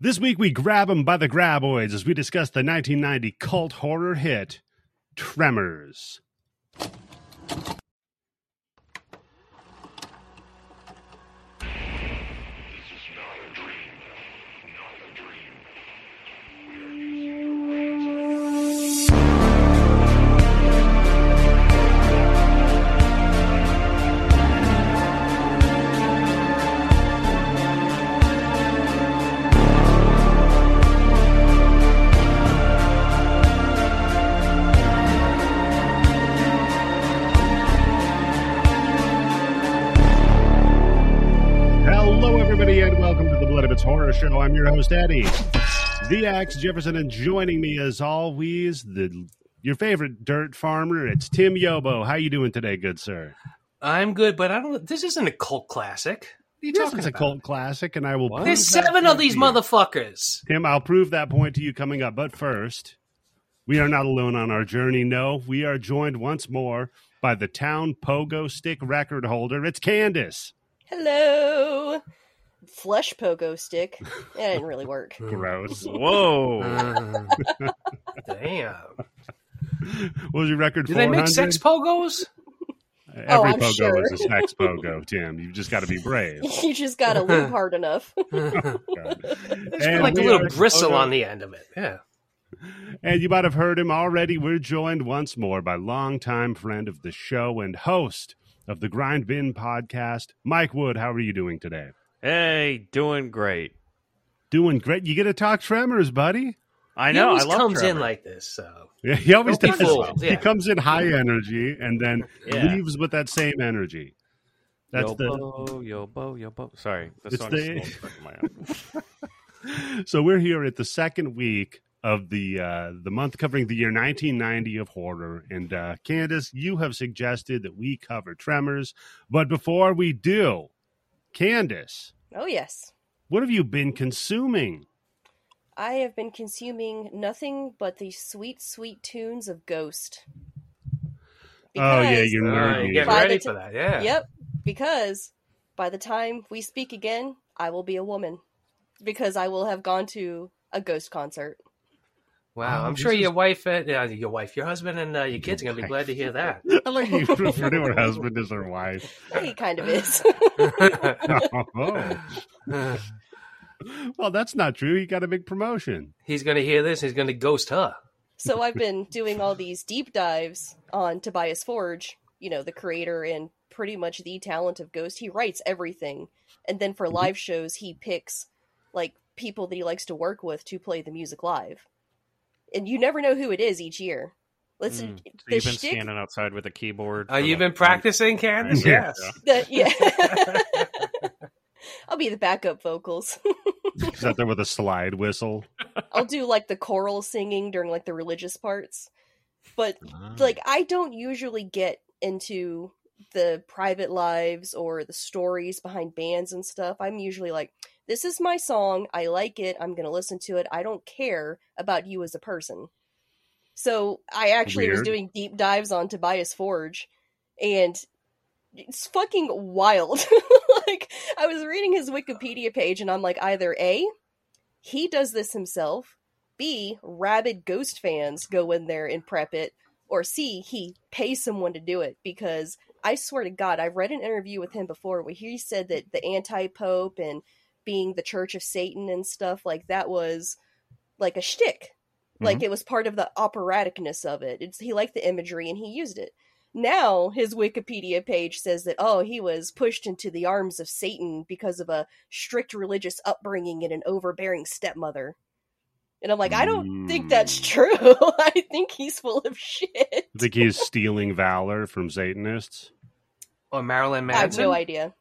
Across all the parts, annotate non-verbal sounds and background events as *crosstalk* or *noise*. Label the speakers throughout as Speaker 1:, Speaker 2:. Speaker 1: This week we grab 'em by the graboids as we discuss the 1990 cult horror hit Tremors. Hello, everybody, and welcome to the Blood of Its Horror Show. I'm your host, Eddie, the Axe Jefferson, and joining me as always, the your favorite dirt farmer. It's Tim Yobo. How you doing today, good sir?
Speaker 2: I'm good, but I don't. This isn't a cult classic. What are you
Speaker 1: This
Speaker 2: talking
Speaker 1: is a
Speaker 2: about?
Speaker 1: cult classic, and I will. prove
Speaker 2: There's
Speaker 1: that
Speaker 2: seven of
Speaker 1: point
Speaker 2: these
Speaker 1: to you. *laughs*
Speaker 2: motherfuckers.
Speaker 1: Tim, I'll prove that point to you coming up. But first, we are not alone on our journey. No, we are joined once more by the town pogo stick record holder. It's Candace.
Speaker 3: Hello. Flesh pogo stick. That didn't really
Speaker 1: *laughs*
Speaker 3: work. *laughs*
Speaker 1: Gross. what
Speaker 4: Whoa.
Speaker 2: Uh, damn.
Speaker 1: was your record?
Speaker 2: Do they
Speaker 1: 400?
Speaker 2: make
Speaker 1: *laughs*
Speaker 2: sex pogos?
Speaker 1: Every
Speaker 3: Oh, I'm
Speaker 1: pogo
Speaker 3: sure.
Speaker 1: is a sex pogo, Tim. You've just got to be brave.
Speaker 3: You
Speaker 1: *laughs*
Speaker 3: just gotta loop hard enough.
Speaker 2: *laughs*
Speaker 3: *laughs*
Speaker 2: It's got
Speaker 1: And
Speaker 2: like a
Speaker 1: we
Speaker 2: little
Speaker 1: are-
Speaker 2: bristle
Speaker 1: oh, no.
Speaker 2: on the end of it. Yeah.
Speaker 1: And you might have heard him already. We're joined once more by longtime friend of the show and host of the Grind Bin podcast, Mike Wood. How are you doing today?
Speaker 4: hey, doing great.
Speaker 1: Doing great. You get to talk tremors, buddy.
Speaker 4: I
Speaker 2: he
Speaker 4: know.
Speaker 2: always
Speaker 4: I love
Speaker 2: comes in
Speaker 4: Trevor.
Speaker 2: like this. So
Speaker 1: Yeah, he always
Speaker 2: Don't
Speaker 1: does.
Speaker 2: be fooled,
Speaker 1: He
Speaker 2: yeah.
Speaker 1: comes in high energy and then
Speaker 4: Yeah.
Speaker 1: leaves with that same energy. That's
Speaker 4: yo
Speaker 1: the
Speaker 4: bo, yo bo, yo bo. Sorry, the
Speaker 1: It's
Speaker 4: song's
Speaker 1: the-
Speaker 4: still stuck in
Speaker 3: *laughs*
Speaker 4: my head.
Speaker 1: so we're here at the second week of the uh, the month covering the year 1990 of horror and uh, candace you have suggested that we cover tremors but before we do candace
Speaker 3: Oh yes.
Speaker 1: what have you been consuming *laughs*
Speaker 3: I have been consuming nothing but the sweet, sweet tunes of Ghost.
Speaker 1: oh yeah
Speaker 3: Because-
Speaker 1: you're
Speaker 2: uh,
Speaker 1: nerd
Speaker 2: you
Speaker 1: music.
Speaker 2: get
Speaker 3: By the
Speaker 2: ready
Speaker 3: ti-
Speaker 2: for that. Yeah.
Speaker 3: Yep. Because by the time we speak again, I will be a woman. Because I will have gone to a ghost concert.
Speaker 2: Wow.
Speaker 1: Oh,
Speaker 2: I'm
Speaker 1: this
Speaker 2: sure
Speaker 1: is-
Speaker 2: your wife, and, uh, your wife, your husband, and uh, your kids are gonna be glad to hear that.
Speaker 1: *laughs* *laughs*
Speaker 2: *laughs*
Speaker 1: i like you refer to her husband as her wife
Speaker 3: *laughs*
Speaker 1: *laughs*
Speaker 3: He kind of is.
Speaker 1: Oh. well that's not true he got a big promotion
Speaker 2: he's gonna hear this. He's gonna ghost her.
Speaker 3: so I've been doing all these deep dives on Tobias Forge, you know, the creator and pretty much the talent of Ghost. He writes everything. And then
Speaker 4: Mm-hmm.
Speaker 3: for live shows, he picks like people that he likes to work with to play the music live. And you never know who it is each year. Listen,
Speaker 4: Mm. So
Speaker 3: the
Speaker 4: you've been
Speaker 3: shtick
Speaker 4: standing outside with a keyboard.
Speaker 2: Uh,
Speaker 4: for
Speaker 2: you've
Speaker 4: like
Speaker 2: been practicing, Candace.
Speaker 1: Yeah.
Speaker 2: Yes.
Speaker 4: *laughs*
Speaker 3: that- yeah. *laughs* I'll be the backup vocals.
Speaker 1: he's out there with a slide whistle
Speaker 3: I'll do like the choral singing during like the religious parts. But
Speaker 4: Uh-huh.
Speaker 3: like I don't usually get into the private lives or the stories behind bands and stuff. I'm usually like, this is my song. I like it. I'm going to listen to it. I don't care about you as a person. So I actually was
Speaker 1: Weird.
Speaker 3: doing deep dives on Tobias Forge and it's fucking wild. *laughs* like I was reading his Wikipedia page and I'm like either A, he does this himself, B, rabid ghost fans go in there and prep it, or C, he pays someone to do it because I swear to God, I've read an interview with him before where he said that the anti pope and being the church of Satan and stuff like that was like a shtick. Like it was part of the operaticness of it. It's, he liked the imagery and he used it. Now his Wikipedia page says that oh he was pushed into the arms of Satan because of a strict religious upbringing and an overbearing stepmother. And I'm like, I don't think that's true. *laughs* I think he's full of shit.
Speaker 1: i think he's stealing valor from satanists
Speaker 2: *laughs* Or Marilyn
Speaker 3: I have
Speaker 2: Manson.
Speaker 3: no idea.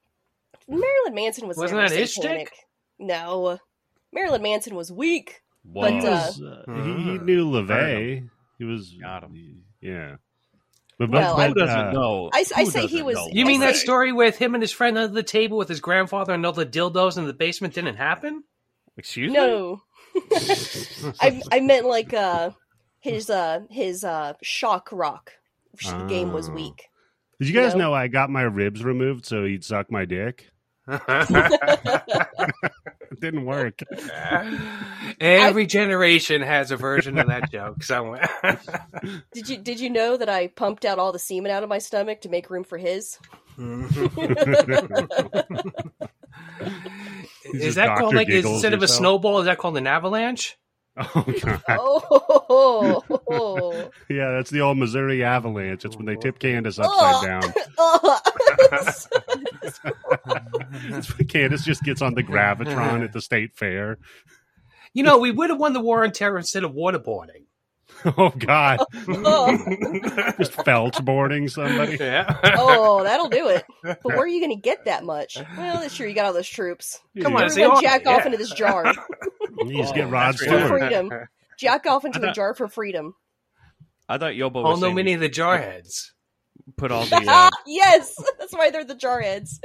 Speaker 3: Marilyn Manson was
Speaker 2: Wasn't
Speaker 3: never
Speaker 2: that his
Speaker 3: satanic.
Speaker 2: shtick?
Speaker 3: No, Marilyn Manson was weak.
Speaker 4: Whoa.
Speaker 3: But,
Speaker 1: he,
Speaker 3: uh,
Speaker 1: was, uh, he, he knew LeVay. He was
Speaker 4: Got
Speaker 1: Yeah. But,
Speaker 3: Well, I-
Speaker 4: Who doesn't
Speaker 1: uh,
Speaker 4: know?
Speaker 3: I- I
Speaker 4: Who
Speaker 3: say he
Speaker 4: doesn't
Speaker 3: was-
Speaker 4: know?
Speaker 2: You mean
Speaker 3: I
Speaker 2: that
Speaker 3: see.
Speaker 2: story with him and his friend under the table with his grandfather and all the dildos in the basement didn't happen? *laughs*
Speaker 4: Excuse *laughs* me.
Speaker 3: No, *laughs* I I meant like uh his uh his uh shock rock sh- game was
Speaker 1: Oh.
Speaker 3: weak.
Speaker 1: Did you guys
Speaker 3: No.
Speaker 1: know I got my ribs removed so he'd suck my dick? It didn't
Speaker 3: *laughs*
Speaker 1: work.
Speaker 2: Every generation has a version of that joke
Speaker 1: *laughs*
Speaker 2: somewhere.
Speaker 3: Did you did you know that I pumped out all the semen out of my stomach to make room
Speaker 2: *laughs*
Speaker 3: for his?
Speaker 1: just
Speaker 2: is that called
Speaker 1: Dr.
Speaker 2: like
Speaker 1: Giggles
Speaker 2: instead of a
Speaker 1: yourself.
Speaker 2: snowball? Is that called an avalanche?
Speaker 1: Oh god.
Speaker 3: oh, *laughs*
Speaker 2: *laughs*
Speaker 1: Yeah, that's the old Missouri Avalanche. That's when they tip Candace
Speaker 3: Oh.
Speaker 1: upside
Speaker 3: *laughs*
Speaker 1: down.
Speaker 3: oh.
Speaker 1: That's when Candace just gets on the gravitron at the state fair. *laughs*
Speaker 2: You know, we would have won the war on terror instead of waterboarding.
Speaker 1: Oh god.
Speaker 2: *laughs*
Speaker 3: oh, *laughs*
Speaker 1: Just felch boarding somebody.
Speaker 4: yeah.
Speaker 3: oh, that'll do it. But where are you going to get that much? Well, sure, you got all those troops.
Speaker 2: Come on,
Speaker 1: Yeah.
Speaker 2: Is
Speaker 3: Everyone
Speaker 2: he on
Speaker 3: jack
Speaker 2: it?
Speaker 3: off
Speaker 2: Yeah.
Speaker 3: into
Speaker 2: *laughs*
Speaker 3: this jar. Oh,
Speaker 1: You just get Rod
Speaker 4: That's
Speaker 3: For
Speaker 4: right.
Speaker 1: Stewart.
Speaker 3: freedom. Jack off
Speaker 1: I
Speaker 2: *laughs*
Speaker 3: into the
Speaker 1: thought-
Speaker 3: jar for freedom. *laughs*
Speaker 4: I thought Yobo was
Speaker 2: Oh no,
Speaker 4: saying
Speaker 2: many of the jarheads.
Speaker 4: you
Speaker 2: *laughs*
Speaker 4: put all the. Uh,
Speaker 3: yes, that's why they're the jarheads.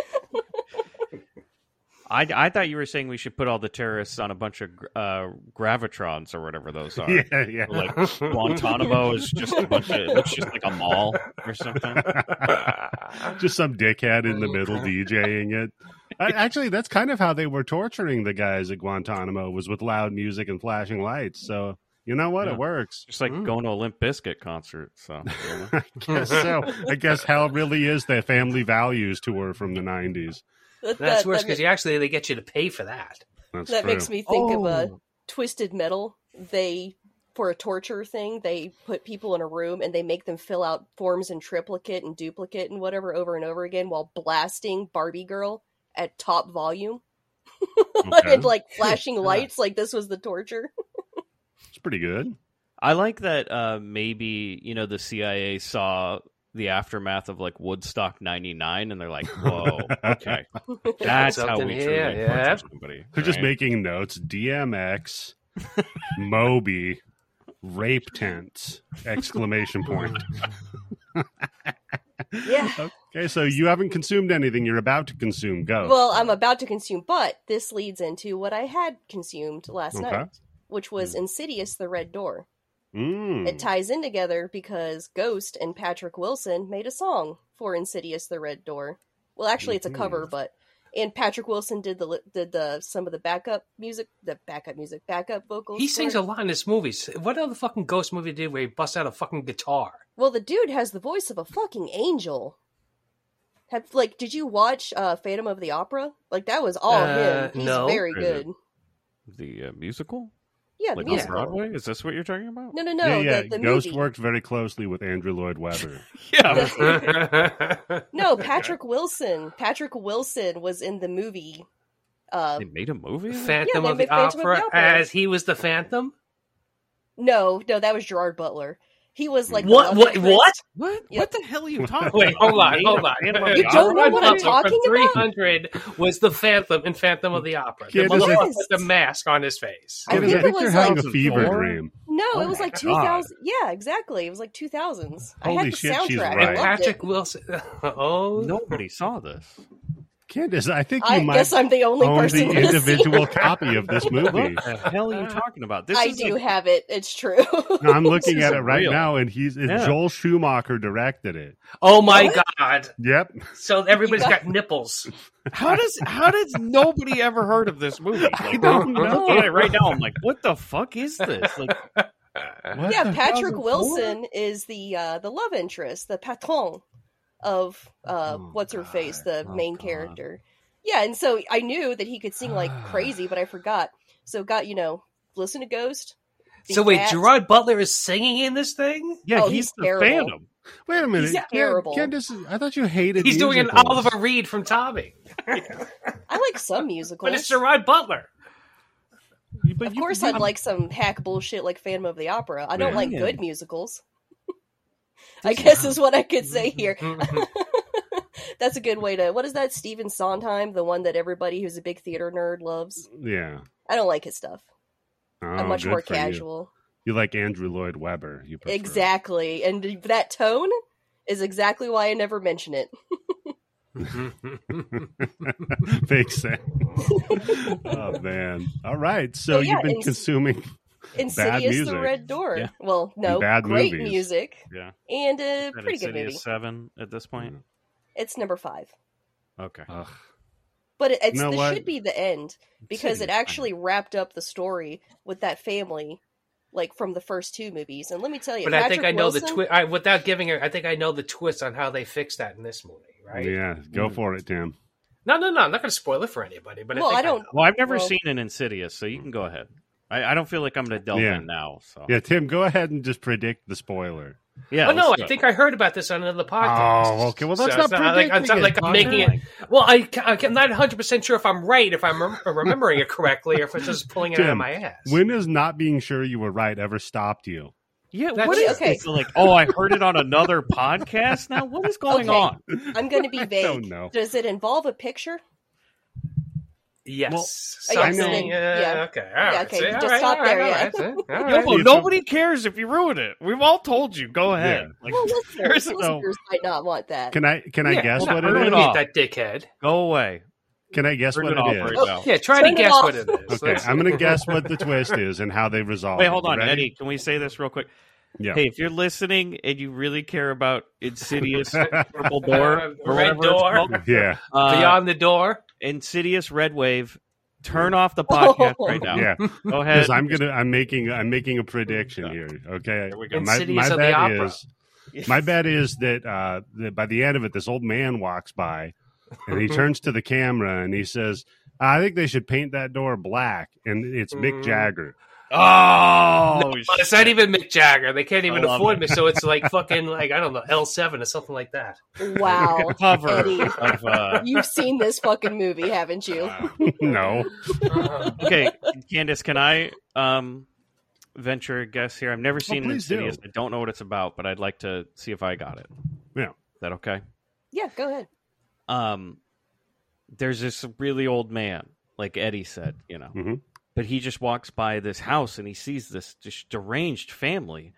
Speaker 4: I I thought you were saying we should put all the terrorists on a bunch of uh, gravitrons or whatever those are.
Speaker 1: *laughs* Yeah, yeah.
Speaker 4: *laughs* Like
Speaker 2: *laughs*
Speaker 4: Guantanamo is just a bunch of. It looks just like a mall or something.
Speaker 1: just some dickhead in
Speaker 3: Oh,
Speaker 1: the middle DJing it.
Speaker 3: *laughs*
Speaker 1: I, actually, that's kind of how they were torturing the guys at Guantanamo was with loud music and flashing lights. So you know what?
Speaker 4: Yeah.
Speaker 1: It works. *laughs*
Speaker 4: Just like
Speaker 2: Mm.
Speaker 4: going to a Limp Biscuit concert. *laughs* So you know.
Speaker 1: I guess
Speaker 3: *laughs*
Speaker 1: so. I guess hell really is their family values tour from the '90s.
Speaker 3: That,
Speaker 2: That's
Speaker 3: that-
Speaker 2: worse
Speaker 3: that,
Speaker 2: because actually they get you to pay for that.
Speaker 1: That's
Speaker 3: that
Speaker 1: true.
Speaker 3: makes me think of a
Speaker 2: Oh.
Speaker 3: twisted metal they for a torture thing they put people in a room and they make them fill out forms in triplicate and duplicate and whatever over and over again while blasting barbie girl at top volume *laughs*
Speaker 1: Okay.
Speaker 3: and like flashing lights like this was the torture
Speaker 1: It's pretty good.
Speaker 4: I like that. Uh, maybe you know the CIA saw the aftermath of like Woodstock '99, and they're *laughs* like, "Whoa, okay, that's how we
Speaker 2: Something
Speaker 4: truly
Speaker 2: here,
Speaker 4: torture
Speaker 2: yeah.
Speaker 4: somebody."
Speaker 1: They're just
Speaker 4: right?
Speaker 1: making notes. DMX, Moby, rape tents! Exclamation point.
Speaker 3: *laughs*
Speaker 2: *laughs*
Speaker 3: Yeah.
Speaker 1: Okay, so you haven't consumed anything. You're about to consume.
Speaker 2: Oh.
Speaker 1: Go.
Speaker 3: well i'm about to consume but this leads into what i had consumed last
Speaker 1: Okay.
Speaker 3: night which was
Speaker 2: Hmm.
Speaker 3: insidious the red door
Speaker 1: Mm.
Speaker 3: It ties in together because Ghost and Patrick Wilson made a song for Insidious: The Red Door. Well, actually, it's a
Speaker 1: Mhm.
Speaker 2: Mm-hmm.
Speaker 3: cover, but and Patrick Wilson did the li- did the some of the backup music, the backup music, backup vocals.
Speaker 2: He
Speaker 3: for
Speaker 2: sings
Speaker 3: it.
Speaker 2: a lot in his movies. What other fucking ghost movie did where he busts out a fucking guitar?
Speaker 3: Well, the dude has the voice of a fucking angel. Have like, did you watch uh Phantom of the Opera? Like that was all
Speaker 2: Uh,
Speaker 3: him. He's
Speaker 2: no.
Speaker 3: very
Speaker 4: Is it
Speaker 3: good.
Speaker 4: the uh, musical,
Speaker 3: Yeah, the
Speaker 4: like on
Speaker 3: musical.
Speaker 4: Broadway. Is this what you're talking about?
Speaker 3: No, no, no.
Speaker 1: yeah, yeah.
Speaker 3: The, the
Speaker 1: Ghost
Speaker 3: movie.
Speaker 1: worked very closely with Andrew Lloyd Webber.
Speaker 4: Yeah,
Speaker 3: No, Patrick Wilson. Patrick Wilson was in the movie. Uh,
Speaker 4: they made a movie. of it?
Speaker 2: Phantom
Speaker 3: Yeah,
Speaker 2: of
Speaker 3: they
Speaker 2: the
Speaker 3: made Phantom of the
Speaker 2: Opera
Speaker 3: Opera.
Speaker 2: as he was the Phantom.
Speaker 3: No, no, that was Gerard Butler. He was like the
Speaker 2: What? What?
Speaker 3: Lovecraft-
Speaker 2: What?
Speaker 4: What?
Speaker 3: Yeah.
Speaker 4: What the hell *laughs* are you talking?
Speaker 2: *laughs* Wait, hold on, hold on.
Speaker 4: Phantom of the
Speaker 3: You don't know
Speaker 4: Opera?
Speaker 3: what I'm talking
Speaker 2: Three
Speaker 3: about?
Speaker 2: hundred was the Phantom in Phantom of the Opera. The
Speaker 1: Yeah, does it-
Speaker 2: motherfucker with the mask on his face.
Speaker 3: I
Speaker 1: Kid,
Speaker 3: think it
Speaker 1: you're
Speaker 3: was
Speaker 1: having
Speaker 3: like-
Speaker 1: a fever
Speaker 4: Thor?
Speaker 1: dream.
Speaker 3: No,
Speaker 4: Oh
Speaker 3: it was
Speaker 4: my
Speaker 3: like
Speaker 4: God.
Speaker 3: 2000. Yeah, exactly. It was like 2000s. I
Speaker 1: Holy
Speaker 3: had the
Speaker 1: shit, she's
Speaker 3: soundtrack.
Speaker 1: right.
Speaker 3: I
Speaker 2: And
Speaker 3: loved
Speaker 2: Patrick
Speaker 3: it.
Speaker 2: Wilson. *laughs* Oh,
Speaker 4: Nobody saw this.
Speaker 1: Candace, I think you
Speaker 3: I
Speaker 1: might
Speaker 3: guess I'm the only
Speaker 1: own the
Speaker 3: person with a scene.
Speaker 1: individual copy of this
Speaker 4: What
Speaker 1: movie.
Speaker 4: the hell *laughs* are you talking about? This
Speaker 3: *laughs* I
Speaker 4: is
Speaker 3: do
Speaker 4: a-
Speaker 3: have it. It's true. *laughs*
Speaker 1: No, I'm looking
Speaker 4: This
Speaker 1: at it
Speaker 4: isn't
Speaker 1: right
Speaker 4: real.
Speaker 1: now, and he's it's
Speaker 4: Yeah.
Speaker 1: Joel Schumacher directed it.
Speaker 2: oh my God!
Speaker 1: Yep,
Speaker 2: So everybody's
Speaker 3: You
Speaker 2: got nipples.
Speaker 4: How does how *laughs* does nobody ever heard of this
Speaker 3: *laughs*
Speaker 4: movie? Like, I *laughs*
Speaker 1: don't know.
Speaker 4: Looking at it right now, I'm like, what the fuck is this? Like,
Speaker 1: What
Speaker 3: yeah,
Speaker 1: the
Speaker 3: Patrick
Speaker 1: 2004?
Speaker 3: Wilson is the uh, the love interest, the patron of uh,
Speaker 4: Oh,
Speaker 3: what's her face, the
Speaker 4: God. Oh,
Speaker 3: main
Speaker 4: God.
Speaker 3: character. Yeah, and so I knew that he could sing
Speaker 4: *sighs*
Speaker 3: like crazy, but I forgot. So got you know, listen to Ghost. be
Speaker 2: So wait,
Speaker 3: fat.
Speaker 2: Gerard Butler is singing in this thing?
Speaker 4: yeah,
Speaker 3: Oh,
Speaker 4: he's,
Speaker 3: he's
Speaker 4: the
Speaker 3: terrible.
Speaker 4: Phantom.
Speaker 1: Wait a minute,
Speaker 3: He's
Speaker 1: Can-
Speaker 3: terrible.
Speaker 1: Candace, I thought you hated.
Speaker 2: He's doing an
Speaker 1: musicals.
Speaker 2: Oliver Reed from Tommy,
Speaker 3: I like some musicals.
Speaker 2: but it's Gerard
Speaker 3: *laughs*
Speaker 2: Butler.
Speaker 1: But
Speaker 3: Of
Speaker 1: you-
Speaker 3: course,
Speaker 1: you-
Speaker 3: I'd like some hack bullshit like Phantom of the Opera. I don't
Speaker 1: Yeah.
Speaker 3: like good musicals. *laughs* I guess is what I could say here.
Speaker 1: Mm-hmm.
Speaker 3: *laughs* That's a good way to. What is that? Stephen Sondheim, the one that everybody who's a big theater nerd loves.
Speaker 1: Yeah,
Speaker 3: I don't like his stuff.
Speaker 1: Oh,
Speaker 3: I'm much
Speaker 1: good
Speaker 3: more
Speaker 1: for you.
Speaker 3: casual.
Speaker 1: You. like Andrew Lloyd Webber? You prefer. *laughs*
Speaker 3: Exactly, and that tone is exactly why I never
Speaker 1: *laughs*
Speaker 3: mention it.
Speaker 1: Makes sense. *laughs* oh man! All right, so
Speaker 3: So, yeah,
Speaker 1: you've been
Speaker 3: and-
Speaker 1: consuming.
Speaker 3: Insidious: The
Speaker 1: music.
Speaker 3: Red Door.
Speaker 4: Yeah.
Speaker 3: Well, no,
Speaker 1: And bad
Speaker 3: great
Speaker 1: movies.
Speaker 3: music
Speaker 4: Yeah,
Speaker 3: and a
Speaker 4: That
Speaker 3: pretty
Speaker 4: Insidious Mm-hmm.
Speaker 3: good movie.
Speaker 4: Seven at this point.
Speaker 3: It's number five.
Speaker 4: Okay,
Speaker 1: Ugh.
Speaker 3: But it, it's
Speaker 1: know
Speaker 3: this
Speaker 1: what?
Speaker 3: should be the end because it
Speaker 4: It's-
Speaker 3: actually wrapped up the story with that family, like from the first two movies. And let me tell you,
Speaker 2: But I think
Speaker 3: Patrick
Speaker 2: I know the
Speaker 3: Wilson-
Speaker 2: twist. Without giving it, I think I know the twist on how they fix that in this movie, right?
Speaker 1: Yeah, go for it, Tim.
Speaker 2: No, no, no. I'm not going to spoil it for anybody. But
Speaker 3: Well,
Speaker 2: I,
Speaker 3: I
Speaker 2: think
Speaker 3: don't.
Speaker 4: Well, I've never
Speaker 3: Well-
Speaker 4: seen an Insidious, so you can go ahead. I, I don't feel like I'm going to delve
Speaker 1: Yeah.
Speaker 4: in now. So
Speaker 1: Yeah, Tim, go ahead and just predict the spoiler.
Speaker 4: yeah.
Speaker 2: oh no,
Speaker 4: let's
Speaker 2: I
Speaker 4: do it.
Speaker 2: think I heard about this on another podcast.
Speaker 1: Oh, okay. Well, that's
Speaker 2: So
Speaker 1: not
Speaker 2: it's like, I'm,
Speaker 1: predicting
Speaker 2: it's not
Speaker 1: it,
Speaker 2: like I'm
Speaker 1: Parker.
Speaker 2: making it. Well, I, ca- I'm not 100 percent sure if I'm right, if I'm rem- remembering it correctly, or if it's just pulling it out
Speaker 1: Tim,
Speaker 2: of my ass.
Speaker 1: When has not being sure you were right ever stopped you?
Speaker 4: Yeah,
Speaker 2: That's-
Speaker 4: what is
Speaker 3: Okay.
Speaker 4: this? Like, oh, I heard it on another podcast. Now, what is going
Speaker 3: Okay.
Speaker 4: on?
Speaker 3: I'm going to
Speaker 1: *laughs*
Speaker 3: be
Speaker 1: I
Speaker 3: vague.
Speaker 1: don't know.
Speaker 3: Does it involve a picture?
Speaker 2: yes,
Speaker 1: Well,
Speaker 3: I
Speaker 1: guess
Speaker 2: something.
Speaker 3: then,
Speaker 2: uh,
Speaker 3: yeah.
Speaker 2: Okay, all right.
Speaker 3: Yeah, okay,
Speaker 2: see,
Speaker 3: just
Speaker 2: all right,
Speaker 3: stop
Speaker 2: all right,
Speaker 3: there,
Speaker 2: all
Speaker 3: yeah.
Speaker 2: right, see, all right.
Speaker 4: Yobo,
Speaker 1: It's a-
Speaker 4: nobody cares if you ruin it. We've all told you. Go ahead. Like, *laughs*
Speaker 3: Well, listeners,
Speaker 4: there's no-
Speaker 3: listeners might not want that.
Speaker 4: *laughs*
Speaker 1: Can I can I
Speaker 2: Yeah,
Speaker 1: guess
Speaker 2: no,
Speaker 1: what
Speaker 2: I
Speaker 1: it
Speaker 2: don't
Speaker 1: is?
Speaker 4: it
Speaker 2: need
Speaker 4: off.
Speaker 2: that dickhead.
Speaker 4: go away.
Speaker 1: Can I guess
Speaker 4: Turn
Speaker 1: what
Speaker 4: it off
Speaker 1: it
Speaker 4: right
Speaker 1: is?
Speaker 4: now.
Speaker 2: Yeah, try
Speaker 3: Turn
Speaker 2: to
Speaker 3: it
Speaker 2: guess
Speaker 3: off.
Speaker 2: what it is.
Speaker 1: Okay,
Speaker 2: Let's-
Speaker 1: I'm going to guess what the twist is and how they resolve
Speaker 4: Wait,
Speaker 1: it.
Speaker 4: hold
Speaker 1: You
Speaker 4: on,
Speaker 1: ready?
Speaker 4: Eddie. Can we say this real quick?
Speaker 1: Yeah.
Speaker 4: Hey, if you're listening and you really care about *laughs* Insidious Purple Door
Speaker 2: Uh,
Speaker 4: or
Speaker 2: Red
Speaker 4: whatever it's
Speaker 2: Door.
Speaker 4: called,
Speaker 1: *laughs* yeah,
Speaker 4: uh,
Speaker 2: Beyond the door.
Speaker 4: Insidious Red Wave, turn off
Speaker 2: *laughs*
Speaker 4: the podcast right now.
Speaker 1: yeah. *laughs*
Speaker 4: Go ahead.
Speaker 1: Because I'm gonna, I'm making, I'm making a prediction here. Okay,
Speaker 4: There we go.
Speaker 1: And my,
Speaker 2: Insidious
Speaker 1: my
Speaker 2: of the
Speaker 1: bet
Speaker 2: opera.
Speaker 1: is, my bet is that, uh, that by the end of it, this old man walks by, and
Speaker 4: *laughs*
Speaker 1: he turns to the camera and he says, "I think they should paint that door black." And it's Mick
Speaker 4: Mm.
Speaker 2: Mhm.
Speaker 1: Jagger.
Speaker 4: Oh,
Speaker 2: Well, it's not even Mick Jagger. They can't even
Speaker 4: I love
Speaker 2: afford me, so it's like fucking like I don't know L seven or something like that.
Speaker 4: *laughs*
Speaker 3: Wow,
Speaker 4: cover
Speaker 3: Eddie.
Speaker 4: of, uh,
Speaker 3: you've seen this fucking movie, haven't you?
Speaker 1: *laughs* no,
Speaker 4: *laughs*
Speaker 2: Uh,
Speaker 4: okay, Candace, can I um, venture a guess here? I've never seen
Speaker 1: Oh, please do.
Speaker 4: Insidious. I don't know what it's about, but I'd like to see if I got it.
Speaker 1: Yeah.
Speaker 4: Is that okay?
Speaker 3: Yeah, go ahead.
Speaker 4: Um, there's this really old man, like Eddie said, you know,
Speaker 1: Mhm.
Speaker 4: but he just walks by this house and he sees this just deranged family,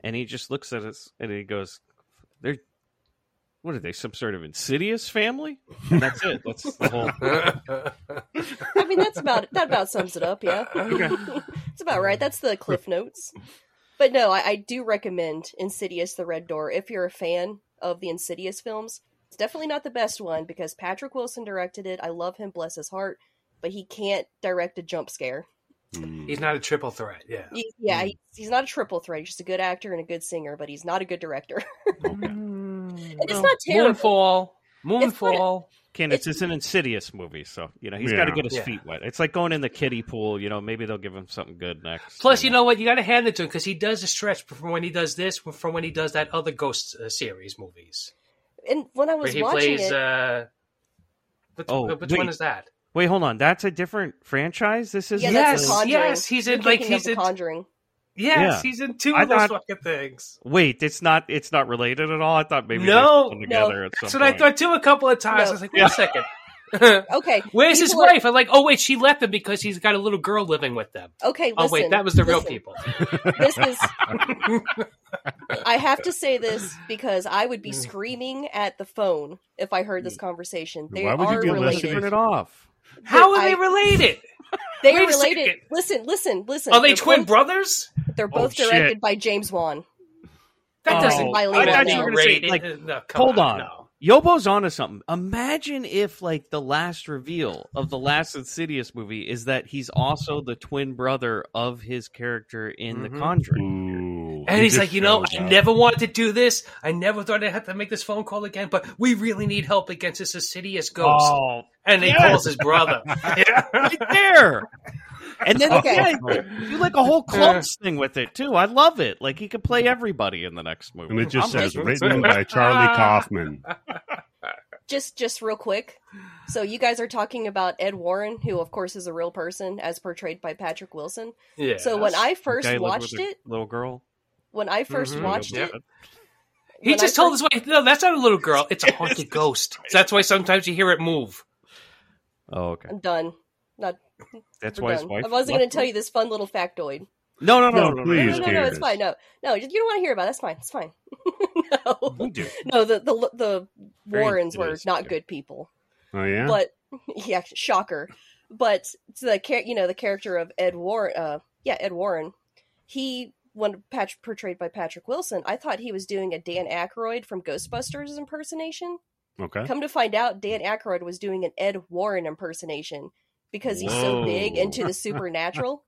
Speaker 4: and he just looks at us and he goes, "They're." What are they? Some sort of insidious family? And that's it. That's the whole.
Speaker 3: I mean, that's about that about sums it up.
Speaker 4: *laughs*
Speaker 3: Yeah, *laughs* it's about right. That's the cliff notes. But no, I, I do recommend Insidious: The Red Door if you're a fan of the Insidious films. It's definitely not the best one because Patrick Wilson directed it. I love him, bless his heart, but he can't direct a jump scare.
Speaker 1: Hmm.
Speaker 2: He's not a triple threat. Yeah.
Speaker 3: He-
Speaker 4: Mm.
Speaker 3: yeah, he's, he's not a triple threat. He's just a good actor and a good singer, but he's not a good director.
Speaker 1: Okay.
Speaker 3: And it's not terrible.
Speaker 2: Moonfall.
Speaker 3: It's not-
Speaker 2: Moonfall.
Speaker 4: Candace, it's an insidious movie, so you know he's got to
Speaker 1: Yeah.
Speaker 4: get his
Speaker 2: Yeah.
Speaker 4: feet wet. It's like going in the kiddie pool. You know, maybe they'll give him something good next.
Speaker 2: Plus, you know what? You got to hand it to him because he does a stretch from when he does this, from when he does that other Ghost uh, series movies
Speaker 3: And when I
Speaker 2: where
Speaker 3: was
Speaker 2: he
Speaker 3: watching
Speaker 2: plays.
Speaker 3: it,
Speaker 2: Uh, which,
Speaker 4: Oh,
Speaker 2: which
Speaker 4: wait.
Speaker 2: one is that?
Speaker 4: wait, hold on. That's a different franchise. This is
Speaker 3: yeah, that's
Speaker 2: yes,
Speaker 3: the Conjuring.
Speaker 2: yes, he's in,
Speaker 3: You're
Speaker 2: like,
Speaker 3: thinking of
Speaker 2: he's
Speaker 3: The
Speaker 2: in-
Speaker 3: Conjuring.
Speaker 2: Yes,
Speaker 4: Yeah.
Speaker 2: he's in two
Speaker 4: I
Speaker 2: of those
Speaker 4: thought-
Speaker 2: fucking things.
Speaker 4: wait. It's not. It's not related at all. I thought maybe
Speaker 2: No,
Speaker 4: they
Speaker 3: no.
Speaker 4: together at
Speaker 2: That's
Speaker 4: some
Speaker 2: what I
Speaker 4: point.
Speaker 2: thought too. A couple of times,
Speaker 3: No.
Speaker 2: I was like, wait a second.
Speaker 3: Okay,
Speaker 2: Where's his
Speaker 3: People are-
Speaker 2: wife? I'm like, oh wait, she left him because he's got a little girl living with them.
Speaker 3: okay. Listen,
Speaker 2: oh wait, that was the real
Speaker 3: listen.
Speaker 2: people.
Speaker 3: this
Speaker 2: *laughs*
Speaker 3: is I have to say this because I would be screaming at the phone if I heard this conversation. They
Speaker 1: Why would you
Speaker 3: are
Speaker 1: be
Speaker 4: Let's
Speaker 1: listening?
Speaker 3: related.
Speaker 4: turn it off.
Speaker 2: How are
Speaker 3: I-
Speaker 2: they related?
Speaker 3: *laughs* They
Speaker 2: Wait
Speaker 3: are
Speaker 2: a
Speaker 3: related.
Speaker 2: second.
Speaker 3: Listen, listen, listen.
Speaker 2: Are they
Speaker 3: They're
Speaker 2: twin
Speaker 3: both-
Speaker 2: brothers?
Speaker 3: They're
Speaker 4: Oh,
Speaker 3: both
Speaker 4: shit.
Speaker 3: directed by James Wan.
Speaker 2: That
Speaker 4: Oh,
Speaker 2: doesn't
Speaker 3: I thought
Speaker 2: that
Speaker 3: you were
Speaker 4: gonna say,
Speaker 2: related.
Speaker 4: like,
Speaker 2: No, come
Speaker 4: hold on.
Speaker 2: no.
Speaker 4: Yobo's onto something. Imagine if, like, the last reveal of the last Insidious movie is that he's also the twin brother of his character in The
Speaker 2: Mhm.
Speaker 4: Conjuring.
Speaker 1: Ooh,
Speaker 2: And
Speaker 1: he
Speaker 2: he's
Speaker 1: just
Speaker 2: like, you know,
Speaker 1: shows
Speaker 2: I
Speaker 1: up.
Speaker 2: never wanted to do this. I never thought I'd have to make this phone call again, but we really need help against this insidious ghost.
Speaker 4: Oh,
Speaker 2: and he
Speaker 4: yes.
Speaker 2: calls his
Speaker 4: *laughs*
Speaker 2: brother. Yeah.
Speaker 4: right there. And then
Speaker 3: Okay.
Speaker 4: yeah, do like a whole clumps thing with it too. I love it. Like he could play everybody in the next movie.
Speaker 1: and it just
Speaker 4: I'm
Speaker 1: says
Speaker 4: like,
Speaker 1: written by
Speaker 4: *laughs*
Speaker 1: Charlie Kaufman.
Speaker 3: Just just real quick. So you guys are talking about Ed Warren, who of course is a real person as portrayed by Patrick Wilson.
Speaker 2: Yeah.
Speaker 3: So when I first
Speaker 4: guy lived with
Speaker 3: watched
Speaker 4: a
Speaker 3: it,
Speaker 4: little girl.
Speaker 3: when I 1st
Speaker 2: Mhm.
Speaker 3: watched
Speaker 4: Yeah.
Speaker 3: it,
Speaker 2: he
Speaker 3: when I
Speaker 2: just told
Speaker 3: first-
Speaker 2: his wife, no, that's not a little girl. It's *laughs* a haunted ghost. That's why sometimes you hear it move.
Speaker 4: Oh, okay.
Speaker 3: I'm done. Not
Speaker 4: That's
Speaker 3: we're
Speaker 4: why his
Speaker 3: done.
Speaker 4: wife.
Speaker 3: I wasn't going
Speaker 4: left
Speaker 3: to tell
Speaker 4: him.
Speaker 3: you this fun little factoid.
Speaker 4: No, no, no,
Speaker 1: No,
Speaker 4: no,
Speaker 1: please,
Speaker 3: no, no,
Speaker 4: No,
Speaker 3: no,
Speaker 1: Candace.
Speaker 3: it's fine. No, no, you don't want to hear about. It. That's fine. It's fine. *laughs* no.
Speaker 4: We do.
Speaker 3: No, the the the
Speaker 4: Very
Speaker 3: Warrens were
Speaker 4: insidious,
Speaker 3: not
Speaker 4: yeah.
Speaker 3: good people,
Speaker 1: Oh yeah,
Speaker 3: but *laughs* yeah, shocker. But the char- you know the character of Ed Warren, uh, yeah, Ed Warren, he when Pat- portrayed by Patrick Wilson, I thought he was doing a Dan Aykroyd from Ghostbusters impersonation.
Speaker 2: *laughs*
Speaker 1: Okay.
Speaker 3: Come to find out, Dan Aykroyd was doing an Ed Warren impersonation because he's
Speaker 4: Whoa.
Speaker 3: so big into
Speaker 4: *laughs*
Speaker 3: the supernatural.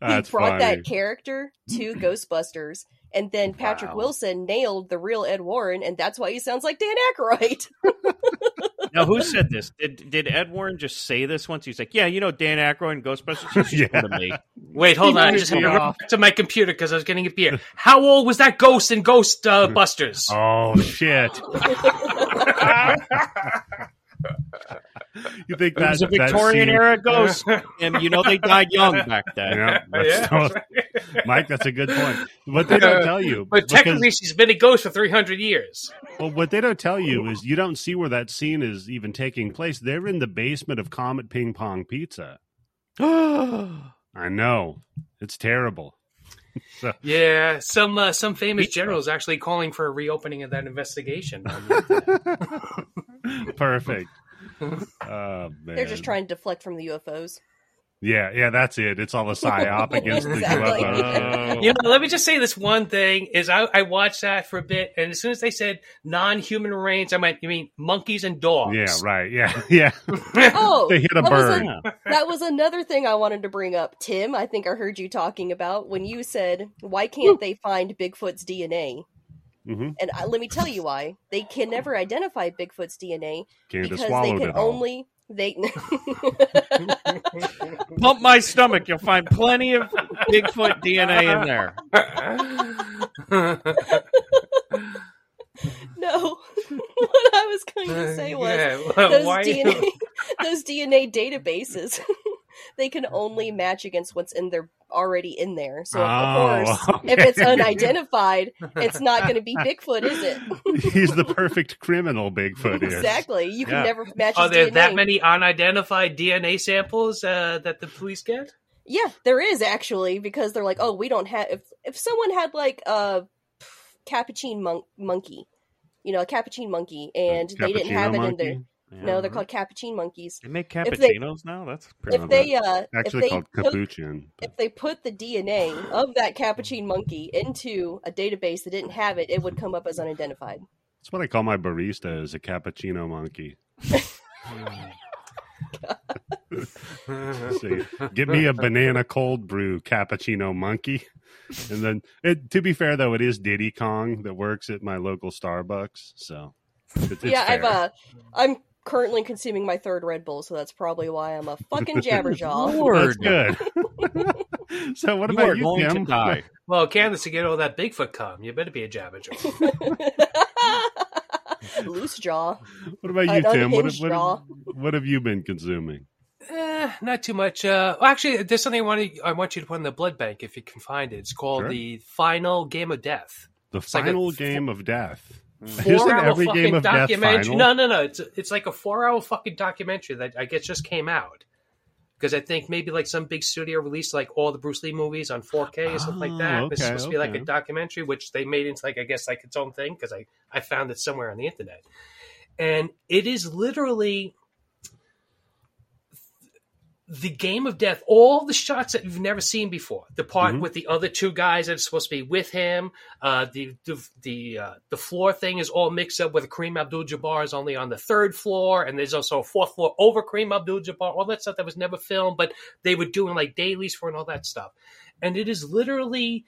Speaker 1: That's
Speaker 3: he brought
Speaker 1: funny.
Speaker 3: that character
Speaker 1: *clears throat*
Speaker 3: to Ghostbusters, and then Patrick
Speaker 4: Wow.
Speaker 3: Wilson nailed the real Ed Warren, and that's why he sounds like Dan Aykroyd. *laughs*
Speaker 4: Now, who said this? Did did Ed Warren just say this once? He's like, yeah, you know, Dan Aykroyd and Ghostbusters. He's just
Speaker 1: Yeah.
Speaker 4: one of me.
Speaker 2: Wait, hold on. I just had to go back to my computer because I was getting a beer. How old was that ghost in Ghost *laughs* uh, Busters?
Speaker 1: *laughs* Oh shit! *laughs* you think
Speaker 4: It
Speaker 1: that's
Speaker 4: was a Victorian era ghost, *laughs* and you know they died young back *laughs* *gasps* then.
Speaker 1: Yeah,
Speaker 2: Yeah,
Speaker 1: that's *laughs*
Speaker 2: that's
Speaker 1: Mike, that's a good point. But they don't tell you.
Speaker 2: But
Speaker 1: because-
Speaker 2: technically, she's been a ghost for 300 years.
Speaker 1: Well, what they don't tell you is you don't see where that scene is even taking place. They're in the basement of Comet Ping Pong Pizza.
Speaker 3: Oh.
Speaker 1: I know. It's terrible. *laughs*
Speaker 2: Yeah, some uh, some famous generals actually calling for a reopening of that investigation.
Speaker 1: Perfect. Oh, man.
Speaker 3: They're just trying to deflect from the UFOs.
Speaker 1: Yeah, yeah, that's it. It's
Speaker 3: *laughs*
Speaker 1: all a psyop against the
Speaker 3: Exactly.
Speaker 1: UFO.
Speaker 2: *laughs* you know, let me just say this one thing: is I, I watched that for a bit, and as soon as they said non-human remains, I meant you mean monkeys and
Speaker 3: *laughs*
Speaker 2: dogs.
Speaker 1: Yeah, right. Yeah, *laughs* yeah.
Speaker 3: Oh,
Speaker 1: *laughs* They hit a
Speaker 3: that was
Speaker 1: bird.
Speaker 3: a- that was another thing I wanted to bring up, Tim. I think I heard you talking about when you said, "Why can't they find Bigfoot's DNA?"
Speaker 1: Mm-hmm.
Speaker 3: And I, let me tell you why they can never identify Bigfoot's DNA
Speaker 1: Candace
Speaker 3: because they
Speaker 1: swallowed
Speaker 3: can
Speaker 1: it all.
Speaker 3: only
Speaker 1: *laughs*
Speaker 3: they *laughs*
Speaker 4: Pump my stomach. You'll find plenty of Bigfoot DNA in there.
Speaker 2: *laughs*
Speaker 3: no. *laughs* what I was going to say
Speaker 2: Uh,
Speaker 3: was
Speaker 2: *laughs*
Speaker 3: those DNA those DNA databases *laughs* they can only match against what's in there already in there. So of course,
Speaker 1: *laughs* Oh,
Speaker 3: if it's
Speaker 1: okay.
Speaker 3: unidentified, it's not going to be Bigfoot, is it?
Speaker 1: He's the perfect criminal, Bigfoot is.
Speaker 3: Exactly. You can
Speaker 4: Yeah.
Speaker 3: never match
Speaker 2: Are Oh,
Speaker 3: his
Speaker 2: there
Speaker 3: DNA.
Speaker 2: that many unidentified DNA samples uh, that the police get?
Speaker 3: Yeah, there is actually because they're like, oh, we don't have. If if someone had like a capuchin mon- monkey, you know, a capuchin monkey, and they didn't
Speaker 1: Cappuccino
Speaker 3: have it in
Speaker 1: monkey?
Speaker 3: there. *laughs* No, they're called capuchin monkeys.
Speaker 4: They make
Speaker 3: If they-
Speaker 4: cappuccinos now. That's pretty.
Speaker 1: know
Speaker 3: If they uh,
Speaker 1: Actually
Speaker 3: if they
Speaker 1: called
Speaker 3: took-
Speaker 1: capuchin.
Speaker 3: if they put the DNA of that capuchin monkey into a database that didn't have it, it would come up as unidentified.
Speaker 1: That's what I call my barista is a cappuccino monkey.
Speaker 4: *laughs*
Speaker 3: *laughs*
Speaker 1: See, get me a banana cold brew cappuccino monkey. *laughs* And then it, to be fair though, it is Diddy Kong that works at my local Starbucks. So it's, it's
Speaker 3: yeah, I've
Speaker 1: fair.
Speaker 3: uh, I'm currently consuming my third Red Bull, so that's probably why I'm a fucking
Speaker 1: *laughs*
Speaker 3: jabberjaw.
Speaker 1: That's
Speaker 4: Lord,
Speaker 1: good. so what
Speaker 4: you
Speaker 1: about
Speaker 4: are
Speaker 1: you,
Speaker 4: going
Speaker 1: Tim?
Speaker 4: to die.
Speaker 2: Well, Candace, to get all that Bigfoot cum, you better be a jabberjaw.
Speaker 3: *laughs* *laughs* Loose jaw.
Speaker 1: What about you,
Speaker 3: An
Speaker 1: Tim? What,
Speaker 3: unhinged
Speaker 1: what,
Speaker 3: straw.
Speaker 1: what have you been consuming?
Speaker 2: Eh, not too much. Uh, well, actually, there's something I want to, I want you to put in the blood bank if you can find it. It's called
Speaker 1: Sure.
Speaker 2: the Final Game of Death.
Speaker 1: The
Speaker 2: like a
Speaker 1: final
Speaker 2: f-
Speaker 1: game of death.
Speaker 2: Four
Speaker 1: Isn't
Speaker 2: hour
Speaker 1: every
Speaker 2: fucking
Speaker 1: game of death
Speaker 2: documentary.
Speaker 1: final?
Speaker 2: No, no, no. It's it's like a four hour fucking documentary that I guess just came out because I think maybe like some big studio released like all the Bruce Lee movies on 4K or something like that.
Speaker 1: Oh,
Speaker 2: it's
Speaker 1: okay,
Speaker 2: supposed to be like
Speaker 1: okay.
Speaker 2: a documentary, which they made into like I guess like its own thing because I I found it somewhere on the internet, and it is literally the game of death, all the shots that you've never seen before. The part
Speaker 1: Mhm.
Speaker 2: with the other two guys that's supposed to be with him. Uh, the the the, uh, the floor thing is all mixed up with Kareem Abdul-Jabbar is only on the third floor, and there's also a fourth floor over Kareem Abdul-Jabbar. All that stuff that was never filmed, but they were doing like dailies for it and all that stuff. And it is literally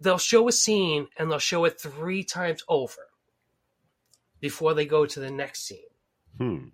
Speaker 2: they'll show a scene and they'll show it three times over before they go to the next scene
Speaker 1: Hmm.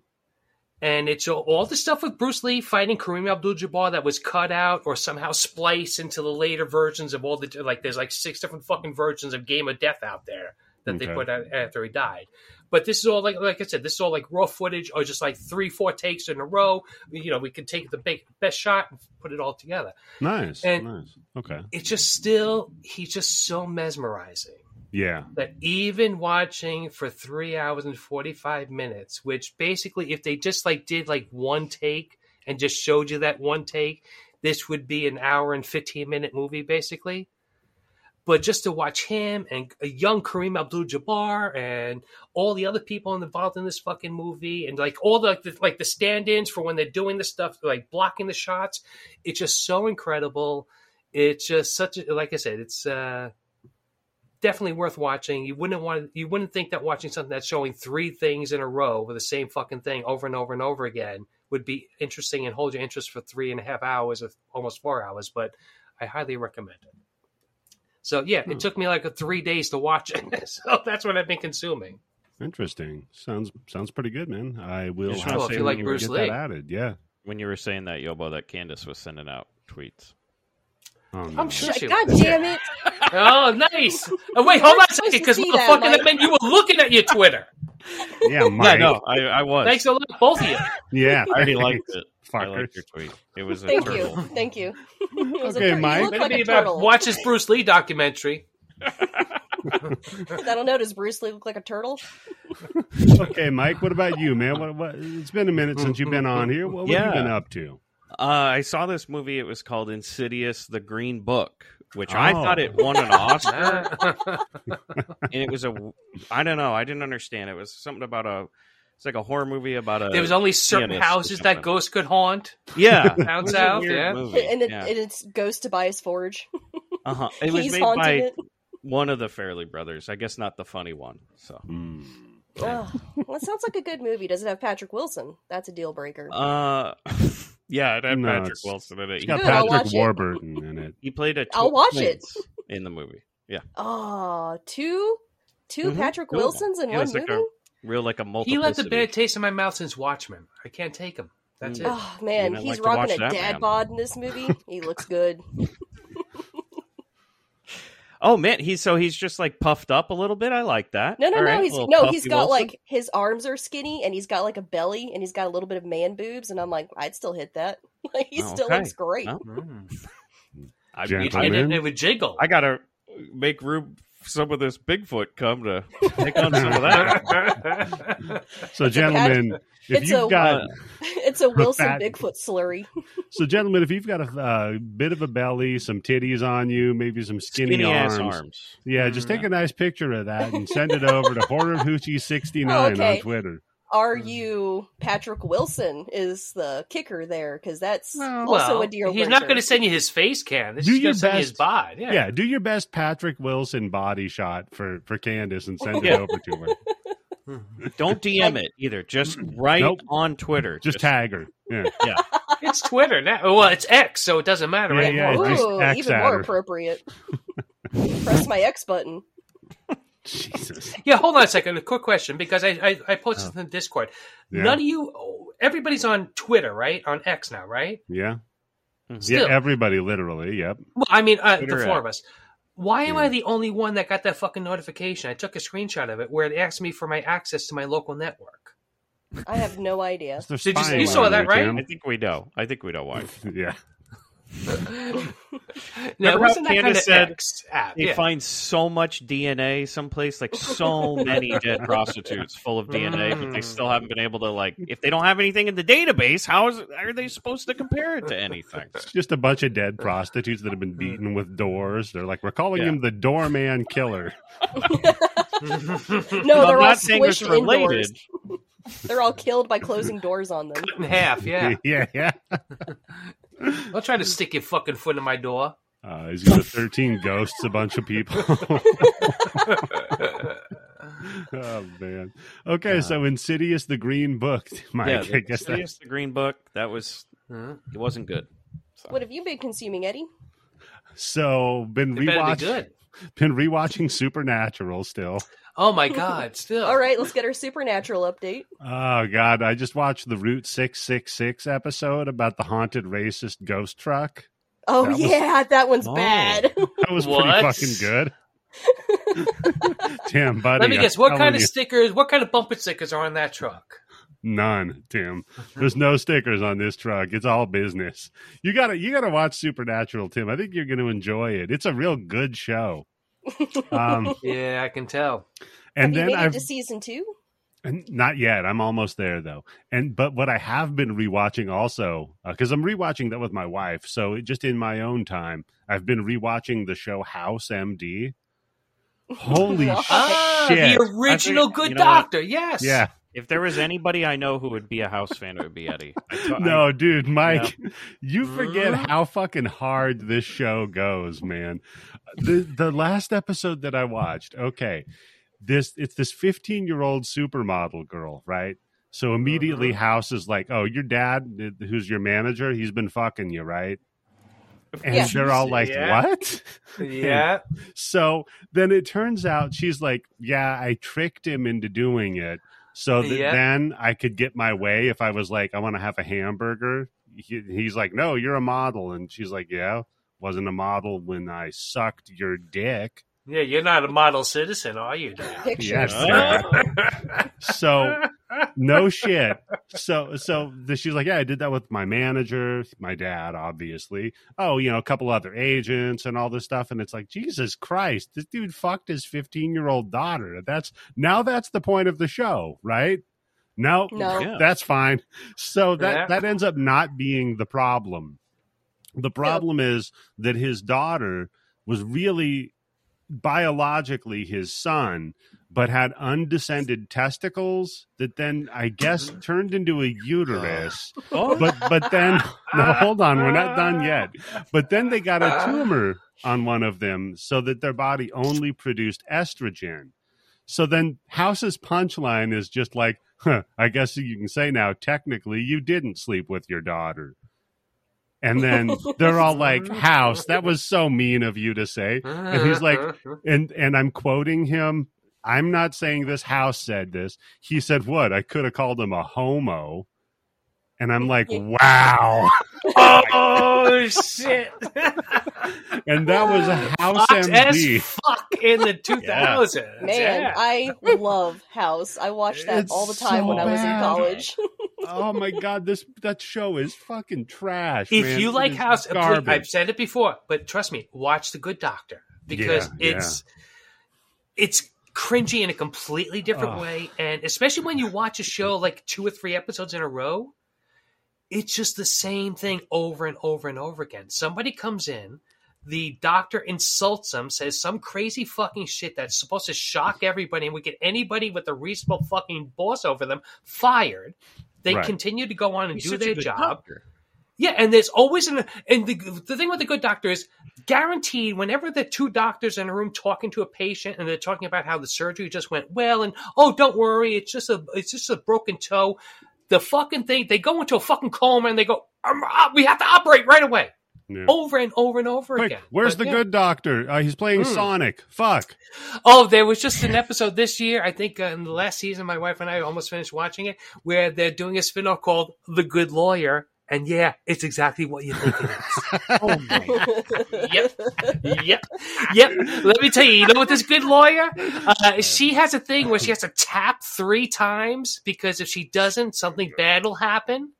Speaker 2: and it's all- all the stuff with Bruce Lee fighting Kareem Abdul-Jabbar that was cut out or somehow spliced into the later versions of all the like. There's like six different fucking versions of Game of Death out there that
Speaker 1: Okay.
Speaker 2: they put out after he died. But this is all like like I said, this is all like raw footage or just like three, four takes in a row. You know, we can take the big, best shot and put it all together.
Speaker 1: Nice.
Speaker 2: And-
Speaker 1: nice. Okay.
Speaker 2: It's just still he's just so mesmerizing
Speaker 1: Yeah.
Speaker 2: that even watching for three hours and 45 minutes, which basically, if they just like did like one take and just showed you that one take, this would be an hour and 15 minute movie, basically. But just to watch him and a young Kareem Abdul-Jabbar and all the other people involved in this fucking movie, and like all the like the, like the stand-ins for when they're doing this stuff, like blocking the shots, it's just so incredible. It's just such a like I said, it's uh definitely worth watching. You wouldn't want you wouldn't think that watching something that's showing three things in a row with the same fucking thing over and over and over again would be interesting and hold your interest for three and a half hours or almost four hours, but I highly recommend it. So yeah,
Speaker 1: Hmm.
Speaker 2: it took me like three days to watch it. *laughs* so that's what I've been
Speaker 3: *laughs*
Speaker 2: consuming.
Speaker 1: Interesting. Sounds sounds pretty good, man. I will
Speaker 4: Just
Speaker 1: have
Speaker 4: well,
Speaker 1: to
Speaker 4: if you like
Speaker 1: get
Speaker 2: Bruce
Speaker 1: that
Speaker 2: Lee.
Speaker 1: added. Yeah.
Speaker 4: When you were saying that, Yobo, that Candace was sending out tweets.
Speaker 1: Oh, no.
Speaker 2: I'm sure she
Speaker 3: God
Speaker 2: likes
Speaker 3: damn it!
Speaker 2: Oh, nice. Oh, wait, hold on a second,
Speaker 3: supposed to
Speaker 2: because
Speaker 3: see
Speaker 2: what the
Speaker 3: that,
Speaker 2: fuck? And
Speaker 3: Mike.
Speaker 2: then you were looking at your
Speaker 3: *laughs*
Speaker 2: Twitter.
Speaker 4: *laughs*
Speaker 1: Yeah, Mike.
Speaker 4: No, no, I, I was.
Speaker 2: Thanks a lot, both
Speaker 3: *laughs*
Speaker 2: of you.
Speaker 1: Yeah.
Speaker 4: *laughs* I
Speaker 1: *laughs*
Speaker 4: already liked it. I
Speaker 1: Fuckers.
Speaker 4: liked your tweet. It was a
Speaker 3: Thank
Speaker 4: turtle.
Speaker 3: you, thank
Speaker 1: *laughs*
Speaker 3: you. It was a
Speaker 1: Okay,
Speaker 3: tur- you
Speaker 1: Mike.
Speaker 3: look
Speaker 2: Maybe
Speaker 3: like a
Speaker 2: about
Speaker 3: turtle.
Speaker 2: watch this Bruce Lee
Speaker 3: *laughs*
Speaker 2: documentary.
Speaker 3: I don't know. Does Bruce Lee look like a turtle?
Speaker 4: *laughs*
Speaker 1: okay, Mike. What about you, man? What, what? It's been a minute since you've been on here. What, what have
Speaker 4: Yeah.
Speaker 1: you been up to?
Speaker 4: Uh, I saw this movie. It was called Insidious: The Green Book, which I
Speaker 1: Oh.
Speaker 4: thought it won *laughs* an Oscar,
Speaker 2: Ah. *laughs*
Speaker 4: and it was a. I don't know. I didn't understand. It was something about a. It's like a horror movie about a.
Speaker 2: there was only certain
Speaker 4: pianist or
Speaker 2: houses
Speaker 4: something.
Speaker 2: that ghosts could haunt.
Speaker 4: *laughs*
Speaker 3: *laughs*
Speaker 4: yeah. It
Speaker 2: Down
Speaker 4: was a
Speaker 2: south,
Speaker 4: weird
Speaker 2: yeah.
Speaker 4: movie.
Speaker 3: And, it,
Speaker 4: yeah.
Speaker 3: and it's Ghost Tobias Forge.
Speaker 4: uh-huh. it was
Speaker 3: He's
Speaker 4: made
Speaker 3: haunting
Speaker 4: by
Speaker 3: it.
Speaker 4: one of the Fairley brothers. I guess not the funny one. So
Speaker 3: *laughs* Ugh. well, it sounds like a good movie. Does it have Patrick Wilson? That's a deal breaker.
Speaker 4: Uh, *laughs* yeah, it had
Speaker 1: No,
Speaker 4: Patrick
Speaker 1: it's-
Speaker 4: Wilson in it.
Speaker 1: It's
Speaker 4: He,
Speaker 1: got
Speaker 3: Good, I'll
Speaker 1: Patrick
Speaker 3: watch it.
Speaker 1: Warburton in it.
Speaker 4: he played a.
Speaker 3: I'll
Speaker 4: tw-
Speaker 3: watch it.
Speaker 4: twins in the movie.
Speaker 3: Oh, two, two
Speaker 4: Mhm.
Speaker 3: Patrick
Speaker 4: Cool.
Speaker 3: Wilsons in
Speaker 4: Yeah,
Speaker 3: one
Speaker 4: it's like
Speaker 3: movie.
Speaker 4: a Real like a multiple.
Speaker 2: He left a bad taste in my mouth since Watchmen. I can't take him. That's
Speaker 4: Mm.
Speaker 2: it.
Speaker 3: Oh man,
Speaker 4: You'd like
Speaker 3: he's
Speaker 4: to watch
Speaker 3: rocking a
Speaker 4: that,
Speaker 3: dad
Speaker 4: man.
Speaker 3: bod in this movie.
Speaker 4: *laughs*
Speaker 3: he looks good.
Speaker 4: Oh man, he's so he's just like puffed up a little bit. I like that.
Speaker 3: No, no,
Speaker 4: All
Speaker 3: no.
Speaker 4: right,
Speaker 3: He's
Speaker 4: little
Speaker 3: no,
Speaker 4: Puffy
Speaker 3: he's got
Speaker 4: Wilson.
Speaker 3: like his arms are skinny, and he's got like a belly, and he's got a little bit of man boobs, and I'm like, I'd still hit that. *laughs* Like he
Speaker 4: Oh,
Speaker 3: still
Speaker 4: okay.
Speaker 3: looks great.
Speaker 4: Oh.
Speaker 2: Mm.
Speaker 4: I,
Speaker 2: You'd
Speaker 1: Gentle.
Speaker 4: I,
Speaker 2: hit
Speaker 1: man.
Speaker 2: it and it would jiggle.
Speaker 4: I gotta make room for some of this Bigfoot come to *laughs* take on some of that.
Speaker 2: *laughs*
Speaker 1: So, gentlemen, if
Speaker 3: it's
Speaker 1: you've
Speaker 3: a-
Speaker 1: got
Speaker 3: *laughs* it's a Wilson
Speaker 1: fat-
Speaker 3: Bigfoot slurry.
Speaker 1: so, gentlemen, if you've got a uh, bit of a belly, some titties on you, maybe some *laughs* skinny,
Speaker 4: ass
Speaker 1: arms,
Speaker 4: arms.
Speaker 1: Yeah, just take a nice picture of that and send it over to
Speaker 3: Oh,
Speaker 1: HorrorHoochie69
Speaker 3: okay.
Speaker 1: on Twitter.
Speaker 3: Are
Speaker 4: Mm-hmm.
Speaker 3: you Patrick Wilson? Is the kicker there because that's
Speaker 4: Uh, Well,
Speaker 3: also
Speaker 2: Well,
Speaker 3: a deal.
Speaker 2: he's not
Speaker 3: breaker.
Speaker 2: going to send you his face cam. This
Speaker 1: Do
Speaker 2: is
Speaker 1: your
Speaker 2: going to send you his
Speaker 1: best.
Speaker 2: bod. Yeah.
Speaker 1: Yeah. do your best Patrick Wilson body shot for for Candace and send it
Speaker 4: Yeah.
Speaker 1: over to her.
Speaker 2: *laughs*
Speaker 4: Don't DM it either. Just write
Speaker 1: Nope.
Speaker 4: on Twitter.
Speaker 1: Just tag her. Yeah.
Speaker 2: It's Twitter now. Well, it's X, so it doesn't matter
Speaker 1: Yeah,
Speaker 2: anymore.
Speaker 1: yeah,
Speaker 2: right?
Speaker 1: just
Speaker 3: Ooh,
Speaker 1: axe
Speaker 3: even
Speaker 1: at
Speaker 3: more
Speaker 1: her.
Speaker 3: appropriate.
Speaker 4: *laughs*
Speaker 3: Press my X button.
Speaker 1: Jesus.
Speaker 2: Yeah, hold on a second. A quick question because I I, I posted this in Discord.
Speaker 1: Yeah.
Speaker 2: None of you, oh, everybody's on Twitter, right? On X now, right?
Speaker 1: Yeah. Yeah,
Speaker 2: Still,
Speaker 1: everybody literally. Yep.
Speaker 2: well, I mean, uh,
Speaker 4: Twitter
Speaker 2: the four of us. Why am
Speaker 1: Yeah.
Speaker 2: I the only one that got that fucking notification? I took a screenshot of it where it asked me for my access to my local network.
Speaker 3: *laughs* I have no idea.
Speaker 1: It's their
Speaker 2: Did you-
Speaker 1: spying
Speaker 2: you saw
Speaker 1: on
Speaker 2: that, right?
Speaker 1: Tim.
Speaker 4: I think we know. I think we know why.
Speaker 1: Yeah.
Speaker 2: No,
Speaker 4: Remember how
Speaker 2: wasn't that kind of
Speaker 4: Candace said
Speaker 2: X app?
Speaker 4: *laughs* They
Speaker 2: Yeah.
Speaker 4: find so much DNA someplace, like
Speaker 3: *laughs*
Speaker 4: so many dead prostitutes full of DNA, but they
Speaker 3: Mm.
Speaker 4: still haven't been able to like. If they don't have anything in the database, how is are they supposed to compare it to anything?
Speaker 1: It's just a bunch of dead prostitutes that have been beaten with doors. They're like, we're calling
Speaker 4: Yeah.
Speaker 1: him the doorman killer.
Speaker 4: *laughs*
Speaker 3: No, they're
Speaker 4: I'm
Speaker 3: all
Speaker 4: not saying it's
Speaker 3: squished
Speaker 4: related.
Speaker 3: indoors. They're all killed by closing doors on
Speaker 1: *laughs*
Speaker 3: them.
Speaker 2: *laughs* in half. Yeah,
Speaker 1: yeah. yeah.
Speaker 2: don't try to stick your fucking foot in my door.
Speaker 4: *laughs*
Speaker 1: Uh, he's got 13 ghosts, a bunch of people. *laughs* oh man. Okay, so Insidious the Green Book. *laughs* Mike,
Speaker 4: yeah,
Speaker 1: I
Speaker 4: the,
Speaker 1: guess that,
Speaker 4: serious, the Green Book. That was
Speaker 2: Mhm.
Speaker 4: it. Wasn't good.
Speaker 3: What have you been consuming, Eddie?
Speaker 1: so been
Speaker 2: It better be
Speaker 1: rewatching
Speaker 2: good.
Speaker 1: been rewatching Supernatural still.
Speaker 2: Oh my god! Still,
Speaker 3: All right, let's get our supernatural update.
Speaker 1: Oh god, I just watched the Route 666 episode about the haunted racist ghost truck.
Speaker 3: Oh
Speaker 1: That was-
Speaker 3: yeah, that one's
Speaker 4: Oh.
Speaker 3: bad.
Speaker 1: That was
Speaker 2: What?
Speaker 1: pretty
Speaker 2: *laughs*
Speaker 1: fucking good. Damn, buddy.
Speaker 2: Let me
Speaker 1: I'm
Speaker 2: guess. What
Speaker 1: telling
Speaker 2: kind of
Speaker 1: you,
Speaker 2: stickers? What kind of bumper stickers are on that
Speaker 4: *laughs*
Speaker 2: truck?
Speaker 1: none, Tim. There's no stickers on this truck. It's all business. You got to you got to watch Supernatural, Tim. I think you're going to enjoy it. It's a real good show.
Speaker 3: *laughs*
Speaker 1: Um
Speaker 2: Yeah, I can tell.
Speaker 1: and
Speaker 3: have *laughs* you
Speaker 1: then
Speaker 3: made
Speaker 1: I've
Speaker 3: it to season two?
Speaker 1: And Not yet. I'm almost there though. And but what I have been rewatching also because I'm rewatching that with my wife. So it, just in my own time, I've been rewatching the show House MD. Holy
Speaker 3: *laughs* Wow.
Speaker 1: shit!
Speaker 2: Ah,
Speaker 1: I
Speaker 2: the
Speaker 1: think-
Speaker 2: Ah, original Good
Speaker 4: you know what?
Speaker 2: Doctor. Yes.
Speaker 1: Yeah,
Speaker 4: If there was anybody I know who would be a House fan, it would be Eddie. *laughs* I t- I-
Speaker 1: No, dude, Mike, you forget how fucking hard this show goes, man. The the last episode that I watched, okay, this it's this 15 year old supermodel girl, right? So immediately, House is like, "Oh, your dad, who's your manager, he's been fucking you, right?" And
Speaker 3: Yeah.
Speaker 1: they're all like,
Speaker 2: Yeah.
Speaker 1: "What?"
Speaker 2: Yeah.
Speaker 1: So then it turns out she's like, yeah, I tricked him into doing it so that
Speaker 2: Yeah.
Speaker 1: then I could get my way if I was like, I want to have a hamburger. He, he's like, no, you're a model. And she's like, yeah, wasn't a model when I sucked your dick.
Speaker 2: Yeah, you're not a model citizen, are you? Dan?
Speaker 3: Pictures.
Speaker 1: *laughs* Yes. So no shit. So so the, she's like, yeah, I did that with my manager, my dad, obviously. Oh, you know, a couple other agents and all this stuff. And it's like, Jesus Christ, this dude fucked his fifteen year old daughter. That's now that's the point of the show, right? No,
Speaker 3: No.
Speaker 4: Yeah.
Speaker 1: that's fine. So that
Speaker 2: Yeah.
Speaker 1: that ends up not being the problem. The problem is that his daughter was really biologically his son, but had undescended testicles that then I guess turned into a uterus.
Speaker 4: Oh,
Speaker 1: But but then no, hold on, we're not done yet. But then they got a tumor on one of them so that their body only produced estrogen. So then House's punchline is just like, huh, I guess you can say now, technically, you didn't sleep with your daughter. And then they're all like, House, that was so mean of you to say
Speaker 2: *laughs* and
Speaker 1: he's like, and and I'm quoting him. I'm not saying this house said this. He said what? I could have called him a homo. And I'm like, wow.
Speaker 2: *laughs* "Oh shit!"
Speaker 1: And that was
Speaker 2: *laughs*
Speaker 1: a house
Speaker 2: Hot
Speaker 1: MD.
Speaker 2: as fuck in *laughs* the 2000s.
Speaker 3: *laughs* Man,
Speaker 2: Yeah.
Speaker 3: I love House. I watched that
Speaker 1: It's
Speaker 3: all the time
Speaker 1: so
Speaker 3: when I was in
Speaker 1: bad.
Speaker 3: college.
Speaker 1: Oh my god, this that show is fucking trash.
Speaker 2: if
Speaker 1: man.
Speaker 2: you
Speaker 1: It
Speaker 2: like
Speaker 1: is
Speaker 2: House, please-
Speaker 1: garbage.
Speaker 2: I've said it before, but trust me, watch The Good Doctor because
Speaker 1: Yeah,
Speaker 2: it's it's cringy in a completely different
Speaker 1: Ugh.
Speaker 2: way, and especially when you watch a show like two or three episodes in a row, it's just the same thing over and over and over again. Somebody comes in. The doctor insults him, says some crazy fucking shit that's supposed to shock everybody and would get anybody with a reasonable fucking boss over them fired. They
Speaker 1: Right.
Speaker 2: continue to go on and
Speaker 4: he's
Speaker 2: do
Speaker 4: such a
Speaker 2: their
Speaker 4: good
Speaker 2: job.
Speaker 4: doctor.
Speaker 2: Yeah, and there's always an and the the thing with the good doctor is guaranteed whenever the two doctors in a room talking to a patient and they're talking about how the surgery just went well and oh don't worry it's just a it's just a broken toe, the fucking thing they go into a fucking coma and they go "Um, uh, we have to operate right away
Speaker 1: Yeah.
Speaker 2: over and over and over
Speaker 1: Quick,
Speaker 2: again.
Speaker 1: where's
Speaker 2: But
Speaker 1: the
Speaker 2: yeah.
Speaker 1: good doctor? Uh, he's playing
Speaker 2: Mm.
Speaker 1: Sonic.
Speaker 2: *laughs*
Speaker 1: Fuck.
Speaker 2: Oh, there was just an episode this year, I think uh, in the last season, my wife and I almost finished watching it, where they're doing a spin off called The Good Lawyer. And yeah, it's exactly what you think
Speaker 1: *laughs*
Speaker 2: it is. oh my. Yep. Yep. Yep. Let me tell you, you know what this good lawyer? Uh, she has a thing where she has to tap three times because if she doesn't, something bad will happen.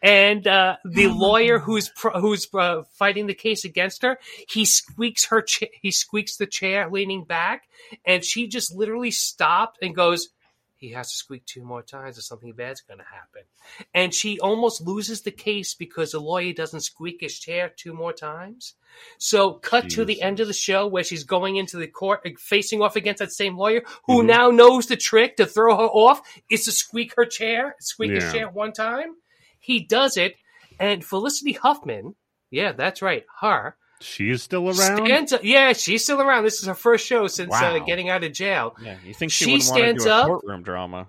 Speaker 2: And uh, the lawyer who's pro- who's uh, fighting the case against her, he squeaks her cha- he squeaks the chair leaning back, and she just literally stopped and goes, "He has to squeak two more times, or something bad's going to happen." And she almost loses the case because the lawyer doesn't squeak his chair two more times. So, cut to the end of the show where she's going into the court, uh, facing off against that same lawyer who
Speaker 1: Mhm.
Speaker 2: now knows the trick to throw her off is to squeak her chair, squeak
Speaker 1: Yeah.
Speaker 2: his chair one time. He does it, and Felicity Huffman, yeah, that's right, her
Speaker 1: She's still around.
Speaker 2: stands up. Yeah, she's still around. This is her first show since uh,
Speaker 1: Wow.
Speaker 2: getting out of jail,
Speaker 4: Yeah, you think she,
Speaker 2: She
Speaker 4: would want to
Speaker 2: stands
Speaker 4: do a
Speaker 2: up.
Speaker 4: courtroom drama?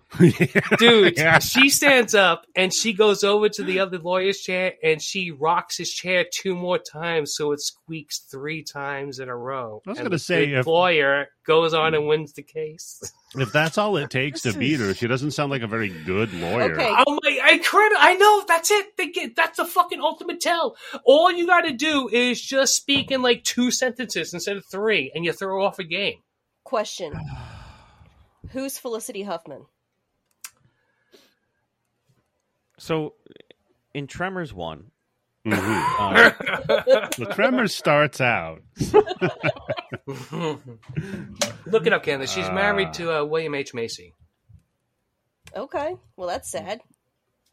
Speaker 2: dude.
Speaker 1: *laughs* Yeah.
Speaker 2: She stands up and she goes over to the other lawyer's chair and she rocks his chair two more times, so it squeaks three times in a row.
Speaker 1: I was
Speaker 2: And
Speaker 1: gonna
Speaker 2: the
Speaker 1: say,
Speaker 2: big
Speaker 1: if-
Speaker 2: lawyer goes on and wins the case.
Speaker 1: if that's all it takes to beat her, she doesn't sound like a very good lawyer.
Speaker 3: Okay.
Speaker 2: Oh my! I credit. I know that's it. They get, that's the fucking ultimate tell. All you got to do is just speak in like two sentences instead of three, and you throw off
Speaker 1: *laughs*
Speaker 2: a game.
Speaker 3: *laughs* Question Who's Felicity Huffman?
Speaker 4: So, in Tremors one,
Speaker 1: Mhm.
Speaker 4: um,
Speaker 1: The tremor starts out.
Speaker 2: Look it up, Candace. She's
Speaker 1: Ah.
Speaker 2: married to uh, William H Macy.
Speaker 3: Okay. Well, that's sad.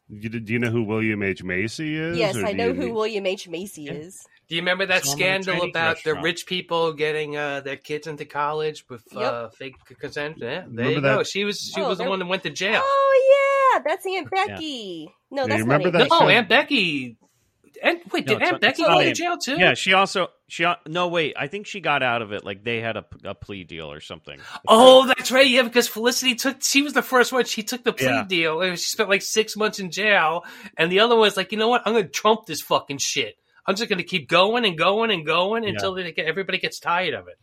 Speaker 1: You, do you know who William H Macy is?
Speaker 3: yes,
Speaker 1: or
Speaker 3: I
Speaker 1: do
Speaker 3: know
Speaker 1: you
Speaker 3: who
Speaker 1: need-
Speaker 3: William H. Macy
Speaker 4: Yeah.
Speaker 3: is.
Speaker 2: Do you remember that
Speaker 4: It's on the
Speaker 2: scandal
Speaker 4: Chinese
Speaker 2: about the
Speaker 4: restaurant.
Speaker 2: rich people getting uh, their kids into college with uh, fake consent? Yeah, there
Speaker 1: Remember
Speaker 2: you go.
Speaker 1: that-
Speaker 2: She was she
Speaker 3: Oh,
Speaker 2: was the
Speaker 3: there-
Speaker 2: one that went to jail.
Speaker 3: Oh yeah, that's Aunt
Speaker 4: Yeah.
Speaker 3: Becky. No,
Speaker 1: Yeah,
Speaker 3: that's
Speaker 1: you
Speaker 3: not
Speaker 1: remember
Speaker 3: Aunt
Speaker 1: that
Speaker 3: Becky.
Speaker 1: show?
Speaker 2: No, Aunt Becky. And wait,
Speaker 4: No,
Speaker 2: did
Speaker 4: it's
Speaker 2: Aunt
Speaker 4: not-
Speaker 2: Becky
Speaker 4: it's not
Speaker 2: go to
Speaker 4: Aunt-
Speaker 2: jail too?
Speaker 4: Yeah, she also she al- no wait. I think she got out of it. Like they had a, a plea deal or something.
Speaker 2: Oh, that's right. Yeah, because Felicity took. She was the first one. She took the plea
Speaker 4: Yeah.
Speaker 2: deal. and She spent like six months in jail, and the other one was like, you know what? I'm going to trump this fucking shit. I'm just going to keep going and going and going
Speaker 4: Yeah.
Speaker 2: until they get, everybody gets tired of it.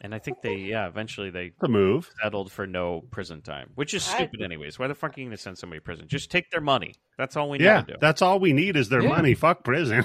Speaker 4: and I think they yeah eventually they
Speaker 1: the move.
Speaker 4: settled for no prison time, which is
Speaker 3: I-
Speaker 4: stupid anyways. Why the fuck are you going to send somebody to prison? Just take their money. That's all we need
Speaker 1: Yeah,
Speaker 4: to do.
Speaker 1: that's all we need is their
Speaker 2: Yeah.
Speaker 1: money. Fuck prison.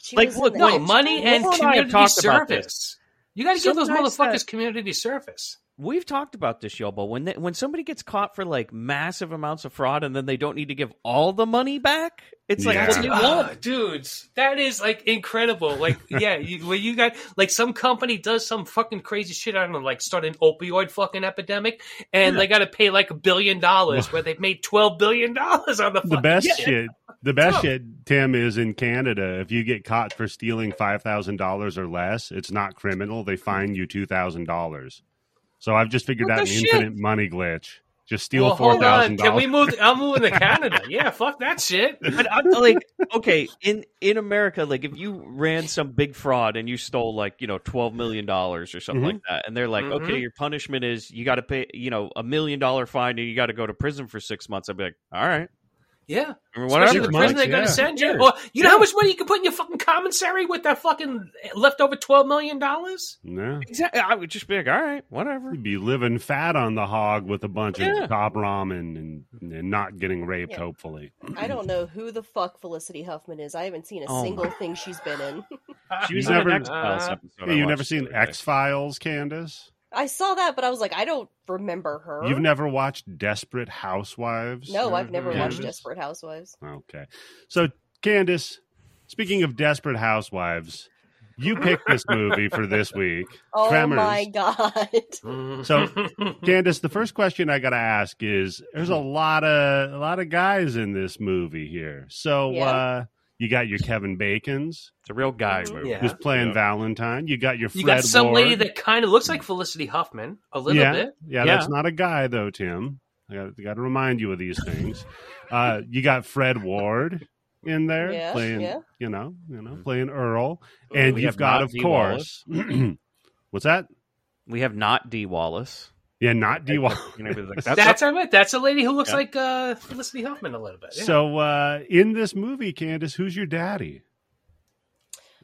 Speaker 3: She
Speaker 4: Like,
Speaker 3: was in
Speaker 4: look,
Speaker 3: that-
Speaker 2: No,
Speaker 4: Wait,
Speaker 2: money and
Speaker 4: Nicole and I have
Speaker 2: community
Speaker 4: talked about this.
Speaker 2: service. You got to give those
Speaker 4: Sometimes
Speaker 2: motherfuckers community service.
Speaker 4: We've talked about this, y'all, but when they, when somebody gets caught for like massive amounts of fraud and then they don't need to give all the money back, it's like
Speaker 1: Yeah.
Speaker 4: what do you
Speaker 2: Ah,
Speaker 4: want?
Speaker 2: dudes, that is like incredible. *laughs* Like, yeah, you, when you got like some company does some fucking crazy shit. I don't know, like start an opioid fucking epidemic, and they got to pay like a billion dollars where they've made twelve billion dollars on the
Speaker 1: The
Speaker 2: fucking
Speaker 1: best
Speaker 2: shit.
Speaker 1: shit. The best
Speaker 2: up?
Speaker 1: shit, Tim, is in Canada. If you get caught for stealing five thousand dollars or less, it's not criminal. They fine you two thousand dollars. So I've just figured
Speaker 2: What
Speaker 1: out an
Speaker 2: the shit?
Speaker 1: infinite money glitch. Just steal
Speaker 2: Well,
Speaker 1: four
Speaker 2: hold
Speaker 1: thousand
Speaker 2: on. Can
Speaker 1: dollars.
Speaker 2: we move? I'm moving to Canada. Yeah, fuck that *laughs* shit.
Speaker 4: But I'm like, okay, in in America, like if you ran some big fraud and you stole like you know twelve million dollars or something
Speaker 1: Mhm.
Speaker 4: like that, and they're like,
Speaker 2: Mhm.
Speaker 4: okay, your punishment is you got to pay you know a million dollar fine and you got to go to prison for six months. I'd be like, all right,
Speaker 2: Yeah,
Speaker 4: I mean,
Speaker 2: Especially
Speaker 4: whatever.
Speaker 2: the
Speaker 1: months,
Speaker 2: prison they're going
Speaker 1: yeah.
Speaker 2: to send you.
Speaker 4: Years.
Speaker 2: Or you know how much money you can put in your fucking commissary with that fucking leftover twelve million dollars.
Speaker 1: No.
Speaker 4: Exactly. I would just be like, all right, whatever.
Speaker 1: You'd be living fat on the hog with a bunch
Speaker 4: Yeah.
Speaker 1: of top ramen and, and not getting raped,
Speaker 3: Yeah.
Speaker 1: hopefully.
Speaker 3: I don't know who the fuck Felicity Huffman is. I haven't seen a
Speaker 4: Oh my-
Speaker 3: single thing she's been in.
Speaker 4: She was
Speaker 1: You
Speaker 4: never.
Speaker 1: never-
Speaker 4: X Files
Speaker 2: Uh,
Speaker 4: episode.
Speaker 1: Hey,
Speaker 4: I
Speaker 1: you've never
Speaker 4: watched
Speaker 1: seen
Speaker 4: the other day.
Speaker 1: X Files, Candace?
Speaker 3: *laughs* I saw that, but I was like, I don't remember her.
Speaker 1: You've never watched Desperate Housewives?
Speaker 3: No, I've never
Speaker 1: Mhm.
Speaker 3: watched
Speaker 1: Yeah.
Speaker 3: Desperate Housewives.
Speaker 1: Okay. So, Candace, speaking of Desperate Housewives, you picked this movie for this week.
Speaker 3: Oh
Speaker 1: Tremors.
Speaker 3: my god. *laughs*
Speaker 2: Mm. *laughs*
Speaker 1: So- Candace, the first question I got to ask is: There's a lot of a lot of guys in this movie here. So
Speaker 3: Yeah.
Speaker 1: uh, you got your Kevin Bacon's,
Speaker 4: It's a real guy
Speaker 3: Mhm.
Speaker 4: movie.
Speaker 2: Yeah.
Speaker 1: who's playing
Speaker 4: Mm-hmm. Yeah.
Speaker 1: Valentine. You got your Fred
Speaker 2: You got some
Speaker 1: Ward.
Speaker 2: lady that kind of looks like Felicity Huffman a little
Speaker 1: yeah,
Speaker 2: bit.
Speaker 1: Yeah,
Speaker 4: Yeah.
Speaker 1: that's not a guy though, Tim. I got, I got to remind you of these things. uh, you got Fred Ward in there
Speaker 3: Yeah,
Speaker 1: playing,
Speaker 3: yeah.
Speaker 1: you know, you know, playing Earl, and
Speaker 4: We
Speaker 1: you've
Speaker 4: have
Speaker 1: got,
Speaker 4: not
Speaker 1: of
Speaker 4: D.
Speaker 1: course, *clears throat* what's that?
Speaker 4: We have not D. Wallace.
Speaker 1: Yeah, not D. Wall. *laughs*
Speaker 4: You know,
Speaker 2: *laughs*
Speaker 4: like,
Speaker 2: That's,
Speaker 4: that's
Speaker 2: I meant. That's a lady who looks
Speaker 4: Yeah.
Speaker 2: like uh, Felicity Huffman a little bit. yeah.
Speaker 1: So uh, in this movie, Candace, who's your daddy?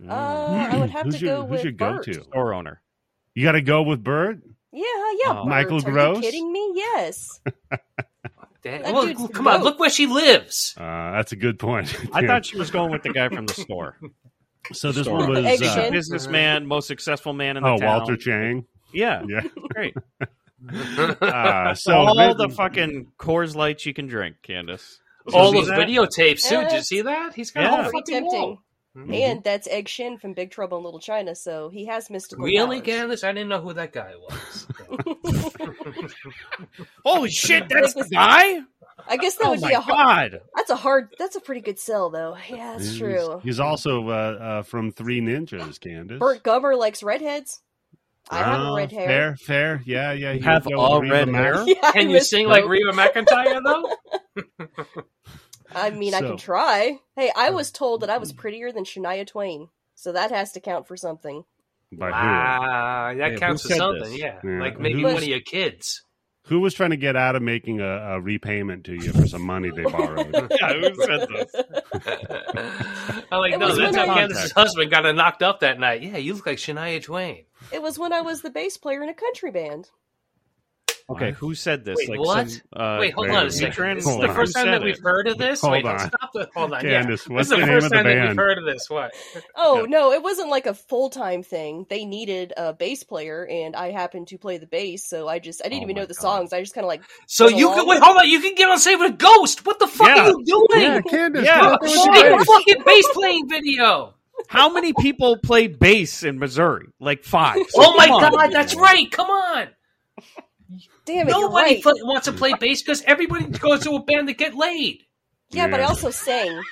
Speaker 1: Mm.
Speaker 3: Uh, I would have
Speaker 1: who's
Speaker 3: to
Speaker 1: your,
Speaker 3: go
Speaker 1: who's
Speaker 3: with
Speaker 1: your
Speaker 3: Bert.
Speaker 1: go-to?
Speaker 4: store owner.
Speaker 1: You got to go with Bert.
Speaker 3: Yeah, yeah.
Speaker 4: Oh.
Speaker 3: Bert.
Speaker 1: Michael
Speaker 3: Are
Speaker 1: Gross?
Speaker 3: You kidding me? Yes.
Speaker 2: Damn.
Speaker 3: that
Speaker 2: Well,
Speaker 3: dude's the
Speaker 2: come on,
Speaker 3: goat.
Speaker 2: look where
Speaker 1: *laughs*
Speaker 2: she lives.
Speaker 1: Uh, that's a good point.
Speaker 4: *laughs*
Speaker 1: *laughs*
Speaker 4: I thought she was going with the guy from the store.
Speaker 1: so. This
Speaker 4: Store
Speaker 1: one
Speaker 4: owner.
Speaker 1: was
Speaker 3: Egg
Speaker 1: uh,
Speaker 3: shin.
Speaker 4: businessman, most successful man in the
Speaker 1: oh
Speaker 4: town.
Speaker 1: Walter Chang.
Speaker 4: Yeah,
Speaker 1: Yeah.
Speaker 4: great. *laughs*
Speaker 1: Uh, *laughs* so
Speaker 4: all
Speaker 1: then-
Speaker 4: the fucking Coors Lights you can drink, Candace.
Speaker 2: All
Speaker 1: see
Speaker 2: those
Speaker 1: that?
Speaker 2: videotapes too. Did you
Speaker 3: Yes.
Speaker 2: see that? He's got
Speaker 4: Yeah.
Speaker 2: a whole
Speaker 3: Pretty
Speaker 2: fucking wall.
Speaker 3: tempting.
Speaker 1: Mhm.
Speaker 3: And that's Egg Shin from Big Trouble in Little China, so he has mystical
Speaker 2: Really,
Speaker 3: powers.
Speaker 2: Candace? I didn't know who that guy
Speaker 3: *laughs*
Speaker 2: was.
Speaker 4: Holy shit, that's the guy!
Speaker 3: I guess that
Speaker 4: Oh
Speaker 3: would
Speaker 4: my
Speaker 3: be a hard.
Speaker 4: god!
Speaker 3: That's a hard. That's a pretty good sell, though. Yeah, that's
Speaker 1: He's-
Speaker 3: true.
Speaker 1: He's also uh, uh, from Three Ninjas, Candace.
Speaker 3: Bert Gummer likes redheads. I have
Speaker 1: Ah,
Speaker 3: red hair.
Speaker 1: Fair, fair. Yeah, yeah.
Speaker 4: You
Speaker 1: he
Speaker 4: have
Speaker 1: would go
Speaker 4: all
Speaker 1: with Reba
Speaker 4: red
Speaker 1: Mac-
Speaker 4: hair.
Speaker 1: *laughs*
Speaker 3: *laughs* Yeah, I,
Speaker 2: Can you
Speaker 3: miss-
Speaker 2: sing like Reba McIntyre though?
Speaker 3: I mean, I can
Speaker 1: So-
Speaker 3: try. Hey, I
Speaker 4: uh,
Speaker 3: was told that I
Speaker 4: mm.
Speaker 3: was prettier than Shania Twain, so that has to count for something.
Speaker 1: By
Speaker 2: Ah, that
Speaker 4: who
Speaker 2: counts as
Speaker 4: said
Speaker 2: something.
Speaker 4: this?
Speaker 2: Yeah.
Speaker 1: Yeah.
Speaker 2: like maybe
Speaker 1: Who-
Speaker 2: one of your kids. *laughs*
Speaker 1: who? Who was trying to get out of making a, a repayment to you for some money they borrowed?
Speaker 4: *laughs* Yeah, who said
Speaker 1: *laughs*
Speaker 4: this?
Speaker 2: I like
Speaker 3: It
Speaker 2: no.
Speaker 3: was
Speaker 2: That's how
Speaker 3: when I-
Speaker 2: Candace's husband got her knocked up that night. Yeah, you look like Shania Twain.
Speaker 3: *laughs* It was when I was the bass player in a country band.
Speaker 4: Okay, who said this?
Speaker 2: Wait,
Speaker 4: like
Speaker 2: what?
Speaker 4: Some, uh,
Speaker 2: Wait, hold
Speaker 1: wait,
Speaker 2: on
Speaker 1: wait,
Speaker 2: a
Speaker 4: veteran?
Speaker 2: second. This is
Speaker 1: hold
Speaker 2: the
Speaker 1: on.
Speaker 2: first
Speaker 4: Who
Speaker 2: time
Speaker 4: said
Speaker 2: that
Speaker 4: it?
Speaker 2: we've heard of this.
Speaker 1: Hold
Speaker 2: Wait,
Speaker 1: on.
Speaker 2: stop the. Hold on. Yeah.
Speaker 1: Candace,
Speaker 2: This
Speaker 1: what's
Speaker 2: is the
Speaker 1: name of
Speaker 2: first
Speaker 1: the
Speaker 2: time that we've
Speaker 1: band?
Speaker 2: heard of this. What?
Speaker 3: Oh
Speaker 1: Yeah.
Speaker 3: no, it wasn't like a full time thing. They needed a bass player, and I happened to play the bass, so I just I didn't
Speaker 4: Oh
Speaker 3: even
Speaker 4: my
Speaker 3: know the
Speaker 4: God.
Speaker 3: songs. I just kind of like
Speaker 2: So you
Speaker 3: Hello?
Speaker 2: can wait. Hold on. You can get on save with a ghost. What the fuck
Speaker 4: Yeah.
Speaker 2: are you doing?
Speaker 1: yeah, Candace.
Speaker 4: Yeah.
Speaker 1: go
Speaker 2: Oh,
Speaker 1: with
Speaker 2: she
Speaker 1: your
Speaker 2: made a
Speaker 1: bass.
Speaker 2: fucking bass playing video.
Speaker 4: How many people play bass in Missouri? Like five. So
Speaker 2: Oh my
Speaker 4: come on.
Speaker 2: god, that's right. Come on.
Speaker 3: damn it, you're
Speaker 2: Nobody
Speaker 3: right.
Speaker 2: pl- wants to play bass because everybody goes to a band to get laid.
Speaker 3: Yeah, but I also
Speaker 4: *laughs*
Speaker 3: sang.
Speaker 4: Uh,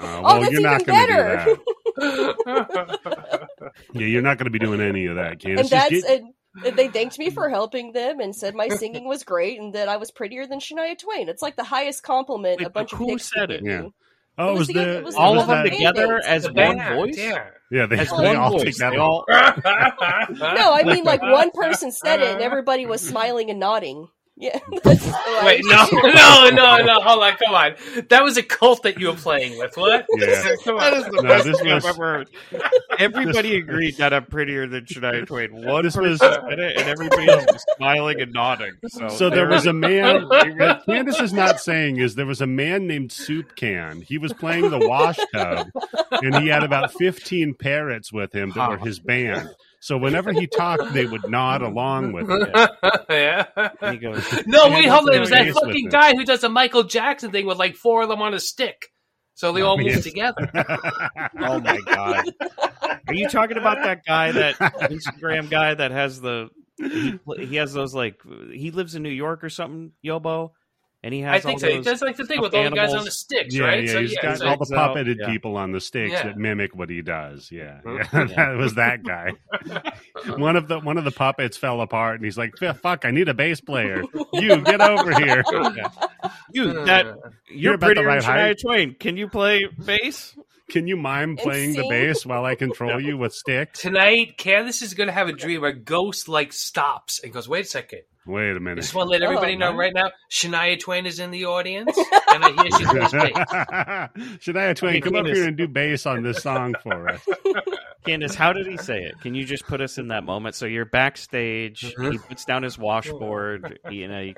Speaker 3: Oh,
Speaker 1: well,
Speaker 3: that's
Speaker 1: you're not
Speaker 3: even
Speaker 1: going to do
Speaker 3: better.
Speaker 1: that. Yeah, you're not going to be doing any of that, Candace. Just
Speaker 3: and that's
Speaker 1: get-
Speaker 3: and, and they thanked me
Speaker 4: Mm.
Speaker 3: for helping them and
Speaker 4: *laughs*
Speaker 3: said my singing was great and that I was prettier than Shania Twain. It's like the highest compliment
Speaker 4: Wait,
Speaker 3: a bunch
Speaker 4: but
Speaker 3: of
Speaker 4: who
Speaker 3: dicks
Speaker 4: said
Speaker 3: could
Speaker 4: it?
Speaker 3: give
Speaker 1: Yeah.
Speaker 3: you.
Speaker 1: oh,
Speaker 3: it
Speaker 1: it
Speaker 3: was
Speaker 1: was
Speaker 3: the-
Speaker 1: the,
Speaker 3: it was
Speaker 4: all
Speaker 1: was
Speaker 4: of them
Speaker 1: that-
Speaker 4: together
Speaker 3: Band-Aids.
Speaker 4: as
Speaker 2: The
Speaker 4: one
Speaker 2: band,
Speaker 4: voice.
Speaker 2: yeah.
Speaker 1: Yeah, *laughs* they,
Speaker 4: As
Speaker 1: they
Speaker 4: one
Speaker 1: all
Speaker 4: voice.
Speaker 1: take that.
Speaker 4: They all-
Speaker 3: No, I mean like one person said it and everybody was smiling and nodding. Yeah. *laughs* that's- oh, I
Speaker 2: Wait,
Speaker 3: was
Speaker 2: no,
Speaker 3: just-
Speaker 2: *laughs* no, no, no. Hold on, come on. That was a cult that you were playing with. What?
Speaker 1: Yeah.
Speaker 2: *laughs* Come
Speaker 3: *laughs*
Speaker 4: That
Speaker 2: on.
Speaker 4: is the
Speaker 1: No,
Speaker 4: best
Speaker 1: this
Speaker 4: thing I've
Speaker 1: was-
Speaker 4: ever heard. *laughs* Everybody agreed that I'm prettier than Shania Twain. *laughs* One
Speaker 1: This
Speaker 4: person
Speaker 1: was-
Speaker 4: said it, and everybody else was smiling and nodding. So,
Speaker 2: Oh,
Speaker 1: So there
Speaker 4: they're-
Speaker 1: was a man. What Candace is not saying is there was a man named Soup Can. He was playing the wash tub, and he had about fifteen parrots with him that were
Speaker 2: Oh.
Speaker 1: his band. So whenever he talked, they would nod along with him.
Speaker 2: yeah.
Speaker 4: And he goes,
Speaker 2: No,
Speaker 1: Yeah,
Speaker 2: wait,
Speaker 1: that's
Speaker 2: hold on.
Speaker 1: the
Speaker 2: It was that
Speaker 1: case with
Speaker 2: fucking
Speaker 1: it.
Speaker 2: guy who does the Michael Jackson thing with like four of them on a stick. So they all move
Speaker 1: Yes.
Speaker 2: together.
Speaker 1: *laughs*
Speaker 4: "Oh my god, are you talking about that guy, that Instagram guy that has the he, he has those like he lives in New York or something, Yobo, and he has
Speaker 2: I think
Speaker 4: all
Speaker 2: so.
Speaker 4: those.
Speaker 2: That's like the thing with all
Speaker 4: stuffed
Speaker 2: the guys on
Speaker 4: animals.
Speaker 2: the sticks,
Speaker 1: yeah,
Speaker 2: right?
Speaker 1: yeah,
Speaker 2: so,
Speaker 1: he's
Speaker 2: yeah,
Speaker 1: got
Speaker 2: so-
Speaker 1: all the
Speaker 4: so-
Speaker 1: puppeted
Speaker 4: yeah.
Speaker 1: people on the stakes
Speaker 2: Yeah.
Speaker 1: that mimic what he does. Yeah, *laughs*
Speaker 2: Mhm.
Speaker 1: yeah, that was that
Speaker 2: *laughs*
Speaker 1: guy. one of the one of the puppets fell apart, and he's like, "F- "Fuck, I need a bass player. You get over
Speaker 2: *laughs*
Speaker 1: here."
Speaker 4: you
Speaker 2: hmm.
Speaker 4: that you're,
Speaker 1: You're about the
Speaker 4: prettier
Speaker 1: right
Speaker 4: than Shania
Speaker 1: height.
Speaker 4: Twain. Can you play bass?
Speaker 1: Can you mime playing the
Speaker 3: sing.
Speaker 1: bass while I control you with sticks?
Speaker 2: Tonight, Candace is going to have a dream where Ghost like stops and goes, "Wait a second,
Speaker 1: Wait a
Speaker 2: I
Speaker 1: minute.
Speaker 2: just want to let
Speaker 3: Oh,
Speaker 2: everybody know
Speaker 3: nice.
Speaker 2: right now, Shania Twain is in the audience, and I hear
Speaker 1: *laughs*
Speaker 2: she plays
Speaker 4: *laughs*
Speaker 2: bass."
Speaker 1: Shania
Speaker 4: Oh
Speaker 1: Twain, come up here and do bass on this song for
Speaker 4: *laughs*
Speaker 1: us.
Speaker 4: Candace, how did he say it? Can you just put us in that moment? So you're backstage.
Speaker 2: Mhm.
Speaker 1: Uh-huh.
Speaker 4: He puts down his washboard. You know, he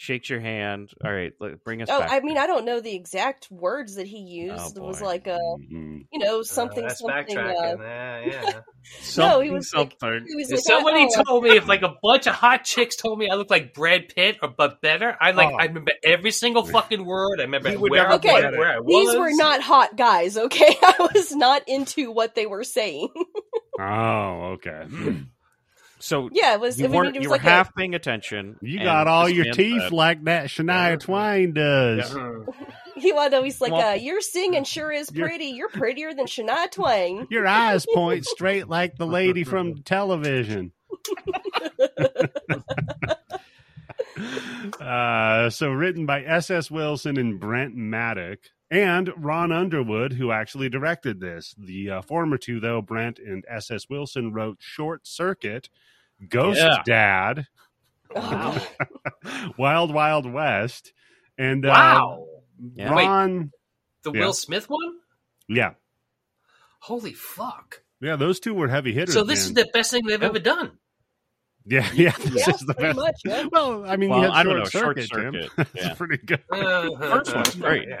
Speaker 4: shakes your hand. All right, look, bring us
Speaker 3: Oh,
Speaker 4: back.
Speaker 3: I mean, I don't know the exact words that he used.
Speaker 4: Oh,
Speaker 3: it was
Speaker 4: boy.
Speaker 3: like a,
Speaker 1: Mhm.
Speaker 3: you know,
Speaker 2: Uh,
Speaker 3: *laughs* something,
Speaker 2: that's
Speaker 3: something. Uh,
Speaker 2: backtracking. Yeah,
Speaker 3: *laughs*
Speaker 2: yeah.
Speaker 4: something,
Speaker 3: he was like-
Speaker 4: something.
Speaker 3: he was
Speaker 2: If
Speaker 3: like,
Speaker 2: somebody
Speaker 3: "Oh,
Speaker 2: told me, if like a bunch of hot chicks told me I look like Brad Pitt or but better, I like
Speaker 4: Oh.
Speaker 2: I remember every single fucking word. I remember
Speaker 4: He would
Speaker 2: where, I,
Speaker 4: never
Speaker 2: went,
Speaker 4: get it.
Speaker 2: where I was.
Speaker 3: these were not hot guys, okay? *laughs* I was not into what they were saying. *laughs*
Speaker 1: Oh, okay.
Speaker 4: Mm-hmm. so
Speaker 3: yeah, it was.
Speaker 4: you
Speaker 3: I mean,
Speaker 4: weren't.
Speaker 3: it was
Speaker 4: you were
Speaker 3: like a-
Speaker 4: half paying attention.
Speaker 1: You
Speaker 4: and
Speaker 1: got all
Speaker 4: this
Speaker 1: your
Speaker 4: man
Speaker 1: teeth
Speaker 4: said,
Speaker 1: like that Shania Twain does.
Speaker 2: Mm-hmm.
Speaker 3: He wanted to, he's like,
Speaker 4: Well-
Speaker 3: uh, "Your singing sure is
Speaker 1: You're-
Speaker 3: pretty. You're prettier than Shania Twain."
Speaker 1: *laughs* Your eyes point straight like the lady from television. *laughs* uh, so written by S.S. Wilson and Brent Maddock and Ron Underwood, who actually directed this. The uh, former two, though, Brent and S.S. Wilson wrote Short Circuit, Ghost
Speaker 4: Yeah.
Speaker 1: Dad,
Speaker 3: Ugh.
Speaker 1: Wild Wild West, and uh,
Speaker 2: Wow,
Speaker 4: Yeah.
Speaker 2: Wait.
Speaker 1: Ron.
Speaker 2: the
Speaker 1: Yeah.
Speaker 2: Will Smith one.
Speaker 1: Yeah,
Speaker 2: Holy fuck!
Speaker 1: yeah, those two were heavy hitters.
Speaker 2: So this
Speaker 1: man.
Speaker 2: is the best thing they've
Speaker 4: Oh.
Speaker 2: ever
Speaker 4: *laughs*
Speaker 2: done.
Speaker 1: Yeah, *laughs* yeah, this
Speaker 3: *laughs* Yeah,
Speaker 1: is the
Speaker 3: pretty
Speaker 1: best.
Speaker 3: much, yeah.
Speaker 2: *laughs*
Speaker 1: Well, I mean, you
Speaker 4: Well,
Speaker 1: had
Speaker 4: I don't know.
Speaker 1: short
Speaker 4: Short
Speaker 1: circuit, Jim.
Speaker 4: circuit.
Speaker 1: *laughs* It's
Speaker 4: yeah,
Speaker 1: pretty good.
Speaker 2: First
Speaker 4: one's great.
Speaker 2: Yeah.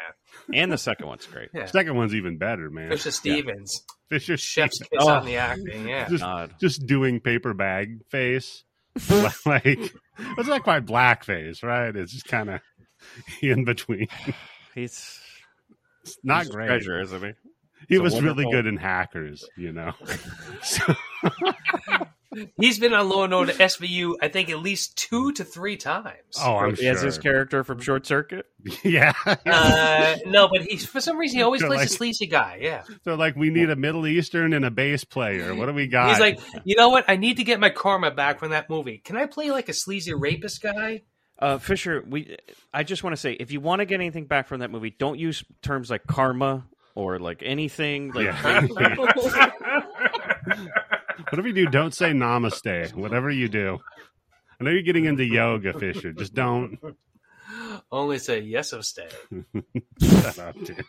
Speaker 4: and the second one's great.
Speaker 2: Yeah.
Speaker 1: Second one's even better, man.
Speaker 2: Fisher Stevens,
Speaker 1: Fisher
Speaker 2: chef's kiss
Speaker 4: Oh.
Speaker 2: on the acting. Yeah.
Speaker 1: Just-
Speaker 4: God.
Speaker 1: just doing paper bag
Speaker 2: *laughs*
Speaker 1: face, like it's not quite blackface, right? It's just kind of *laughs* in between.
Speaker 4: He's
Speaker 1: It's not
Speaker 4: he's a
Speaker 1: great.
Speaker 4: treasure, isn't he?
Speaker 1: He
Speaker 4: It's a
Speaker 1: was really
Speaker 4: wonderful-
Speaker 1: good in hackers, you
Speaker 4: *laughs*
Speaker 1: know. So-
Speaker 2: He's been on Law and Order SVU, I think, at least two to three times.
Speaker 1: oh, I'm
Speaker 4: he
Speaker 1: sure. Mm-hmm.
Speaker 4: has his character from Short Circuit.
Speaker 1: *laughs* yeah,
Speaker 2: Uh, no, but he's for some reason he always
Speaker 1: You're
Speaker 2: plays a
Speaker 1: like-
Speaker 2: sleazy guy. Yeah,
Speaker 1: so like we need a Middle Eastern and a bass player. What do we got?
Speaker 2: he's like, you know what? I need to get my karma back from that movie. Can I play like a sleazy rapist guy?
Speaker 4: Uh, Fisher, we. I just want to say, if you want to get anything back from that movie, don't use terms like karma or like
Speaker 2: *laughs*
Speaker 4: anything. Like
Speaker 1: *laughs* Yeah. Whatever you do, don't say namaste. Whatever you do. I know you're getting into yoga, Fisher. Just don't. *laughs*
Speaker 2: Only say yes or stay.
Speaker 1: Shut up, dude.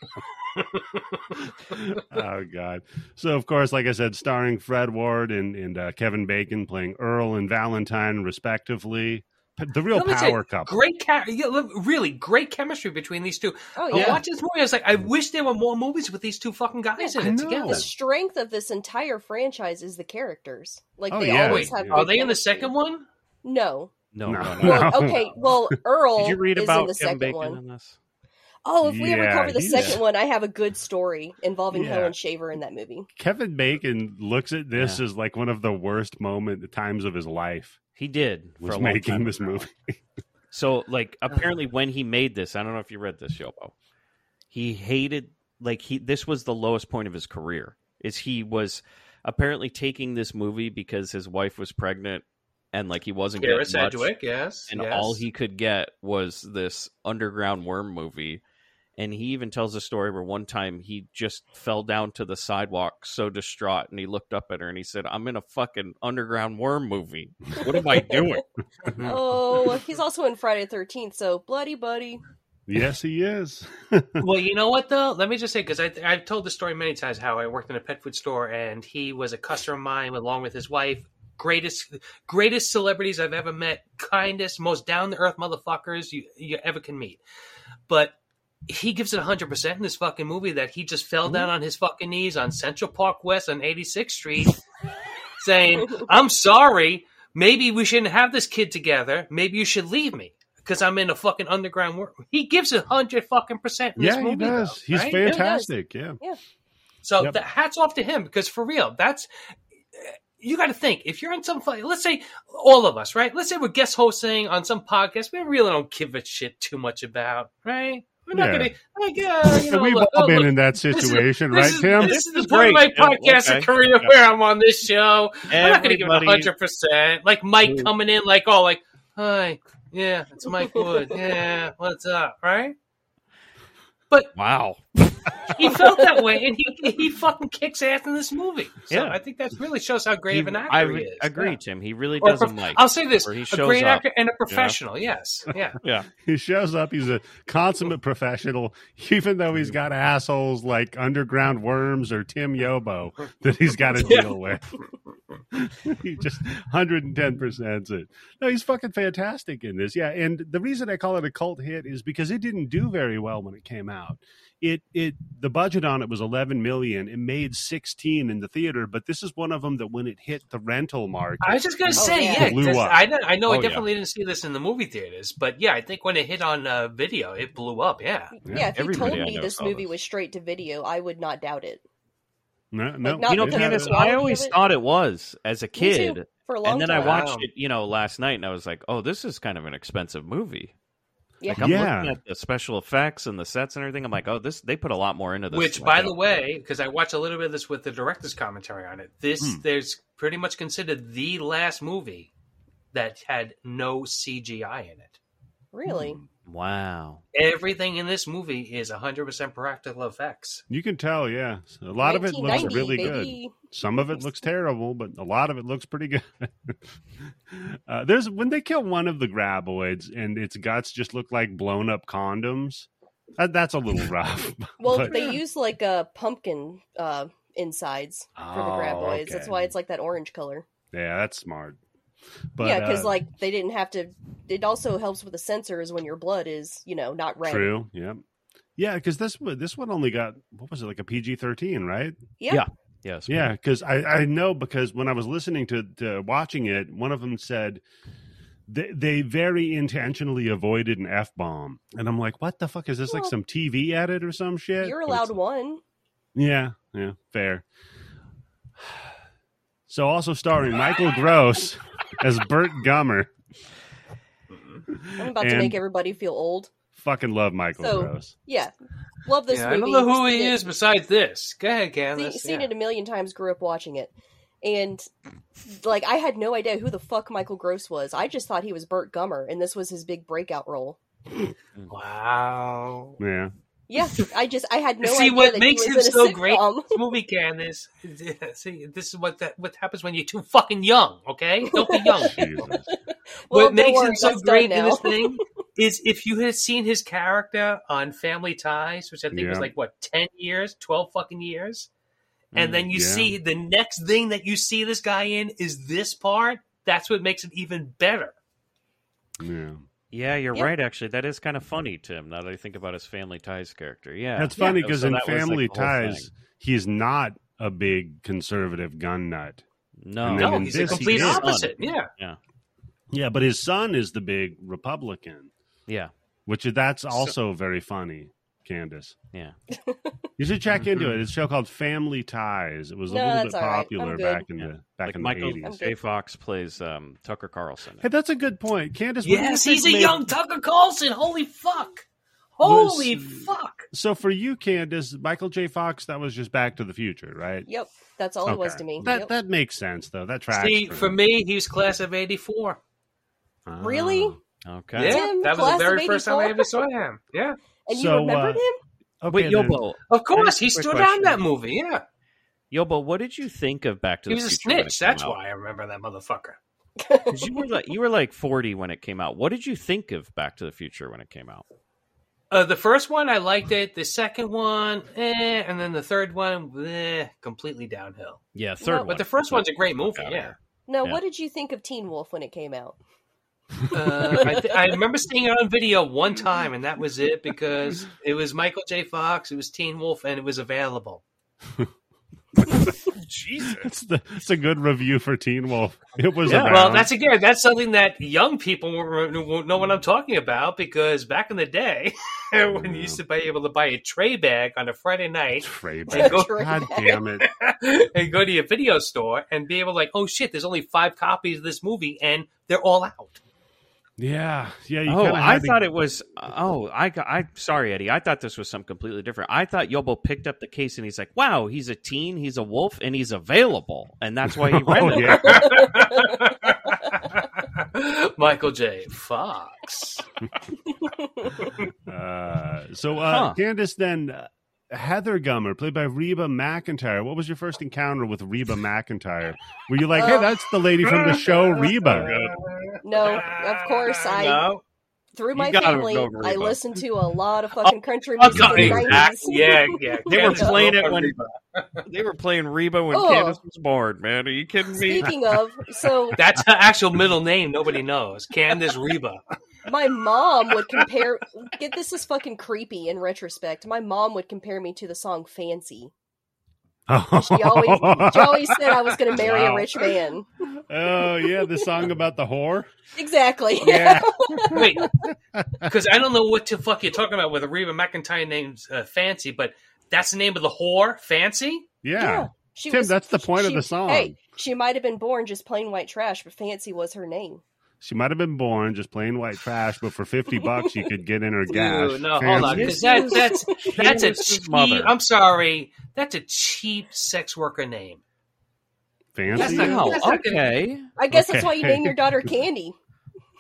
Speaker 1: *laughs* oh, God. So, of course, like I said, starring Fred Ward and, and uh, Kevin Bacon playing Earl and Valentine, respectively. P- The real
Speaker 2: Let me
Speaker 1: power
Speaker 2: say,
Speaker 1: couple.
Speaker 2: Great, ca- yeah, look, really great chemistry between these two.
Speaker 3: *laughs* Oh
Speaker 2: I
Speaker 3: yeah.
Speaker 2: watched this movie. I was like, I wish there were more movies with these two fucking guys
Speaker 1: I
Speaker 2: in it
Speaker 1: know.
Speaker 4: Oh.
Speaker 2: together.
Speaker 3: The strength of this entire franchise is the characters. Like
Speaker 1: Oh,
Speaker 3: they
Speaker 1: yeah.
Speaker 3: always
Speaker 2: Wait,
Speaker 3: have.
Speaker 2: are
Speaker 3: good
Speaker 2: they in the
Speaker 3: chemistry.
Speaker 2: second one?
Speaker 4: *laughs*
Speaker 3: No.
Speaker 4: no,
Speaker 1: No.
Speaker 4: no, Oh, no.
Speaker 1: Well,
Speaker 3: Well, okay.
Speaker 4: *laughs*
Speaker 3: Well, Earl
Speaker 4: Did you read
Speaker 3: is
Speaker 4: about
Speaker 3: in the
Speaker 4: Kevin
Speaker 3: second
Speaker 4: Bacon
Speaker 3: one.
Speaker 4: in this?
Speaker 3: Oh, if we ever
Speaker 1: Yeah,
Speaker 3: cover the
Speaker 1: he's-
Speaker 3: second one, I have a good story involving
Speaker 1: Yeah.
Speaker 3: Helen Shaver in that movie.
Speaker 1: Kevin Bacon looks at this as like one of the worst moment times of his life
Speaker 4: He did for a
Speaker 1: was
Speaker 4: long time *laughs*
Speaker 1: making this
Speaker 4: ago.
Speaker 1: movie.
Speaker 4: So like
Speaker 3: Uh.
Speaker 4: apparently when he made this, I don't know if you read this, Yobo. He hated like he this was the lowest point of his career. Is he was apparently taking this movie because his wife was pregnant and like he wasn't
Speaker 2: Kara
Speaker 4: getting much,
Speaker 2: Sedgwick, yes.
Speaker 4: and
Speaker 2: yes.
Speaker 4: all he could get was this underground worm movie. And he even tells a story where one time he just fell down to the sidewalk so distraught and he looked up at her and he said, I'm in a fucking underground worm movie. What
Speaker 2: *laughs*
Speaker 4: am I doing? *laughs*
Speaker 3: Oh, he's also in Friday Thirteenth, so bloody buddy.
Speaker 1: Yes, he is.
Speaker 2: well, you know what though? Let me just say because I I've told the story many times how I worked in a pet food store and he was a customer of mine along with his wife. Greatest greatest celebrities I've ever met, kindest, most down to earth motherfuckers you you ever can meet. But he gives it 100% in this fucking movie that he just fell
Speaker 1: Mm-hmm.
Speaker 2: down on his fucking knees on Central Park West on 86th Street *laughs* saying, "I'm sorry, maybe we shouldn't have this kid together. Maybe you should leave me." Because I'm in a fucking underground world. He gives a hundred fucking percent. In
Speaker 1: yeah,
Speaker 2: this
Speaker 1: he
Speaker 2: movie,
Speaker 1: does.
Speaker 2: though,
Speaker 1: He's
Speaker 2: right?
Speaker 1: fantastic. Yeah.
Speaker 2: So
Speaker 1: Yep.
Speaker 2: the hats off to him because for real, that's you got to think if you're in some fu- let's say all of us right let's say we're guest hosting on some podcast we really don't give a shit too much about right we're not
Speaker 1: Yeah.
Speaker 2: gonna like uh,
Speaker 1: *laughs*
Speaker 2: you
Speaker 1: And
Speaker 2: know
Speaker 1: we've
Speaker 2: look,
Speaker 1: all
Speaker 2: oh,
Speaker 1: been
Speaker 2: look,
Speaker 1: in that
Speaker 2: this is-
Speaker 1: situation,
Speaker 2: this
Speaker 1: right,
Speaker 2: is,
Speaker 1: Tim?
Speaker 2: this is the
Speaker 4: This is
Speaker 2: part of my
Speaker 4: great. Yeah,
Speaker 2: podcast
Speaker 4: okay.
Speaker 2: of career
Speaker 4: Yeah.
Speaker 2: where I'm on this show I'm not gonna give it
Speaker 4: Everybody-
Speaker 2: hundred percent like Mike
Speaker 4: Dude.
Speaker 2: coming in like oh like hi yeah it's Mike Wood yeah what's up right
Speaker 4: Wow.
Speaker 2: he felt that way, and he he fucking kicks ass in this movie. So
Speaker 4: Yeah.
Speaker 2: I think that really shows how great
Speaker 4: He-
Speaker 2: of an actor
Speaker 4: I
Speaker 2: he
Speaker 4: re-
Speaker 2: is.
Speaker 4: agree,
Speaker 2: Yeah.
Speaker 4: Tim. He really
Speaker 2: Or
Speaker 4: does a
Speaker 2: prof-
Speaker 4: mic.
Speaker 2: I'll say this:
Speaker 4: Where he
Speaker 2: a
Speaker 4: shows
Speaker 2: great
Speaker 4: up,
Speaker 2: actor and a professional. Yes,
Speaker 4: *laughs*
Speaker 2: yeah.
Speaker 4: yeah.
Speaker 1: He shows up. He's a consummate professional, even though he's got assholes like Underground Worms or Tim Yobo that he's got to
Speaker 2: *laughs* Yeah.
Speaker 1: deal with. *laughs* he just 110% it. No, he's fucking fantastic in this. Yeah. And the reason I call it a cult hit is because it didn't do very well when it came out. It, it, the budget on it was 11 million. It made 16 in the theater, but this is one of them that when it hit the rental market,
Speaker 2: I was just gonna
Speaker 3: Oh,
Speaker 2: say,
Speaker 3: yeah.
Speaker 2: yeah.
Speaker 1: Blew
Speaker 2: 'cause
Speaker 1: up.
Speaker 2: I don't- I know
Speaker 4: Oh,
Speaker 2: I
Speaker 4: yeah.
Speaker 2: definitely didn't see this in the movie theaters, but yeah, I think when it hit on uh, video, it blew up. Yeah,
Speaker 1: Yeah,
Speaker 3: Yeah, if you
Speaker 4: everybody
Speaker 3: told
Speaker 4: I
Speaker 3: me
Speaker 4: know
Speaker 3: this
Speaker 4: saw
Speaker 3: movie
Speaker 4: this.
Speaker 3: was straight to video, I would not doubt it.
Speaker 1: no, no,
Speaker 3: not
Speaker 4: You know,
Speaker 1: it-
Speaker 3: because
Speaker 4: Candace,
Speaker 3: the quality
Speaker 4: I
Speaker 3: of
Speaker 4: always
Speaker 3: it-
Speaker 4: thought it was as a
Speaker 3: Me too,
Speaker 4: kid.
Speaker 3: for a long
Speaker 4: And then I
Speaker 3: time.
Speaker 2: wa-
Speaker 4: watched
Speaker 2: Wow.
Speaker 4: it, you know, last night and I was like, oh, this is kind of an expensive movie.
Speaker 3: yeah.
Speaker 4: Like I'm
Speaker 1: Yeah.
Speaker 4: looking at the special effects and the sets and everything. I'm like, oh, this they put a lot more into this. uh,
Speaker 2: Which,
Speaker 4: than I
Speaker 2: by
Speaker 4: thought.
Speaker 2: the way, because I watch a little bit of this with the director's commentary on it, this
Speaker 1: Hmm.
Speaker 2: there's pretty much considered the last movie that had no CGI in it.
Speaker 3: really?
Speaker 4: wow,
Speaker 2: everything in this movie is 100% practical effects.
Speaker 1: You can tell, yeah. A lot of it looks
Speaker 3: 1990,
Speaker 1: really good.
Speaker 3: baby.
Speaker 1: Some of it looks terrible, but a lot of it looks pretty good. *laughs* uh, there's when they kill one of the graboids and its guts just look like blown up condoms. That, that's a
Speaker 3: *laughs*
Speaker 1: little rough. *laughs*
Speaker 3: Well,
Speaker 1: but-
Speaker 3: they use like uh, pumpkin uh, insides for the
Speaker 1: Oh,
Speaker 3: graboids. That's
Speaker 1: okay.
Speaker 3: why it's like that orange color.
Speaker 1: yeah, that's smart.
Speaker 3: Yeah,
Speaker 1: But
Speaker 3: 'cause yeah, because
Speaker 1: uh,
Speaker 3: like they didn't have to. It also helps with the sensors when your blood is, you know, not red.
Speaker 1: true, yeah, yeah, because this one- this one only got what was it like a PG thirteen, right?
Speaker 3: Yeah.
Speaker 4: Yeah. yes,
Speaker 1: Yeah, because I, I know because when I was listening to, to watching it, one of them said they, they very intentionally avoided an f bomb, and I'm like, what the fuck is this? Like
Speaker 3: Well,
Speaker 1: some TV edit or some shit?
Speaker 3: You're
Speaker 1: But
Speaker 3: allowed
Speaker 1: it's-
Speaker 3: one.
Speaker 1: Yeah, yeah, fair. So also starring Michael Gross as Bert Gummer.
Speaker 3: I'm about to
Speaker 1: And
Speaker 3: make everybody feel old.
Speaker 1: Fucking love Michael
Speaker 3: So,
Speaker 1: Gross.
Speaker 3: Yeah, love this
Speaker 2: Yeah, I
Speaker 3: movie.
Speaker 2: don't know who
Speaker 3: Seen
Speaker 2: he
Speaker 3: it-
Speaker 2: is besides this. Go ahead,
Speaker 3: Seen,
Speaker 2: Candace.
Speaker 3: seen
Speaker 2: Yeah.
Speaker 3: it a million times. Grew up watching it, and like I had no idea who the fuck Michael Gross was. I just thought he was Burt Gummer, and this was his big breakout role.
Speaker 2: Wow.
Speaker 1: Yeah,
Speaker 3: Yeah, I just I had no
Speaker 2: See,
Speaker 3: idea.
Speaker 2: what
Speaker 3: that
Speaker 2: makes
Speaker 3: he
Speaker 2: him
Speaker 3: was in a
Speaker 2: so great-
Speaker 3: sitcom.
Speaker 2: This movie, Candace. *laughs* See, this is what that what happens when you're too fucking young. Okay, don't be young.
Speaker 1: *laughs* Jesus.
Speaker 3: Well,
Speaker 2: what
Speaker 3: don't
Speaker 2: makes
Speaker 3: worry,
Speaker 2: him so
Speaker 3: that's done
Speaker 2: great in
Speaker 3: now. *laughs*
Speaker 2: this thing is if you had seen his character on Family Ties, which I think was
Speaker 1: Yeah.
Speaker 2: like what ten years, twelve fucking years, and
Speaker 4: Mm.
Speaker 2: then you
Speaker 1: Mm, yeah.
Speaker 2: see the next thing that you see this guy in is this part. That's what makes it even better.
Speaker 3: *laughs*
Speaker 1: yeah.
Speaker 4: yeah, you're
Speaker 3: Yep.
Speaker 4: right. Actually, that is kind of funny, Tim. Now that I think about his Family Ties character, yeah,
Speaker 1: That's funny
Speaker 4: So
Speaker 1: because in
Speaker 4: that was, like,
Speaker 1: Family
Speaker 4: the whole
Speaker 1: Ties, he's not a big conservative gun nut.
Speaker 4: thing. no,
Speaker 1: And then
Speaker 2: No,
Speaker 1: in
Speaker 2: he's the
Speaker 1: this, he
Speaker 2: complete
Speaker 1: is.
Speaker 2: opposite. Yeah.
Speaker 1: Yeah, but his son is the big Republican,
Speaker 4: yeah,
Speaker 1: which that's also very funny. Candace.
Speaker 4: Yeah.
Speaker 1: You should check into it. It's a show called Family Ties. It was a
Speaker 3: Mm-hmm. No,
Speaker 1: little
Speaker 3: that's
Speaker 1: bit
Speaker 3: all right. I'm
Speaker 1: popular
Speaker 3: good.
Speaker 1: back in
Speaker 4: Yeah.
Speaker 1: the back
Speaker 4: like
Speaker 1: in
Speaker 4: Michael
Speaker 1: the
Speaker 3: I'm
Speaker 1: eighties.
Speaker 3: good.
Speaker 4: J. Fox plays um, Tucker Carlson.
Speaker 1: Hey, that's a good point. Candace what do you
Speaker 2: Yes,
Speaker 1: think
Speaker 2: he's a
Speaker 1: made-
Speaker 2: young Tucker Carlson. Holy fuck!
Speaker 1: Was-
Speaker 2: Holy fuck!
Speaker 1: So for you, Candace, Michael J. Fox, that was just back to the future, right?
Speaker 3: Yep, that's all it was
Speaker 1: Okay.
Speaker 3: to me.
Speaker 1: That
Speaker 3: Yep.
Speaker 1: that makes sense though. That tracks.
Speaker 2: See, for
Speaker 1: me.
Speaker 2: me, he was class of '84.
Speaker 1: Ah,
Speaker 3: Really?
Speaker 4: Okay.
Speaker 2: Yeah,
Speaker 3: Tim,
Speaker 2: that was
Speaker 3: class
Speaker 2: the
Speaker 3: of
Speaker 2: very first time I
Speaker 3: 84?
Speaker 2: ever saw him. Yeah,
Speaker 3: and
Speaker 1: So,
Speaker 3: you remembered
Speaker 1: uh,
Speaker 3: him?
Speaker 1: okay,
Speaker 4: Wait,
Speaker 1: then. *laughs*
Speaker 4: Yobo,
Speaker 2: of course,
Speaker 1: Hey,
Speaker 2: he
Speaker 1: quick
Speaker 2: stood
Speaker 1: question.
Speaker 2: down that movie. Yeah,
Speaker 4: Yobo, what did you think of Back to
Speaker 2: he
Speaker 4: the
Speaker 2: was a
Speaker 4: Future? when it
Speaker 2: snitch. That's
Speaker 4: came out?
Speaker 2: why I remember that motherfucker.
Speaker 4: 'Cause you were like you were like forty when it came out. What did you think of Back to the Future when it came out?
Speaker 2: Uh, the first one, I liked it. The second one, eh, and then the third one, bleh, completely downhill.
Speaker 4: Yeah, third
Speaker 3: No,
Speaker 4: one.
Speaker 3: but
Speaker 2: But the first one's a great movie.
Speaker 4: outta
Speaker 2: Yeah,
Speaker 4: here.
Speaker 3: Now,
Speaker 4: Yeah.
Speaker 3: what did you think of Teen Wolf when it
Speaker 2: *laughs*
Speaker 3: came out?
Speaker 2: uh, I, th- I remember seeing it on video one time, and that was it because it was Michael J. Fox, it was Teen Wolf, and it was available.
Speaker 4: Jesus.
Speaker 1: It's the it's a good review for Teen Wolf. It was
Speaker 4: Yeah.
Speaker 1: around.
Speaker 2: Well, that's again, that's something that young people won't, re- won't know what I'm talking about because back in the day, *laughs* when you used to be able to buy a tray bag on a Friday night *laughs*
Speaker 1: Trey
Speaker 2: Go-
Speaker 1: Baker.
Speaker 3: *laughs*
Speaker 1: God damn it.
Speaker 2: and go to your video store and be able to like, oh shit, there's only five copies of this movie and they're all out. *laughs*
Speaker 1: Yeah. Yeah. You
Speaker 4: Oh,
Speaker 1: kinda
Speaker 4: I
Speaker 1: had to-
Speaker 4: thought it was. Oh, I got. I'm sorry, Eddie. I thought this was something completely different. I thought Yobo picked up the case and he's like, "Wow, he's a teen, he's a wolf, and he's available," and that's
Speaker 1: *laughs*
Speaker 4: why he read
Speaker 1: *laughs* Oh,
Speaker 4: it.
Speaker 1: yeah.
Speaker 2: Michael J. Fox.
Speaker 1: *laughs* Uh, so, uh,
Speaker 4: Huh.
Speaker 1: Candace, then uh, Heather Gummer, played by Reba McIntyre. What was your first encounter with Reba McIntyre? Were you like, hey,
Speaker 3: Uh,
Speaker 1: that's the lady from the show Reba?
Speaker 3: No,
Speaker 2: Ah,
Speaker 3: of course I *laughs*
Speaker 4: No.
Speaker 3: through
Speaker 4: You
Speaker 3: my
Speaker 4: gotta
Speaker 3: family.
Speaker 4: go over
Speaker 3: I
Speaker 4: Reba.
Speaker 3: listened to a lot
Speaker 2: Oh,
Speaker 3: of fucking country music in the
Speaker 4: Okay,
Speaker 2: Exact-
Speaker 3: 90s.
Speaker 2: Ah, Yeah, yeah.
Speaker 4: They were
Speaker 2: Candace
Speaker 4: playing it
Speaker 2: Owens.
Speaker 4: when- *laughs* They were playing Reba when
Speaker 3: Oh.
Speaker 4: Candace was born. Man, are you kidding me?
Speaker 3: Speaking of, so
Speaker 2: That's her actual middle name. Nobody knows. Candace Reba.
Speaker 3: my mom would compare. Get this is fucking creepy in retrospect. My mom would compare me to the song "Fancy."
Speaker 1: *laughs*
Speaker 3: She always, she always said I was going to marry
Speaker 2: *laughs*
Speaker 1: Wow.
Speaker 3: a rich man.
Speaker 1: oh, yeah. The song about the whore?
Speaker 3: Exactly.
Speaker 1: Yeah.
Speaker 2: Wait, because I don't know what the fuck you're talking about with Reba McIntyre name's uh, Fancy, but that's the name of the whore, Fancy.
Speaker 1: Yeah.
Speaker 3: She
Speaker 1: Tim,
Speaker 3: was-
Speaker 1: that's the point of
Speaker 3: she-
Speaker 1: the song.
Speaker 3: Hey, she might have been born just plain white trash, but Fancy was her name.
Speaker 1: She might have been born just plain white trash, but for 50 bucks, you could get in her gash.
Speaker 2: Ew, no, hold
Speaker 1: Fancy.
Speaker 2: on, because
Speaker 4: This
Speaker 2: that,
Speaker 4: is-
Speaker 1: *laughs*
Speaker 2: that's that's a
Speaker 4: Candace's
Speaker 2: cheap.
Speaker 4: mother.
Speaker 2: I'm sorry, that's a cheap sex worker name.
Speaker 1: Fancy?
Speaker 2: That's not-
Speaker 4: Wow,
Speaker 2: that's not gonna-
Speaker 4: okay.
Speaker 3: I guess that's why you
Speaker 1: Okay.
Speaker 3: name your
Speaker 1: *laughs*
Speaker 3: daughter Candy.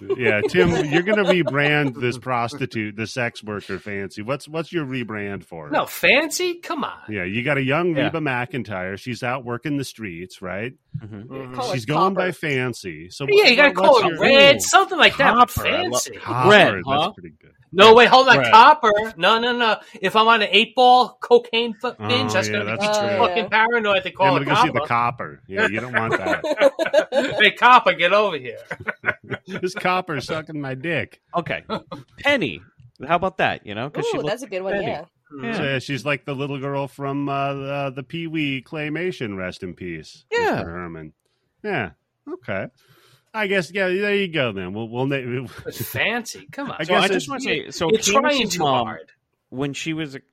Speaker 3: *laughs*
Speaker 1: Yeah, Tim, you're gonna rebrand this prostitute, the sex worker, fancy. What's what's your rebrand for? her?
Speaker 2: No, Fancy, come on.
Speaker 1: Yeah, you got a young
Speaker 4: Yeah.
Speaker 1: Reba McIntyre. She's out working the streets, right?
Speaker 4: Mhm.
Speaker 3: Call her
Speaker 1: She's going
Speaker 3: Copper.
Speaker 1: by fancy. So
Speaker 2: Yeah, you gotta
Speaker 1: what- what's
Speaker 2: call it
Speaker 1: your-
Speaker 2: red,
Speaker 1: Ooh,
Speaker 2: something like that. but
Speaker 1: Copper. I love-
Speaker 2: Fancy.
Speaker 1: Copper,
Speaker 4: Red,
Speaker 1: that's
Speaker 4: huh?
Speaker 1: pretty good.
Speaker 2: No, wait, hold on.
Speaker 4: Right.
Speaker 2: Copper. No, no, no. If I'm on an eight ball cocaine fu- binge, that's
Speaker 1: Oh, yeah,
Speaker 2: going to be
Speaker 1: that's
Speaker 2: too
Speaker 1: true.
Speaker 2: fucking paranoid to
Speaker 1: Yeah,
Speaker 2: call
Speaker 1: I'm
Speaker 2: it
Speaker 1: gonna go see
Speaker 2: copper.
Speaker 1: the copper. Yeah, you don't want
Speaker 2: *laughs*
Speaker 1: that.
Speaker 2: hey, copper, get over here.
Speaker 1: this copper sucking my dick.
Speaker 2: *laughs*
Speaker 4: Okay. Penny. How about that? You know, because she
Speaker 3: Ooh,
Speaker 4: looked
Speaker 3: that's a good one.
Speaker 4: Candy.
Speaker 3: Yeah.
Speaker 1: So, yeah, she's like the little girl from uh, the, the Pee Wee claymation. Rest in peace.
Speaker 4: Yeah.
Speaker 1: Mr. Herman. Yeah. Okay. I guess. Yeah. There you go. Then we'll we'll name.
Speaker 2: But fancy. Come on.
Speaker 1: I
Speaker 4: So I
Speaker 1: guess it's-
Speaker 4: just want to say, so
Speaker 2: You're trying
Speaker 4: Candace's
Speaker 2: too
Speaker 4: mom,
Speaker 2: hard.
Speaker 4: when she was a *laughs*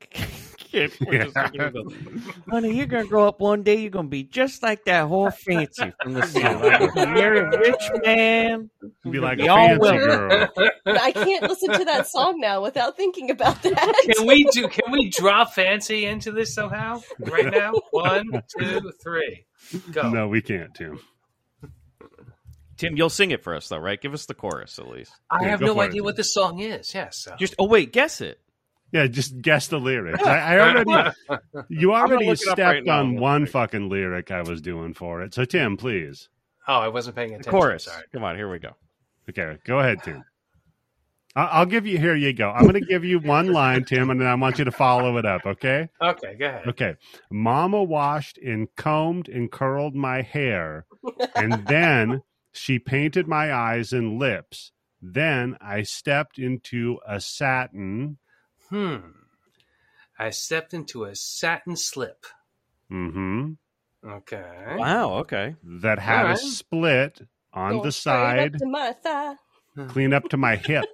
Speaker 4: kid, we're just
Speaker 1: Yeah.
Speaker 4: looking at them. honey, you're gonna grow up one day. You're gonna be just like that whole fancy from *laughs* the south. You're a rich man.
Speaker 1: Be like
Speaker 4: We
Speaker 1: a
Speaker 4: all
Speaker 1: fancy
Speaker 4: will.
Speaker 1: girl.
Speaker 3: I can't listen to that song now without
Speaker 1: *laughs*
Speaker 3: thinking about that.
Speaker 2: Can we do? Can we drop fancy into this somehow? Right now, one, two, three, go.
Speaker 1: No, we can't, Tim.
Speaker 4: Tim, you'll sing it for us though, right? Give us the chorus at least.
Speaker 2: I
Speaker 1: Yeah,
Speaker 2: have
Speaker 1: go
Speaker 2: no
Speaker 1: for it.
Speaker 2: idea what this song is. Yes. so-
Speaker 4: Just oh wait, guess it.
Speaker 1: Yeah, just guess the lyrics.
Speaker 4: *laughs*
Speaker 1: I, I already you
Speaker 4: gonna
Speaker 1: already
Speaker 4: look it up
Speaker 1: stepped
Speaker 4: right now.
Speaker 1: on one fucking lyric I was doing for it. So Tim, please.
Speaker 2: *laughs* oh, I wasn't paying
Speaker 4: The
Speaker 2: attention.
Speaker 4: chorus.
Speaker 2: Sorry.
Speaker 4: Come on, here we go.
Speaker 1: Okay, go ahead, Tim. I- I'll give you. Here you go. I'm going to give you one line, Tim, and then I want you to follow it up. Okay.
Speaker 2: Okay, go ahead.
Speaker 1: Okay. Mama washed and combed and curled my hair, and then she painted my eyes and lips. Then I stepped into a satin.
Speaker 2: Hmm. I stepped into a satin slip.
Speaker 1: hmm
Speaker 2: Okay.
Speaker 4: Wow. Okay.
Speaker 1: that had a
Speaker 2: Alright.
Speaker 1: split on
Speaker 3: Going
Speaker 1: the
Speaker 3: straight up
Speaker 1: side,
Speaker 3: to my thigh. *laughs*
Speaker 1: clean up to my hip.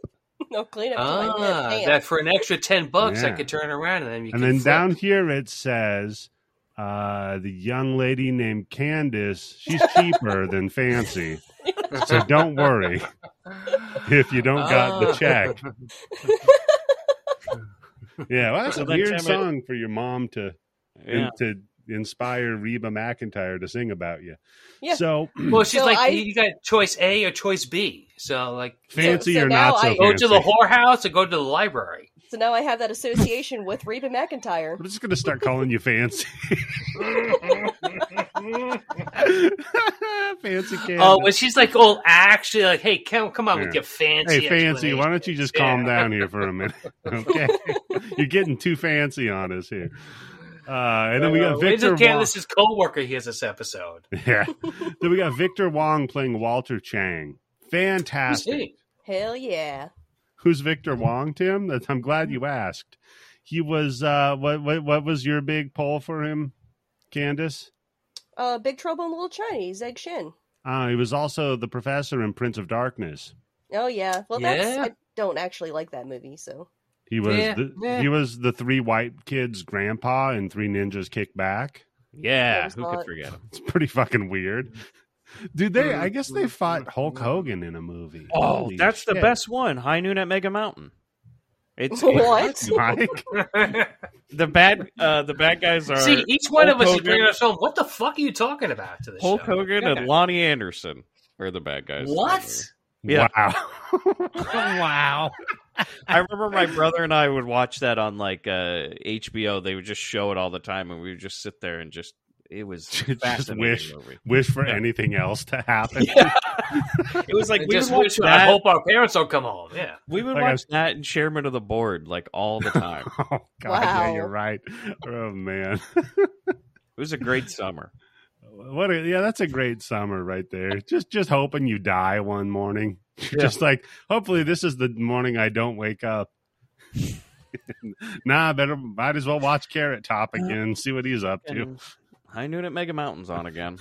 Speaker 3: No *laughs* cleanup to my
Speaker 2: Ah,
Speaker 3: pants.
Speaker 2: that for an extra ten bucks, I
Speaker 1: Yeah.
Speaker 2: could turn around and then you
Speaker 1: and
Speaker 2: could
Speaker 1: then
Speaker 2: flip.
Speaker 1: down here it says uh, the young lady named Candace, she's
Speaker 3: *laughs*
Speaker 1: cheaper than Fancy. So don't worry
Speaker 3: Ah.
Speaker 1: if you don't got the
Speaker 3: Oh.
Speaker 2: Ah.
Speaker 3: *laughs*
Speaker 1: check. Yeah, well, that's
Speaker 4: So
Speaker 1: a
Speaker 4: that time
Speaker 1: weird
Speaker 4: it-
Speaker 1: song for your mom to
Speaker 4: Yeah.
Speaker 1: to inspire Reba McIntyre to sing about you.
Speaker 3: Yeah.
Speaker 1: So
Speaker 2: Well, she's
Speaker 3: So
Speaker 2: like
Speaker 3: I-
Speaker 2: you got choice A or choice B. So like
Speaker 1: fancy
Speaker 3: So- so
Speaker 1: or
Speaker 3: now
Speaker 1: not so
Speaker 3: I-
Speaker 2: go
Speaker 1: fancy.
Speaker 2: to the whorehouse or go to the library.
Speaker 3: So now I have that association with Reba McIntyre.
Speaker 1: I'm just gonna start calling you fancy. fancy Candace.
Speaker 2: Oh, when she's like all actually like, hey, come come on with
Speaker 1: Yeah.
Speaker 2: your fancy.
Speaker 1: Hey, fancy, why don't you just calm
Speaker 2: Yeah.
Speaker 1: down here for a minute? *laughs* Okay. You're getting too fancy on us here. Uh, and then we got Victor Wong.
Speaker 2: Candace's co-worker hears this episode.
Speaker 1: *laughs* Yeah. Then we got Victor Wong playing Walter Chang.
Speaker 2: Who's
Speaker 1: Fantastic.
Speaker 2: he?
Speaker 3: Hell yeah.
Speaker 1: Who's Victor Wong, Tim? That's, I'm glad you asked. He was uh what what what was your big poll for him, Candace?
Speaker 3: Uh, Big Trouble in Little China, Zeg Shin.
Speaker 1: Uh, he was also the professor in Prince of Darkness.
Speaker 3: Oh yeah. Well, that's
Speaker 2: Yeah.
Speaker 3: I don't actually like that movie, so *laughs*
Speaker 1: He was
Speaker 2: Yeah,
Speaker 1: the,
Speaker 2: yeah.
Speaker 1: he was the three white kids grandpa in Three Ninjas Kick Back.
Speaker 4: Yeah,
Speaker 3: There's
Speaker 4: who
Speaker 3: not-
Speaker 4: could forget him?
Speaker 1: It's pretty fucking weird. Dude, they I guess they fought Hulk Hogan in a movie.
Speaker 4: Oh,
Speaker 1: Holy
Speaker 4: that's the
Speaker 1: *laughs* shit.
Speaker 4: best one. High noon at Mega Mountain.
Speaker 3: *laughs*
Speaker 4: It's
Speaker 3: What?
Speaker 1: Mike.
Speaker 2: *laughs*
Speaker 4: the bad. Uh, the bad guys are
Speaker 2: See, each one
Speaker 4: Hulk
Speaker 2: of us is
Speaker 4: Hogan.
Speaker 2: bringing us home. What the fuck are you talking about to this
Speaker 4: Hulk
Speaker 2: show?
Speaker 4: Hogan and Lonnie Anderson are the bad guys.
Speaker 2: What?
Speaker 4: Yeah.
Speaker 1: Wow.
Speaker 4: wow. *laughs* I remember my brother and I would watch that on like uh, HBO. They would just show it all the time, and we would just sit there and just it
Speaker 1: *laughs*
Speaker 4: was
Speaker 1: Just
Speaker 4: fascinating
Speaker 1: wish.
Speaker 2: *laughs*
Speaker 4: movie.
Speaker 1: Wish for anything else to happen.
Speaker 4: It was like
Speaker 2: I
Speaker 4: we would
Speaker 2: just
Speaker 4: watch
Speaker 2: wish-
Speaker 4: that.
Speaker 2: I hope our parents don't come home. Yeah.
Speaker 4: we would
Speaker 1: Like I
Speaker 4: watch
Speaker 1: was-
Speaker 4: that and Chairman of the Board like all the time.
Speaker 1: *laughs* Oh God, yeah,
Speaker 3: Wow.
Speaker 1: you're right. Oh man,
Speaker 4: it was
Speaker 1: *laughs*
Speaker 4: a great summer.
Speaker 1: what? A, yeah, that's a great summer right there. Just just hoping you die one morning. *laughs* Just like hopefully this is the morning I don't wake up. *laughs* nah, better might as well watch Carrot Top
Speaker 2: Uh,
Speaker 1: again. See what he's up to.
Speaker 4: And High Noon at Mega Mountain's on again.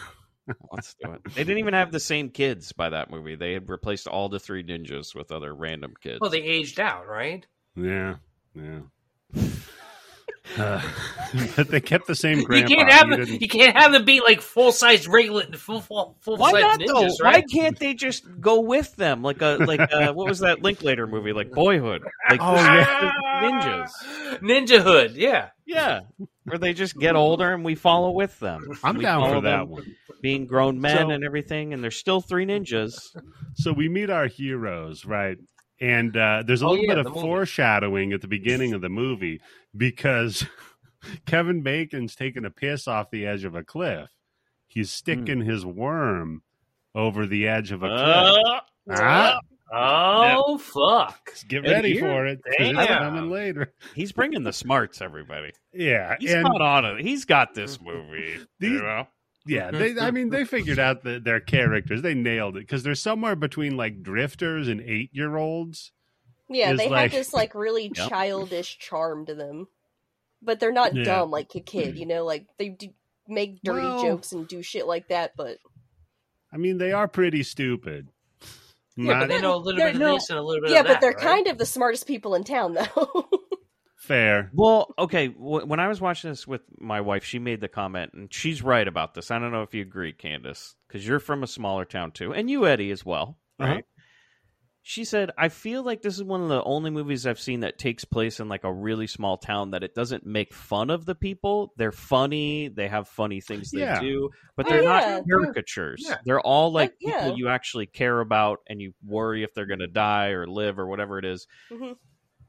Speaker 4: Let's
Speaker 1: *laughs*
Speaker 4: do it. They didn't even have the same kids by that movie. They had replaced all the three ninjas with other random kids.
Speaker 2: Well, they aged out, right?
Speaker 1: Yeah, yeah.
Speaker 2: *laughs*
Speaker 1: Uh, *laughs* but they kept the same grandpa.
Speaker 2: you can't have
Speaker 1: You
Speaker 2: them.
Speaker 1: didn't-
Speaker 2: You can't have them be like full size regular, full full full
Speaker 4: Why
Speaker 2: size
Speaker 4: not though?
Speaker 2: ninjas,
Speaker 4: Why
Speaker 2: right?
Speaker 4: can't they just go with them? Like a like
Speaker 1: *laughs*
Speaker 4: uh what was that Linklater movie? Like Boyhood. Like
Speaker 1: Oh,
Speaker 3: *laughs*
Speaker 4: just
Speaker 2: yeah.
Speaker 4: ninjas.
Speaker 2: Ninja hood, yeah.
Speaker 4: Yeah, where they just get older and we follow with them.
Speaker 1: I'm
Speaker 4: We
Speaker 1: down
Speaker 4: follow
Speaker 1: for that
Speaker 4: them
Speaker 1: one.
Speaker 4: Being grown men
Speaker 1: So-
Speaker 4: and everything, and they're still three ninjas.
Speaker 1: so we meet our heroes, right? And uh, there's a
Speaker 2: Oh,
Speaker 1: little
Speaker 2: yeah,
Speaker 1: bit
Speaker 2: the
Speaker 1: of
Speaker 2: movie.
Speaker 1: foreshadowing at the beginning of the movie because *laughs* Kevin Bacon's taking a piss off the edge of a cliff. He's
Speaker 2: Hmm.
Speaker 1: sticking his worm over the edge of a cliff.
Speaker 4: Uh,
Speaker 1: Ah,
Speaker 2: Oh fuck!
Speaker 1: get
Speaker 4: and
Speaker 1: ready
Speaker 4: here-
Speaker 1: for it. 'cause It's
Speaker 2: Damn.
Speaker 1: coming later. *laughs*
Speaker 4: he's bringing the smarts, everybody.
Speaker 1: Yeah.
Speaker 4: He's
Speaker 1: and
Speaker 4: not on it. He's got this movie.
Speaker 1: *laughs* These-
Speaker 4: you know?
Speaker 1: yeah, they, I mean, they figured out the, their characters. They nailed it because they're somewhere between like drifters and eight year olds.
Speaker 3: yeah,
Speaker 1: Is
Speaker 3: they
Speaker 1: like-
Speaker 3: have this
Speaker 1: *laughs*
Speaker 3: like really
Speaker 4: Yep.
Speaker 3: childish charm to them, but they're not
Speaker 1: Yeah.
Speaker 3: dumb like
Speaker 1: *clears throat*
Speaker 3: a kid. You know, like they do make dirty
Speaker 1: Well-
Speaker 3: jokes and do shit like that, but
Speaker 1: I mean, they are pretty stupid.
Speaker 3: Yeah,
Speaker 1: Not
Speaker 3: but
Speaker 2: They know a little
Speaker 3: They're
Speaker 2: bit of
Speaker 3: not-
Speaker 2: this and a little bit
Speaker 3: yeah,
Speaker 2: of that.
Speaker 3: but they're
Speaker 2: right?
Speaker 3: kind of the smartest people in town, *laughs* though.
Speaker 1: fair.
Speaker 4: Well, okay. W- when I was watching this with my wife, she made the comment, and she's right about this. I don't know if you agree, Candace, because you're from a smaller town too, and you, Eddie, as well,
Speaker 1: Uh-huh.
Speaker 4: right? She said, "I feel like this is one of the only movies I've seen that takes place in like a really small town that it doesn't make fun of the people. They're funny. They have funny things they
Speaker 1: Yeah.
Speaker 4: do, but
Speaker 3: Oh,
Speaker 4: they're
Speaker 3: yeah.
Speaker 4: not caricatures.
Speaker 2: Yeah.
Speaker 4: They're all like
Speaker 3: yeah.
Speaker 4: people you actually care about, and you worry if they're going to die or live or whatever it is."
Speaker 3: Mhm.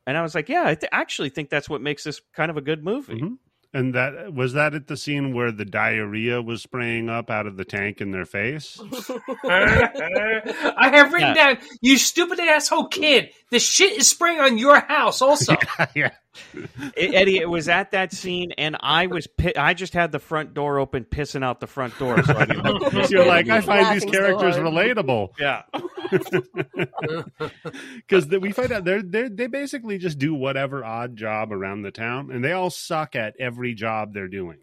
Speaker 4: And I was like, "Yeah, I th- actually think that's what makes this kind of a good movie."
Speaker 1: Mhm. And that was that at the scene where the diarrhea was spraying up out of the tank in their
Speaker 2: *laughs*
Speaker 1: face.
Speaker 2: I have written down, you stupid asshole kid. The shit is spraying on your house. Also,
Speaker 1: yeah,
Speaker 4: It- E-, Eddie, it was at that scene, and I was pi- I just had the front door open, pissing out the front door. So I didn't have to piss
Speaker 1: you're
Speaker 4: in the
Speaker 1: like I
Speaker 4: window.
Speaker 1: find these
Speaker 3: Laughing so
Speaker 1: characters
Speaker 3: hard.
Speaker 1: relatable
Speaker 4: yeah,
Speaker 1: because we find out they're, they're they basically just do whatever odd job around the town, and they all suck at every job they're doing.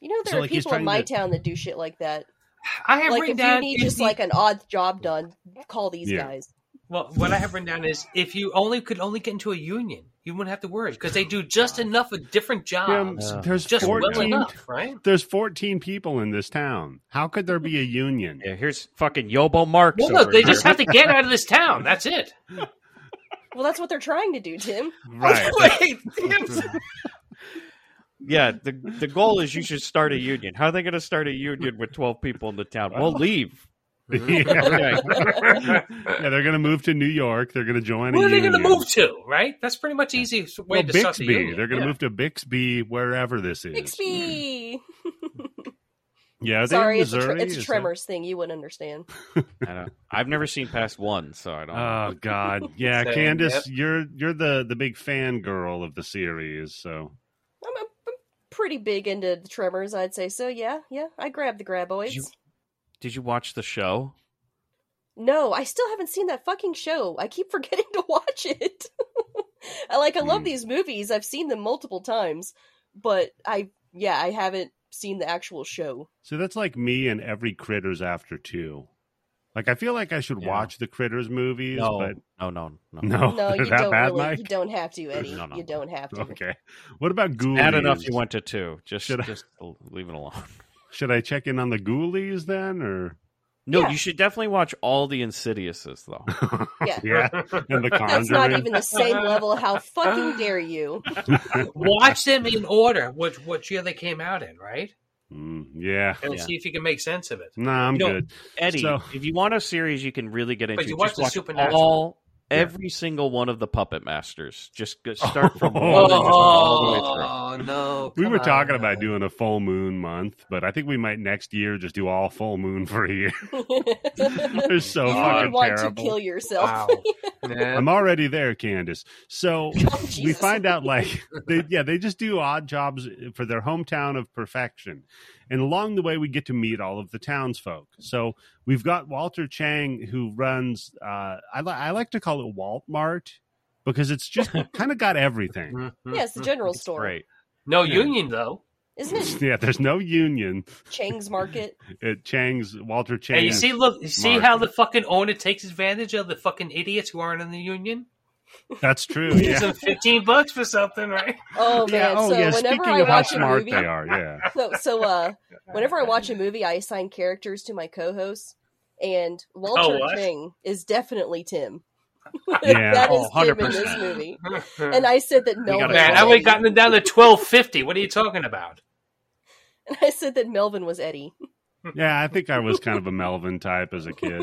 Speaker 3: you know, there
Speaker 1: So,
Speaker 3: are
Speaker 1: like, he's
Speaker 3: people in
Speaker 1: trying
Speaker 3: my
Speaker 1: to-
Speaker 3: town that do shit like that.
Speaker 2: I have
Speaker 3: Like,
Speaker 2: written
Speaker 3: if
Speaker 2: down.
Speaker 3: you need just
Speaker 2: the-
Speaker 3: like an odd job done, call these
Speaker 1: Yeah.
Speaker 3: guys.
Speaker 2: Well, what I have written down is if you only could only get into a union, you wouldn't have to worry because they do just enough of different jobs,
Speaker 1: Yeah,
Speaker 4: Uh,
Speaker 1: there's
Speaker 2: Ah. just well
Speaker 1: 14
Speaker 2: enough, right?
Speaker 1: there's 14 people in this town. How could there be a union?
Speaker 4: Yeah, here's fucking Yobo Marks.
Speaker 2: Well, no,
Speaker 4: over
Speaker 2: they
Speaker 4: here.
Speaker 2: just have to get out of this town. That's it.
Speaker 3: Well, that's what they're trying to do, Tim.
Speaker 1: *laughs*
Speaker 4: *laughs*
Speaker 1: Right.
Speaker 2: *laughs*
Speaker 1: *laughs*
Speaker 2: Wait, *laughs* damn.
Speaker 4: Yeah, the the goal is you should start a union. How are they going to start a union with twelve people in the town? We'll leave.
Speaker 1: yeah. *laughs*
Speaker 4: *laughs* Okay.
Speaker 1: Yeah, they're going to move to New York. They're going to join
Speaker 2: Where
Speaker 1: a
Speaker 2: are they
Speaker 1: union.
Speaker 2: going to move to? Right? That's pretty much easy way
Speaker 1: Well,
Speaker 2: to suss a
Speaker 1: Bixby.
Speaker 2: union.
Speaker 1: They're going to
Speaker 2: Yeah.
Speaker 1: move to Bixby, wherever this is.
Speaker 3: Bixby.
Speaker 1: Yeah, are they
Speaker 3: Sorry,
Speaker 1: in
Speaker 3: it's a, tr-
Speaker 1: Missouri?
Speaker 3: it's a
Speaker 1: Is that-
Speaker 3: Tremors thing. You wouldn't understand.
Speaker 4: I don't, I've never seen past one, so I don't.
Speaker 1: Oh God, yeah,
Speaker 2: Same,
Speaker 1: Candace,
Speaker 2: yep.
Speaker 1: you're you're the the big fangirl of the series, so
Speaker 3: I'm, a, I'm pretty big into the Tremors, I'd say. So yeah, yeah, I grabbed the graboids.
Speaker 4: You- Did you watch the show?
Speaker 3: No, I still haven't seen that fucking show. I keep *laughs* forgetting to watch it. *laughs* I like I love
Speaker 1: Hmm.
Speaker 3: these movies. I've seen them multiple times, but I yeah, I haven't seen the actual show.
Speaker 1: so that's like me and every Critters after two. Like I feel like I should
Speaker 4: Yeah.
Speaker 1: watch the Critters movies, but
Speaker 4: no, no, no.
Speaker 1: no, *laughs*
Speaker 3: no,
Speaker 1: they're Oh,
Speaker 3: you
Speaker 1: that
Speaker 3: don't
Speaker 1: bad,
Speaker 3: really
Speaker 1: Mike.
Speaker 3: you don't have to, Eddie.
Speaker 4: No, no.
Speaker 3: You don't have to.
Speaker 1: Okay, what about Ghoulies?
Speaker 4: Bad enough you went to two. Just,
Speaker 1: Should I-
Speaker 4: just leave it *laughs* alone.
Speaker 1: Should I check in on the Ghoulies then, or
Speaker 4: No,
Speaker 3: Yeah.
Speaker 4: you should definitely watch all the Insidiouses *laughs* though.
Speaker 1: *laughs*
Speaker 3: Yeah.
Speaker 1: and the
Speaker 3: *laughs* That's not
Speaker 1: Conjuring?
Speaker 3: even the same level. How fucking
Speaker 1: *laughs*
Speaker 3: dare you? *laughs*
Speaker 2: *laughs* Watch them in order, what what year they came out in, right?
Speaker 1: Mm, yeah,
Speaker 2: And
Speaker 4: Yeah.
Speaker 2: see if you can make sense of it.
Speaker 1: no, I'm
Speaker 2: You know,
Speaker 1: good.
Speaker 4: Eddie,
Speaker 1: So-
Speaker 4: if you want a series you can really get into,
Speaker 2: you watch
Speaker 4: just
Speaker 2: the
Speaker 4: watch
Speaker 2: Supernatural.
Speaker 4: all
Speaker 1: Yeah.
Speaker 4: every single one of the Puppet Masters. Just go- start *laughs* from
Speaker 1: Oh.
Speaker 2: Oh,
Speaker 4: one and just go all the way through.
Speaker 2: no!
Speaker 1: We
Speaker 2: come
Speaker 1: were talking
Speaker 2: on.
Speaker 1: about doing a full moon month, but I think we might next year just do all full moon for a
Speaker 3: *laughs*
Speaker 1: year. They're so
Speaker 3: you
Speaker 1: fucking
Speaker 3: would want
Speaker 1: terrible.
Speaker 3: to kill yourself.
Speaker 2: *laughs* Wow. Yeah.
Speaker 1: I'm already there, Candace. So
Speaker 3: *laughs* Oh,
Speaker 1: we
Speaker 3: Jesus.
Speaker 1: find out like
Speaker 3: *laughs*
Speaker 1: they yeah, they just do odd jobs for their hometown of perfection. And along the way we get to meet all of the townsfolk. So we've got Walter Chang who runs uh I li- I like to call it Walt Mart because it's
Speaker 3: *laughs*
Speaker 1: just kind of got everything.
Speaker 2: Mhm.
Speaker 3: Yeah, it's the general store.
Speaker 4: Great.
Speaker 2: No
Speaker 1: Yeah.
Speaker 2: union though.
Speaker 3: Isn't it
Speaker 1: Yeah, there's no union
Speaker 3: Chang's Market?
Speaker 1: at Chang's Walter Chang.
Speaker 2: And you see, look, you see
Speaker 1: Mark.
Speaker 2: how the fucking owner takes advantage of the fucking idiots who aren't in the union.
Speaker 1: That's true.
Speaker 2: Gives
Speaker 1: Yeah.
Speaker 2: them fifteen bucks for something, right?
Speaker 3: Oh man!
Speaker 1: Yeah, oh
Speaker 3: so
Speaker 1: yeah,
Speaker 3: whenever
Speaker 1: speaking
Speaker 3: I
Speaker 1: of how
Speaker 3: watch a
Speaker 1: smart
Speaker 3: movie,
Speaker 1: they are,
Speaker 3: *laughs*
Speaker 1: yeah.
Speaker 3: so,
Speaker 1: *laughs*
Speaker 3: so uh, whenever I watch a movie, I assign characters to my co-hosts, and Walter
Speaker 2: Oh, what?
Speaker 3: King is is definitely Tim. *laughs*
Speaker 1: Yeah.
Speaker 3: that is
Speaker 4: Oh,
Speaker 3: Tim in this
Speaker 2: *laughs*
Speaker 4: 100%.
Speaker 3: movie. And I said that Melvin.
Speaker 4: gotta
Speaker 2: Man,
Speaker 3: was
Speaker 2: I would
Speaker 3: Eddie.
Speaker 2: have gotten them down to twelve fifty. What are you talking about?
Speaker 3: And *laughs* I said that Melvin was Eddie. *laughs*
Speaker 1: Yeah, I think I was kind of a Melvin type as a kid.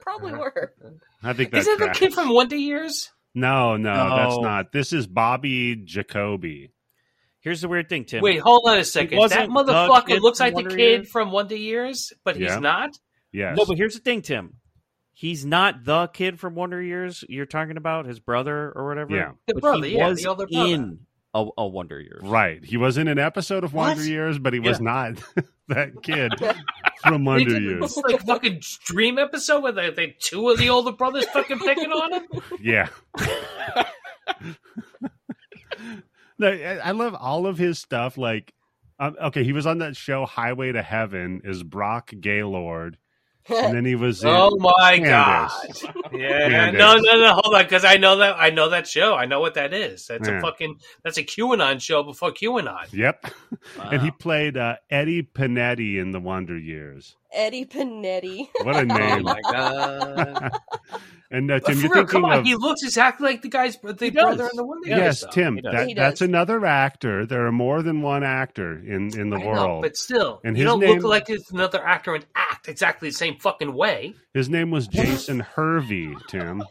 Speaker 3: Probably were.
Speaker 1: I think that's
Speaker 2: Is that the kid from Wonder Years?
Speaker 1: No, no, that's
Speaker 4: No.
Speaker 1: not. This is Bobby Jacoby.
Speaker 4: Here's the weird thing, Tim.
Speaker 2: Wait, hold on a second. That
Speaker 4: wasn't the
Speaker 2: motherfucker
Speaker 4: kid
Speaker 2: looks
Speaker 4: from
Speaker 2: like the
Speaker 4: Wonder
Speaker 2: kid
Speaker 4: Years?
Speaker 2: from Wonder Years, but he's
Speaker 1: Yeah.
Speaker 2: not.
Speaker 1: Yes.
Speaker 4: No, but here's the thing, Tim. He's not the kid from Wonder Years you're talking about, his brother or whatever.
Speaker 1: Yeah.
Speaker 2: The
Speaker 4: but
Speaker 2: brother,
Speaker 4: he
Speaker 2: yeah,
Speaker 4: was
Speaker 2: the older brother.
Speaker 4: in a, a Wonder Years.
Speaker 1: right. He was in an episode of Wonder
Speaker 4: What?
Speaker 1: Years, but he was not *laughs* that
Speaker 4: *laughs*
Speaker 1: kid from
Speaker 2: They
Speaker 1: Wonder
Speaker 2: did
Speaker 1: Years.
Speaker 2: This like fucking dream episode where they, they two of the older brothers fucking picking on *laughs* him.
Speaker 4: *laughs*
Speaker 1: Yeah. no, I I love all of his stuff. Like, um, okay, he was on that show Highway to Heaven as Brock Gaylord, and then he was in
Speaker 2: Oh my god!
Speaker 1: Candace.
Speaker 2: Yeah,
Speaker 1: Candace.
Speaker 2: no, no, no. Hold on, because I know that I know that show. I know what that is. That's
Speaker 1: Yeah.
Speaker 2: a fucking that's a QAnon show before QAnon. *laughs*
Speaker 1: Yep, and he
Speaker 4: Wow.
Speaker 1: played uh, Eddie Panetti in the Wonder Years.
Speaker 3: *laughs* Eddie Panetti.
Speaker 1: What
Speaker 2: *laughs*
Speaker 1: a
Speaker 4: Oh
Speaker 1: name!
Speaker 4: my god!
Speaker 1: and uh,
Speaker 2: But
Speaker 1: Tim, you're
Speaker 2: for real,
Speaker 1: thinking
Speaker 2: come on,
Speaker 1: of
Speaker 2: he looks exactly like the guy's the
Speaker 4: does.
Speaker 2: brother in the Wonder Years.
Speaker 1: yes,
Speaker 2: though.
Speaker 1: Tim.
Speaker 4: He does.
Speaker 1: That,
Speaker 3: He does.
Speaker 1: that's another actor. There are more than one actor in in the
Speaker 2: I know,
Speaker 1: world.
Speaker 2: but still,
Speaker 1: And
Speaker 2: you
Speaker 1: his
Speaker 2: don't
Speaker 1: name-
Speaker 2: look like it's another actor and act exactly the same fucking way.
Speaker 1: His name was Jason Hervey. Tim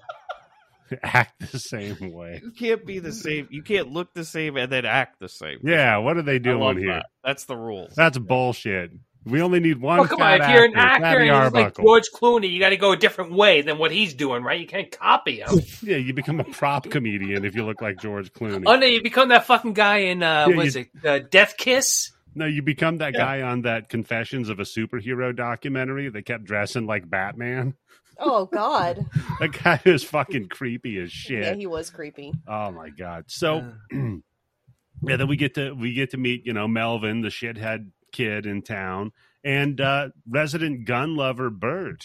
Speaker 1: *laughs* act the same way.
Speaker 4: *laughs* you can't be the same. You can't look the same and then act the same.
Speaker 1: Yeah, what are they
Speaker 4: I love
Speaker 1: doing here?
Speaker 4: that. That's the rules.
Speaker 1: That's bullshit. We only need one.
Speaker 2: Well, Oh, come on,
Speaker 1: fat
Speaker 2: if you're an
Speaker 1: actor,
Speaker 2: actor
Speaker 1: Fatty
Speaker 2: and he's like
Speaker 1: Arbuckle.
Speaker 2: George Clooney, you got to go a different way than what he's doing, right? You can't copy him.
Speaker 1: yeah, you become a prop comedian if you look like George Clooney.
Speaker 2: Oh no, you become that fucking guy in uh,
Speaker 1: Yeah,
Speaker 2: what is it? Uh, Death Kiss.
Speaker 1: no, you become that
Speaker 4: Yeah.
Speaker 1: guy on that Confessions of a Superhero documentary. They kept dressing like Batman. *laughs*
Speaker 3: Oh God.
Speaker 1: That guy is fucking creepy as *laughs* shit.
Speaker 3: Yeah, he was creepy.
Speaker 1: Oh my god.
Speaker 2: Uh,
Speaker 1: So yeah, then we get to we get to meet, you know, Melvin, the shithead kid in town, and uh resident gun lover Bert.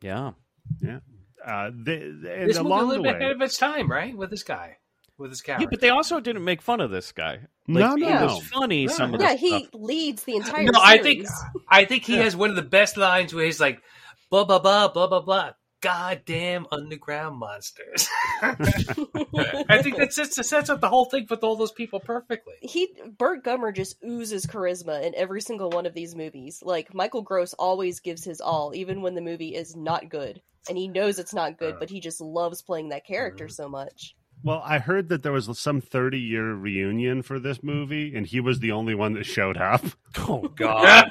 Speaker 4: Yeah.
Speaker 1: Uh, they, and
Speaker 2: this movie a
Speaker 1: along the
Speaker 2: little bit ahead
Speaker 1: way,
Speaker 2: of its time, right? With this guy, with this guy.
Speaker 4: Yeah, but they also didn't make fun of this guy.
Speaker 1: no,
Speaker 4: Like,
Speaker 1: no,
Speaker 4: It
Speaker 3: Yeah.
Speaker 1: no.
Speaker 4: was funny.
Speaker 2: No.
Speaker 4: Some of
Speaker 3: Yeah,
Speaker 4: the
Speaker 3: he
Speaker 4: stuff.
Speaker 3: leads the entire.
Speaker 2: no, I think
Speaker 3: series.
Speaker 2: I think he
Speaker 4: Yeah.
Speaker 2: has one of the best lines where he's like, blah blah blah blah blah blah. Goddamn underground
Speaker 4: *laughs*
Speaker 2: monsters. *laughs* I think that sets, sets up the whole thing with all those people perfectly.
Speaker 3: he Burt Gummer just oozes charisma in every single one of these movies. Like Michael Gross always gives his all, even when the movie is not good, and he knows it's not good, but he just loves playing that
Speaker 4: Mm-hmm.
Speaker 3: character so
Speaker 4: *laughs*
Speaker 3: much.
Speaker 1: Well, I heard that there was some 30 year reunion for this movie, and he was the only one that showed up.
Speaker 4: *laughs* Oh God.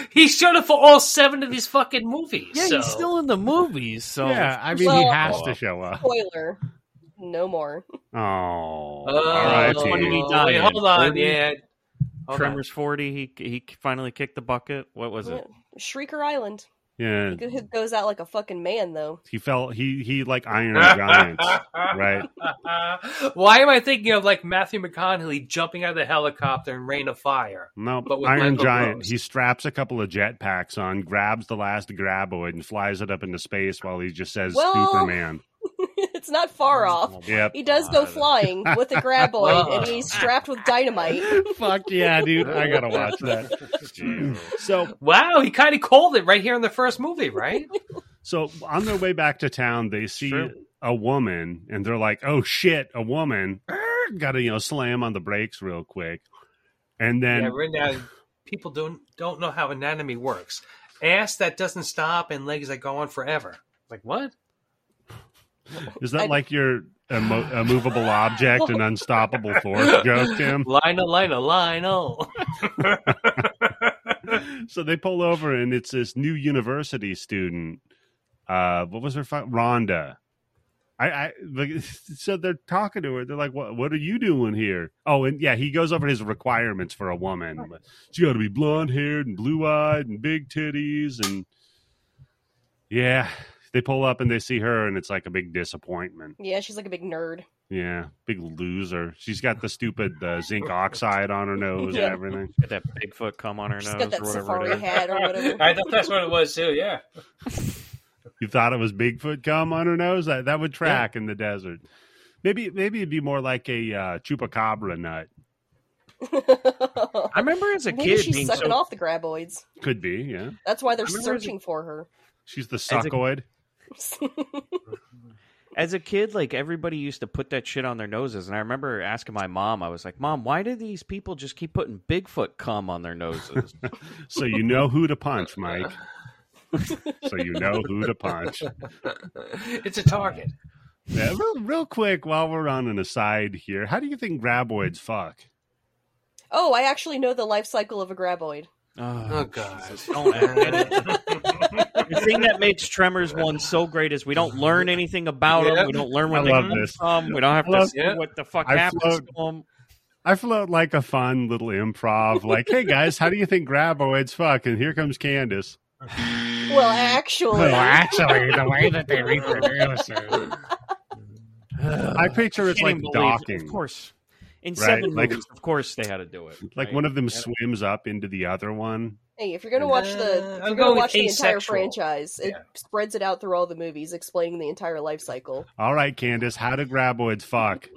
Speaker 2: *laughs* he showed up for all seven of these fucking movies.
Speaker 4: yeah,
Speaker 2: so.
Speaker 4: he's still in the movies. So
Speaker 1: yeah, I mean, *laughs* he
Speaker 3: Well-
Speaker 1: has
Speaker 4: oh.
Speaker 1: to show up.
Speaker 3: Spoiler, no more.
Speaker 1: Oh,
Speaker 2: Oh,
Speaker 4: That's when he
Speaker 1: R.I.P.
Speaker 4: died.
Speaker 2: wait, hold on,
Speaker 4: Forty?
Speaker 2: yeah. Hold on.
Speaker 4: Tremors forty. He he finally kicked the bucket. What was it?
Speaker 3: Shrieker Island.
Speaker 1: Yeah,
Speaker 3: He go- goes out like a fucking man, though. *laughs*
Speaker 1: he felt he he like
Speaker 2: *laughs*
Speaker 1: Iron Giants, right?
Speaker 2: Why am I thinking of like Matthew McConaughey jumping out of the helicopter and rain of fire?
Speaker 1: No,
Speaker 2: But with
Speaker 1: Iron
Speaker 2: Michael
Speaker 1: Giant.
Speaker 2: Gross.
Speaker 1: He straps a couple of jetpacks on, grabs the last graboid, and flies it up into space while he just says
Speaker 3: Well-
Speaker 1: Superman.
Speaker 3: it's not far off.
Speaker 1: Yep.
Speaker 3: He does go flying
Speaker 4: *laughs*
Speaker 3: with a graboid, and he's strapped
Speaker 1: *laughs*
Speaker 3: with dynamite.
Speaker 1: Fuck yeah, dude! I
Speaker 3: *laughs*
Speaker 1: gotta watch that. So
Speaker 2: Wow, he kind of called it right here in the first movie, right?
Speaker 1: So on their way back to town, they see
Speaker 4: Sure.
Speaker 1: a woman, and they're like, "Oh shit, a woman!" Got to you know slam on the brakes real quick, *laughs* and then
Speaker 2: yeah, right now people don't don't know how anatomy works. Ass that doesn't stop and legs that go on forever. Like what?
Speaker 1: is that
Speaker 3: I-
Speaker 1: like your immo- a movable object
Speaker 3: *laughs*
Speaker 1: and unstoppable force joke, *laughs* Tim?
Speaker 2: Lionel, Lionel, Lionel.
Speaker 1: *laughs* so they pull over, and it's this new university student. Uh, what was her? Fi- Rhonda. I, I like, *laughs* so they're talking to her. They're like, "What? What are you doing here?" Oh, and yeah, he goes over his requirements for a woman. She got to be blonde haired and blue eyed and big titties, and yeah, they pull up and they see her, and it's like a big disappointment.
Speaker 3: Yeah, she's like a big nerd.
Speaker 1: Yeah, big loser. She's got the stupid uh, zinc oxide on her nose
Speaker 3: Yeah.
Speaker 1: and everything.
Speaker 4: Got that Bigfoot come on her
Speaker 3: She's
Speaker 4: nose
Speaker 3: got that
Speaker 4: or whatever
Speaker 3: safari
Speaker 4: it is.
Speaker 3: hat or whatever. *laughs*
Speaker 2: I thought that's what it was too. Yeah.
Speaker 1: You thought it was Bigfoot gum on her nose? That that would track in the desert. Maybe maybe it'd be more like a uh, chupacabra nut.
Speaker 4: I remember *laughs* as a
Speaker 3: Maybe
Speaker 4: kid
Speaker 3: she's
Speaker 4: being
Speaker 3: sucking
Speaker 4: so
Speaker 3: off the graboids.
Speaker 1: Could be, yeah.
Speaker 3: That's why they're
Speaker 4: I remember as a-
Speaker 3: searching for her.
Speaker 1: She's the
Speaker 4: a-
Speaker 1: suckoid.
Speaker 4: as a kid, like everybody used to put that shit on their noses, and I remember asking my mom, I was like, "Mom, why do these people just keep putting Bigfoot cum on
Speaker 1: *laughs*
Speaker 4: their noses?"
Speaker 1: So you know who to punch, Mike. so you know who to punch.
Speaker 2: *laughs* It's a target.
Speaker 1: Yeah, real, real quick, while we're on an aside here, how do you think graboids fuck?
Speaker 3: *laughs* oh, I actually know the life cycle of a graboid.
Speaker 2: Oh god.
Speaker 4: Don't
Speaker 1: *laughs*
Speaker 4: add it. the thing that makes Tremors one so great is we don't learn anything about
Speaker 2: Yeah.
Speaker 4: them. We don't learn
Speaker 1: I
Speaker 4: when they
Speaker 1: love
Speaker 4: come
Speaker 1: this.
Speaker 4: from. We don't have
Speaker 1: I love-
Speaker 4: to see
Speaker 2: Yeah.
Speaker 4: what the fuck
Speaker 1: I
Speaker 4: happens
Speaker 1: float-
Speaker 4: to them.
Speaker 1: I float like a fun little improv, like, hey guys, how do you think graboids fuck? And here comes Candace.
Speaker 3: Well, actually,
Speaker 1: actually, the way that they reproduce it. I picture it's
Speaker 4: Can't
Speaker 1: like
Speaker 4: even believe-
Speaker 1: docking.
Speaker 4: Of course. In
Speaker 1: Right,
Speaker 4: seven
Speaker 1: like-
Speaker 4: movies, of course they had to do it.
Speaker 1: Like
Speaker 4: right?
Speaker 1: one of them swims up into the other one.
Speaker 3: hey, if you're gonna watch
Speaker 2: Uh,
Speaker 3: the, if
Speaker 2: I'm going
Speaker 3: you're gonna
Speaker 2: with
Speaker 3: watch the entire
Speaker 2: asexual.
Speaker 3: franchise, it
Speaker 2: Yeah.
Speaker 3: spreads it out through all the movies, explaining the entire life cycle.
Speaker 1: All right, Candace, how do graboids
Speaker 2: *laughs*
Speaker 1: fuck?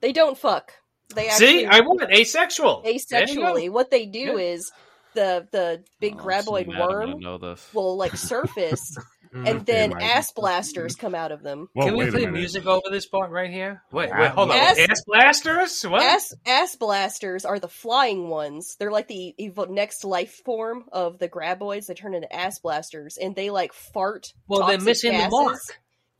Speaker 3: They don't fuck. They actually
Speaker 2: See, I want asexual.
Speaker 3: asexually. What they do is the the big
Speaker 4: Oh, I'm so
Speaker 3: graboid
Speaker 4: mad I'm gonna
Speaker 3: worm
Speaker 4: know this.
Speaker 3: will
Speaker 2: *laughs*
Speaker 3: like surface,
Speaker 2: There you go.
Speaker 3: and then
Speaker 1: Mike.
Speaker 3: ass blasters come out of them.
Speaker 1: Well,
Speaker 2: Mm. Can we
Speaker 1: wait a
Speaker 2: play
Speaker 1: minute. *laughs*
Speaker 2: music over this part right here? Wait, wait, hold on.
Speaker 3: Ass-
Speaker 2: Ass blasters? What?
Speaker 3: Ass ass blasters are the flying ones. They're like the evo- next life form of the graboids. They turn into ass blasters, and they like fart.
Speaker 2: well, they're
Speaker 3: toxic
Speaker 2: missing the
Speaker 3: gases,
Speaker 2: mark.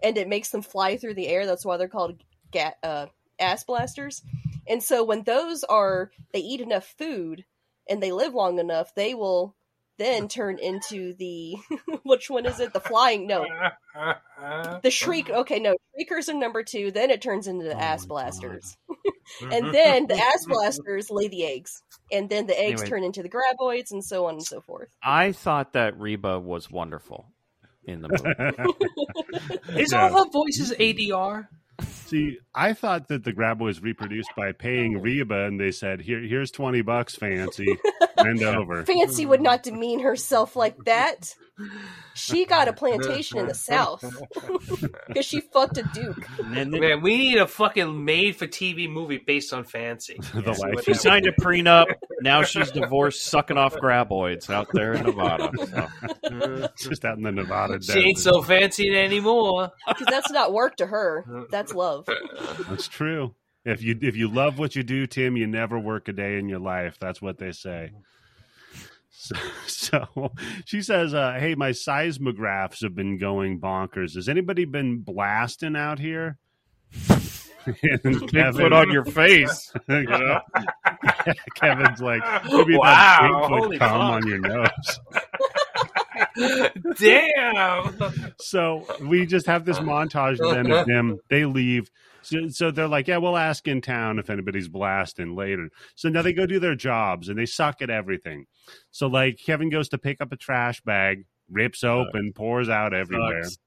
Speaker 3: and it makes them fly through the air. That's why they're called ga- uh, ass blasters. And so when those are, they eat enough food and they live long enough, they will then turn into the *laughs* which one is it? The flying? No,
Speaker 2: *laughs*
Speaker 1: *laughs*
Speaker 3: the shriek. Okay, no, shriekers are number two. Then it turns into the
Speaker 4: Oh
Speaker 3: ass
Speaker 4: my
Speaker 3: blasters,
Speaker 1: Mm-hmm.
Speaker 3: and then the
Speaker 1: *laughs*
Speaker 3: ass blasters lay the eggs, and then the eggs
Speaker 4: Anyway.
Speaker 3: turn into the graboids, and so on and
Speaker 1: *laughs*
Speaker 3: so forth.
Speaker 4: I thought that Reba was wonderful in the movie.
Speaker 2: Is
Speaker 1: No.
Speaker 2: all her voices ADR?
Speaker 1: See, I thought that the graboids reproduced by paying Reba, and they said, "Here, here's
Speaker 2: *laughs*
Speaker 1: twenty bucks, fancy, and over."
Speaker 3: Fancy would not demean herself like that. She got a plantation in the South *laughs* because she fucked a duke.
Speaker 4: *laughs* And then
Speaker 2: Man, we need a fucking made for TV movie based on fancy.
Speaker 1: The
Speaker 2: Yeah, see
Speaker 1: life
Speaker 2: what
Speaker 4: she
Speaker 1: is-
Speaker 2: that would
Speaker 4: signed *laughs* a prenup. Now she's divorced, sucking off graboids out there in *laughs* Nevada. So.
Speaker 1: just out in the Nevada
Speaker 2: do. She ain't
Speaker 1: desert.
Speaker 2: so fancy anymore.
Speaker 3: Because that's not work to her. That's love.
Speaker 1: That's true. If you if you love what you do, Tim, you never work a day in your life. That's what they say. So, *laughs* so she says, uh, "Hey, my seismographs have been going bonkers. Has anybody been blasting out here?" *laughs* And
Speaker 4: Put on your face.
Speaker 1: *laughs* you know? Kevin's like, maybe that
Speaker 2: wow!
Speaker 1: Bigfoot
Speaker 2: Holy
Speaker 1: cum on
Speaker 2: fuck!
Speaker 1: your nose.
Speaker 2: Damn!
Speaker 1: so we just have this montage then
Speaker 4: *laughs*
Speaker 1: of them. They leave. So, so they're like, yeah, we'll ask in town if anybody's blasting later. So now they go do their jobs and they suck at everything. So like Kevin goes to pick up a trash bag, rips open, pours out everywhere.
Speaker 4: Sucks.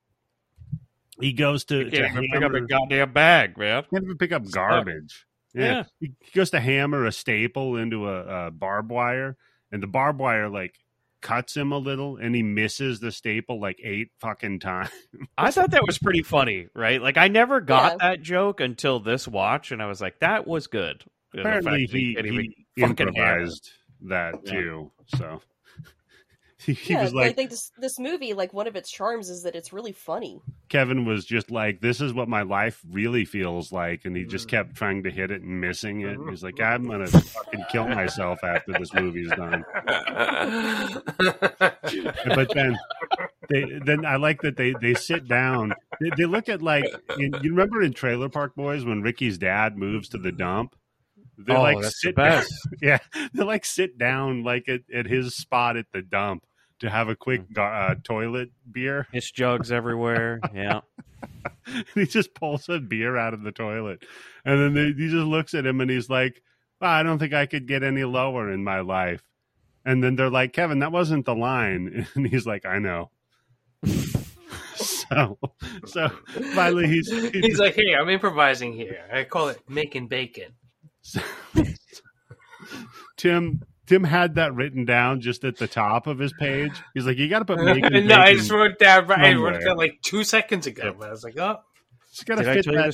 Speaker 1: He goes to,
Speaker 4: You
Speaker 1: to
Speaker 4: can't even pick up a
Speaker 1: hammer-
Speaker 4: goddamn bag, man.
Speaker 1: can't even pick up garbage.
Speaker 4: Yeah.
Speaker 1: He goes to hammer a staple into a, a barbed wire, and the barbed wire like cuts him a little, and he misses the staple like eight fucking times.
Speaker 4: I thought that was pretty funny, right? Like I never got that joke until this watch, and I was like, that was good. And the fact
Speaker 1: Apparently,
Speaker 4: that
Speaker 1: he,
Speaker 4: can't even-
Speaker 1: he
Speaker 4: fucking hammer.
Speaker 1: improvised that
Speaker 4: Yeah.
Speaker 1: too. So *laughs* he, he
Speaker 3: yeah,
Speaker 1: was
Speaker 3: but I
Speaker 1: like,
Speaker 3: think this this movie, like one of its charms is that it's really funny.
Speaker 1: Kevin was just like, this is what my life really feels like, and he
Speaker 4: Mm.
Speaker 1: just kept trying to hit it and missing it. He's like, I'm
Speaker 4: *laughs*
Speaker 1: gonna fucking kill myself after this movie's done. but then they then I like that they they sit down. They, they look at like in, you remember in Trailer Park Boys when Ricky's dad moves to the dump. They
Speaker 4: oh,
Speaker 1: like
Speaker 4: that's the
Speaker 1: sit
Speaker 4: best.
Speaker 1: *laughs* yeah they like sit down like at, at his spot at the dump to have a
Speaker 2: Hmm.
Speaker 1: quick gar- uh, toilet beer. *laughs*
Speaker 4: Piss jugs *laughs* everywhere. Yeah.
Speaker 1: he just pulls a beer out of the toilet, and then they, he just looks at him and he's like, "Well, "I don't think I could get any lower in my life." And then they're like, "Kevin, that wasn't the line," *laughs* and he's like, "I know." *laughs* so, so finally he's he *laughs*
Speaker 2: He's like, hey, I'm improvising here. I call it making bacon.
Speaker 1: Tim Tim had that written down just at the top of his page. He's like, "You got to
Speaker 2: *laughs*
Speaker 1: put Megan."
Speaker 2: no, I
Speaker 1: Bacon-
Speaker 2: just wrote that right. I wrote
Speaker 1: somewhere.
Speaker 2: that like two seconds ago. But I was like, oh,
Speaker 1: just got to
Speaker 4: Did I
Speaker 1: fit
Speaker 4: tell you
Speaker 1: that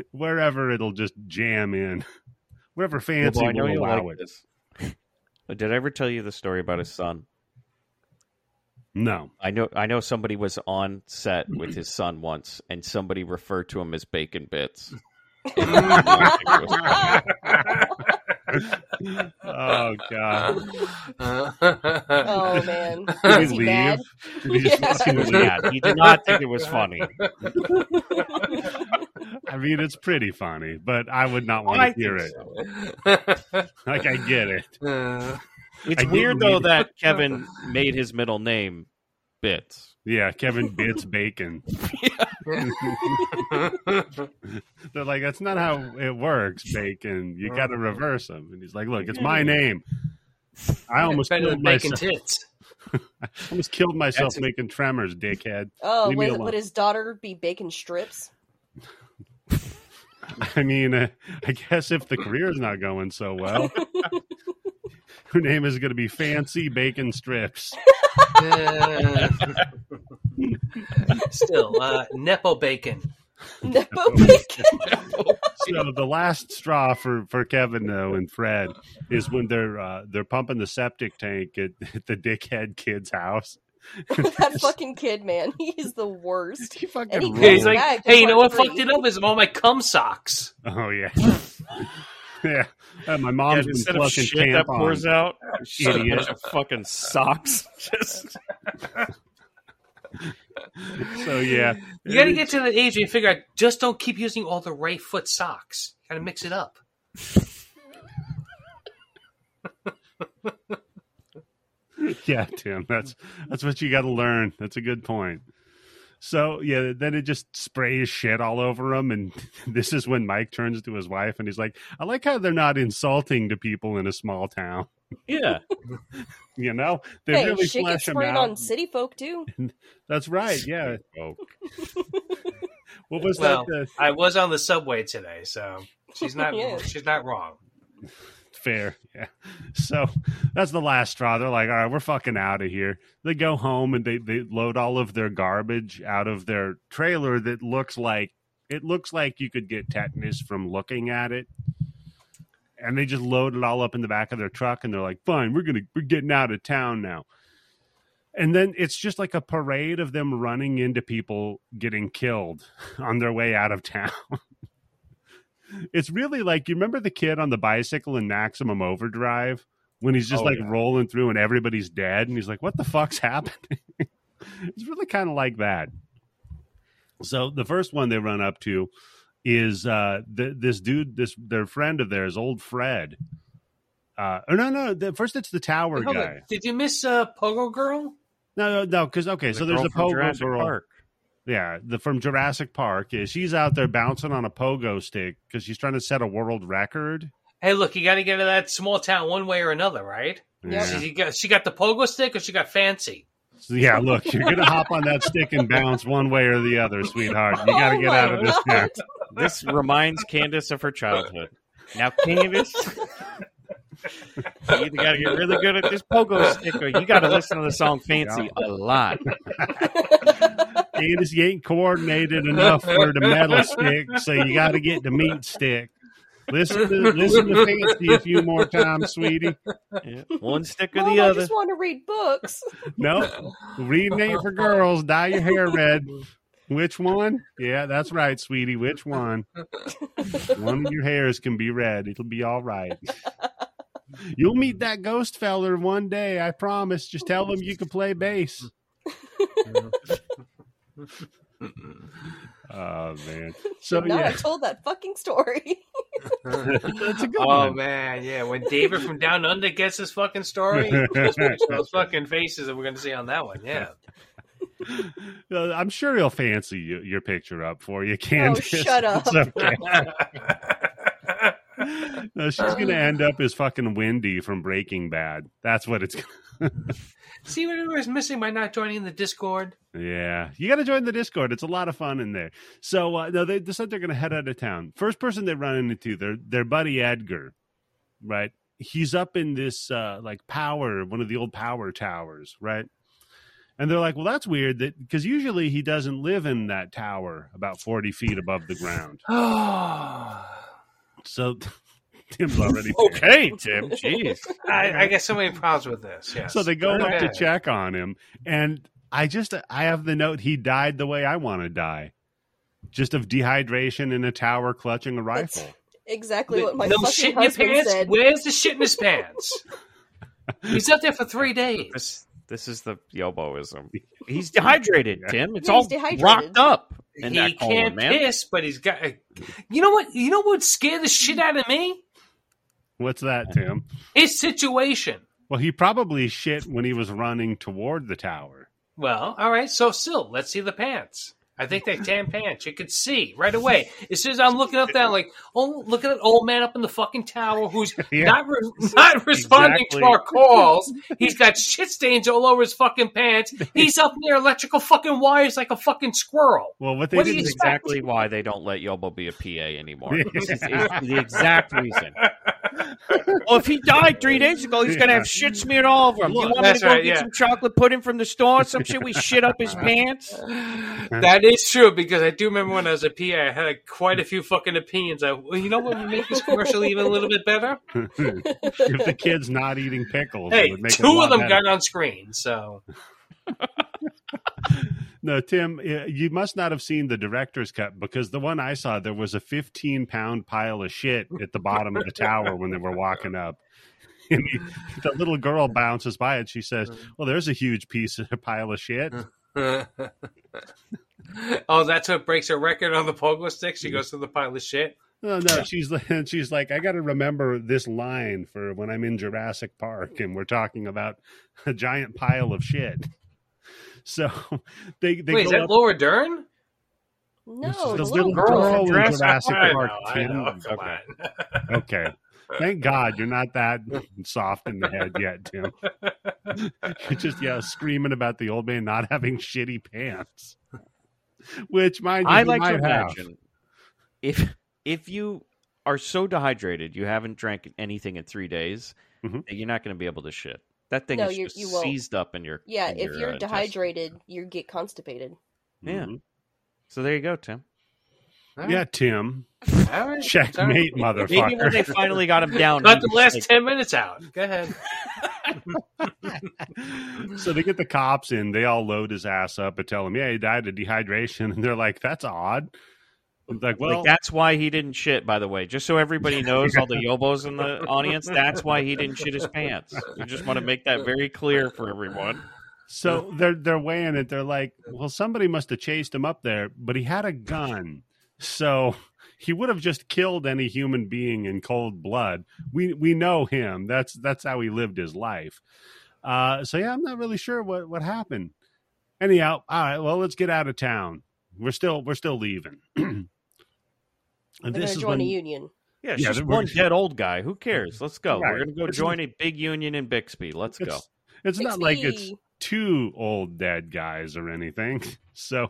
Speaker 4: this?
Speaker 1: wherever it'll just jam in, *laughs* wherever fancy
Speaker 4: Well, I know
Speaker 1: will
Speaker 4: you
Speaker 1: allow
Speaker 4: like
Speaker 1: it.
Speaker 4: this. Did I ever tell you the story about his son? *laughs*
Speaker 1: No,
Speaker 4: I know I know somebody was on *clears throat* set with his son once and somebody referred to him as bacon *laughs* bits.
Speaker 1: Mm. oh
Speaker 2: *laughs*
Speaker 1: god,
Speaker 3: *laughs* Oh
Speaker 1: *laughs*
Speaker 3: man,
Speaker 1: did
Speaker 3: is
Speaker 1: he
Speaker 3: he
Speaker 1: leave?
Speaker 3: bad?
Speaker 1: Did he just
Speaker 3: Yeah.
Speaker 1: fucking leave?
Speaker 4: yeah, he did not think it *laughs* was funny.
Speaker 1: I mean, it's pretty funny, but I would not want
Speaker 4: Oh, I
Speaker 1: to
Speaker 4: think
Speaker 1: hear it.
Speaker 4: so.
Speaker 1: *laughs* Like, I get it.
Speaker 4: It's
Speaker 1: I do
Speaker 4: weird though
Speaker 1: believe-
Speaker 4: that Kevin made his middle name Bits.
Speaker 1: Yeah, Kevin bits bacon.
Speaker 2: *laughs*
Speaker 1: They're like, that's not how it works, bacon. You got to reverse him. And he's like, look, it's my name. I almost
Speaker 2: Almost better
Speaker 1: killed
Speaker 2: than bacon
Speaker 1: myself.
Speaker 2: tits.
Speaker 1: Almost killed myself
Speaker 4: That's a-
Speaker 1: making tremors, dickhead.
Speaker 3: Oh,
Speaker 1: Leave me
Speaker 3: would,
Speaker 1: alone.
Speaker 3: would his daughter be
Speaker 1: *laughs*
Speaker 3: bacon strips?
Speaker 1: I mean, uh, I guess if the career's not going so
Speaker 4: *laughs*
Speaker 1: well, her name is going to be Fancy Bacon Strips.
Speaker 2: *laughs* Still, uh, Nepo bacon.
Speaker 3: *laughs*
Speaker 1: Oh,
Speaker 3: Nepo bacon.
Speaker 1: So the last straw for for Kevin though and Fred is when they're uh, they're pumping the septic tank at, at *laughs* the dickhead kid's house.
Speaker 3: that fucking kid, man, *laughs* he is the worst.
Speaker 1: He
Speaker 3: And he
Speaker 1: fucking
Speaker 3: goes
Speaker 1: rolls.
Speaker 2: He's like,
Speaker 3: back to
Speaker 2: hey, you know what
Speaker 3: part
Speaker 2: fucked
Speaker 3: three.
Speaker 2: it up is all my cum socks.
Speaker 1: oh
Speaker 4: *laughs*
Speaker 1: yeah, *laughs* yeah. Uh, my
Speaker 4: Yeah,
Speaker 1: mom's
Speaker 4: instead
Speaker 1: been
Speaker 4: of
Speaker 1: plucking
Speaker 4: shit that pours
Speaker 1: tampons.
Speaker 4: *laughs* out, it's just a
Speaker 1: Idiot.
Speaker 4: bunch of fucking socks. *laughs* Just
Speaker 1: So yeah,
Speaker 2: You got to get to the age where you figure out just don't keep using all the right foot socks. Got to mix it up.
Speaker 1: *laughs* yeah, Tim. That's that's what you got to learn. That's a good point. So yeah, then it just sprays shit all over him, and *laughs* this is when Mike turns to his wife and he's like, "I like how they're not insulting to people in a small town. *laughs*
Speaker 4: *laughs* yeah,
Speaker 1: You know, they
Speaker 3: Hey,
Speaker 1: really
Speaker 3: shit gets
Speaker 1: flesh him
Speaker 3: sprayed
Speaker 1: out.
Speaker 3: on city
Speaker 1: *laughs*
Speaker 3: folk too.
Speaker 1: That's right. Yeah.
Speaker 3: *laughs*
Speaker 4: Oh.
Speaker 1: What was
Speaker 2: Well-
Speaker 1: that? uh,
Speaker 2: *laughs* I was on the subway today, so she's not
Speaker 3: Yeah.
Speaker 2: she's not wrong.
Speaker 1: The Fair. Yeah. So that's the last straw. They're like, all right, we're fucking out of here. They go home and they, they load all of their garbage out of their trailer that looks like it looks like you could get tetanus from looking at it. And they just load it all up in the back of their truck and they're like, fine, we're gonna we're getting out of town now. And then it's just like a parade of them running into people getting killed *laughs* on their way out of town. *laughs* it's really like you remember the kid on the bicycle in Maximum Overdrive when he's just
Speaker 5: Oh,
Speaker 1: like
Speaker 5: yeah.
Speaker 1: rolling through and everybody's dead and he's like, "What the fuck's *laughs* happening?" it's really kind of like that. So the first one they run up to is uh th- this dude, this their friend of theirs, old Fred. Uh, or no, no. The, first, it's the tower
Speaker 2: Hold
Speaker 1: guy.
Speaker 2: on. Did you miss uh, Pogo Girl?
Speaker 1: No, no, no. Because okay, so there's
Speaker 4: girl
Speaker 1: the
Speaker 4: from
Speaker 1: pogo
Speaker 4: Jurassic
Speaker 1: girl.
Speaker 4: Park.
Speaker 1: Yeah, the from Jurassic Park. Yeah, she's out there bouncing on a pogo stick because she's trying to set a world record.
Speaker 2: Hey, look, you got to get to that small town one way or another, right?
Speaker 3: Yeah.
Speaker 1: Yeah.
Speaker 2: She, got, she got the pogo stick or she got fancy?
Speaker 1: So, yeah, look, you're gonna hop on that stick and bounce one way or the other, sweetheart. You
Speaker 3: *laughs*
Speaker 1: got to
Speaker 3: Oh
Speaker 1: get
Speaker 3: my
Speaker 1: out of this.
Speaker 3: God.
Speaker 1: *laughs* town.
Speaker 4: This reminds Candace of her childhood. Now, Candace, you either got to get really good at this pogo stick or you got to listen to the song Fancy a lot.
Speaker 1: Candace, you ain't coordinated enough for the metal stick, so you got to get the meat stick. Listen to listen to Fancy a few more times, sweetie.
Speaker 4: Yeah. One stick or
Speaker 3: Mom,
Speaker 4: the
Speaker 3: I
Speaker 4: other.
Speaker 3: just want to read books.
Speaker 1: No, reading ain't for girls. Dye your hair red. Which one? Yeah, that's right, sweetie. Which one? one of your hairs can be red. It'll be all right. You'll meet that ghost feller one day, I promise. Just tell him you can play
Speaker 3: *laughs*
Speaker 1: bass. Oh
Speaker 3: *laughs*
Speaker 1: man. *laughs* So
Speaker 3: now I
Speaker 1: yeah,
Speaker 3: told that fucking story. *laughs*
Speaker 1: that's a
Speaker 2: *laughs*
Speaker 1: good
Speaker 2: Oh
Speaker 1: one.
Speaker 2: man, yeah. When David from Down Under gets his
Speaker 1: *laughs*
Speaker 2: fucking story, those fucking faces that we're going to see on that one. Yeah. *laughs*
Speaker 1: Uh, I'm sure he'll fancy you, your picture up for you, Candace.
Speaker 3: Oh, shut up.
Speaker 1: It's okay. no, she's gonna end up as fucking Wendy from Breaking Bad. That's what it's.
Speaker 2: see what I was missing by not joining the
Speaker 1: *laughs*
Speaker 2: Discord. *sighs*
Speaker 1: Yeah, you got to join the Discord. It's a lot of fun in there. So uh, no, they decide they're gonna head out of town. First person they run into, their their buddy Edgar, right? He's up in this uh like power, one of the old power towers, right? And they're like, well, that's weird that because usually he doesn't live in that tower about forty feet above the ground.
Speaker 2: I,
Speaker 1: So *laughs* Tim's already
Speaker 4: Okay, Tim. Jeez.
Speaker 2: I got so many problems with this. Yes.
Speaker 1: So they go up to
Speaker 2: Okay.
Speaker 1: check on him, and I just I have the note he died the way I want to die, just of dehydration in a tower clutching a rifle.
Speaker 3: exactly what my
Speaker 2: no
Speaker 3: fucking
Speaker 2: shit in your
Speaker 3: husband
Speaker 2: pants.
Speaker 3: said.
Speaker 2: Where's the shit in
Speaker 1: *laughs*
Speaker 2: his pants? He's up there for three days.
Speaker 4: This, this is the Yoboism. He's dehydrated, Tim.
Speaker 3: He's
Speaker 4: It's all
Speaker 3: dehydrated.
Speaker 4: rocked up. in
Speaker 2: he
Speaker 4: that colon,
Speaker 2: can't piss, but he's got. You know what? You know what would scare the shit out of me?
Speaker 1: What's that, Tim?
Speaker 2: His situation.
Speaker 1: Well, he probably shit when he was running toward the tower.
Speaker 2: Well, all right. So still, let's see the pants. I think they're tan pants. You could see right away. As soon as I'm looking up there, I'm like, oh, look at that old man up in the fucking tower who's
Speaker 1: *laughs* Yeah.
Speaker 2: not re-
Speaker 1: *laughs*
Speaker 2: not responding
Speaker 1: Exactly.
Speaker 2: to our calls.
Speaker 1: *laughs*
Speaker 2: He's got shit stains all over his fucking pants. He's up near electrical fucking wires like a fucking squirrel.
Speaker 1: Well, what they
Speaker 2: What do
Speaker 1: did
Speaker 2: you
Speaker 1: is-
Speaker 4: This is exactly why they don't let Yobo be a
Speaker 2: *laughs*
Speaker 4: PA anymore. This is, is the exact reason. Well, if he died three days ago, he's gonna have shit smeared all over him. you want me to
Speaker 2: That's
Speaker 4: go
Speaker 2: right,
Speaker 4: get
Speaker 2: yeah.
Speaker 4: some chocolate pudding from the store? Some shit we shit up
Speaker 2: *laughs*
Speaker 4: his pants.
Speaker 2: That is true because I do remember when I was a PA, I had like, quite a few fucking opinions. I, well, you know what would make this commercial even a little bit better? *laughs*
Speaker 1: if the kid's not eating pickles, it
Speaker 2: Hey,
Speaker 1: would make it a
Speaker 2: two
Speaker 1: lot
Speaker 2: of them
Speaker 1: better.
Speaker 2: got on screen, so
Speaker 1: No, Tim, eh, you must not have seen the director's cut because the one I saw, there was a 15 pound pile of shit at the bottom of the tower when they were walking up. *laughs* And he- the little girl bounces by and she says, Well, there's a huge piece of *laughs* pile of shit.
Speaker 2: *laughs* oh, that's what breaks her record on the pogo stick. She goes to the pile of shit.
Speaker 1: Oh, No, no, she's *laughs* li- and she's like, I got to remember this line for when I'm in Jurassic Park and we're talking about a giant pile of shit. *laughs* So they they
Speaker 2: Wait,
Speaker 1: go
Speaker 2: is that
Speaker 1: up-
Speaker 2: Laura Dern?
Speaker 1: This is
Speaker 3: No,
Speaker 1: the
Speaker 3: the little
Speaker 1: little girl
Speaker 3: girl.
Speaker 1: in
Speaker 4: Jurassic
Speaker 1: Jurassic
Speaker 2: I
Speaker 1: Park.
Speaker 2: know, I
Speaker 1: Tim.
Speaker 2: know. Come
Speaker 1: Okay.
Speaker 2: on.
Speaker 1: Okay. Thank God you're not that soft in the head yet, Tim. You're just yeah screaming about the old man not having shitty pants, which mind you,
Speaker 4: I
Speaker 1: he
Speaker 4: like to
Speaker 1: might have.
Speaker 4: imagine if if you are so dehydrated, you haven't drank anything in three days,
Speaker 2: Mm-hmm.
Speaker 1: Mhm.
Speaker 4: that you're not going to be able to shit. That thing
Speaker 3: No,
Speaker 4: is
Speaker 3: you-
Speaker 4: just
Speaker 3: you won't.
Speaker 4: seized up in your
Speaker 3: Yeah,
Speaker 4: in
Speaker 3: if
Speaker 4: your,
Speaker 3: you're
Speaker 4: uh, intestine.
Speaker 3: dehydrated, you get constipated.
Speaker 4: Yeah.
Speaker 1: Mhm.
Speaker 4: So there you go, Tim.
Speaker 1: Yeah, Tim.
Speaker 2: All right.
Speaker 1: Checkmate,
Speaker 2: Sorry.
Speaker 4: Maybe when they
Speaker 1: motherfucker.
Speaker 4: finally
Speaker 2: *laughs*
Speaker 4: got him down,
Speaker 2: Got
Speaker 4: he
Speaker 2: the
Speaker 4: was
Speaker 2: last
Speaker 4: like,
Speaker 2: ten minutes out. Go ahead.
Speaker 1: so they get the cops in. They all load his ass up and tell him, yeah, he died of dehydration. And they're like, that's odd. I'm like, well,
Speaker 4: like that's why he didn't shit. By the way, just
Speaker 1: *laughs*
Speaker 4: so everybody knows, all the yobos in the audience, that's why he didn't shit his pants. We just want to make that very clear for everyone.
Speaker 1: so they're they're weighing it. They're like, well, somebody must have chased him up there, but he had a gun, so *laughs* he would have just killed any human being in cold blood. We we know him. That's that's how he lived his life. Uh, so yeah, I'm not really sure what what happened. Anyhow, all right. Well, let's get out of town. We're still we're still leaving. *clears throat* and
Speaker 3: They're going to join a union.
Speaker 4: Yeah, it's
Speaker 1: Yeah,
Speaker 4: just
Speaker 1: we're-
Speaker 4: one dead old guy. Who cares? Let's go.
Speaker 1: Right.
Speaker 4: We're gonna go
Speaker 1: It's-
Speaker 4: join a big union in Bixby. Let's go.
Speaker 1: It's, it's not
Speaker 3: It's
Speaker 1: like it's
Speaker 3: me.
Speaker 1: two old dead guys or anything. *laughs* So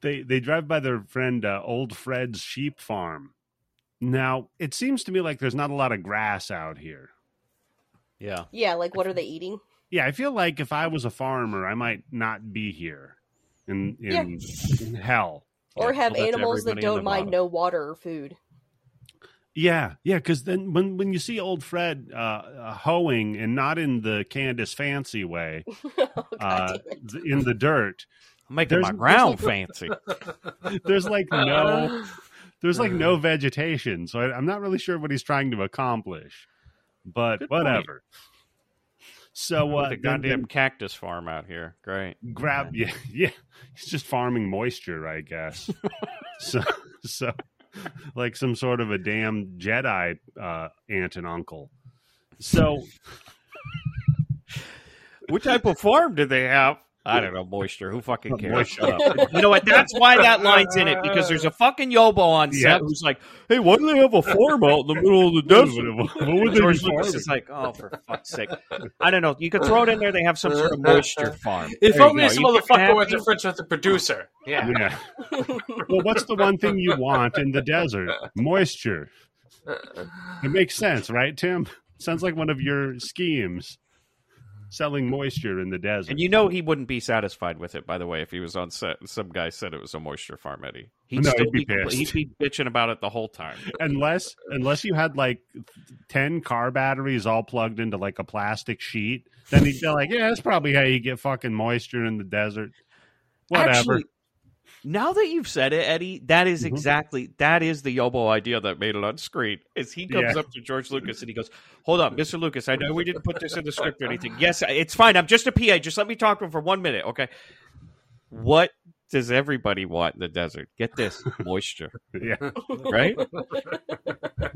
Speaker 1: they they drive by their friend uh, old Fred's sheep farm. Now it seems to me like there's not a lot of grass out here.
Speaker 4: Yeah.
Speaker 3: Yeah, like what are they eating?
Speaker 1: Yeah, I feel like if I was a farmer, I might not be here in in, in hell.
Speaker 3: Or
Speaker 4: Yeah,
Speaker 3: have
Speaker 4: well, that's
Speaker 3: animals that
Speaker 4: everybody in
Speaker 3: don't
Speaker 4: the
Speaker 3: mind
Speaker 4: bottom.
Speaker 3: no water or food. *laughs*
Speaker 1: Yeah, yeah, because then when when you see old Fred uh, uh, hoeing and not in the Candace fancy way,
Speaker 3: oh, God
Speaker 1: Uh,
Speaker 3: damn it.
Speaker 1: th- in the dirt,
Speaker 4: I'm making
Speaker 1: There's- *laughs*
Speaker 4: my ground fancy.
Speaker 1: there's
Speaker 4: *laughs*
Speaker 1: like no
Speaker 4: Uh.
Speaker 1: there's like no vegetation, so I, I'm not really sure what he's trying to accomplish. But
Speaker 4: Good point.
Speaker 1: whatever. So uh,
Speaker 4: What a
Speaker 1: then-
Speaker 4: goddamn cactus farm out here. Great.
Speaker 1: then grab *laughs* yeah yeah. He's just farming moisture, I
Speaker 4: *laughs*
Speaker 1: guess. so so like some sort of a damn Jedi uh, aunt and uncle. So
Speaker 4: What type of farm do they have? I don't know, moisture. Who fucking cares?
Speaker 1: moist- shut up.
Speaker 4: You know what? That's why that line's in it because there's a fucking yobo on set
Speaker 1: Yeah.
Speaker 4: who's like, "Hey, why do they have a farm out in the
Speaker 1: *laughs*
Speaker 4: middle of the desert?"
Speaker 1: What would they
Speaker 4: George
Speaker 1: be
Speaker 4: Lucas
Speaker 1: farming?
Speaker 4: is like, "Oh, for fuck's sake!" I don't know. You could throw it in there. They have some sort of moisture farm.
Speaker 2: If
Speaker 4: There you
Speaker 2: only
Speaker 4: go.
Speaker 2: this
Speaker 4: You fucking
Speaker 2: motherfucker
Speaker 4: have
Speaker 2: wasn't
Speaker 4: people-
Speaker 2: friends with the producer. Yeah.
Speaker 1: Yeah. well, what's the one thing you want in the desert? Moisture. It makes sense, right, Tim? Sounds like one of your schemes. Selling moisture in the desert.
Speaker 4: *laughs* And you know he wouldn't be satisfied with it, by the way, if he was on set. and Some guy said it was a moisture farm, Eddie. He'd
Speaker 1: No,
Speaker 4: still
Speaker 1: he'd be
Speaker 4: be, compl-
Speaker 1: pissed.
Speaker 4: he'd be bitching about it the whole time.
Speaker 1: unless unless you had like 10 car batteries all plugged into like a plastic sheet, then he'd be like, "Yeah, that's probably how you get fucking moisture in the desert." Whatever.
Speaker 4: Actually, now that you've said it, Eddie, that is
Speaker 1: Mhm.
Speaker 4: exactly that is the Yobo idea that made it on screen. Is he comes
Speaker 1: Yeah.
Speaker 4: up to George Lucas and he goes, "Hold up, Mister Lucas, I know we didn't put this in the script
Speaker 1: *laughs*
Speaker 4: or anything. Yes, I- it's fine. I'm just a PA. Just let me talk to him for one minute, okay? What does everybody want in the desert? Get
Speaker 1: *laughs*
Speaker 4: this moisture,
Speaker 1: yeah.
Speaker 4: *laughs* right?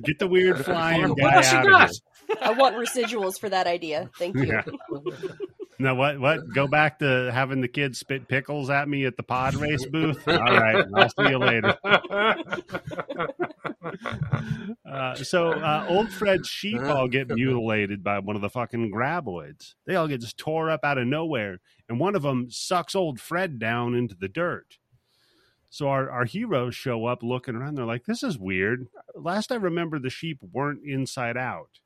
Speaker 1: Get the weird flying
Speaker 4: What
Speaker 1: guy
Speaker 2: else you
Speaker 1: out of
Speaker 2: got?
Speaker 1: here.
Speaker 3: I want residuals for that idea. Thank you.
Speaker 1: *laughs* Yeah. No, what? What? Go back to having the kids spit pickles at me at the pod race
Speaker 4: *laughs*
Speaker 1: booth. All right, I'll see you later. Uh, so, uh, old Fred's sheep
Speaker 4: Uh-huh.
Speaker 1: all get mutilated by one of the fucking graboids. They all get just tore up out of nowhere, and one of them sucks old Fred down into the dirt. So our, our heroes show up looking around. They're like, "This is weird." Last I remember, the sheep weren't inside out.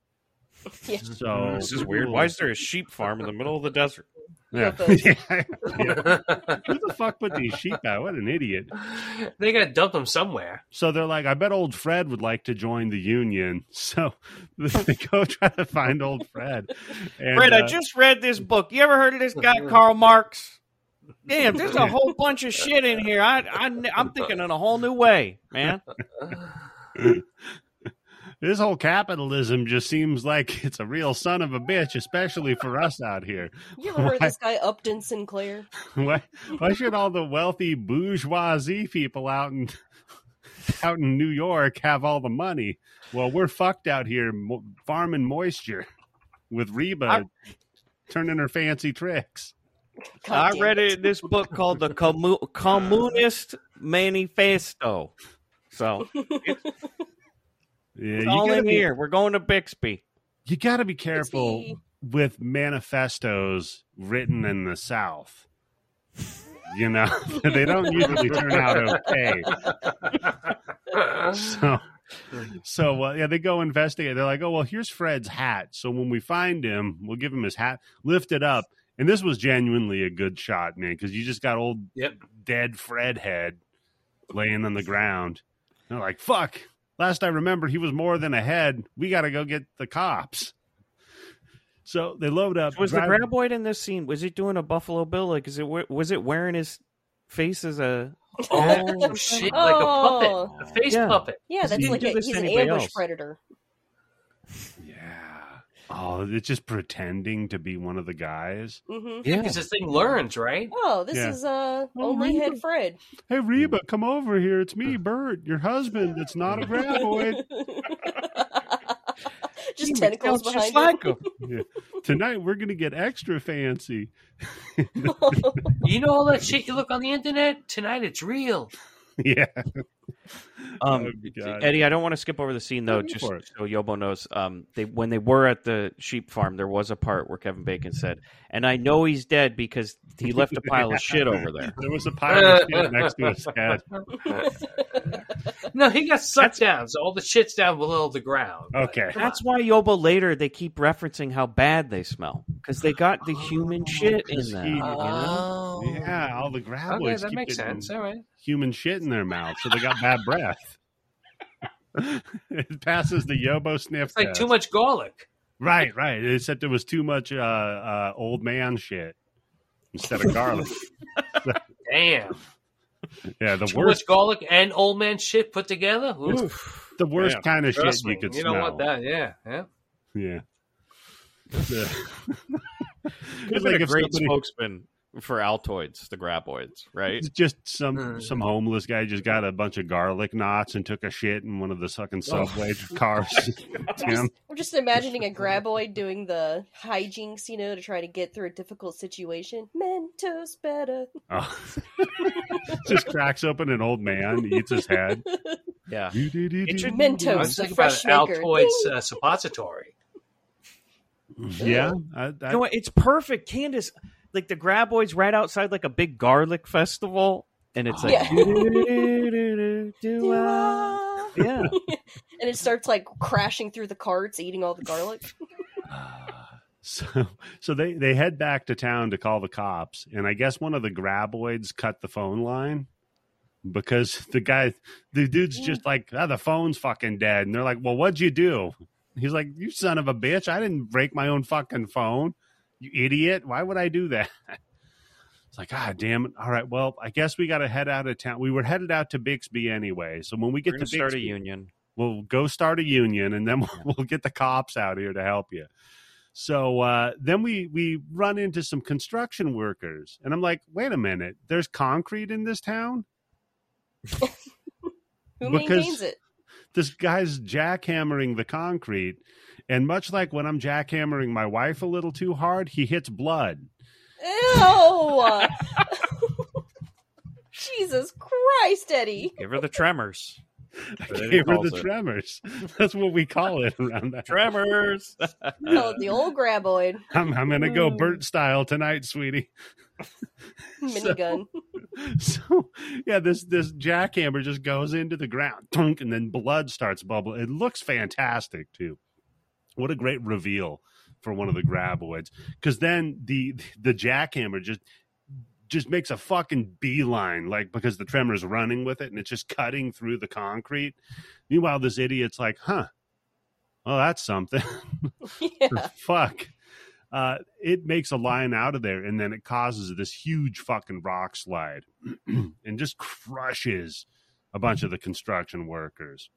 Speaker 3: Yeah.
Speaker 1: So
Speaker 4: this is weird. Why is there a sheep farm in the middle of the desert?
Speaker 1: *laughs* Yeah.
Speaker 3: UFOs.
Speaker 1: Yeah. Who the fuck put these sheep out? What an idiot.
Speaker 2: *laughs* they gotta dump
Speaker 1: *laughs*
Speaker 2: them somewhere.
Speaker 1: So they're like, I bet old Fred would like to join the union. *laughs* So they go try to find old Fred. And,
Speaker 4: Fred, I
Speaker 1: uh,
Speaker 4: just read this book. You ever heard of this guy, Karl Marx? Damn, there's a whole bunch of shit in here. I, I, I'm thinking in a whole new way, man.
Speaker 1: this whole capitalism just seems like it's a real son of a bitch, especially for us out here.
Speaker 3: *laughs*
Speaker 1: *laughs*
Speaker 3: You ever heard of this guy Upton Sinclair?
Speaker 1: Why, why should all the wealthy bourgeoisie people out in *laughs* out in New York have all the money? Well, we're fucked out here mo- farming moisture with Reba
Speaker 4: I-
Speaker 1: turning her fancy tricks.
Speaker 3: God
Speaker 4: I
Speaker 3: damn
Speaker 4: read it in this book called The Commu- Communist Manifesto. So
Speaker 1: Yeah,
Speaker 4: it's
Speaker 1: you
Speaker 4: all
Speaker 1: gotta
Speaker 4: in
Speaker 1: be-
Speaker 4: here. We're going to Bixby.
Speaker 1: You got to be careful with manifestos written in the South. You *laughs* know, they don't usually turn out okay. So So uh, yeah, they go investigate. They're like, oh well, here's Fred's hat. So when we find him, we'll give him his hat. Lift it up, and this was genuinely a good shot, man, because you just got old
Speaker 2: Yep.
Speaker 1: dead Fred head laying on the ground. And they're like, fuck. Last I remember, he was more than a head. We got to go get the cops. So they load up.
Speaker 4: Was the
Speaker 1: drive-
Speaker 4: graboid in this scene? Was he doing a Buffalo Bill? Like, is it we- was it wearing his face as
Speaker 2: *laughs*
Speaker 4: a?
Speaker 2: Oh shit! Like a puppet,
Speaker 3: Oh.
Speaker 2: a face
Speaker 4: Yeah.
Speaker 2: puppet.
Speaker 3: Yeah,
Speaker 4: Does
Speaker 3: that's
Speaker 4: he
Speaker 3: like
Speaker 4: do
Speaker 3: a,
Speaker 4: this to
Speaker 3: he's an
Speaker 4: anybody
Speaker 3: ambush
Speaker 4: else?
Speaker 3: predator.
Speaker 1: Yeah. Oh, it's just pretending to be one of the guys.
Speaker 3: hmm
Speaker 4: Yeah,
Speaker 2: Because this thing learns, right?
Speaker 3: Oh, this
Speaker 1: Yeah.
Speaker 3: is uh
Speaker 1: Oh,
Speaker 3: only
Speaker 1: Reba.
Speaker 3: head
Speaker 4: *laughs*
Speaker 3: Fred.
Speaker 1: Hey, Reba, come over here. It's me, Bert, your husband. It's not a graboid.
Speaker 3: *laughs* Just tentacles behind
Speaker 4: just
Speaker 3: him.
Speaker 4: like him.
Speaker 1: Tonight, we're going to get extra fancy. *laughs*
Speaker 2: You know all that shit you look on the internet tonight. It's real.
Speaker 1: Yeah.
Speaker 4: Um,
Speaker 1: Oh, God.
Speaker 4: Eddie, I don't want to skip over the scene though,
Speaker 1: Go
Speaker 4: just
Speaker 1: for it.
Speaker 4: so Yobo knows. Um, they when they were at the sheep farm, there was a part where Kevin Bacon said, "And I know he's dead because he left a pile of shit over there."
Speaker 1: There was a pile of
Speaker 2: *laughs*
Speaker 1: shit next to his head.
Speaker 2: No, he got sucked down, so all the shit's down below the ground.
Speaker 1: Okay.
Speaker 4: That's why Yobo later they keep referencing how bad they smell because they got the human shit in
Speaker 1: He-
Speaker 4: them.
Speaker 2: Oh,
Speaker 1: Yeah, all the
Speaker 2: Okay,
Speaker 1: graboids
Speaker 2: that
Speaker 1: keep
Speaker 2: makes
Speaker 1: getting
Speaker 2: sense. All right.
Speaker 1: human shit in their mouth, so they got bad breath. *laughs* it passes the Yobo sniff
Speaker 2: It's like
Speaker 1: test.
Speaker 2: too much garlic.
Speaker 1: Right, right. Except it was too much uh, uh, old man shit instead of
Speaker 4: *laughs*
Speaker 1: garlic.
Speaker 2: Damn.
Speaker 1: yeah, the
Speaker 2: too
Speaker 1: worst,
Speaker 2: much garlic and old man shit put together. Ooh,
Speaker 1: the worst
Speaker 4: Yeah,
Speaker 1: kind of shit
Speaker 2: trust me,
Speaker 1: you could
Speaker 2: you
Speaker 1: smell.
Speaker 2: don't want that. Yeah. Yeah.
Speaker 4: *laughs*
Speaker 1: Yeah. The-
Speaker 4: Could
Speaker 1: it's
Speaker 4: like
Speaker 1: like
Speaker 4: a
Speaker 1: if
Speaker 4: great
Speaker 1: somebody,
Speaker 4: spokesman for Altoids, the Graboids, right?
Speaker 1: it's just some
Speaker 4: Uh.
Speaker 2: Mm.
Speaker 1: some homeless guy just got a bunch of garlic knots and took a shit in one of the sucking
Speaker 4: Oh.
Speaker 1: subway
Speaker 4: *laughs*
Speaker 1: cars. Tim.
Speaker 3: I'm just imagining a graboid doing the hijinks, you know, to try to get through a difficult situation. Mentos better.
Speaker 1: Oh. *laughs* just cracks open an old man, eats his
Speaker 4: *laughs*
Speaker 1: head.
Speaker 4: Yeah.
Speaker 1: Yeah,
Speaker 4: Introduce-
Speaker 2: I was
Speaker 3: Mentos, the
Speaker 2: thinking about
Speaker 3: fresh
Speaker 2: an
Speaker 3: maker. *laughs*
Speaker 2: Altoids uh, suppository.
Speaker 1: I,
Speaker 4: You
Speaker 1: I,
Speaker 4: know what? It's perfect. Candace, like the Graboids right outside like a big garlic festival. And it's like,
Speaker 3: Yeah.
Speaker 4: "Do-do-do-do-do-do,
Speaker 3: Ding.
Speaker 4: do I?" yeah.
Speaker 3: and it starts like crashing through the carts, eating all the garlic.
Speaker 1: *laughs* So so they they head back to town to call the cops, and I guess one of the graboids cut the phone line because *laughs* the guy the dude's just like ah, the phone's fucking dead, and they're like, well, what'd you do? He's like, you son of a bitch! I didn't break my own fucking phone, you idiot! Why would I do that? *laughs* It's like, ah, damn it! All right, well, I guess we got to head out of town. We were headed out to Bixby anyway, so when we
Speaker 4: We're
Speaker 1: get
Speaker 4: gonna
Speaker 1: to
Speaker 4: start a
Speaker 1: Bixby,
Speaker 4: union.
Speaker 1: we'll go start a union and then *laughs* we'll, we'll get the cops out here to help you so uh, then we we run into some construction workers and i'm like wait a minute there's concrete in this town
Speaker 3: Who
Speaker 1: Because-
Speaker 3: maintains it?
Speaker 1: this guy's jackhammering the concrete and much like when i'm jackhammering my wife a little too hard he hits blood
Speaker 3: Ew!
Speaker 4: *laughs*
Speaker 3: *laughs* Jesus Christ, Eddie.
Speaker 4: Give her the tremors.
Speaker 1: *laughs* I
Speaker 4: That's what he
Speaker 1: gave her
Speaker 4: calls
Speaker 1: the
Speaker 4: it.
Speaker 1: tremors *laughs* that's what we call it around that
Speaker 4: Tremors.
Speaker 3: Call it the old graboid
Speaker 1: i'm, I'm gonna go bert style tonight sweetie
Speaker 3: minigun.
Speaker 1: *laughs* so yeah this this jackhammer just goes into the ground thunk, and then blood starts bubbling it looks fantastic too what a great reveal for one of the graboids because then the the jackhammer just just makes a fucking beeline like because the tremor is running with it and it's just cutting through the concrete meanwhile this idiot's like huh well that's something
Speaker 3: *laughs*
Speaker 2: *laughs*
Speaker 3: yeah.
Speaker 1: fuck. Uh, it makes a line out of there, and then it causes this huge fucking rock slide, *clears throat* and just crushes a bunch of the construction workers.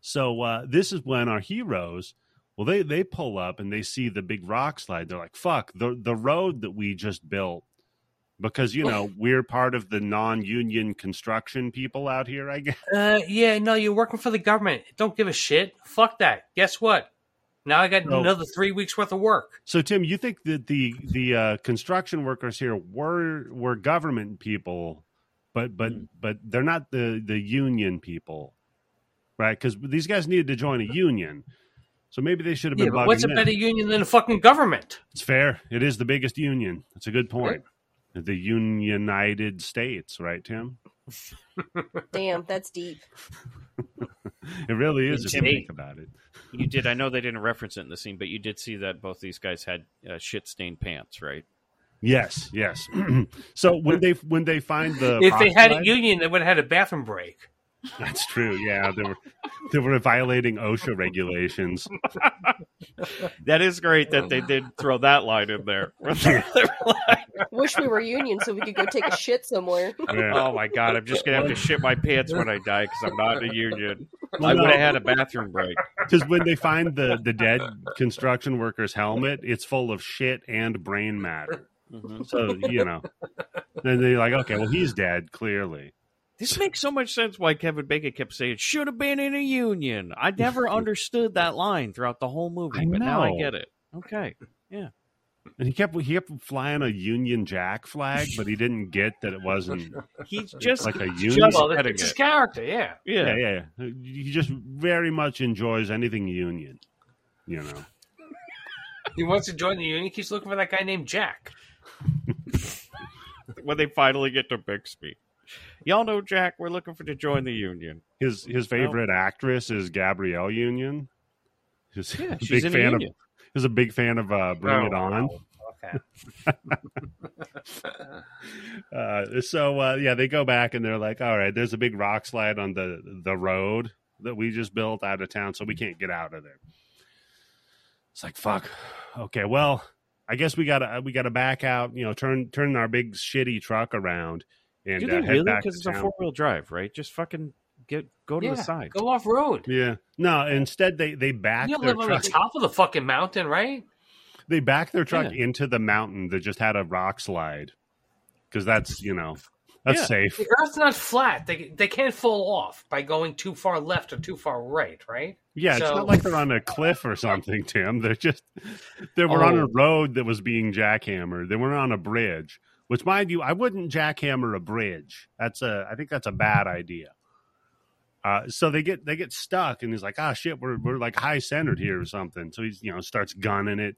Speaker 1: So uh, this is when our heroes, well, they they pull up and they see the big rock slide. They're like, "Fuck the the road that we just built," because you know we're part of the non union construction people out here. I guess.
Speaker 2: Uh, yeah, no, you're working for the government. Don't give a shit. Fuck that. Guess what? Now I got
Speaker 1: No.
Speaker 2: another three weeks worth of work.
Speaker 1: So Tim, you think that the the uh, construction workers here were were government people, but but
Speaker 2: Hmm.
Speaker 1: but they're not the the union people, right? Because these guys needed to join a union, so maybe they should have been.
Speaker 2: Yeah, but
Speaker 1: bugging
Speaker 2: what's a
Speaker 1: them.
Speaker 2: better union than a fucking government?
Speaker 1: It's fair. It is the biggest union. That's a good point. The United States, right, Tim?
Speaker 3: Damn, that's deep.
Speaker 1: it really is if you
Speaker 4: Intimidate.
Speaker 1: think about it.
Speaker 4: You did. I know they didn't reference it in the scene, but you did see that both these guys had uh, shit stained pants, right?
Speaker 1: Yes, yes. *clears throat* so when they when they find the
Speaker 2: if they had a
Speaker 1: box
Speaker 2: union, they would have had a bathroom break.
Speaker 1: line- that's true. Yeah, they were they were violating OSHA regulations.
Speaker 4: That is great that
Speaker 1: Um,
Speaker 4: they did throw that line
Speaker 1: *laughs*
Speaker 4: in there. *laughs* They were like,
Speaker 3: Wish we were union so we could go take a shit
Speaker 2: *laughs*
Speaker 3: somewhere.
Speaker 1: *laughs* Yeah.
Speaker 4: oh my god, I'm just gonna have to shit my pants when I die because I'm not in a union. I
Speaker 1: Well,
Speaker 4: would have
Speaker 1: no.
Speaker 4: had a bathroom break.
Speaker 1: Because when they find the the dead construction worker's helmet, it's full of shit and brain matter.
Speaker 4: Mhm.
Speaker 1: So you know, then they're like, okay, well he's dead clearly.
Speaker 4: This makes so much sense why Kevin Bacon kept saying should have been in a union.
Speaker 1: *laughs*
Speaker 4: I never understood that line throughout the whole movie,
Speaker 1: I
Speaker 4: but now I
Speaker 1: know.
Speaker 4: get it. Okay,
Speaker 1: And he kept he kept flying a Union Jack flag, but he didn't get that it wasn't.
Speaker 4: he's just
Speaker 1: Like a
Speaker 4: he's
Speaker 1: union?
Speaker 4: just
Speaker 2: Well,
Speaker 4: getting
Speaker 2: it's his
Speaker 4: it.
Speaker 2: character, yeah.
Speaker 4: Yeah.
Speaker 1: Yeah, yeah. yeah. He just very much enjoys anything Union. You know.
Speaker 2: *laughs* He wants to join the union. He keeps looking for that guy named Jack.
Speaker 4: when they finally get to Bixby. Y'all know Jack, we're looking for to join the
Speaker 1: *laughs*
Speaker 4: union.
Speaker 1: His his favorite actress is Gabrielle Union. He's
Speaker 4: Yeah,
Speaker 1: a
Speaker 4: she's
Speaker 1: big
Speaker 4: in a
Speaker 1: fan of
Speaker 4: union.
Speaker 1: he's a big fan of uh, Bring
Speaker 2: Oh,
Speaker 1: It On.
Speaker 2: Okay.
Speaker 1: Uh, so uh, yeah, they go back and they're like, "All right, there's a big rock slide on the the road that we just built out of town, so we
Speaker 4: Mm-hmm.
Speaker 1: can't get out of there." It's like, "Fuck." Okay, well, I guess we gotta we gotta back out. You know, turn turn our big shitty truck around and
Speaker 4: Do
Speaker 1: uh,
Speaker 4: they
Speaker 1: head
Speaker 4: really?
Speaker 1: back
Speaker 4: Because
Speaker 1: to
Speaker 4: it's a
Speaker 1: town.
Speaker 4: four wheel drive, right? Just fucking get go to
Speaker 2: Yeah,
Speaker 4: the side.
Speaker 2: Go off road.
Speaker 1: yeah, no. Instead, they they back
Speaker 2: You don't
Speaker 1: their
Speaker 2: live on the
Speaker 1: truck.
Speaker 2: top of the fucking mountain, right?
Speaker 1: They back their truck into the mountain that just had a rock slide because that's you know that's
Speaker 4: Yeah.
Speaker 1: safe.
Speaker 2: The Earth's not flat. They they can't fall off by going too far left or too far right, right?
Speaker 1: Yeah, it's
Speaker 2: So-
Speaker 1: not like they're on a cliff or something, Tim. They're just they were on a
Speaker 4: Oh.
Speaker 1: road that was being jackhammered. They were on a bridge, which, mind you, I wouldn't jackhammer a bridge. That's a I think that's a bad idea. Uh, so they get they get stuck, and he's like, "Ah, shit, we're we're like high centered here or something." So he's you know starts gunning it.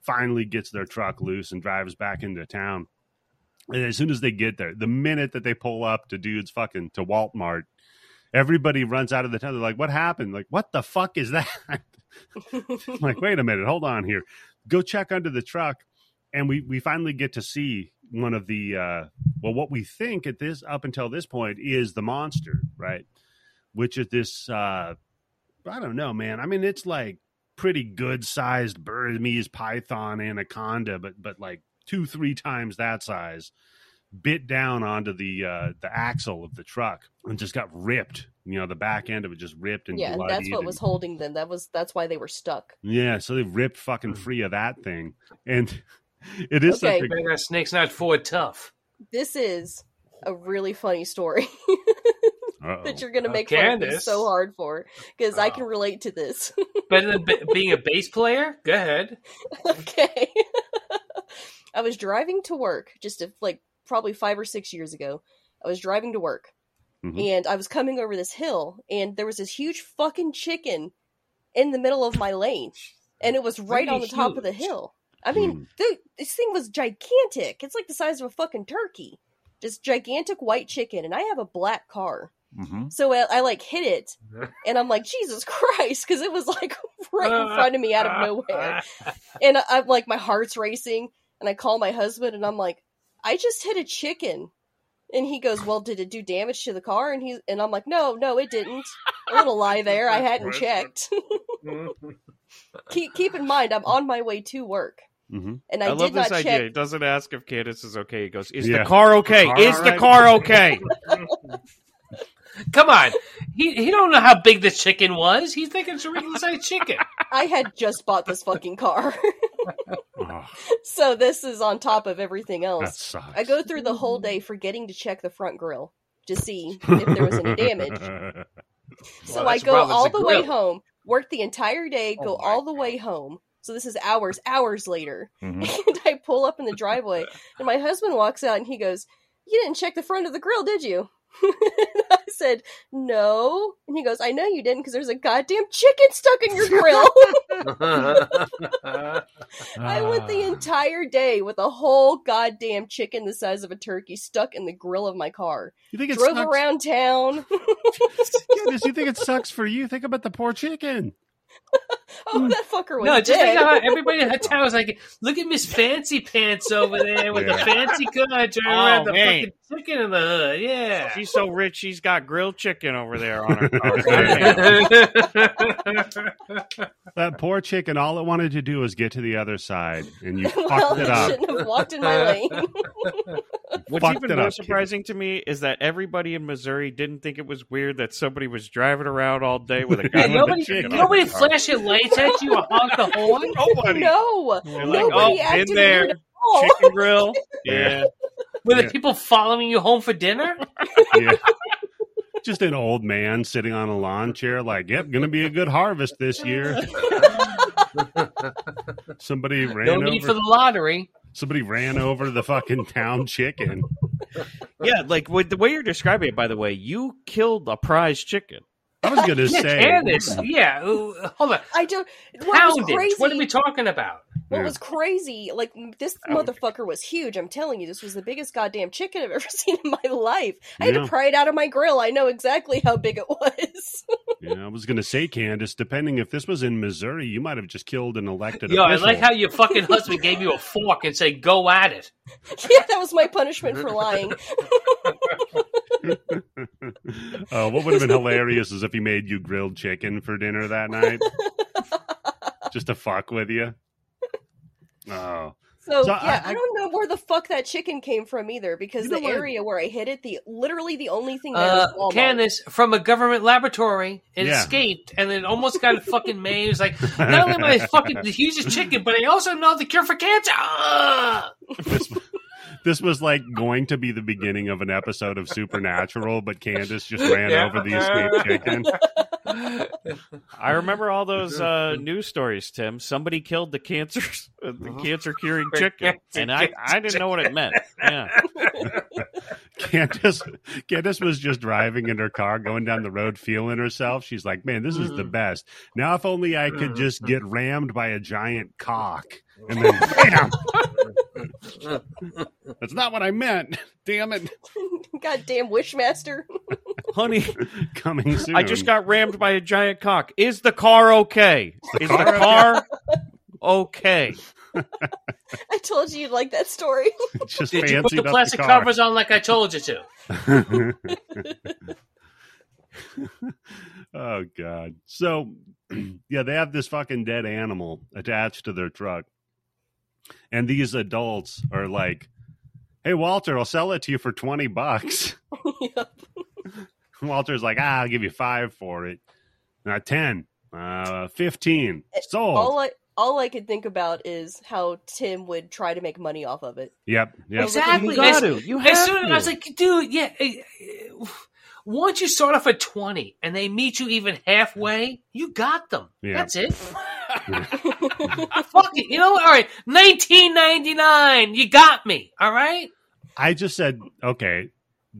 Speaker 1: Finally, gets their truck loose and drives back into town. And as soon as they get there, the minute that they pull up to dude's fucking to Walmart, everybody runs out of the town. They're like, "What happened? Like, what the fuck is that?" *laughs* I'm like, wait a minute, hold on here. Go check under the truck, and we we finally get to see one of the uh, well, what we think at this up until this point is the monster, right? Which is this uh, I don't know, man. I mean, it's like pretty good sized Burmese python anaconda, but but like two three times that size bit down onto the uh the axle of the truck and just got ripped you know the back end of it just ripped and
Speaker 3: yeah, and that's
Speaker 1: bloodied
Speaker 3: what
Speaker 1: and-
Speaker 3: was holding them. That was that's why they were stuck.
Speaker 1: yeah, so they ripped
Speaker 2: Mm.
Speaker 1: fucking free of that thing, and *laughs* it is
Speaker 3: Okay.
Speaker 1: such a
Speaker 2: Man, that snake's not forward tough.
Speaker 3: This is a really funny story *laughs*
Speaker 1: Uh-oh.
Speaker 3: that you're gonna
Speaker 2: Oh,
Speaker 3: make fun of me
Speaker 2: Candace.
Speaker 3: so hard for because I can
Speaker 2: Oh.
Speaker 3: relate to this.
Speaker 2: Better than be- being a bass player. Go ahead.
Speaker 3: *laughs* okay. I was driving to work just a, like probably five or six years ago. I was driving to work
Speaker 1: Mhm.
Speaker 3: and I was coming over this hill and there was this huge fucking chicken in the middle of my lane and it was right on the top of the
Speaker 4: huge?
Speaker 3: hill. I mean,
Speaker 1: Hmm.
Speaker 3: th- this thing was gigantic. It's like the size of a fucking turkey. Just gigantic white chicken and I have a black car.
Speaker 1: Mm-hmm,
Speaker 3: So I, I like hit it and I'm like, Jesus Christ, because it was like *laughs* right in front of me out of nowhere and I- I'm like, my heart's racing, and I call my husband, and I'm like, I just hit a chicken, and he goes, "Well, did it do damage to the car?" And he and I'm like, "No, no, it didn't. A little
Speaker 4: *laughs*
Speaker 3: lie there. I hadn't checked. *laughs*
Speaker 2: Uh, mm.
Speaker 3: keep keep in mind, I'm on my way to work,
Speaker 1: Mhm.
Speaker 3: and
Speaker 4: I,
Speaker 3: I,
Speaker 4: love
Speaker 3: did
Speaker 4: this
Speaker 3: not
Speaker 4: idea. He
Speaker 3: check.
Speaker 4: doesn't ask if Candace is okay. He goes, "Is
Speaker 1: Yeah.
Speaker 4: the car okay?
Speaker 1: Car
Speaker 4: is the
Speaker 1: alright?" *laughs*
Speaker 4: car okay?"
Speaker 2: Come on, he he don't know how big the chicken was. He thinking it's a regular sized chicken.
Speaker 3: I had just bought this fucking car, *laughs*
Speaker 1: Oh,
Speaker 3: so this is on top of everything
Speaker 1: that
Speaker 3: else.
Speaker 1: sucks. *laughs*
Speaker 3: I go through the whole day forgetting to check the front grill to see if there was any damage. So
Speaker 2: Well,
Speaker 3: I
Speaker 2: that's
Speaker 3: go
Speaker 2: a problem.
Speaker 3: all
Speaker 2: It's a
Speaker 3: the way
Speaker 2: grill.
Speaker 3: home, work the entire day,
Speaker 2: Oh
Speaker 3: go
Speaker 2: my
Speaker 3: all the
Speaker 2: God.
Speaker 3: way home. So this is hours, hours later.
Speaker 2: Mm-hmm.
Speaker 5: Mhm.
Speaker 3: *laughs* And I pull up in the driveway, *laughs* and my husband walks out and he goes, You didn't check the front of the grill, did you? And I said, No. And he goes, I know you didn't because there's a goddamn chicken stuck in
Speaker 2: *laughs*
Speaker 3: your grill. *laughs* I went the entire day with a whole goddamn chicken the size of a turkey stuck in the grill of my car.
Speaker 1: You think it
Speaker 3: Drove
Speaker 1: sucks? *laughs*
Speaker 3: around town. *laughs*
Speaker 1: Candace, you think it sucks for you? Think about the poor chicken.
Speaker 3: Oh, that
Speaker 2: *laughs*
Speaker 3: fucker was
Speaker 2: No, just
Speaker 3: dead.
Speaker 2: think
Speaker 3: *laughs*
Speaker 2: how everybody in that town was like, look at Miss Fancy Pants over there with
Speaker 1: Yeah.
Speaker 2: the fancy car driving
Speaker 4: Oh,
Speaker 2: around the
Speaker 4: man.
Speaker 2: fucking chicken in the hood. Yeah.
Speaker 4: She's so rich, she's got grilled chicken over there on
Speaker 3: *laughs*
Speaker 4: her car. Goddamn.
Speaker 2: *laughs* yeah,
Speaker 1: That poor chicken, all it wanted to do was get to the other side, and you
Speaker 3: *laughs* well,
Speaker 1: fucked it
Speaker 3: I
Speaker 1: up.
Speaker 3: shouldn't have walked
Speaker 2: *laughs*
Speaker 3: in my lane.
Speaker 4: What's
Speaker 1: Fucked it
Speaker 4: even more
Speaker 1: up, kid.
Speaker 4: surprising to me is that everybody in Missouri didn't think it was weird that somebody was driving around all day with a gun. with a
Speaker 2: nobody,
Speaker 4: chicken on
Speaker 2: nobody
Speaker 4: her car.
Speaker 2: flash your lights at you or honk the horn.
Speaker 4: Nobody.
Speaker 3: no.
Speaker 4: They're like,
Speaker 3: Nobody
Speaker 4: oh,
Speaker 3: acted
Speaker 4: in there,
Speaker 3: weird at all.
Speaker 4: chicken
Speaker 3: *laughs*
Speaker 4: grill. Yeah.
Speaker 2: Were the
Speaker 1: Yeah.
Speaker 2: people following you home for dinner?
Speaker 1: Yeah. *laughs* Just an old man sitting on a lawn chair, like, yep, gonna be a good harvest this
Speaker 3: *laughs*
Speaker 1: year. *laughs* somebody
Speaker 2: No
Speaker 1: ran
Speaker 2: need
Speaker 1: over
Speaker 2: for the lottery.
Speaker 1: somebody ran over the fucking town chicken.
Speaker 4: Yeah, like with the way you're describing it, by the way, you killed a prize chicken.
Speaker 1: I was
Speaker 2: *laughs*
Speaker 1: gonna
Speaker 2: Yeah,
Speaker 1: say
Speaker 2: Candace. Yeah. ooh, Hold on.
Speaker 3: I don't. What was crazy?
Speaker 2: Poundage. What are we talking about?
Speaker 3: What
Speaker 1: Yeah.
Speaker 3: was crazy? Like this motherfucker was huge. I'm telling you, this was the biggest goddamn chicken I've *laughs* ever seen in my life. I had
Speaker 1: Yeah.
Speaker 3: to pry it out of my grill. I know exactly how big it was. *laughs*
Speaker 1: Yeah, I was gonna say, Candace, depending if this was in Missouri, you might have just killed an elected
Speaker 2: Yo, I
Speaker 1: official.
Speaker 2: like how your fucking husband gave you a fork and said, "Go at it."
Speaker 3: yeah, that was my punishment
Speaker 1: *laughs*
Speaker 3: for lying.
Speaker 1: *laughs* uh, what would have been hilarious is if he made you grilled chicken for dinner that
Speaker 2: *laughs*
Speaker 1: night, just to fuck with you. Oh,
Speaker 3: So,
Speaker 1: So
Speaker 3: yeah,
Speaker 1: I-
Speaker 3: I, don't know where the fuck that chicken came from either, because
Speaker 1: You know
Speaker 3: the
Speaker 1: what?
Speaker 3: area where I hid it, the literally the only
Speaker 4: *laughs*
Speaker 3: thing there
Speaker 2: Uh,
Speaker 3: was Walmart.
Speaker 2: Candace from a government laboratory. It
Speaker 1: Yeah.
Speaker 2: escaped and it almost got
Speaker 1: *laughs*
Speaker 2: fucking made. It's like not only am I fucking the hugest chicken, but I also know the cure for cancer.
Speaker 1: *laughs*
Speaker 2: Ah!
Speaker 1: this, this was like going to be the beginning of an episode of Supernatural, but Candace just ran
Speaker 2: Yeah.
Speaker 1: over the escaped chicken.
Speaker 4: I remember all those uh, news stories, Tim. Somebody killed the cancer, *laughs* the
Speaker 1: Uh-huh.
Speaker 4: cancer curing chicken, and I, I didn't know what
Speaker 2: *laughs*
Speaker 4: it meant. Yeah,
Speaker 1: Candace, Candace was just driving in her car, going down the road, feeling herself. She's like, "Man, this is the best." Now, if only I could just get rammed by a giant cock, and then bam. That's not what I meant. *laughs* Damn it!
Speaker 3: *laughs* Goddamn Wishmaster. *laughs*
Speaker 4: honey,
Speaker 1: Coming soon.
Speaker 4: I just got rammed by a giant cock. Is the car okay? Is the car okay?
Speaker 3: I told you you'd like that story.
Speaker 1: *laughs*
Speaker 3: *laughs*
Speaker 1: just
Speaker 2: Did you put
Speaker 1: fancied
Speaker 2: the
Speaker 1: up
Speaker 2: plastic
Speaker 1: car.
Speaker 2: covers on like I told you to?
Speaker 1: *laughs* oh god. So *clears throat* yeah, they have this fucking dead animal attached to their truck. And these adults are like, "Hey Walter, I'll sell it to you for 20 bucks." *laughs*
Speaker 3: Yep.
Speaker 1: Walter's like, "Ah, I'll give you 5 for it." Not 10. Uh 15. Sold.
Speaker 3: all I all I could think about is how Tim would try to make money off of it.
Speaker 1: yep. Yep.
Speaker 2: Exactly.
Speaker 4: You got to. You have
Speaker 2: As soon as
Speaker 4: to.
Speaker 2: I was like, dude, yeah. eh, eh, Once you start off at twenty and they meet you even halfway, you got them.
Speaker 1: Yeah.
Speaker 2: That's
Speaker 4: *laughs*
Speaker 2: it. *laughs* Fuck it. You know, what? all right. Nineteen ninety nine. You got me. All right.
Speaker 1: I just said, okay,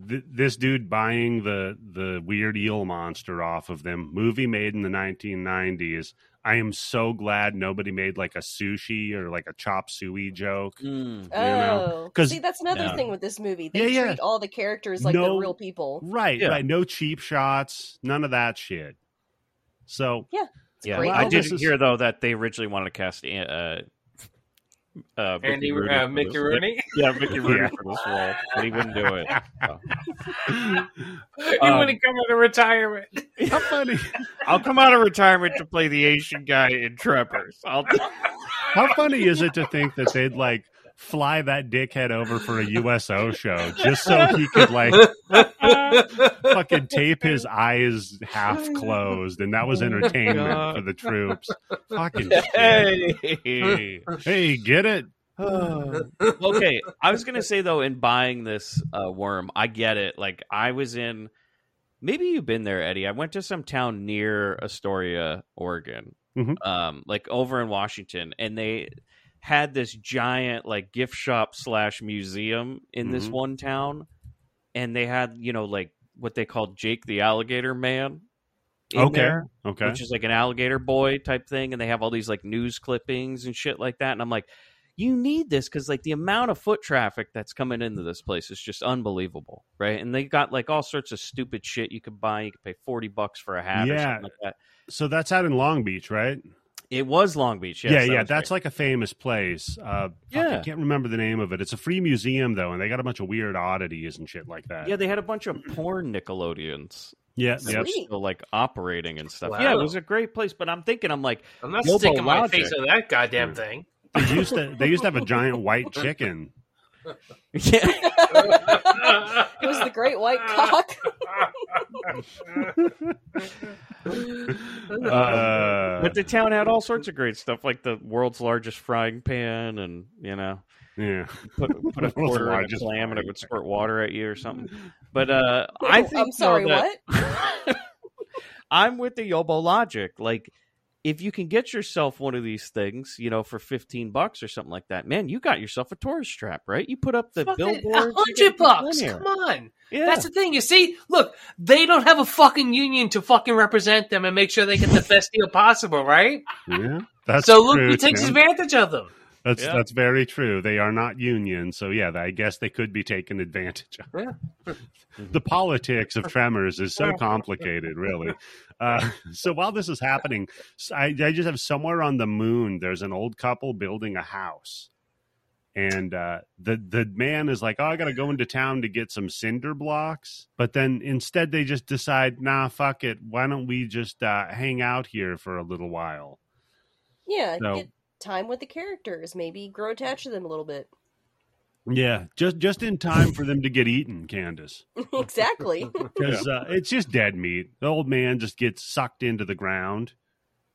Speaker 1: th- this dude buying the the weird eel monster off of them, movie made in the 1990s. I am so glad nobody made like a sushi or like a chop suey joke.
Speaker 2: "Hmm,
Speaker 4: Mm.
Speaker 1: know,
Speaker 3: Oh,
Speaker 1: 'cause-
Speaker 3: see, that's another
Speaker 4: Yeah.
Speaker 3: thing with this movie. They
Speaker 1: Yeah, yeah.
Speaker 3: treat all the characters like
Speaker 1: No.
Speaker 3: they're real people.
Speaker 1: Right,
Speaker 4: Yeah.
Speaker 1: right. No cheap shots, none of that shit. So
Speaker 4: Yeah,
Speaker 3: great.
Speaker 4: I
Speaker 1: Wow,
Speaker 4: did
Speaker 1: this is-
Speaker 4: hear though that they originally wanted to cast uh, uh, Mickey
Speaker 2: Andy
Speaker 4: Rooney
Speaker 2: uh,
Speaker 4: for
Speaker 2: Mickey
Speaker 4: this.
Speaker 2: Rooney.
Speaker 4: Yeah, Mickey Rooney
Speaker 1: Yeah.
Speaker 4: for this role, but he wouldn't do it. So.
Speaker 2: *laughs* You
Speaker 4: Um,
Speaker 2: would have come out of retirement. *laughs*
Speaker 1: how funny
Speaker 4: I'll come out of retirement to play the Asian guy in Trevor's. I'll
Speaker 1: how funny is it to think that they'd like fly that dickhead over for a USO show just so he could like fucking tape his eyes half closed and that was entertainment
Speaker 4: God.
Speaker 1: for the troops. Fucking shit.
Speaker 4: hey.
Speaker 1: Hey, get it?
Speaker 4: *laughs* okay, I was gonna say though, in buying this uh, worm, I get it. Like I was in, maybe you've been there, Eddie. I went to some town near Astoria, Oregon,
Speaker 1: Mhm.
Speaker 4: um, like over in Washington, and they had this giant like gift shop slash museum in this
Speaker 1: Mhm.
Speaker 4: one town, and they had you know like what they call Jake the Alligator Man. in
Speaker 1: Okay.
Speaker 4: there,
Speaker 1: Okay.
Speaker 4: Which is like an alligator boy type thing, and they have all these like news clippings and shit like that. And I'm like, you need this because like the amount of foot traffic that's coming into this place is just unbelievable, right? And they got like all sorts of stupid shit you could buy. You could pay forty bucks for a hat or
Speaker 1: Yeah.
Speaker 4: something like that.
Speaker 1: so that's out in Long Beach, right?
Speaker 4: It was Long Beach. Yes,
Speaker 1: yeah,
Speaker 4: that
Speaker 1: yeah.
Speaker 4: was
Speaker 1: That's
Speaker 4: right.
Speaker 1: like a famous place. Uh, yeah. I
Speaker 4: Yeah.
Speaker 1: can't remember the name of it. It's a free museum though, and they got a bunch of weird oddities and shit like that.
Speaker 4: yeah. They had a bunch of porn Nickelodeons.
Speaker 1: Yeah,
Speaker 4: that were
Speaker 1: yep.
Speaker 3: Sweet.
Speaker 4: still like operating and stuff. Yeah, it
Speaker 2: Wow.
Speaker 4: was a great place. But I'm thinking, I'm like, *laughs*
Speaker 2: I'm not
Speaker 4: Global
Speaker 2: sticking my
Speaker 4: logic.
Speaker 2: face on that goddamn thing.
Speaker 1: They used
Speaker 4: *laughs*
Speaker 1: to they used to have a giant white chicken.
Speaker 4: yeah,
Speaker 3: *laughs* it was the
Speaker 1: *laughs*
Speaker 3: great white cock.
Speaker 1: Uh,
Speaker 4: but the town had all sorts of great stuff, like the world's largest frying pan, and you know,
Speaker 1: yeah.
Speaker 4: put
Speaker 1: *laughs*
Speaker 4: put a
Speaker 1: World's
Speaker 4: *laughs* quarter in a
Speaker 1: largest
Speaker 4: clam and it
Speaker 1: frying
Speaker 4: would squirt water at you
Speaker 2: *laughs*
Speaker 4: or something. But uh, I think
Speaker 3: I'm sorry,
Speaker 4: though, that-
Speaker 3: what?
Speaker 4: *laughs* I'm with the Yobo logic. Like, if you can get yourself one of these things, you know, for 15 bucks or something like that, man, you got yourself a tourist trap, right? You put up the
Speaker 2: *laughs* A
Speaker 4: billboard.
Speaker 2: hundred bucks. Come on.
Speaker 4: Yeah.
Speaker 2: That's the thing. You see, look, they don't have a fucking union to fucking represent them and make sure they get the best deal possible, right?
Speaker 1: Yeah. That's
Speaker 2: so look
Speaker 1: true,
Speaker 2: who takes
Speaker 1: Tim.
Speaker 2: advantage of them.
Speaker 1: That's
Speaker 4: Yeah.
Speaker 1: that's very true. They are not union, so yeah, I guess they could be taken advantage of. the politics of tremors is so complicated, really. Uh, so while this is happening, s- I, I just have somewhere on the moon. There's an old couple building a house, and uh, the the man is like, "Oh, I got to go into town to get some cinder blocks," but then instead they just decide, "Nah, fuck it. Why don't we just uh, hang out here for a little while?"
Speaker 3: Yeah,
Speaker 1: No.
Speaker 3: get time with the characters. Maybe grow attached to them a
Speaker 1: *laughs*
Speaker 3: little bit.
Speaker 1: Yeah, just just in time for them to get eaten, Candace.
Speaker 2: *laughs*
Speaker 3: exactly.
Speaker 1: because uh, it's just dead meat. The old man just gets sucked into the ground,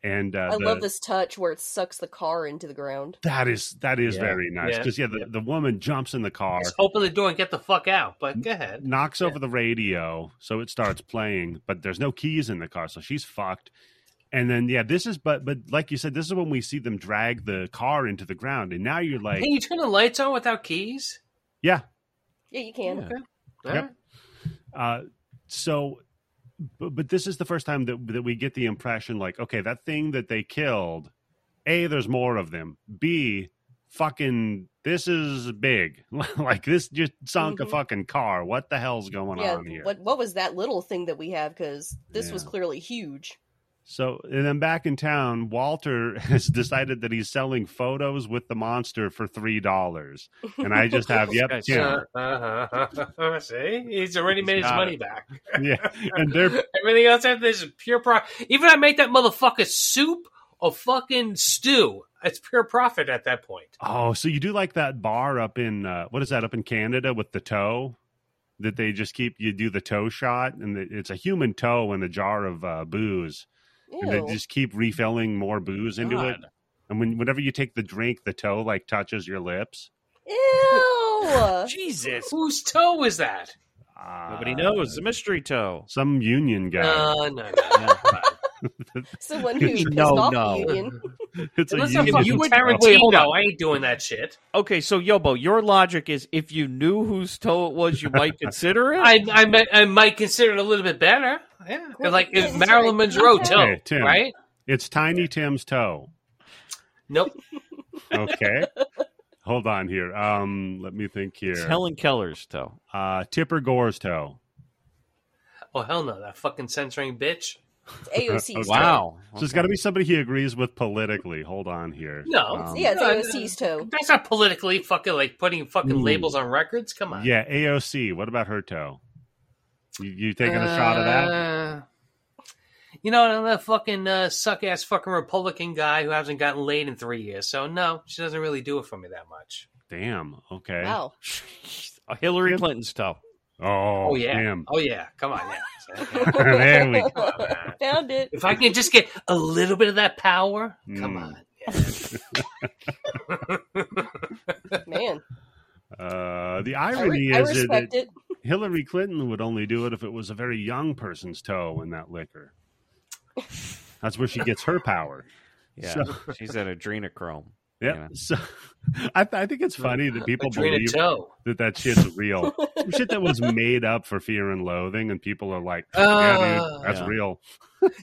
Speaker 1: and uh,
Speaker 3: I
Speaker 1: the-
Speaker 3: love this touch where it sucks the car into the ground.
Speaker 1: That is that is
Speaker 2: Yeah.
Speaker 1: very nice
Speaker 2: Yeah.
Speaker 1: because yeah, the,
Speaker 2: Yeah.
Speaker 1: the woman jumps in the car,
Speaker 2: Just open the door and get the fuck out. But go ahead.
Speaker 1: knocks over the radio, so it starts playing, but there's no keys in the car, so she's fucked. And then yeah, this is but but like you said, this is when we see them drag the car into the ground, and now you're like,
Speaker 2: Can you turn the lights on without keys?
Speaker 1: yeah,
Speaker 3: Yeah, you can.
Speaker 4: Yeah.
Speaker 2: All
Speaker 1: Yep.
Speaker 2: right.
Speaker 1: Uh, so but, but this is the first time that that we get the impression like okay that thing that they killed a there's more of them b fucking this is big *laughs* like this just sunk a
Speaker 3: Mhm.
Speaker 1: fucking car what the hell's going
Speaker 3: Yeah,
Speaker 1: on here
Speaker 3: what what was that little thing that we have? Because this was
Speaker 1: Yeah.
Speaker 3: clearly huge.
Speaker 1: so and then back in town walter *laughs* has decided that he's selling photos with the monster for three dollars and i
Speaker 3: *laughs*
Speaker 1: just have yep
Speaker 4: Guy's
Speaker 1: Tim.
Speaker 2: Uh, uh-huh. *laughs* See, he's already made his
Speaker 4: got
Speaker 2: money
Speaker 4: it.
Speaker 2: back.
Speaker 1: yeah and they're
Speaker 2: *laughs* Everything else after this is pure profit. Even if I make that motherfucker soup or fucking stew, it's pure profit at that point.
Speaker 1: Oh, so you do like that bar up in uh, what is that up in Canada with the toe that they just keep you do the toe shot and the, it's a human toe in a jar of uh, booze and they
Speaker 3: Ew.
Speaker 1: just keep refilling more booze into it. And when whenever you take the drink, the toe like touches your lips.
Speaker 4: *laughs*
Speaker 3: Ew.
Speaker 4: Jesus.
Speaker 2: Whose toe is that?
Speaker 1: Uh,
Speaker 4: Nobody knows. The mystery toe.
Speaker 1: Some union guy.
Speaker 2: Uh, No, no, no.
Speaker 3: Someone who pissed
Speaker 4: *laughs* No,
Speaker 3: off
Speaker 4: no.
Speaker 3: the union.
Speaker 1: *laughs* it's a
Speaker 2: *laughs* Unless I'm
Speaker 1: union.
Speaker 2: fucking
Speaker 4: would- wait, hold
Speaker 2: Tarantino,
Speaker 4: on.
Speaker 2: I ain't doing that shit.
Speaker 4: Okay, so Yobo, your logic is if you knew whose toe it was, you might consider it.
Speaker 2: *laughs* I, I, might, I might consider it a little bit better. Yeah,
Speaker 3: Well,
Speaker 2: like
Speaker 3: yeah,
Speaker 2: it's
Speaker 3: it's
Speaker 2: Marilyn
Speaker 3: right.
Speaker 2: Monroe
Speaker 3: Okay.
Speaker 2: toe,
Speaker 1: Hey, Tim.
Speaker 2: right?
Speaker 1: It's Tiny Tim's toe.
Speaker 2: Nope.
Speaker 1: Okay. Hold on here. Um, let me think
Speaker 4: It's
Speaker 1: here.
Speaker 4: Helen Keller's toe.
Speaker 1: Uh, Tipper Gore's toe.
Speaker 2: Oh hell no, that fucking censoring bitch.
Speaker 3: It's
Speaker 4: *laughs*
Speaker 3: AOC's toe.
Speaker 4: Wow.
Speaker 1: So it's got to be somebody he agrees with politically. Hold on here.
Speaker 2: No.
Speaker 3: Yeah, it's
Speaker 2: No,
Speaker 3: AOC's toe.
Speaker 2: That's not politically fucking like putting fucking
Speaker 1: Mm.
Speaker 2: labels on records. Come on.
Speaker 1: Yeah, AOC. What about her toe? You, you taking a shot of that?
Speaker 2: Uh, You know, that fucking uh, suck ass fucking Republican guy who hasn't gotten laid in three years. So no, she doesn't really do it for me that much.
Speaker 1: Damn. Okay.
Speaker 3: Wow.
Speaker 4: Uh, *laughs* Hillary Clinton's toe.
Speaker 1: Oh,
Speaker 2: Oh, yeah.
Speaker 1: Damn.
Speaker 2: Oh yeah. Come on. Yeah. So, yeah.
Speaker 1: *laughs* there we go.
Speaker 3: *laughs* Found it.
Speaker 2: if I can just get a little bit of that power, come
Speaker 1: Mm.
Speaker 2: on.
Speaker 1: *laughs*
Speaker 3: Man.
Speaker 1: Uh, the
Speaker 3: I,
Speaker 1: irony
Speaker 3: re- I
Speaker 1: is that
Speaker 3: respect it.
Speaker 1: Hillary Clinton would only do it if it was a very young person's toe in that
Speaker 3: *laughs*
Speaker 1: liquor. That's where she gets her power.
Speaker 4: Yeah.
Speaker 1: So-
Speaker 4: *laughs* She's at adrenochrome.
Speaker 1: Yeah.
Speaker 4: You know.
Speaker 1: So *laughs* I, th- I think it's funny that people
Speaker 2: Adrena
Speaker 1: believe
Speaker 2: Toe.
Speaker 1: that that shit's
Speaker 3: *laughs*
Speaker 1: real. Some shit that was made up for fear and loathing, and people are like, yeah,
Speaker 2: Ah.
Speaker 1: dude, that's
Speaker 4: Yeah.
Speaker 1: real.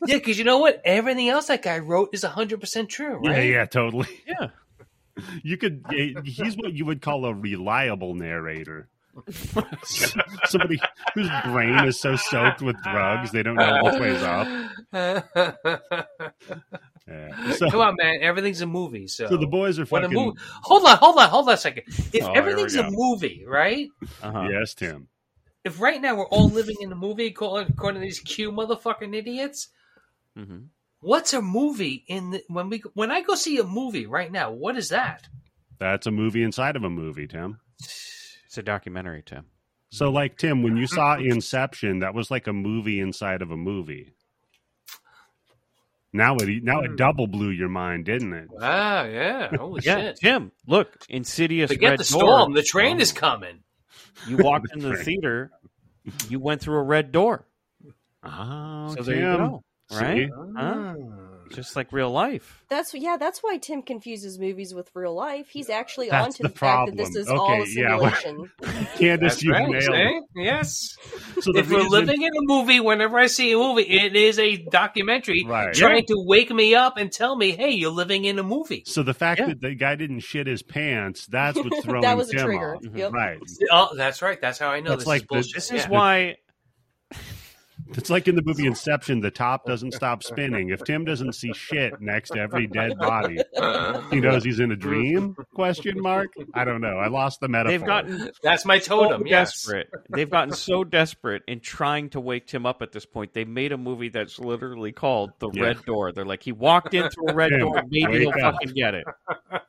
Speaker 2: Yeah, because you know what? Everything else that guy wrote is 100% true,
Speaker 1: Yeah,
Speaker 2: right?
Speaker 1: yeah, totally.
Speaker 4: Yeah.
Speaker 1: You could, yeah, he's what you would call a reliable
Speaker 2: *laughs*
Speaker 1: narrator. Somebody whose brain is so soaked with drugs, they don't know which way's up. Yeah. So,
Speaker 2: *laughs* Come on, man. Everything's a movie. So,
Speaker 1: so the boys are
Speaker 2: when a
Speaker 1: fucking.
Speaker 2: movie. Hold on, hold on, hold on a second. If
Speaker 4: Oh, here we
Speaker 2: everything's a
Speaker 4: go.
Speaker 2: movie, right?
Speaker 4: Uh-huh.
Speaker 1: Yes, Tim.
Speaker 2: If right now we're all living in a movie according, according to these Q motherfucking idiots,
Speaker 4: hmm
Speaker 2: what's a movie in the, when we when I go see a movie right now? What is that?
Speaker 1: That's a movie inside of a movie, Tim.
Speaker 4: It's a documentary, Tim.
Speaker 1: So, like, Tim, when you saw Inception, that was like a movie inside of a movie. Now it now
Speaker 2: Hmm.
Speaker 1: it double blew your mind, didn't it?
Speaker 2: Wow, yeah, holy
Speaker 4: Yeah,
Speaker 2: shit!
Speaker 4: Tim. Look, Insidious.
Speaker 2: Forget
Speaker 4: Red
Speaker 2: the
Speaker 4: Door.
Speaker 2: storm. The train is coming.
Speaker 4: You walked into the
Speaker 1: Right.
Speaker 4: theater. You went through a red door.
Speaker 1: Oh,
Speaker 4: So there you go. Right?
Speaker 1: See?
Speaker 4: Huh? Just like real life.
Speaker 3: That's yeah. That's why Tim confuses movies with real life. He's actually
Speaker 1: That's
Speaker 3: onto
Speaker 1: the
Speaker 3: the, fact that this
Speaker 1: problem.
Speaker 3: is all a
Speaker 1: Okay, yeah, well- *laughs*
Speaker 3: simulation.
Speaker 1: Candace,
Speaker 2: That's
Speaker 1: you
Speaker 2: right.
Speaker 1: nailed it.
Speaker 2: see? Yes.
Speaker 1: So the
Speaker 2: if we're
Speaker 1: reason-
Speaker 2: living in a movie, whenever I see a movie, it is a documentary
Speaker 1: Right.
Speaker 2: trying to wake me up and tell me, "Hey, you're living in a movie."
Speaker 1: So the fact
Speaker 4: Yeah.
Speaker 1: that the guy didn't shit his pants, that's what's throwing
Speaker 3: *laughs* that was a
Speaker 1: Tim
Speaker 3: trigger.
Speaker 1: off.
Speaker 4: Mhm.
Speaker 3: Yep.
Speaker 1: Mm-hmm. Right.
Speaker 2: Oh, that's right. That's how I know
Speaker 1: That's
Speaker 2: this
Speaker 1: like
Speaker 2: is
Speaker 1: the-
Speaker 2: bullshit.
Speaker 4: This is
Speaker 2: Yeah.
Speaker 4: why.
Speaker 1: It's like in the movie Inception, the top doesn't stop spinning. If Tim doesn't see shit next to every dead body, he knows he's in a dream? Question mark. I don't know. I lost the metaphor.
Speaker 4: They've gotten
Speaker 2: *laughs* that's my
Speaker 4: so
Speaker 2: totem. Oh, yes.
Speaker 4: desperate. They've gotten so desperate in trying to wake Tim up at this point. They made a movie that's literally called The
Speaker 1: Yeah.
Speaker 4: Red Door. They're like, he walked in through a red
Speaker 1: Tim,
Speaker 4: door. Maybe
Speaker 1: wake
Speaker 4: he'll
Speaker 1: up.
Speaker 4: fucking get it.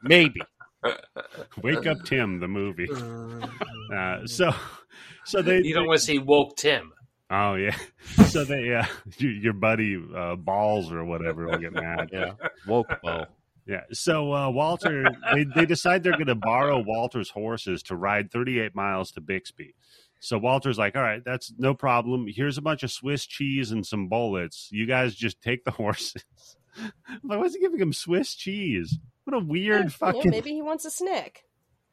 Speaker 4: Maybe.
Speaker 1: Wake Up Tim, the
Speaker 2: *laughs*
Speaker 1: movie. Uh, so, so they.
Speaker 2: You don't want to see woke Tim.
Speaker 1: oh yeah. So they. Yeah. *laughs* Your, your buddy uh, balls or whatever will get mad.
Speaker 4: Yeah. Woke Bo.
Speaker 1: Yeah. So uh, Walter, they, they decide they're going to borrow Walter's horses to ride 38 miles to Bixby. So Walter's like, "All right, that's no problem. Here's a bunch of Swiss cheese and some bullets. You guys just take the *laughs* horses." I'm like, why's he giving him Swiss cheese? What a
Speaker 3: Yeah,
Speaker 1: weird
Speaker 3: *laughs* yeah,
Speaker 1: fucking.
Speaker 3: maybe he wants a snack.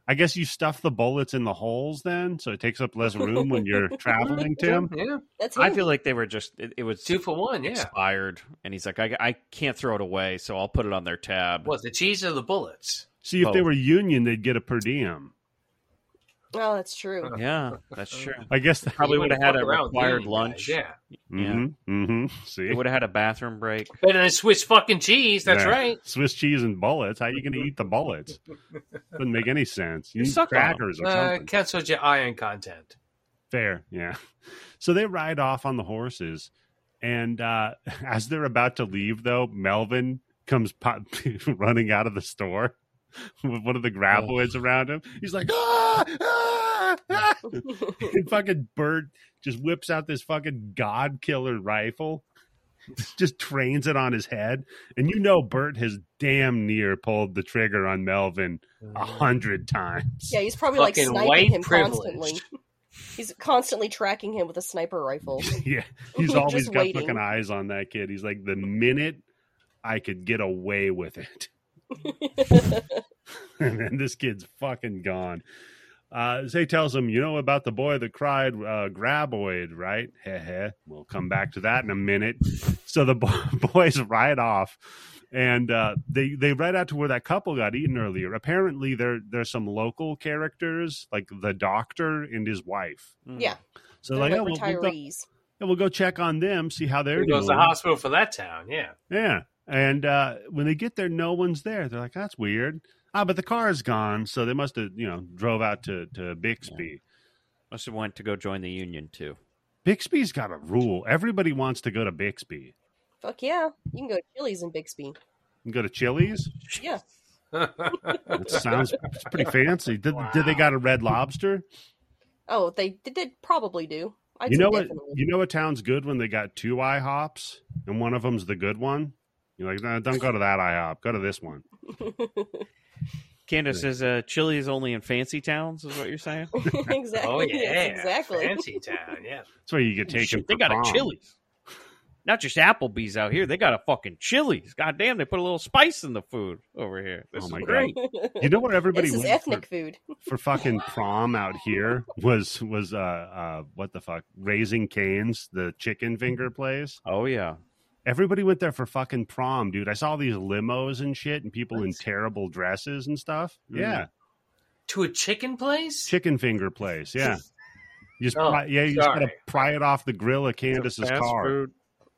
Speaker 1: I guess you stuff the bullets in the holes then, so it takes up less room when you're traveling, Tim.
Speaker 2: Yeah.
Speaker 3: That's
Speaker 4: I
Speaker 3: handy.
Speaker 4: feel like they were just, it, it was
Speaker 2: Two for one. Yeah.
Speaker 4: expired. And he's like, I, I can't throw it away, so I'll put it on their tab.
Speaker 2: What the cheese or the bullets?
Speaker 1: See, if they
Speaker 4: Both.
Speaker 1: were union, they'd get a per diem.
Speaker 3: oh, that's true.
Speaker 4: Yeah, that's true.
Speaker 1: I guess. That,
Speaker 4: Probably
Speaker 2: You
Speaker 4: would have
Speaker 2: wanna
Speaker 4: had
Speaker 2: fuck
Speaker 4: a
Speaker 2: around with
Speaker 4: required
Speaker 2: union guys,
Speaker 4: lunch.
Speaker 2: Yeah.
Speaker 1: hmm hmm See,
Speaker 4: They would have had a bathroom break.
Speaker 2: Better than Swiss fucking cheese. That's
Speaker 1: Yeah.
Speaker 2: right.
Speaker 1: Swiss cheese and bullets. How you going to eat the bullets? Doesn't make any sense. You
Speaker 4: You
Speaker 1: need
Speaker 4: suck on 'em.
Speaker 1: crackers or
Speaker 2: Uh,
Speaker 1: something.
Speaker 2: cancels your iron content.
Speaker 1: Fair, yeah. *laughs* So they ride off on the horses, and uh, *laughs* as they're about to leave, though, Melvin comes pop- *laughs* running out of the store *laughs* with one of the
Speaker 2: Oh.
Speaker 1: graboids around him. He's like, ah, ah, ah!" and fucking Bert just whips out this fucking god killer rifle, *laughs* just trains it on his head, and you know Bert has damn near pulled the trigger on Melvin
Speaker 2: Mm.
Speaker 1: a hundred times.
Speaker 3: *laughs* Yeah, he's probably like
Speaker 2: Fucking
Speaker 3: sniping
Speaker 2: white
Speaker 3: him
Speaker 2: privilege.
Speaker 3: constantly. He's constantly tracking him with a sniper rifle. *laughs*
Speaker 1: Yeah, he's
Speaker 3: Just
Speaker 1: always got
Speaker 3: waiting.
Speaker 1: fucking eyes on that kid. He's like, the minute I could get away with it, *laughs* and then this kid's fucking gone. Uh, Zay tells him, you know about the boy that cried uh, graboid, right? *laughs* Heh heh. We'll come back to that in a minute. So the *laughs* bo- boys ride off, and uh, they they ride out to where that couple got eaten earlier. Apparently, there there's some local characters like the doctor and his wife.
Speaker 4: Mm,
Speaker 3: Yeah,
Speaker 1: So
Speaker 3: they're
Speaker 1: like, oh,
Speaker 3: like
Speaker 1: we'll, we'll go,
Speaker 3: retirees.
Speaker 1: yeah, we'll go check on them, see how they're
Speaker 2: There
Speaker 1: doing.
Speaker 2: goes the hospital for that town. Yeah.
Speaker 1: Yeah. And uh, when they get there, no one's there. They're like, that's weird. Ah, but the car is gone. So they must have, you know, drove out to, to Bixby.
Speaker 4: Must have went to go join the union too.
Speaker 1: Bixby's got a rule. Everybody wants to go to Bixby.
Speaker 3: Fuck yeah, you can go to Chili's in Bixby.
Speaker 1: You can go to Chili's.
Speaker 3: Yeah,
Speaker 2: Oh,
Speaker 1: It sounds it's pretty fancy. Did, did they got a red lobster?
Speaker 3: Oh, they they did probably do. I
Speaker 1: you know what?
Speaker 3: definitely.
Speaker 1: You know what town's good when they got two IHOPs and one of them's the good one. You're like, no, don't go to that IHOP. Go to this one.
Speaker 4: Candace says uh, Chili is only in fancy towns, is what you're saying?
Speaker 3: *laughs* exactly.
Speaker 2: Oh yeah.
Speaker 3: Yes,
Speaker 1: *laughs*
Speaker 3: exactly.
Speaker 2: Fancy town. Yeah.
Speaker 1: That's where you get taken.
Speaker 4: Shit, they
Speaker 1: for
Speaker 4: got
Speaker 1: prom.
Speaker 4: a Chili's. Not just Applebee's out here; they got a fucking Chili's. Goddamn, they put a little spice in the food over here. This
Speaker 1: Oh
Speaker 4: is
Speaker 1: my God.
Speaker 4: great.
Speaker 1: You know what everybody
Speaker 3: this is
Speaker 1: went
Speaker 3: ethnic
Speaker 1: for,
Speaker 3: food. *laughs*
Speaker 1: for fucking prom out here was was uh uh what the fuck raising canes the chicken finger place.
Speaker 4: Oh yeah,
Speaker 1: Everybody went there for fucking prom, dude. I saw all these limos and shit and people in terrible dresses and stuff.
Speaker 4: Mm.
Speaker 1: Yeah,
Speaker 2: to a chicken place.
Speaker 1: chicken finger place.
Speaker 2: *laughs*
Speaker 1: Yeah. You just
Speaker 2: Oh,
Speaker 1: pry, yeah, you just
Speaker 2: sorry.
Speaker 1: gotta pry it off the grill of
Speaker 4: It's a
Speaker 1: Candace's
Speaker 4: fast
Speaker 1: car.
Speaker 4: Food,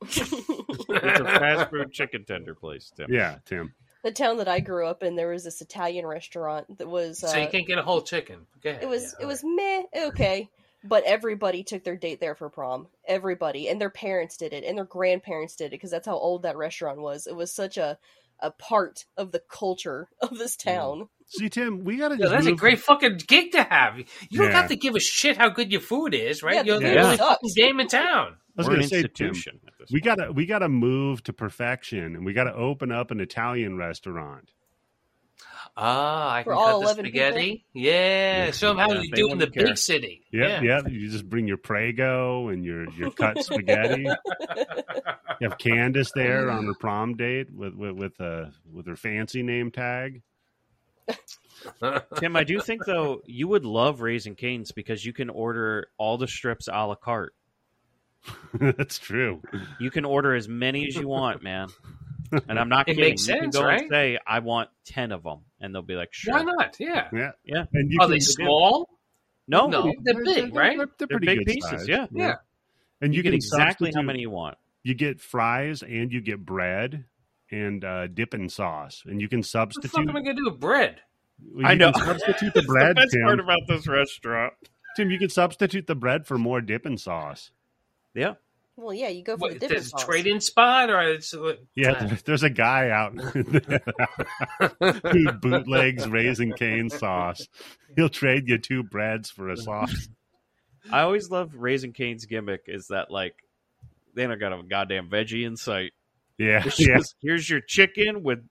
Speaker 4: it's a fast food chicken tender *laughs* place, Tim.
Speaker 1: Yeah, Tim.
Speaker 3: the town that I grew up in, there was this Italian restaurant that was. Uh,
Speaker 2: so you can't get a whole chicken. Go ahead.
Speaker 3: it was
Speaker 2: Yeah,
Speaker 3: it was meh okay, but everybody took their date there for prom. Everybody and their parents did it, and their grandparents did it because that's how old that restaurant was. It was such a a part of the culture of this
Speaker 2: Mm.
Speaker 3: town.
Speaker 1: See, Tim, we gotta.
Speaker 2: Yeah,
Speaker 1: just
Speaker 2: that's a
Speaker 1: move-
Speaker 2: great fucking gig to have. You don't
Speaker 1: Yeah.
Speaker 2: have to give a shit how good your food is, right?
Speaker 3: Yeah,
Speaker 2: You're
Speaker 3: the
Speaker 2: the
Speaker 4: food
Speaker 2: only
Speaker 3: sucks.
Speaker 2: fucking game in town.
Speaker 1: I was
Speaker 4: We're an
Speaker 1: gonna say, Tim,
Speaker 4: institution. at this
Speaker 1: We
Speaker 4: point.
Speaker 1: gotta we gotta move to perfection, and we gotta open up an Italian restaurant.
Speaker 2: Ah, I
Speaker 3: For
Speaker 2: can
Speaker 3: all
Speaker 2: cut the
Speaker 3: 11 people?
Speaker 2: spaghetti. Yeah,
Speaker 4: Yeah.
Speaker 2: show them how
Speaker 4: Yeah,
Speaker 2: you
Speaker 4: they
Speaker 2: do it in the
Speaker 4: wouldn't care.
Speaker 2: big city.
Speaker 1: Yeah, yeah. You just bring your Prego and your your *laughs* cut spaghetti. you have Candace there on *laughs* her prom date with with with, uh, with her fancy name tag. *laughs*
Speaker 2: *laughs*
Speaker 4: Tim, I do think though you would love Raising Canes because you can order all the strips a la carte.
Speaker 1: That's true.
Speaker 4: You can order as many as you want, man. And I'm not
Speaker 2: It
Speaker 4: kidding.
Speaker 2: makes
Speaker 4: you can
Speaker 2: sense,
Speaker 4: go
Speaker 2: right?
Speaker 4: and say I want ten of them, and they'll be like, "Sure."
Speaker 2: Why not? Yeah.
Speaker 1: Yeah,
Speaker 4: Yeah.
Speaker 1: And you
Speaker 2: Are
Speaker 1: can-
Speaker 2: they small?
Speaker 4: No,
Speaker 2: No. They're big, right?
Speaker 1: They're,
Speaker 4: they're
Speaker 1: pretty
Speaker 4: big
Speaker 1: good
Speaker 4: pieces.
Speaker 1: size.
Speaker 4: Yeah,
Speaker 2: Yeah.
Speaker 1: and
Speaker 4: you,
Speaker 1: you,
Speaker 4: get
Speaker 1: can
Speaker 4: exactly how
Speaker 1: substitute-
Speaker 4: many you want.
Speaker 1: You get fries and you get bread and uh, dipping sauce, and you can
Speaker 2: What the fuck
Speaker 1: substitute.
Speaker 2: am I gonna do with bread?
Speaker 1: well,
Speaker 4: I
Speaker 1: you
Speaker 4: know. *laughs*
Speaker 1: can substitute the bread,
Speaker 4: best part
Speaker 1: Tim.
Speaker 4: about this restaurant.
Speaker 1: Tim, you can substitute the bread for more dipping sauce.
Speaker 4: Yeah,
Speaker 3: Well, yeah, you go for the
Speaker 2: What,
Speaker 3: different
Speaker 2: there's a
Speaker 3: sauce.
Speaker 2: trade in spot or it's what-
Speaker 1: Yeah, *laughs*
Speaker 2: *laughs*
Speaker 1: there- there's a guy out
Speaker 4: *laughs*
Speaker 1: who bootlegs raisin cane sauce. He'll trade you two breads for a
Speaker 4: *laughs*
Speaker 1: sauce.
Speaker 4: I always love Raising Cane's gimmick is that like they don't got a goddamn veggie in sight.
Speaker 1: Yeah,
Speaker 4: It's
Speaker 1: yeah.
Speaker 4: just, *laughs* here's your chicken with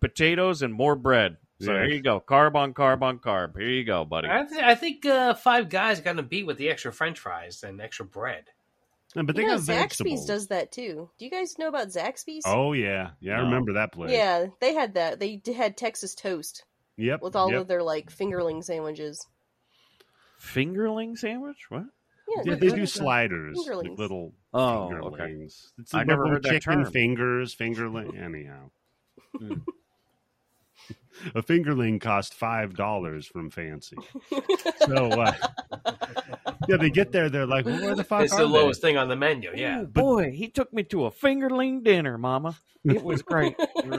Speaker 4: potatoes and more bread. So
Speaker 1: Yeah.
Speaker 4: here you go, carb on carb on carb. Here you go, buddy.
Speaker 2: I, th- I think uh, five guys got to beat with the extra French fries and extra bread.
Speaker 1: But they
Speaker 3: You know,
Speaker 1: got
Speaker 3: Zaxby's
Speaker 1: vegetables.
Speaker 3: does that too. Do you guys know about Zaxby's?
Speaker 1: Oh yeah, yeah. I
Speaker 4: No.
Speaker 1: remember that place.
Speaker 3: yeah, they had that. They d- had Texas toast
Speaker 1: Yep.
Speaker 3: with all
Speaker 1: yep.
Speaker 3: of their like fingerling sandwiches.
Speaker 4: Fingerling sandwich? What?
Speaker 3: Yeah,
Speaker 1: Yeah,
Speaker 3: they-
Speaker 1: they
Speaker 3: they-
Speaker 1: do sliders,
Speaker 3: Fingerlings.
Speaker 1: like little
Speaker 4: Oh, okay.
Speaker 1: fingerlings. It's
Speaker 4: I never
Speaker 1: little
Speaker 4: heard that
Speaker 1: chicken
Speaker 4: term.
Speaker 1: fingers,
Speaker 3: *laughs*
Speaker 1: fingerling. Anyhow,
Speaker 4: Hmm.
Speaker 1: a fingerling cost five dollars from
Speaker 3: *laughs*
Speaker 1: Fancy. So uh, *laughs* yeah, they get there. They're like, well, "Where the fuck
Speaker 2: It's
Speaker 1: are
Speaker 2: the
Speaker 1: they?
Speaker 2: lowest thing on the menu. Yeah.
Speaker 4: Ooh, boy, he took me to a fingerling dinner, Mama. It was great.
Speaker 1: *laughs*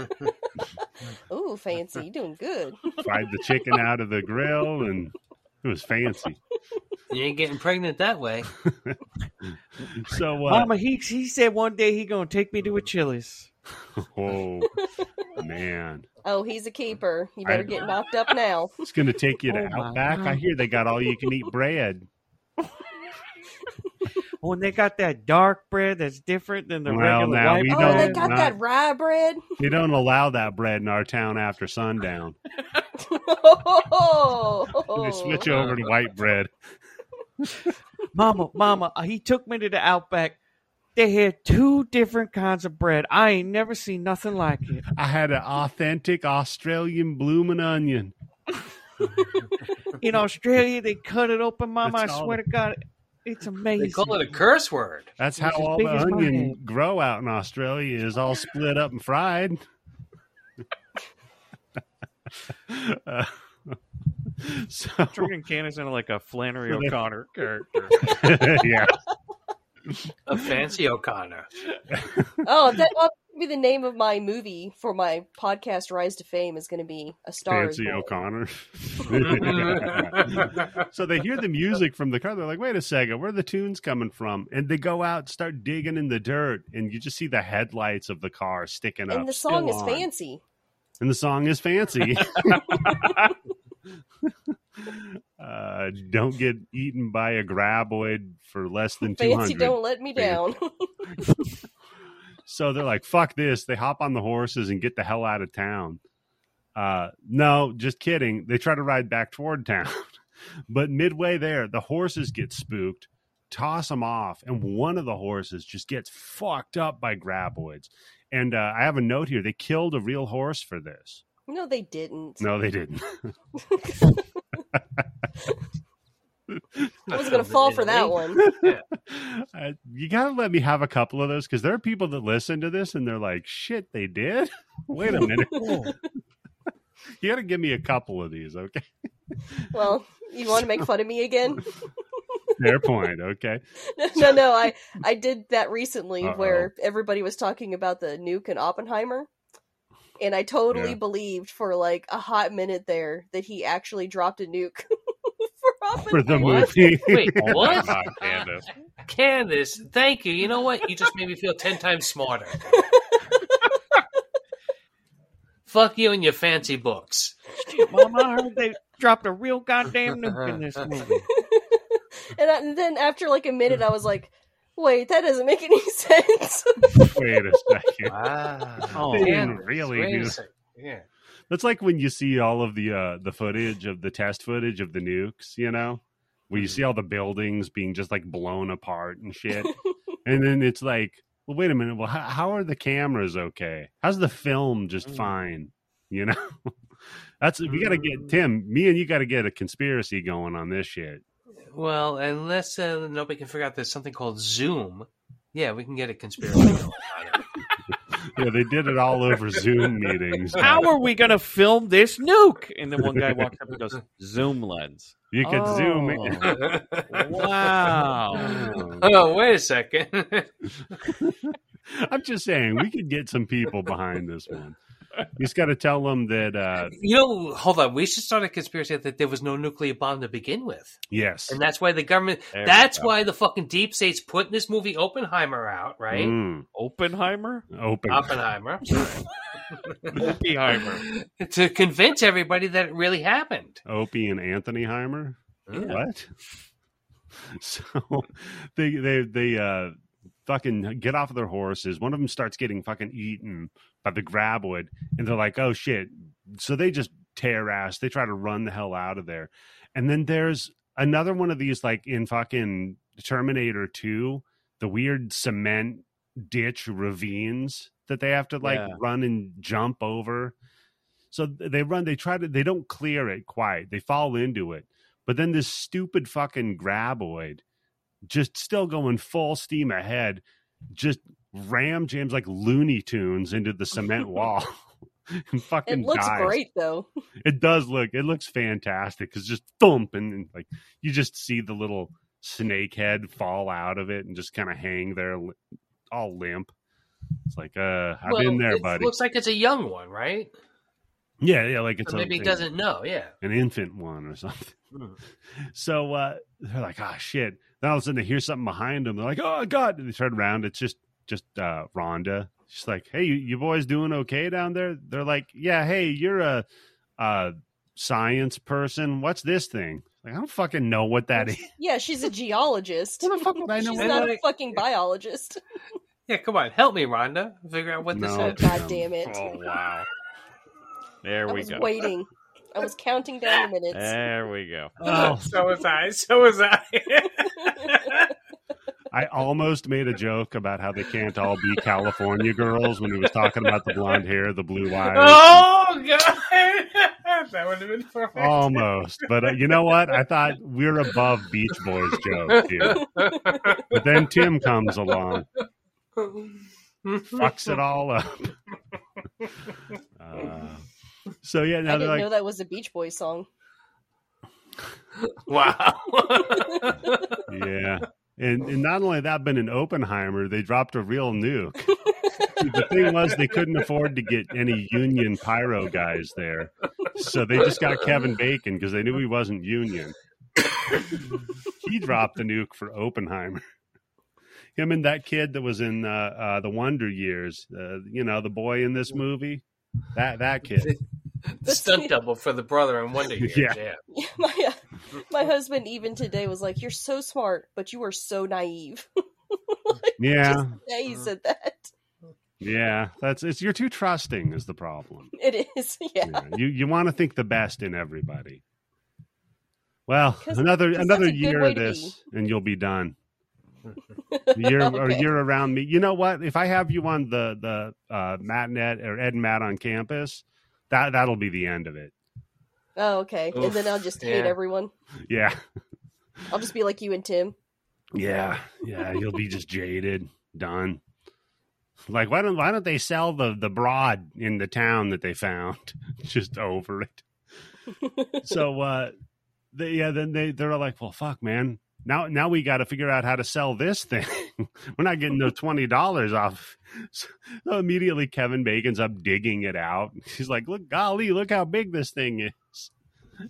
Speaker 3: Ooh, fancy! You doing
Speaker 1: *laughs*
Speaker 3: good?
Speaker 1: Fried the chicken out of the grill, and it was fancy.
Speaker 2: You ain't getting pregnant that way.
Speaker 1: So, uh,
Speaker 4: Mama, he he said one day he gonna take me to a Chili's. *laughs*
Speaker 1: oh man,
Speaker 3: Oh, he's a keeper. You
Speaker 1: I-
Speaker 3: better get knocked up now.
Speaker 1: it's gonna take you to
Speaker 4: Oh, my
Speaker 1: Outback. I
Speaker 4: God.
Speaker 1: hear they got all you can eat bread.
Speaker 4: When they got that dark bread that's different than the
Speaker 1: Well,
Speaker 4: regular
Speaker 1: now
Speaker 4: white
Speaker 1: we
Speaker 3: oh, they
Speaker 4: bread.
Speaker 1: don't-
Speaker 3: got
Speaker 1: not-
Speaker 3: that rye bread. *laughs*
Speaker 1: They don't allow that bread in our town after sundown.
Speaker 3: Oh.
Speaker 1: They switch over to white bread.
Speaker 4: Mama, Mama, uh, he took me to the Outback. They had two different kinds of bread. I ain't never seen nothing like it.
Speaker 1: I had an authentic Australian bloomin' onion.
Speaker 4: In Australia, they cut it open, Mama.
Speaker 1: That's
Speaker 4: I
Speaker 1: all-
Speaker 4: swear to God, it's amazing.
Speaker 2: They call it
Speaker 1: *laughs*
Speaker 2: a curse word.
Speaker 1: That's
Speaker 4: It's
Speaker 1: how
Speaker 4: as
Speaker 1: all
Speaker 4: big
Speaker 1: the
Speaker 4: as my
Speaker 1: onion
Speaker 4: head.
Speaker 1: grow out in Australia is all split up and
Speaker 4: *laughs*
Speaker 1: fried. *laughs* Uh, so *laughs*
Speaker 4: Turning Candace into like a Flannery
Speaker 1: So they-
Speaker 4: O'Connor *laughs* character.
Speaker 1: yeah,
Speaker 2: A fancy O'Connor. *laughs*
Speaker 3: oh, that will be the name of my movie for my podcast. Rise to fame is going to be a star. Is
Speaker 1: Fancy
Speaker 3: Born.
Speaker 1: O'Connor.
Speaker 2: *laughs*
Speaker 1: so they hear the music from the car. They're like, "Wait a second, where are the tunes coming from?" And they go out, and start digging in the dirt, and you just see the headlights of the car sticking up.
Speaker 3: and the song
Speaker 1: still
Speaker 3: is
Speaker 1: on.
Speaker 3: fancy.
Speaker 1: and the song is fancy. uh, don't get eaten by a graboid for less than two
Speaker 3: Fancy,
Speaker 1: hundred.
Speaker 3: don't let me down. *laughs*
Speaker 1: Fancy. So they're like, "Fuck this!" They hop on the horses and get the hell out of town. Uh, no, just kidding. They try to ride back toward town, but midway there, the horses get spooked toss him off, and one of the horses just gets fucked up by graboids. And uh, I have a note here: they killed a real horse for this.
Speaker 3: No, they didn't.
Speaker 1: No, they didn't. *laughs* *laughs*
Speaker 3: I was gonna fall for that one.
Speaker 1: Uh, you gotta let me have a couple of those because there are people that listen to this and they're like, "Shit, they did." *laughs* Wait a minute. you gotta give me a couple of these, okay?
Speaker 3: Well, you want to make fun of me
Speaker 1: *laughs*
Speaker 3: again? *laughs*
Speaker 1: Fair point. Okay.
Speaker 3: No, no, no. I I did that recently
Speaker 1: Uh-oh.
Speaker 3: where everybody was talking about the nuke and Oppenheimer, and I totally
Speaker 1: Yeah.
Speaker 3: believed for like a hot minute there that he actually dropped a nuke *laughs* for Oppenheimer.
Speaker 1: For the
Speaker 2: What?
Speaker 1: movie. *laughs*
Speaker 2: Wait, what?
Speaker 1: Come on, Candace.
Speaker 2: Candace, thank you. You know what? You just made me feel 10 times smarter. Fuck you and your fancy books.
Speaker 4: Mom, I heard they dropped a real goddamn nuke in this movie.
Speaker 3: and, I, and then after like a minute, I was like, "Wait, that doesn't make any *laughs* sense."
Speaker 1: Wait a second.
Speaker 2: Wow.
Speaker 4: Oh.
Speaker 1: They didn't
Speaker 2: Candace,
Speaker 1: really
Speaker 2: wait a
Speaker 1: do.
Speaker 2: sec- Yeah.
Speaker 1: That's like when you see all of the uh, the footage of the test footage of the nukes, you know, where you see all the buildings being just like blown apart and
Speaker 2: *laughs*
Speaker 1: shit, and then it's like, well, wait a minute, well, how, how are the cameras okay? How's the film just
Speaker 4: Mm.
Speaker 1: fine? You know, *laughs* that's we got to get Tim, me, and you got to get a conspiracy going on this shit.
Speaker 2: Well, unless uh, nobody can figure out there's something called Zoom, yeah, we can get a conspiracy. going on it.
Speaker 1: Yeah, they did it all over Zoom meetings.
Speaker 4: How are we gonna film this nuke? And then one guy walks up and goes, "Zoom lens."
Speaker 1: You could zoom in.
Speaker 4: Oh,
Speaker 1: *laughs*
Speaker 4: Wow.
Speaker 2: oh, wait a second. *laughs*
Speaker 1: *laughs* I'm just saying we could get some people behind this one. You just got to tell them that uh,
Speaker 2: you know, hold on. We should start a conspiracy that there was no nuclear bomb to begin with.
Speaker 1: yes,
Speaker 2: And that's why the government,
Speaker 4: There we
Speaker 2: that's
Speaker 4: go.
Speaker 2: why the fucking deep state's putting this movie Oppenheimer out, right?
Speaker 1: Mm,
Speaker 4: Oppenheimer.
Speaker 1: open.
Speaker 2: Oppenheimer.
Speaker 4: Oppenheimer.
Speaker 2: to convince everybody that it really happened.
Speaker 1: Opie and Anthony Heimer.
Speaker 2: Yeah.
Speaker 1: What? *laughs* So they they they uh fucking get off of their horses. One of them starts getting fucking eaten by the graboid, and they're like, "Oh shit!" So they just tear ass. They try to run the hell out of there, and then there's another one of these like in fucking Terminator Two, the weird cement ditch ravines that they have to like
Speaker 4: Yeah.
Speaker 1: run and jump over. So they run, they try to, they don't clear it quite. They fall into it. But then this stupid fucking graboid, just still going full steam ahead, just ram James like Looney Tunes into the cement
Speaker 2: *laughs*
Speaker 1: wall. *laughs* And fucking
Speaker 3: it looks
Speaker 1: dies.
Speaker 3: great though.
Speaker 1: It does look. It looks fantastic because just thump and, and, like you just see the little snake head fall out of it and just kind of hang there, li- all limp. It's like, uh, I've been there,
Speaker 2: it
Speaker 1: buddy.
Speaker 2: Looks like it's a young one, right?
Speaker 1: yeah, yeah, like it's
Speaker 2: Or maybe
Speaker 1: a-
Speaker 2: he doesn't know. Yeah.
Speaker 1: an infant one or something.
Speaker 2: Hmm.
Speaker 1: So uh, they're like, ah, shit. Then all of a sudden they hear something behind them. They're like, oh god. And they turn around. It's just just uh, Rhonda. She's like, hey, you, you boys doing okay down there? They're like, yeah, hey, you're a, a science person. What's this thing? Like, I don't fucking know what that is.
Speaker 3: Yeah, she's a geologist.
Speaker 1: What the fuck would I know?
Speaker 3: She's
Speaker 1: what
Speaker 2: that
Speaker 3: not a
Speaker 2: is.
Speaker 3: fucking biologist.
Speaker 2: Yeah, come on, help me, Rhonda. Figure out what this
Speaker 1: No.
Speaker 3: Oh
Speaker 2: is.
Speaker 3: god damn it!
Speaker 4: Oh wow. There
Speaker 3: I
Speaker 4: we
Speaker 3: was
Speaker 4: go.
Speaker 3: waiting. I was counting down the minutes.
Speaker 1: *laughs*
Speaker 4: There we go.
Speaker 1: Oh.
Speaker 2: so was I. So
Speaker 1: *laughs*
Speaker 2: was I.
Speaker 1: I almost made a joke about how they can't all be California girls when he was talking about the blonde hair, the blue
Speaker 3: *laughs*
Speaker 1: eyes.
Speaker 2: oh god, *laughs* that would have been perfect.
Speaker 1: Oh. Almost, but uh, you know what? I thought we're above Beach Boys joke here. But then Tim comes along, fucks it all up.
Speaker 3: *laughs*
Speaker 1: Uh, so yeah,
Speaker 3: I
Speaker 1: now they're
Speaker 3: didn't
Speaker 1: like,
Speaker 3: know that was a Beach Boys song.
Speaker 4: *laughs*
Speaker 2: Wow.
Speaker 1: yeah, and, and not only that, but in Oppenheimer, they dropped a real nuke. the thing was, they couldn't afford to get any Union pyro guys there, so they just got Kevin Bacon because they knew he wasn't Union. he dropped the nuke for Oppenheimer. Him and that kid that was in uh, uh, the Wonder Years, uh, you know, the boy in this movie, that that kid.
Speaker 2: *laughs* the stunt double for the brother in Wonder Years.
Speaker 1: Yeah.
Speaker 2: Yeah. *laughs*
Speaker 3: *laughs* my uh, my husband even today was like, "You're so smart, but you are so naive." *laughs*
Speaker 1: Yeah,
Speaker 3: Just today he said that. *laughs*
Speaker 1: yeah. That's it's you're too trusting is the problem.
Speaker 3: It is, *laughs* yeah.
Speaker 1: Yeah. You you want to think the best in everybody. Well,
Speaker 3: 'Cause-
Speaker 1: another
Speaker 3: 'cause
Speaker 1: another
Speaker 3: that's a good
Speaker 1: year
Speaker 3: way
Speaker 1: of
Speaker 3: to *laughs*
Speaker 1: this, and you'll be done. You're or
Speaker 3: Okay.
Speaker 1: you're around me. You know what? If I have you on the the uh, Matt Net or Ed and Matt on campus, that that'll be the end of it.
Speaker 3: Oh, okay. and then
Speaker 2: Oof,
Speaker 3: I'll just hate
Speaker 2: yeah.
Speaker 3: everyone.
Speaker 1: Yeah,
Speaker 3: I'll just be like you and Tim.
Speaker 1: yeah, yeah. You'll be just jaded, done. Like why don't why don't they sell the the broad in the town that they found? *laughs* Just over it. so uh they yeah then they they're like well fuck man now now we got to figure out how to sell this thing *laughs* we're not getting the twenty dollars off so, immediately kevin bacon's up digging it out he's like look golly look how big this thing is this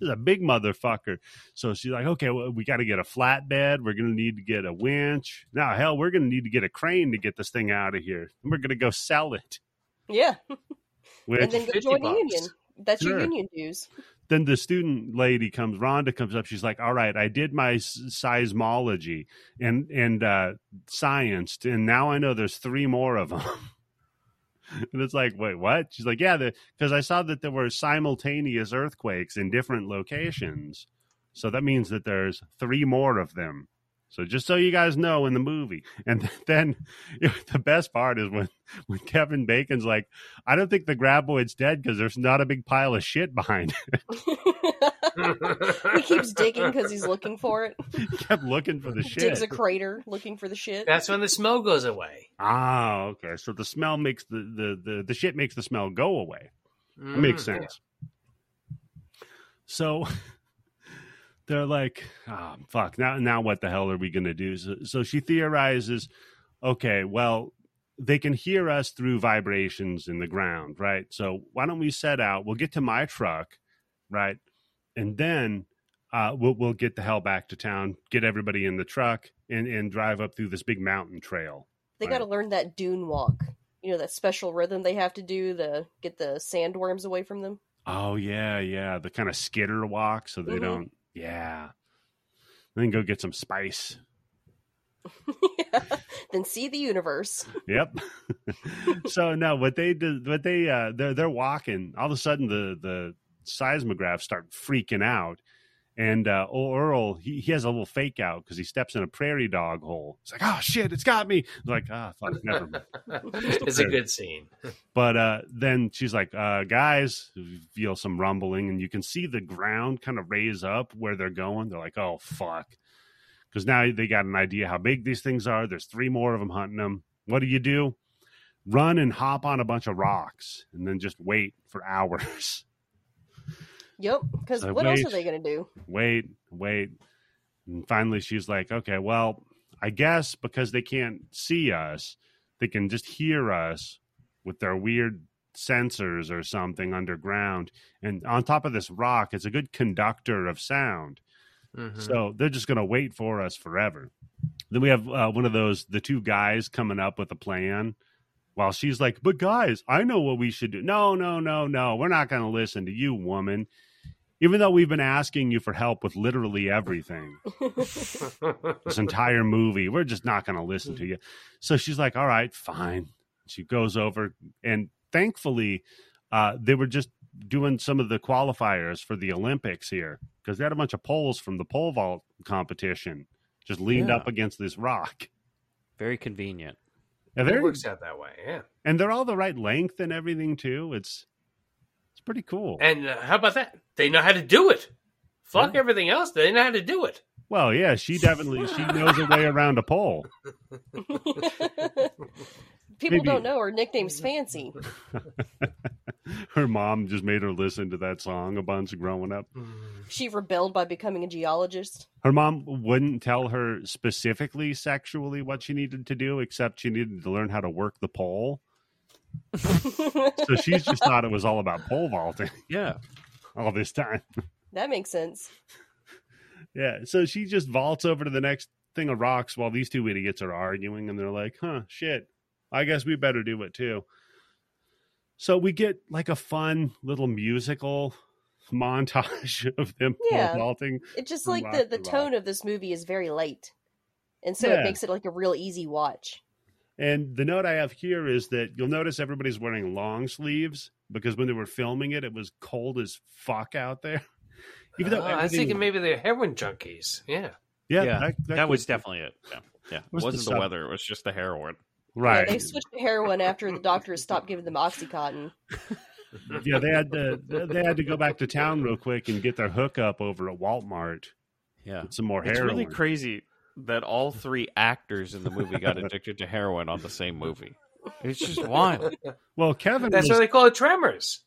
Speaker 1: is a big motherfucker so she's like okay well, we got to get a flatbed we're gonna need to get a winch now hell we're gonna need to get a crane to get this thing out of here and we're gonna go sell it
Speaker 3: Yeah.
Speaker 1: which
Speaker 3: and then go
Speaker 2: 50
Speaker 3: join the
Speaker 2: bucks.
Speaker 3: union. That's
Speaker 1: Sure.
Speaker 3: your union dues. *laughs*
Speaker 1: then the student lady comes rhonda comes up she's like all right i did my s- seismology and and uh science and now i know there's three more of them *laughs* and it's like wait what she's like yeah because i saw that there were simultaneous earthquakes in different locations so that means that there's three more of them so just so you guys know in the movie and *laughs* then the best part is when when kevin bacon's like i don't think the graboid's dead because there's not a big pile of shit behind
Speaker 3: he keeps digging because he's looking for it.
Speaker 1: kept looking for the shit.
Speaker 3: Digs a crater looking for the shit.
Speaker 2: That's when the smell goes away.
Speaker 1: ah, okay. So the smell makes the, the the the shit makes the smell go away. That makes
Speaker 2: Mm.
Speaker 1: sense. So *laughs* they're like, ah,
Speaker 4: Um,
Speaker 1: fuck. Now now what the hell are we gonna do? So, so she theorizes, okay, well. They can hear us through vibrations in the ground, right? So why don't we set out? We'll get to my truck, right, and then uh, we'll we'll get the hell back to town, get everybody in the truck, and and drive up through this big mountain trail.
Speaker 3: They got to learn that dune walk. You know that special rhythm they have to do to get the sandworms away from them. *laughs*
Speaker 1: Oh yeah, yeah. The kind of skitter walk so they
Speaker 3: Mhm.
Speaker 1: don't yeah. Then go get some spice.
Speaker 3: Then see the universe.
Speaker 1: Yep. *laughs* so no, what they did what they uh they're they're walking, all of a sudden the the seismographs start freaking out. And uh old Earl, he, he has a little fake out because he steps in a prairie dog hole. It's like, oh shit, it's got me. like, ah, fuck, never mind.
Speaker 2: *laughs* it's a good scene.
Speaker 1: But uh, then she's like, uh, guys, you feel some rumbling, and you can see the ground kind of raise up where they're going. They're like, oh, fuck. Because now they got an idea how big these things are. There's three more of them hunting them. What do you do? Run and hop on a bunch of rocks and then just wait for *laughs* hours.
Speaker 3: Yep. Because
Speaker 1: So
Speaker 3: what else
Speaker 1: wait.
Speaker 3: are they gonna do?
Speaker 1: wait, wait. And finally, she's like, okay, well, I guess because they can't see us, they can just hear us with their weird sensors or something underground. And on top of this rock, it's a good conductor of sound.
Speaker 2: Mhm.
Speaker 1: So they're just going to wait for us forever. Then we have uh, one of those, the two guys coming up with a plan while she's like, but guys, I know what we should do. No, no, no, no. We're not going to listen to you, woman. Even though we've been asking you for help with literally everything
Speaker 2: Mm-hmm. *laughs*
Speaker 1: this entire movie. We're just not going to listen to you. So she's like, all right, fine. She goes over, and thankfully, uh, they were just doing some of the qualifiers for the Olympics here because they had a bunch of poles from the pole vault competition just leaned
Speaker 4: Yeah.
Speaker 1: up against this rock.
Speaker 4: Very convenient.
Speaker 1: And
Speaker 2: it
Speaker 1: they're,
Speaker 2: works out that way, yeah.
Speaker 1: and they're all the right length and everything too. It's it's pretty cool.
Speaker 2: And uh, how about that? They know how to do it. Fuck
Speaker 1: Yeah.
Speaker 2: everything else. They know how to do it.
Speaker 1: well, yeah, she definitely she knows her way around a pole.
Speaker 3: *laughs* People
Speaker 1: Maybe-
Speaker 3: don't know her nickname's Fancy.
Speaker 1: Her mom just made her listen to that song a bunch growing up.
Speaker 3: She rebelled by becoming a geologist. *laughs*
Speaker 1: her mom wouldn't tell her specifically sexually what she needed to do except she needed to learn how to work the pole so she just thought it was all about pole vaulting *laughs*
Speaker 4: Yeah.
Speaker 1: all this time
Speaker 3: that makes sense.
Speaker 1: yeah so she just vaults over to the next thing of rocks while these two idiots are arguing and they're like huh shit i guess we better do it too so we get like a fun little musical montage *laughs* of them
Speaker 3: Yeah.
Speaker 1: pole vaulting
Speaker 3: It just
Speaker 1: From
Speaker 3: like
Speaker 1: rock
Speaker 3: the,
Speaker 1: to
Speaker 3: the
Speaker 1: rock.
Speaker 3: tone of this movie is very light. And so
Speaker 1: Yeah.
Speaker 3: it makes it like a real easy watch.
Speaker 1: And the note I have here is that you'll notice everybody's wearing long sleeves because when they were filming it, it was cold as fuck out there. *laughs* Even though
Speaker 2: Oh, I was
Speaker 1: everything-
Speaker 2: thinking maybe they're heroin junkies. Yeah.
Speaker 1: yeah,
Speaker 4: Yeah,
Speaker 1: that,
Speaker 4: That was
Speaker 1: could-
Speaker 4: definitely it. Yeah. Yeah,
Speaker 1: What's the
Speaker 4: it wasn't the,
Speaker 1: sub-
Speaker 4: weather. It was just the heroin.
Speaker 1: *laughs* Right.
Speaker 3: Yeah, they switched to heroin after the doctors stopped giving them Oxycontin.
Speaker 1: *laughs* yeah, they had to they had to go back to town real quick and get their hookup over at Walmart.
Speaker 4: Yeah,
Speaker 1: Get some more
Speaker 4: it's
Speaker 1: heroin.
Speaker 4: really crazy that all three actors in the movie got addicted to heroin on the same movie. It's just wild.
Speaker 1: well, Kevin
Speaker 2: That's
Speaker 1: was,
Speaker 2: why they call it
Speaker 1: *laughs*
Speaker 2: tremors.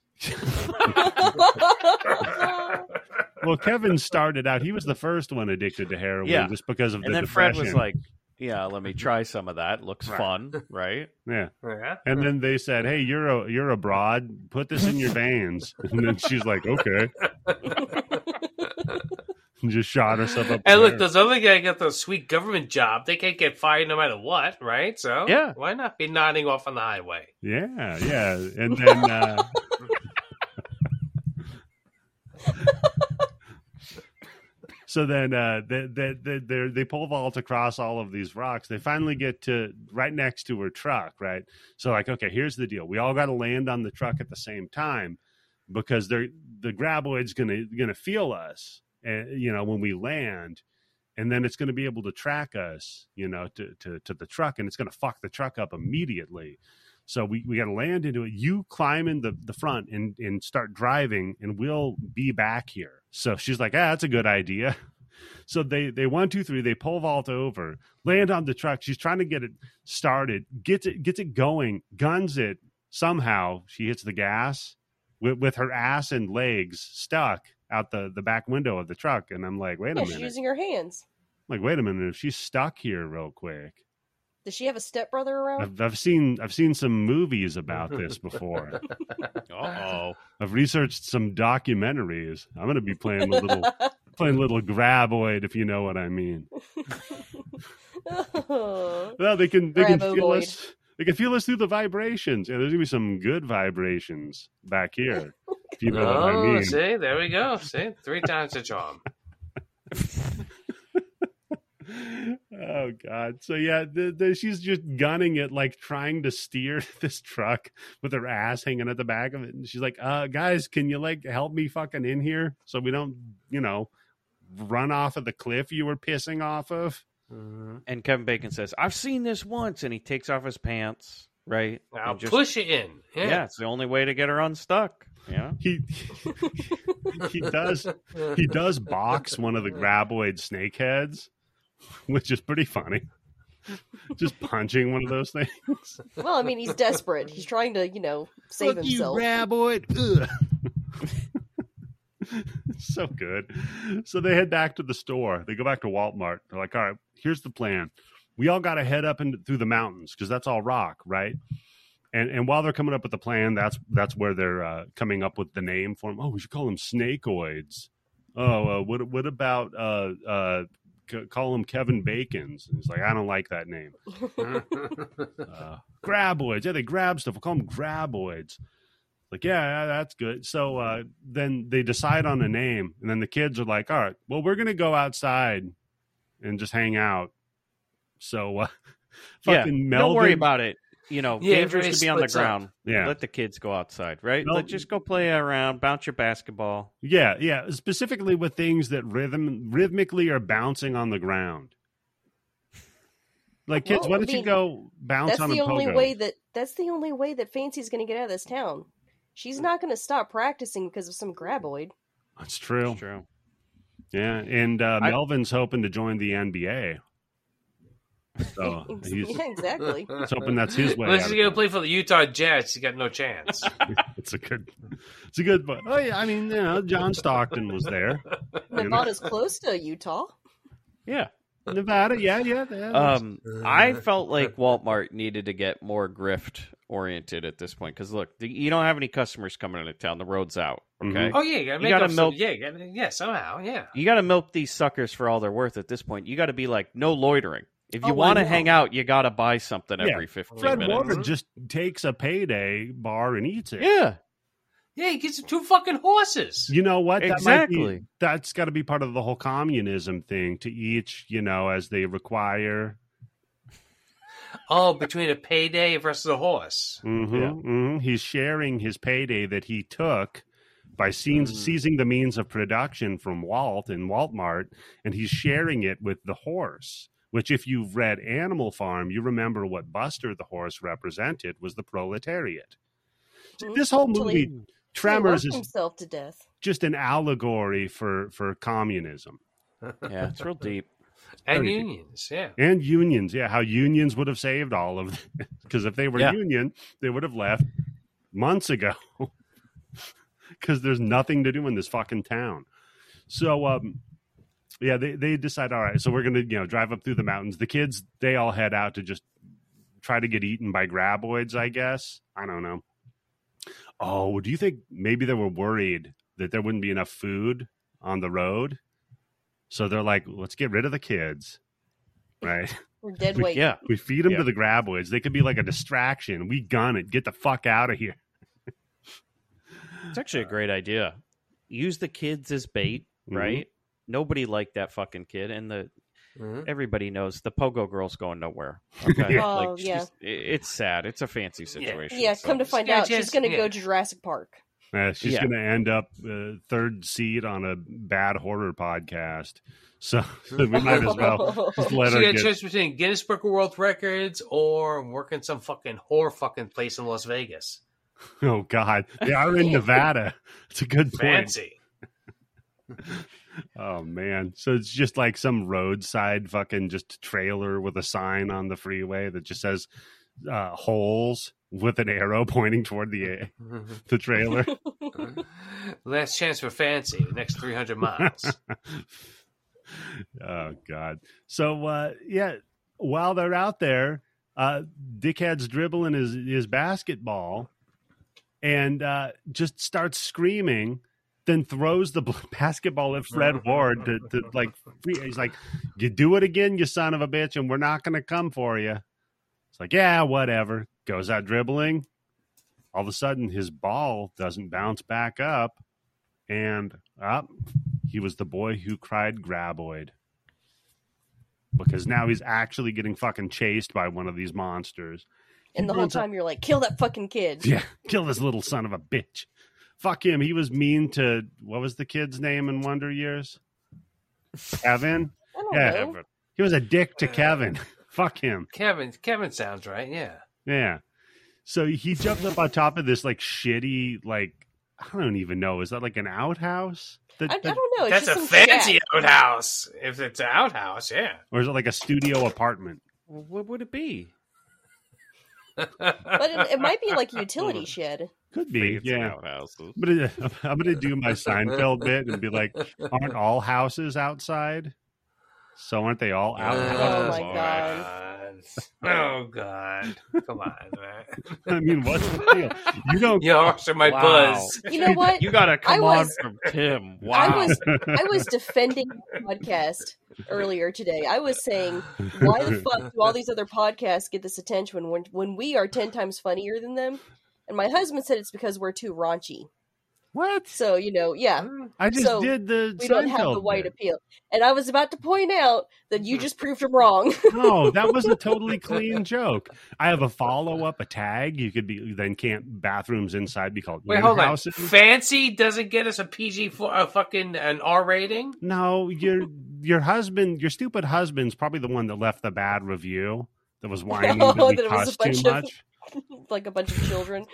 Speaker 1: well, Kevin started out. He was the first one addicted to heroin
Speaker 4: Yeah.
Speaker 1: just because of
Speaker 4: And
Speaker 1: the
Speaker 4: then Fred was
Speaker 1: depression.
Speaker 4: like, "Yeah, let me try some of that. Looks
Speaker 1: Right.
Speaker 4: fun, right?"
Speaker 1: yeah.
Speaker 2: Yeah.
Speaker 1: And then they said, "Hey, you're a you're abroad. Put this
Speaker 2: *laughs*
Speaker 1: in your veins." And then she's like, "Okay." And just shot herself up.
Speaker 2: And
Speaker 1: the
Speaker 2: look,
Speaker 1: air.
Speaker 2: those other guys got those sweet government job. They can't get fired no matter what, right? So
Speaker 4: Yeah.
Speaker 2: why not be nodding off on the highway?
Speaker 1: yeah, yeah. And then uh, *laughs* so then uh, they they they they're- they pole vault across all of these rocks. They finally get to right next to her truck, right? So like, okay, here's the deal: we all got to land on the truck at the same time because they're the graboid's gonna gonna feel us, and you know when we land. And then it's going to be able to track us, you know, to, to, to the truck, and it's going to fuck the truck up immediately. So we, we got to land into it. You climb in the, the front and, and start driving, and we'll be back here. So she's like, ah, that's a good idea. *laughs* So they they one two three they pole vault over land on the truck she's trying to get it started gets it gets it going guns it somehow she hits the gas with, with her ass and legs stuck out the the back window of the truck and I'm like wait a
Speaker 3: yeah, she's
Speaker 1: minute
Speaker 3: using her hands.
Speaker 1: I'm like wait a minute if she's stuck here real quick
Speaker 3: Does she have a stepbrother around?
Speaker 1: I've, I've seen I've seen some movies about this before
Speaker 4: Uh oh.
Speaker 1: I've researched some documentaries. I'm going to be playing a
Speaker 3: *laughs*
Speaker 1: little playing a little graboid, if you know what I mean.
Speaker 3: Oh.
Speaker 1: Well, they can they can feel
Speaker 3: Grabovoid.
Speaker 1: us. They can feel us through the vibrations. Yeah, there's gonna be some good vibrations back here, if you know what I
Speaker 2: oh,
Speaker 1: mean.
Speaker 2: see, there we go. See, three times the charm.
Speaker 1: *laughs* oh god so yeah the, the, she's just gunning it like trying to steer *laughs* this truck with her ass hanging at the back of it and she's like uh guys can you like help me fucking in here so we don't you know run off of the cliff you were pissing off of
Speaker 4: And Kevin Bacon says, "I've seen this once," and he takes off his pants. Right?
Speaker 2: I'll
Speaker 4: And just-
Speaker 2: push it in.
Speaker 4: Yeah.
Speaker 2: Yeah.
Speaker 4: it's the only way to get her unstuck. Yeah.
Speaker 1: he *laughs* he does
Speaker 2: *laughs*
Speaker 1: he does box one of the graboid snakeheads which is pretty funny just punching one of those things
Speaker 3: *laughs* Well, I mean, he's desperate. He's trying to, you know, save
Speaker 1: Fuck
Speaker 3: himself.
Speaker 1: You, graboid. Ugh. *laughs* so good. So they head back to the store. They go back to Walmart. They're like, all right, here's the plan. We all got to head up and through the mountains because that's all rock, right? And and while they're coming up with the plan, that's that's where they're uh, coming up with the name for them. Oh, we should call them snakeoids. Oh, uh, what what about uh, uh, c- call them Kevin Bacon's? And he's like, I don't like that name uh, graboids. Yeah, they grab stuff. We'll call them graboids. Like, yeah, yeah, that's good. So uh, then they decide on a name, and then the kids are like, all right, well, we're gonna go outside and just hang out. So uh, fucking
Speaker 4: *laughs* yeah.
Speaker 1: Melvin,
Speaker 4: Don't worry about it. You know,
Speaker 2: Yeah, everybody
Speaker 4: dangerous to be on the
Speaker 2: splits up.
Speaker 4: ground.
Speaker 1: yeah,
Speaker 4: Let the kids go outside, right?
Speaker 1: Mel-
Speaker 4: Let just go play around, bounce your basketball.
Speaker 1: yeah, yeah. Specifically with things that rhythm rhythmically are bouncing on the ground. Like kids,
Speaker 3: Well,
Speaker 1: why
Speaker 3: I
Speaker 1: don't you
Speaker 3: mean,
Speaker 1: go bounce
Speaker 3: that's
Speaker 1: on
Speaker 3: the
Speaker 1: a
Speaker 3: only
Speaker 1: pogo?
Speaker 3: way that that's the only way that Fancy's going to get out of this town. She's not going to stop practicing because of some graboid.
Speaker 1: that's true.
Speaker 4: It's true.
Speaker 1: Yeah, and uh,
Speaker 4: I-
Speaker 1: Melvin's hoping to join the NBA.
Speaker 3: *laughs*
Speaker 1: So Oh, he's
Speaker 3: yeah,
Speaker 1: *laughs*
Speaker 3: exactly.
Speaker 1: Let's hoping that's his way out
Speaker 2: Unless
Speaker 1: of
Speaker 2: he's going
Speaker 1: it.
Speaker 2: to play for the Utah Jets, he's got
Speaker 1: *laughs*
Speaker 2: no chance.
Speaker 1: it's a good it's a good point. Oh yeah, I mean, you know, John Stockton was there. You know,
Speaker 3: Nevada's close to Utah.
Speaker 4: Yeah.
Speaker 1: Nevada, yeah, yeah. yeah
Speaker 4: Um, I felt like Walmart needed to get more grift oriented at this point because look, the, you don't have any customers coming into town. The road's out. Okay.
Speaker 2: Oh, yeah, you got to make
Speaker 4: gotta
Speaker 2: up some-
Speaker 4: milk-
Speaker 2: Yeah, you gotta- yeah, somehow, yeah.
Speaker 4: You got to milk these suckers for all they're worth at this point. You got to be like, no loitering. If you
Speaker 3: Oh, I
Speaker 4: want to
Speaker 3: know.
Speaker 4: hang out, you got to buy something
Speaker 1: Yeah.
Speaker 4: every 15
Speaker 1: Fred
Speaker 4: minutes.
Speaker 1: Warner just takes a payday bar and eats it.
Speaker 4: Yeah.
Speaker 2: Yeah, he gets two fucking horses.
Speaker 1: You know what? That might be-
Speaker 4: Exactly.
Speaker 1: that's got to be part of the whole communism thing to each, you know, as they require.
Speaker 2: Oh, between a payday versus a horse.
Speaker 1: Mhm,
Speaker 4: Yeah.
Speaker 1: mhm. He's sharing his payday that he took by seizing, seizing the means of production from Walt and Walmart, and he's sharing it with the horse, which if you've read Animal Farm, you remember what Buster the horse represented was the proletariat. See, this whole
Speaker 3: Totally.
Speaker 1: movie Tremors
Speaker 3: He loved
Speaker 1: is
Speaker 3: himself to death.
Speaker 1: just an allegory for for communism
Speaker 4: Yeah, it's real deep.
Speaker 2: and
Speaker 1: Very deep.
Speaker 2: unions. Yeah,
Speaker 1: and unions. Yeah, how unions would have saved all of *laughs* them because if they were
Speaker 4: Yeah.
Speaker 1: union, they would have left months ago *laughs* because there's nothing to do in this fucking town. So, um, yeah, they they decide all right. So we're gonna you know drive up through the mountains. The kids they all head out to just try to get eaten by graboids. I guess I don't know. Oh, do you think maybe they were worried that there wouldn't be enough food on the road? So they're like, let's get rid of the kids, right?
Speaker 3: We're dead
Speaker 1: We-
Speaker 3: weight.
Speaker 4: Yeah.
Speaker 1: We feed them
Speaker 4: Yeah.
Speaker 1: to the graboids. They could be like a distraction. We gun it. Get the fuck out of here.
Speaker 4: It's actually a great idea. Use the kids as bait,
Speaker 1: Mhm.
Speaker 4: right? Nobody liked that fucking kid, and the
Speaker 2: Mhm.
Speaker 4: everybody knows the pogo girl's going nowhere. *laughs* Okay?
Speaker 1: Yeah.
Speaker 3: Oh,
Speaker 4: she's- i- it's sad. It's a fancy situation.
Speaker 3: Yeah,
Speaker 4: so-
Speaker 3: come to find
Speaker 2: Yeah,
Speaker 3: out, she's
Speaker 2: just-
Speaker 3: going to
Speaker 2: yeah.
Speaker 3: go Jurassic Park.
Speaker 1: Uh, she's
Speaker 4: Yeah.
Speaker 1: going to end up uh, third seed on a bad horror podcast. So, *laughs* so we might as
Speaker 3: *laughs*
Speaker 1: well just let
Speaker 2: She
Speaker 1: her
Speaker 2: had
Speaker 1: get.
Speaker 2: a choice between Guinness Book of World Records or working some fucking whore fucking place in Las Vegas.
Speaker 1: *laughs* Oh God, they are in Nevada. *laughs* It's a good point.
Speaker 2: Fancy. *laughs*
Speaker 1: Oh man, so it's just like some roadside fucking just trailer with a sign on the freeway that just says uh, "holes" with an arrow *laughs* pointing toward the the trailer.
Speaker 2: Last chance for fancy. Next three hundred miles.
Speaker 1: *laughs* oh god so uh yeah while they're out there uh dickhead's dribbling his his basketball and uh just starts screaming then throws the bl- *laughs* basketball at fred ward to, to like free he's like you do it again you son of a bitch and we're not gonna come for you it's like yeah whatever goes out dribbling all of a sudden his ball doesn't bounce back up and up he was the boy who cried graboid because now he's actually getting fucking chased by one of these monsters
Speaker 3: And the whole
Speaker 1: runs up-
Speaker 3: time you're like, kill that fucking kid.
Speaker 1: yeah *laughs* kill this little son of a bitch fuck him he was mean to what was the kid's name in wonder years kevin
Speaker 3: I don't
Speaker 1: yeah
Speaker 3: know.
Speaker 1: Evan. he was a dick to kevin *laughs* fuck him
Speaker 2: Kevin. Kevin sounds right. Yeah.
Speaker 1: yeah so he jumped up on top of this like shitty like i don't even know is that like an outhouse that,
Speaker 3: I, I
Speaker 1: that-
Speaker 3: don't know. Oh, It's
Speaker 2: That's
Speaker 3: just
Speaker 2: a
Speaker 3: some
Speaker 2: fancy
Speaker 3: shack.
Speaker 2: outhouse. If it's an outhouse, yeah.
Speaker 1: or is it like a studio apartment
Speaker 4: Well, what would it be?
Speaker 3: But
Speaker 2: *laughs*
Speaker 3: it, it might be like
Speaker 1: *laughs*
Speaker 3: a utility shed.
Speaker 1: could be
Speaker 4: Fancy
Speaker 1: yeah
Speaker 4: outhouses.
Speaker 1: I'm gonna, *laughs* I'm gonna do my Seinfeld bit and be like, "Aren't all houses outside? So aren't they all out?"
Speaker 3: Oh my
Speaker 4: All
Speaker 3: God.
Speaker 2: *laughs* Oh god! Come on, man!
Speaker 1: *laughs*
Speaker 3: Oh
Speaker 1: I mean, what's the deal?
Speaker 3: *laughs*
Speaker 1: You don't.
Speaker 2: You also my
Speaker 4: Wow.
Speaker 2: buzz.
Speaker 3: You know what?
Speaker 4: You got to come
Speaker 3: was-
Speaker 4: on from Tim.
Speaker 3: *laughs*
Speaker 4: Wow.
Speaker 3: I
Speaker 1: *laughs*
Speaker 3: was I was defending the podcast earlier today. I was saying, why
Speaker 4: *laughs*
Speaker 3: the fuck do all these other podcasts get this attention when when we are ten times funnier than them? And my husband said it's because we're too raunchy.
Speaker 1: What?
Speaker 3: So you know, yeah,
Speaker 2: Um,
Speaker 1: I just
Speaker 3: So,
Speaker 1: did the.
Speaker 3: we don't have
Speaker 1: Seinfeld
Speaker 3: the white
Speaker 1: bit.
Speaker 3: appeal. And I was about to point out that
Speaker 4: Mm-hmm.
Speaker 3: you just proved him wrong. *laughs*
Speaker 1: no, that was a totally clean joke. I have a follow up, a tag. You could be then can't bathrooms inside be called
Speaker 2: Wait, hold on.
Speaker 1: houses?
Speaker 2: Fancy doesn't get us a PG for a fucking an R rating.
Speaker 1: No, your your husband, your stupid husband's probably the one that left the bad review that
Speaker 3: *laughs*
Speaker 1: was whining
Speaker 3: Oh,
Speaker 1: that we
Speaker 3: that it was a
Speaker 1: cussed
Speaker 3: bunch
Speaker 1: too
Speaker 3: of-
Speaker 1: much.
Speaker 3: like a bunch of children.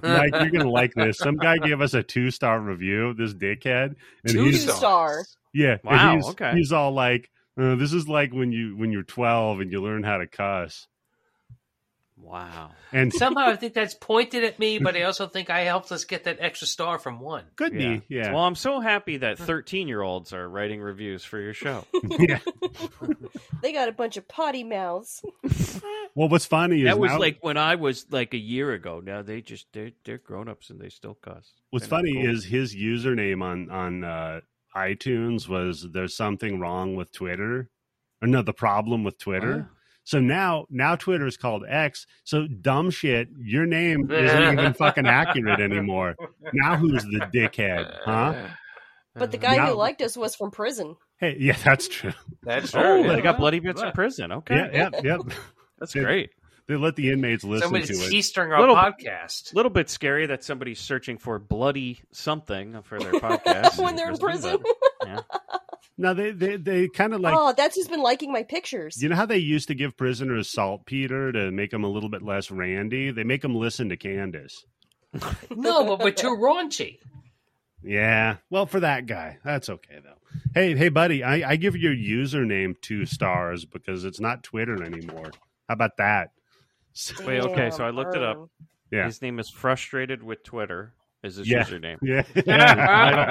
Speaker 1: Mike, you're gonna like this. Some
Speaker 4: *laughs*
Speaker 1: guy gave us a two star review. This dickhead, and
Speaker 2: Two
Speaker 1: he's
Speaker 2: stars.
Speaker 3: star.
Speaker 1: yeah, and
Speaker 4: Wow,
Speaker 1: he's,
Speaker 4: okay.
Speaker 1: he's all like, uh, "This is like when you when you're 12 and you learn how to cuss."
Speaker 4: wow.
Speaker 1: And
Speaker 2: Somehow I think that's pointed at me, but I also think I helped us get that extra star from one.
Speaker 1: could
Speaker 4: Yeah.
Speaker 1: be, yeah,
Speaker 4: Well, I'm so happy that 13 year olds are writing reviews for your show.
Speaker 1: yeah.
Speaker 3: They got a bunch of potty mouths.
Speaker 1: Well, what's funny is
Speaker 4: that was
Speaker 1: now-
Speaker 4: like when I was like a year ago. Now they just they're they're grown ups and they still cuss.
Speaker 1: what's
Speaker 4: And I'm
Speaker 1: funny
Speaker 4: cool.
Speaker 1: is his username on on uh, iTunes was "There's something wrong with Twitter," or no, the problem with Twitter. So now, now Twitter is called X. So dumb shit. Your name isn't even fucking accurate anymore. Now who's the dickhead, huh?
Speaker 3: But
Speaker 4: Uh,
Speaker 3: the guy
Speaker 1: Now-
Speaker 3: who liked us was from prison.
Speaker 1: Hey, yeah, that's true.
Speaker 2: That's
Speaker 4: Oh,
Speaker 2: true.
Speaker 4: they *laughs* got bloody bits in prison. Okay,
Speaker 1: Yeah, yep, yep.
Speaker 4: that's
Speaker 1: Yeah.
Speaker 4: great.
Speaker 1: They let the inmates listen to
Speaker 2: Somebody's
Speaker 1: it.
Speaker 2: Eastern our
Speaker 4: Little-
Speaker 2: podcast.
Speaker 4: *laughs* little bit scary that
Speaker 1: *laughs*
Speaker 4: somebody's searching for bloody something for their podcast
Speaker 3: When they're in prison.
Speaker 4: but- yeah.
Speaker 1: Now they they, they kind of like
Speaker 3: oh, that's who's been liking my pictures.
Speaker 1: you know how they used to give prisoners saltpeter to make them a little bit less randy. They make them listen to Candace.
Speaker 2: No, but we're too raunchy.
Speaker 1: Yeah, well, for that guy, that's okay though. Hey, hey, buddy, I, I give your username two stars because it's not Twitter anymore. How about that? *laughs*
Speaker 4: Wait, okay, so I looked it up.
Speaker 1: *laughs*
Speaker 3: Damn,
Speaker 1: Yeah.
Speaker 4: His name is frustrated with Twitter. Is his
Speaker 1: Yeah.
Speaker 4: username?
Speaker 1: *laughs* Yeah,
Speaker 2: *laughs*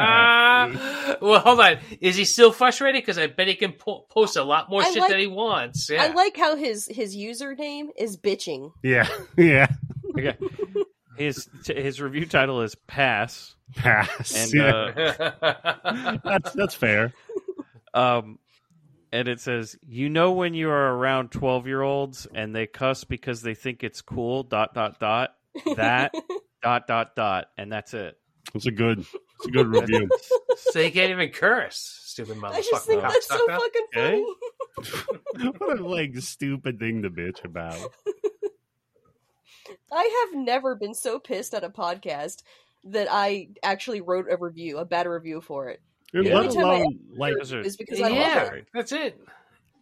Speaker 2: well, hold on. Is he still frustrated? Because I bet he can po- post a lot more
Speaker 3: I
Speaker 2: shit
Speaker 3: like-
Speaker 2: than he wants. Yeah.
Speaker 3: I like how his his username is bitching.
Speaker 1: *laughs* yeah, yeah.
Speaker 4: Okay. His t- his review title is pass,
Speaker 1: Pass.
Speaker 4: and
Speaker 1: Yeah.
Speaker 2: like.
Speaker 1: that's that's fair.
Speaker 4: uh, um, and it says you know when you are around twelve year olds and they cuss because they think it's cool. Dot dot dot
Speaker 3: *laughs*
Speaker 4: that
Speaker 1: *laughs*
Speaker 4: dot dot dot, and that's it.
Speaker 1: That's a good. It's a good review.
Speaker 2: *laughs* so he can't even curse, stupid motherfucker.
Speaker 3: I just think that's
Speaker 4: *laughs*
Speaker 3: so
Speaker 2: cocksucker.
Speaker 3: fucking
Speaker 4: Okay.
Speaker 3: funny.
Speaker 1: *laughs* what a like stupid thing to bitch about.
Speaker 3: I have never been so pissed at a podcast that I actually wrote a review, a bad review for it.
Speaker 1: And
Speaker 4: Yeah.
Speaker 1: Let
Speaker 3: Anytime I
Speaker 1: alone like
Speaker 4: Those are-
Speaker 3: It's because I love
Speaker 4: Yeah.
Speaker 2: yeah,
Speaker 3: it.
Speaker 2: that's it.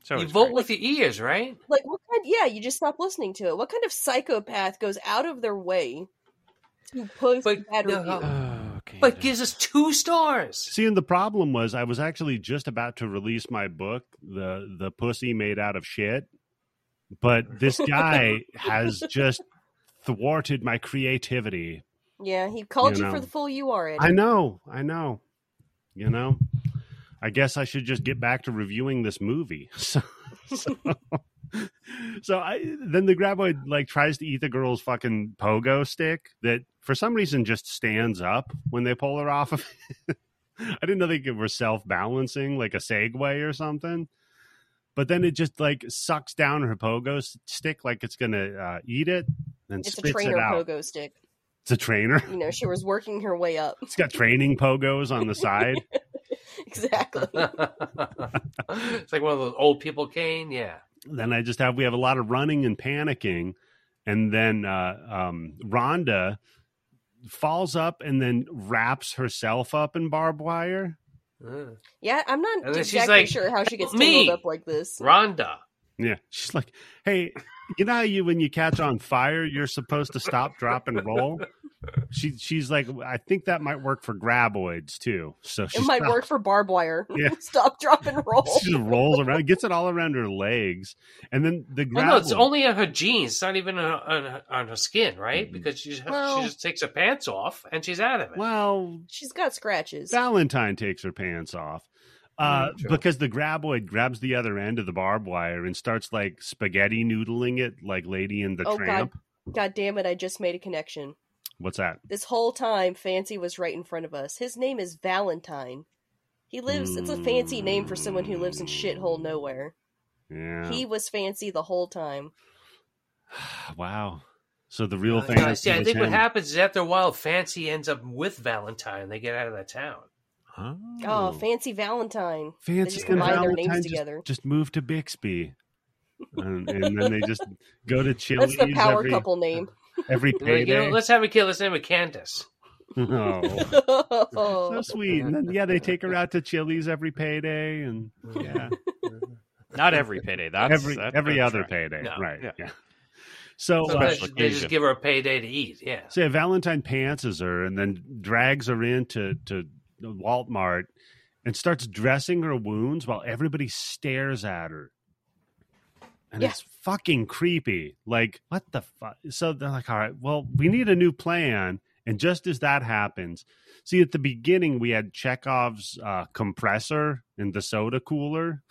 Speaker 4: So
Speaker 2: you
Speaker 4: it's
Speaker 2: vote
Speaker 4: great.
Speaker 2: with your ears, right?
Speaker 3: Like what kind? Yeah, you just stop listening to it. What kind of psychopath goes out of their way to post
Speaker 2: But
Speaker 3: a bad
Speaker 2: no.
Speaker 3: review?
Speaker 4: Oh, okay.
Speaker 2: But gives us two
Speaker 3: *laughs*
Speaker 2: stars.
Speaker 1: See, and the problem was I was actually just about to release my book, the the pussy made out of shit, but this guy *laughs* has just thwarted my creativity.
Speaker 3: Yeah, he called
Speaker 1: You
Speaker 3: you,
Speaker 1: know.
Speaker 3: for the fool you are. Eddie.
Speaker 1: I know, I know, you know. I guess I should just get back to reviewing this movie. *laughs* So, so, so I then the graboid like tries to eat the girl's fucking pogo stick that for some reason just stands up when they pull her off of it. *laughs* I didn't know they could- were self balancing like a Segway or something. But then it just like sucks down her pogo s- stick like it's gonna uh, eat it and
Speaker 3: It's a
Speaker 1: spits
Speaker 3: trainer
Speaker 1: it out.
Speaker 3: pogo stick.
Speaker 1: It's a trainer. *laughs*
Speaker 3: You know, she was working her way up. *laughs*
Speaker 1: It's got training pogos on the side.
Speaker 2: *laughs*
Speaker 3: Exactly.
Speaker 2: it's like one of those old people cane. Yeah.
Speaker 1: then I just have we have a lot of running and panicking, and then uh, um, Rhonda falls up and then wraps herself up in barbed wire.
Speaker 2: Mm.
Speaker 3: Yeah, I'm not
Speaker 2: And then she's
Speaker 3: exactly
Speaker 2: like,
Speaker 3: sure how she gets
Speaker 2: "Help me."
Speaker 3: tangled up like this.
Speaker 2: Rhonda. Oh,
Speaker 1: Yeah, she's like, "Hey, you know how you when you catch on fire, you're supposed to stop, drop, and roll." She she's like, "I think that might work for graboids too." So she
Speaker 3: It might work for barbed wire.
Speaker 1: Yeah.
Speaker 3: *laughs* Stop, drop, and roll.
Speaker 1: She just rolls around, gets it all around her legs, and then the
Speaker 2: Well,
Speaker 1: graboid.
Speaker 2: no, it's only on her jeans. It's not even on, on, her- on her skin, right?
Speaker 1: Mhm.
Speaker 2: Because she just,
Speaker 1: Well-
Speaker 2: she just takes her pants off and she's out of it.
Speaker 1: well,
Speaker 3: She's got scratches.
Speaker 1: Valentine takes her pants off uh,
Speaker 2: Mm, true.
Speaker 1: because the graboid grabs the other end of the barbed wire and starts like spaghetti noodling it, like Lady in the
Speaker 3: Oh, God.
Speaker 1: Tramp.
Speaker 3: God damn it, I just made a connection.
Speaker 1: What's that?
Speaker 3: This whole time, Fancy was right in front of us. His name is Valentine. He lives, it's a fancy name for someone who lives in shithole nowhere.
Speaker 1: Yeah.
Speaker 3: He was fancy the whole time.
Speaker 1: *sighs* wow. So the real
Speaker 2: Uh,
Speaker 1: thing.
Speaker 2: yeah,
Speaker 1: is
Speaker 2: see, I
Speaker 1: it was
Speaker 2: think what
Speaker 1: him.
Speaker 2: happens is after a while, Fancy ends up with Valentine. They get out of that town.
Speaker 1: Oh,
Speaker 3: Oh, Fancy Valentine.
Speaker 1: Fancy
Speaker 2: just
Speaker 1: and
Speaker 2: combine their
Speaker 1: Valentine
Speaker 3: names
Speaker 1: just,
Speaker 3: together.
Speaker 1: just move to Bixby, and, and then they just go to Chili's
Speaker 3: *laughs* That's the power
Speaker 1: every,
Speaker 3: couple name.
Speaker 1: every
Speaker 3: *laughs*
Speaker 2: You know, you know,
Speaker 1: payday.
Speaker 2: let's have a kid. Let's name it Candace.
Speaker 3: *laughs*
Speaker 1: oh, so sweet. And then yeah, they take her out to Chili's every payday, and yeah.
Speaker 4: not every payday. That's
Speaker 1: every
Speaker 4: that's
Speaker 1: every
Speaker 4: a
Speaker 1: other
Speaker 4: track.
Speaker 1: payday,
Speaker 2: No.
Speaker 1: right? Yeah.
Speaker 4: Yeah.
Speaker 1: So,
Speaker 2: So
Speaker 1: uh,
Speaker 2: they,
Speaker 4: Special
Speaker 2: they just
Speaker 4: occasion.
Speaker 2: give her a payday to eat. Yeah.
Speaker 1: so yeah, Valentine pantses her and then drags her into to Walmart and starts dressing her wounds while everybody stares at her. And
Speaker 3: Yeah.
Speaker 1: it's fucking creepy. Like, what the fuck? So they're like, all right, well, we need a new plan. And just as that happens, see, at the beginning, we had Chekhov's uh, compressor in the soda cooler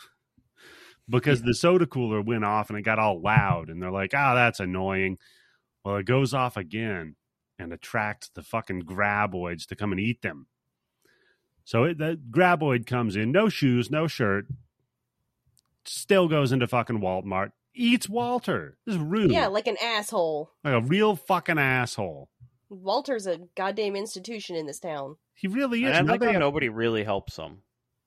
Speaker 1: because the soda cooler went off and it got all loud. And they're like, oh, that's annoying. Well, it goes off again and attracts the fucking graboids to come and eat them. So it, the graboid comes in, no shoes, no shirt, still goes into fucking Walmart, eats Walter. This is rude.
Speaker 3: yeah, like an asshole.
Speaker 1: like a real fucking asshole.
Speaker 3: Walter's a goddamn institution in this town. *laughs*
Speaker 1: He really is.
Speaker 4: And I
Speaker 1: Now
Speaker 4: like
Speaker 1: they
Speaker 4: how
Speaker 1: have-
Speaker 4: nobody really helps him.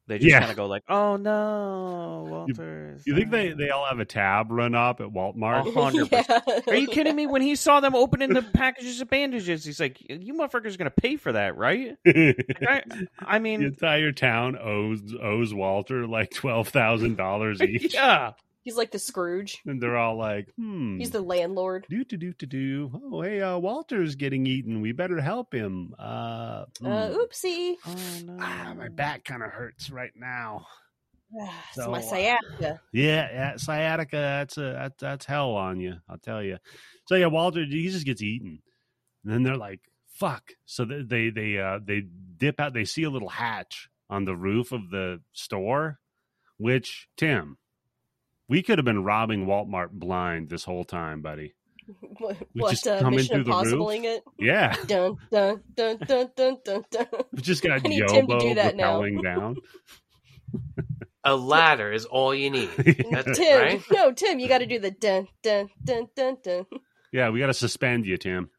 Speaker 4: They just
Speaker 1: Yeah.
Speaker 4: kind of go like, "Oh no, Walters."
Speaker 1: You think they, they all have a tab run up at Walmart? *laughs*
Speaker 4: Oh. 100%.
Speaker 3: Yeah.
Speaker 4: Are you kidding me? When he saw them opening the packages of bandages, he's like, "You motherfuckers gonna pay for
Speaker 1: *laughs*
Speaker 4: that, right?" I, I
Speaker 1: the
Speaker 4: mean,
Speaker 1: entire town owes owes Walter like twelve thousand dollars each,
Speaker 4: *laughs* yeah.
Speaker 3: *laughs* He's like the Scrooge.
Speaker 1: and they're all like, "Hmm,
Speaker 3: He's the landlord.
Speaker 1: do to do to do. Oh, hey, uh, Walter's getting eaten. We better help him. Uh, hmm.
Speaker 3: Uh, oopsie. *sighs*
Speaker 4: Oh no.
Speaker 1: ah, my back kind of hurts right now.
Speaker 3: it's
Speaker 1: So, uh,
Speaker 3: my *laughs* sciatica.
Speaker 1: Yeah, yeah, sciatica. That's a that, that's hell on you. I'll tell you. So yeah, Walter he just gets eaten, and then they're like, "Fuck!" So they they they, uh, they dip out. They see a little hatch on the roof of the store, which Tim, we could have been robbing Walmart blind this whole time, buddy.
Speaker 3: What,
Speaker 1: we
Speaker 3: what,
Speaker 1: just
Speaker 3: uh,
Speaker 1: come in
Speaker 3: Mission
Speaker 1: through the roof?
Speaker 3: Impossibling it?
Speaker 1: Yeah,
Speaker 3: Dun, dun, dun, dun, dun, dun, dun.
Speaker 1: *laughs* we just got
Speaker 3: I need Tim to do
Speaker 1: Yobo
Speaker 3: that
Speaker 2: *laughs*
Speaker 3: now.
Speaker 1: rappelling down.
Speaker 2: A ladder is all you
Speaker 4: *laughs*
Speaker 2: need. That's
Speaker 3: Tim,
Speaker 2: right.
Speaker 3: no, Tim, you got to do the dun, dun, dun, dun, dun.
Speaker 1: Yeah, we got to suspend you, Tim.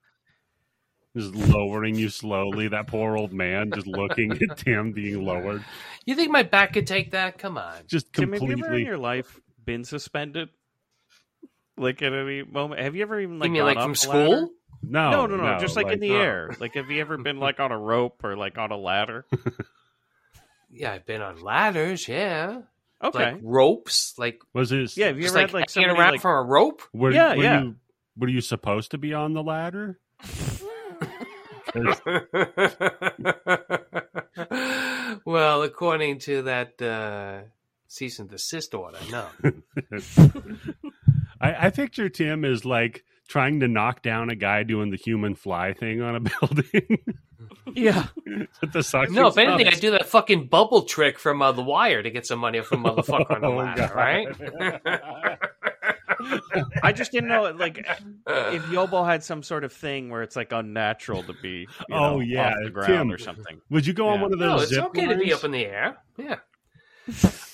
Speaker 1: Just lowering you slowly. That poor old man just looking
Speaker 2: *laughs*
Speaker 1: at Tim being lowered.
Speaker 2: You think my back could take that? Come on.
Speaker 1: Just
Speaker 4: Tim, have you ever in
Speaker 1: completely.
Speaker 4: your life been suspended? Like at any moment, have you ever even like
Speaker 2: you mean
Speaker 4: gone
Speaker 2: like
Speaker 4: up
Speaker 2: from
Speaker 4: a ladder?
Speaker 2: school?
Speaker 1: No,
Speaker 4: no, no, no, just like, in the
Speaker 1: no.
Speaker 4: air. Like, have you ever been like on a rope or like on a ladder?
Speaker 2: *laughs* Yeah, I've been on ladders. Yeah,
Speaker 4: Okay,
Speaker 2: like ropes. Like
Speaker 1: Was this?
Speaker 4: yeah. Have you
Speaker 2: just
Speaker 4: ever
Speaker 2: like,
Speaker 4: had like
Speaker 2: hanging
Speaker 4: somebody
Speaker 2: around
Speaker 4: like
Speaker 2: from a rope. *laughs*
Speaker 1: Were,
Speaker 4: Yeah,
Speaker 1: were
Speaker 4: yeah.
Speaker 1: You, were you supposed to be on the ladder?
Speaker 2: well, according to that uh, cease and desist order, no.
Speaker 1: I, I picture Tim as like trying to knock down a guy doing the human fly thing on a *laughs* building.
Speaker 4: *laughs* yeah?
Speaker 1: With the suction
Speaker 2: No, if
Speaker 1: cup.
Speaker 2: anything, I do that fucking bubble trick from uh, The Wire to get some money from motherfucker on
Speaker 1: *laughs*
Speaker 2: the
Speaker 1: Oh,
Speaker 2: ladder,
Speaker 1: God.
Speaker 2: *laughs* right?
Speaker 4: I just didn't know like if Yobo had some sort of thing where it's like unnatural to be. You
Speaker 1: *laughs* Oh,
Speaker 4: know,
Speaker 1: yeah,
Speaker 4: off the ground
Speaker 1: Tim.
Speaker 4: or something.
Speaker 1: Would you go on
Speaker 4: Yeah.
Speaker 1: one of those?
Speaker 2: no, it's
Speaker 1: zip
Speaker 2: okay to be
Speaker 1: lines?
Speaker 2: up in the air. Yeah.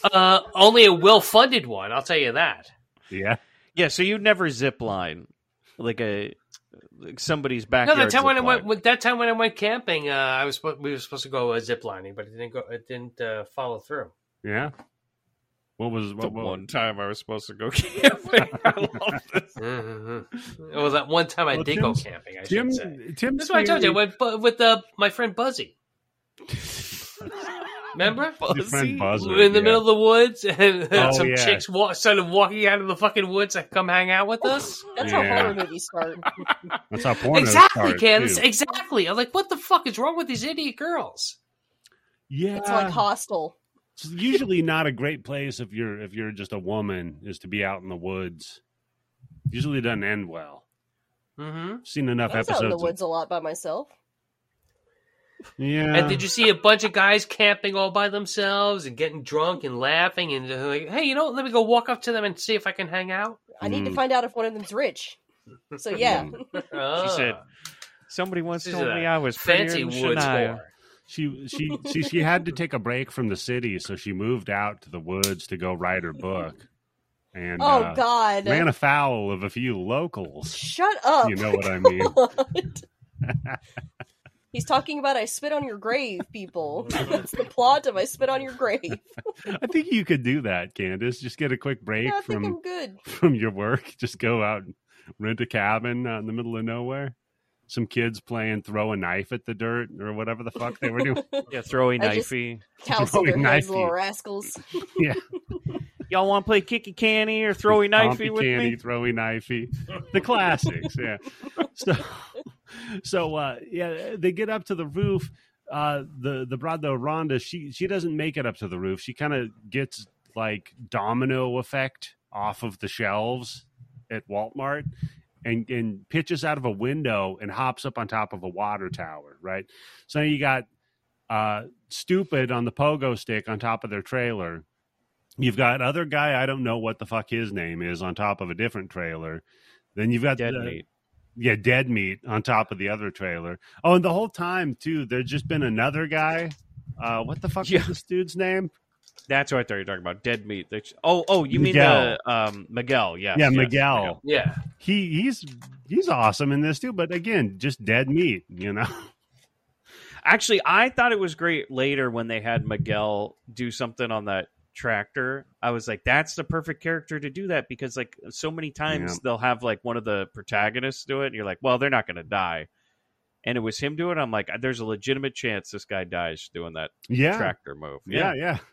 Speaker 2: Uh, only a well-funded one, I'll tell you that.
Speaker 1: Yeah,
Speaker 4: Yeah, so you'd never zip line like a like somebody's backyard.
Speaker 2: No, that time when I
Speaker 4: zip
Speaker 2: went
Speaker 4: line.
Speaker 2: that time when I went camping, uh, I was supposed- we were supposed to go uh, zip lining, but it didn't go. It didn't uh, follow through.
Speaker 1: yeah. What was
Speaker 4: the
Speaker 1: what, what
Speaker 4: one time I was supposed
Speaker 2: Ah.
Speaker 4: to go *laughs* camping. I love this.
Speaker 2: Mm-hmm. Well, that one time I
Speaker 1: Well,
Speaker 2: did
Speaker 1: Tim's-
Speaker 2: go camping. I
Speaker 1: Tim?
Speaker 2: should say.
Speaker 1: Tim.
Speaker 2: That's why I told you I
Speaker 1: Sweary-
Speaker 2: went bu- with uh, my friend Buzzy. Remember?
Speaker 1: Your friend
Speaker 2: We
Speaker 1: Buzzer,
Speaker 2: were in the
Speaker 1: yeah.
Speaker 2: middle of the woods, *laughs* and
Speaker 1: Oh,
Speaker 2: some
Speaker 1: yeah.
Speaker 2: chicks wa- started walking out of the fucking woods and come hang out with us.
Speaker 3: That's
Speaker 1: Yeah.
Speaker 3: how horror movies start.
Speaker 1: That's how porn
Speaker 2: exactly, Candace. Exactly. I'm like, what the fuck is wrong with these idiot girls?
Speaker 1: Yeah,
Speaker 3: It's like hostile.
Speaker 1: *laughs* It's usually not a great place if you're if you're just a woman is to be out in the woods. Usually doesn't end well.
Speaker 2: Mm-hmm.
Speaker 1: I've seen enough
Speaker 3: I was out
Speaker 1: episodes.
Speaker 3: in the
Speaker 1: of-
Speaker 3: woods a lot by myself.
Speaker 1: yeah.
Speaker 2: And did you see a bunch of guys camping all by themselves and getting drunk and laughing and they're like, hey, you know, what? let me go walk up to them and see if I can hang out.
Speaker 3: I need to
Speaker 1: Mm.
Speaker 3: find out if one of them's rich. So yeah,
Speaker 2: Ah.
Speaker 4: said, Somebody once
Speaker 2: She's
Speaker 4: told
Speaker 2: a
Speaker 4: me I was
Speaker 2: fancy
Speaker 4: prettier than
Speaker 2: woods
Speaker 4: Shania.
Speaker 2: whore.
Speaker 1: she she she she had to take a break from the city, so she moved out to the woods to go write her book, and
Speaker 3: oh
Speaker 1: uh,
Speaker 3: god,
Speaker 1: ran afoul of a few locals.
Speaker 3: shut up. *laughs*
Speaker 1: You know what I mean?
Speaker 3: He's talking about I spit on your grave, people. *laughs* That's the plot of I spit on your grave.
Speaker 1: I think you could do that, Candace. Just get a quick break
Speaker 3: Yeah, I think
Speaker 1: from
Speaker 3: I'm good.
Speaker 1: from your work. *laughs* Just go out and rent a cabin out in the middle of nowhere. Some kids playing throw a knife at the dirt or whatever the fuck they were
Speaker 4: *laughs*
Speaker 1: doing.
Speaker 4: Yeah, throwy
Speaker 3: I just-
Speaker 4: knifey.
Speaker 3: Tousle their
Speaker 1: Throwing
Speaker 3: heads,
Speaker 1: knifey.
Speaker 3: little rascals.
Speaker 4: Y'all want to play kicky canny or throwy knifey
Speaker 1: Pompey
Speaker 4: with
Speaker 1: candy,
Speaker 4: me?
Speaker 1: throwy knifey,
Speaker 4: *laughs*
Speaker 1: the classics. Yeah. So, *laughs* so uh, yeah, they get up to the roof. Uh, the the broad though Rhonda, she she doesn't make it up to the roof. She kind of gets like domino effect off of the shelves at Walmart. And, and pitches out of a window and hops up on top of a water tower, right? So now you got uh, stupid on the pogo stick on top of their trailer. You've got other guy I don't know what the fuck his name is on top of a different trailer. Then you've got
Speaker 4: Dead
Speaker 1: the-
Speaker 4: meat.
Speaker 1: yeah, dead meat on top of the other trailer. Oh, and the whole time too, there's just been another guy. Uh, what the fuck
Speaker 4: Yeah.
Speaker 1: is this dude's name?
Speaker 4: That's what I thought you were talking about. Dead meat. They- Oh, oh, you mean
Speaker 1: Miguel.
Speaker 4: the um, Miguel? Yes,
Speaker 1: yeah,
Speaker 4: yes,
Speaker 1: Miguel.
Speaker 2: Yeah.
Speaker 1: He he's he's awesome in this too, but again, just dead meat. You know,
Speaker 4: Actually, I thought it was great later when they had Miguel do something on that tractor. I was like, that's the perfect character to do that because, like, so many times
Speaker 1: Yeah.
Speaker 4: they'll have like one of the protagonists do it, and you're like, well, they're not going to die. And it was him doing it. I'm like, there's a legitimate chance this guy dies doing that
Speaker 1: *laughs* Yeah.
Speaker 4: tractor move.
Speaker 1: Yeah, yeah. *laughs*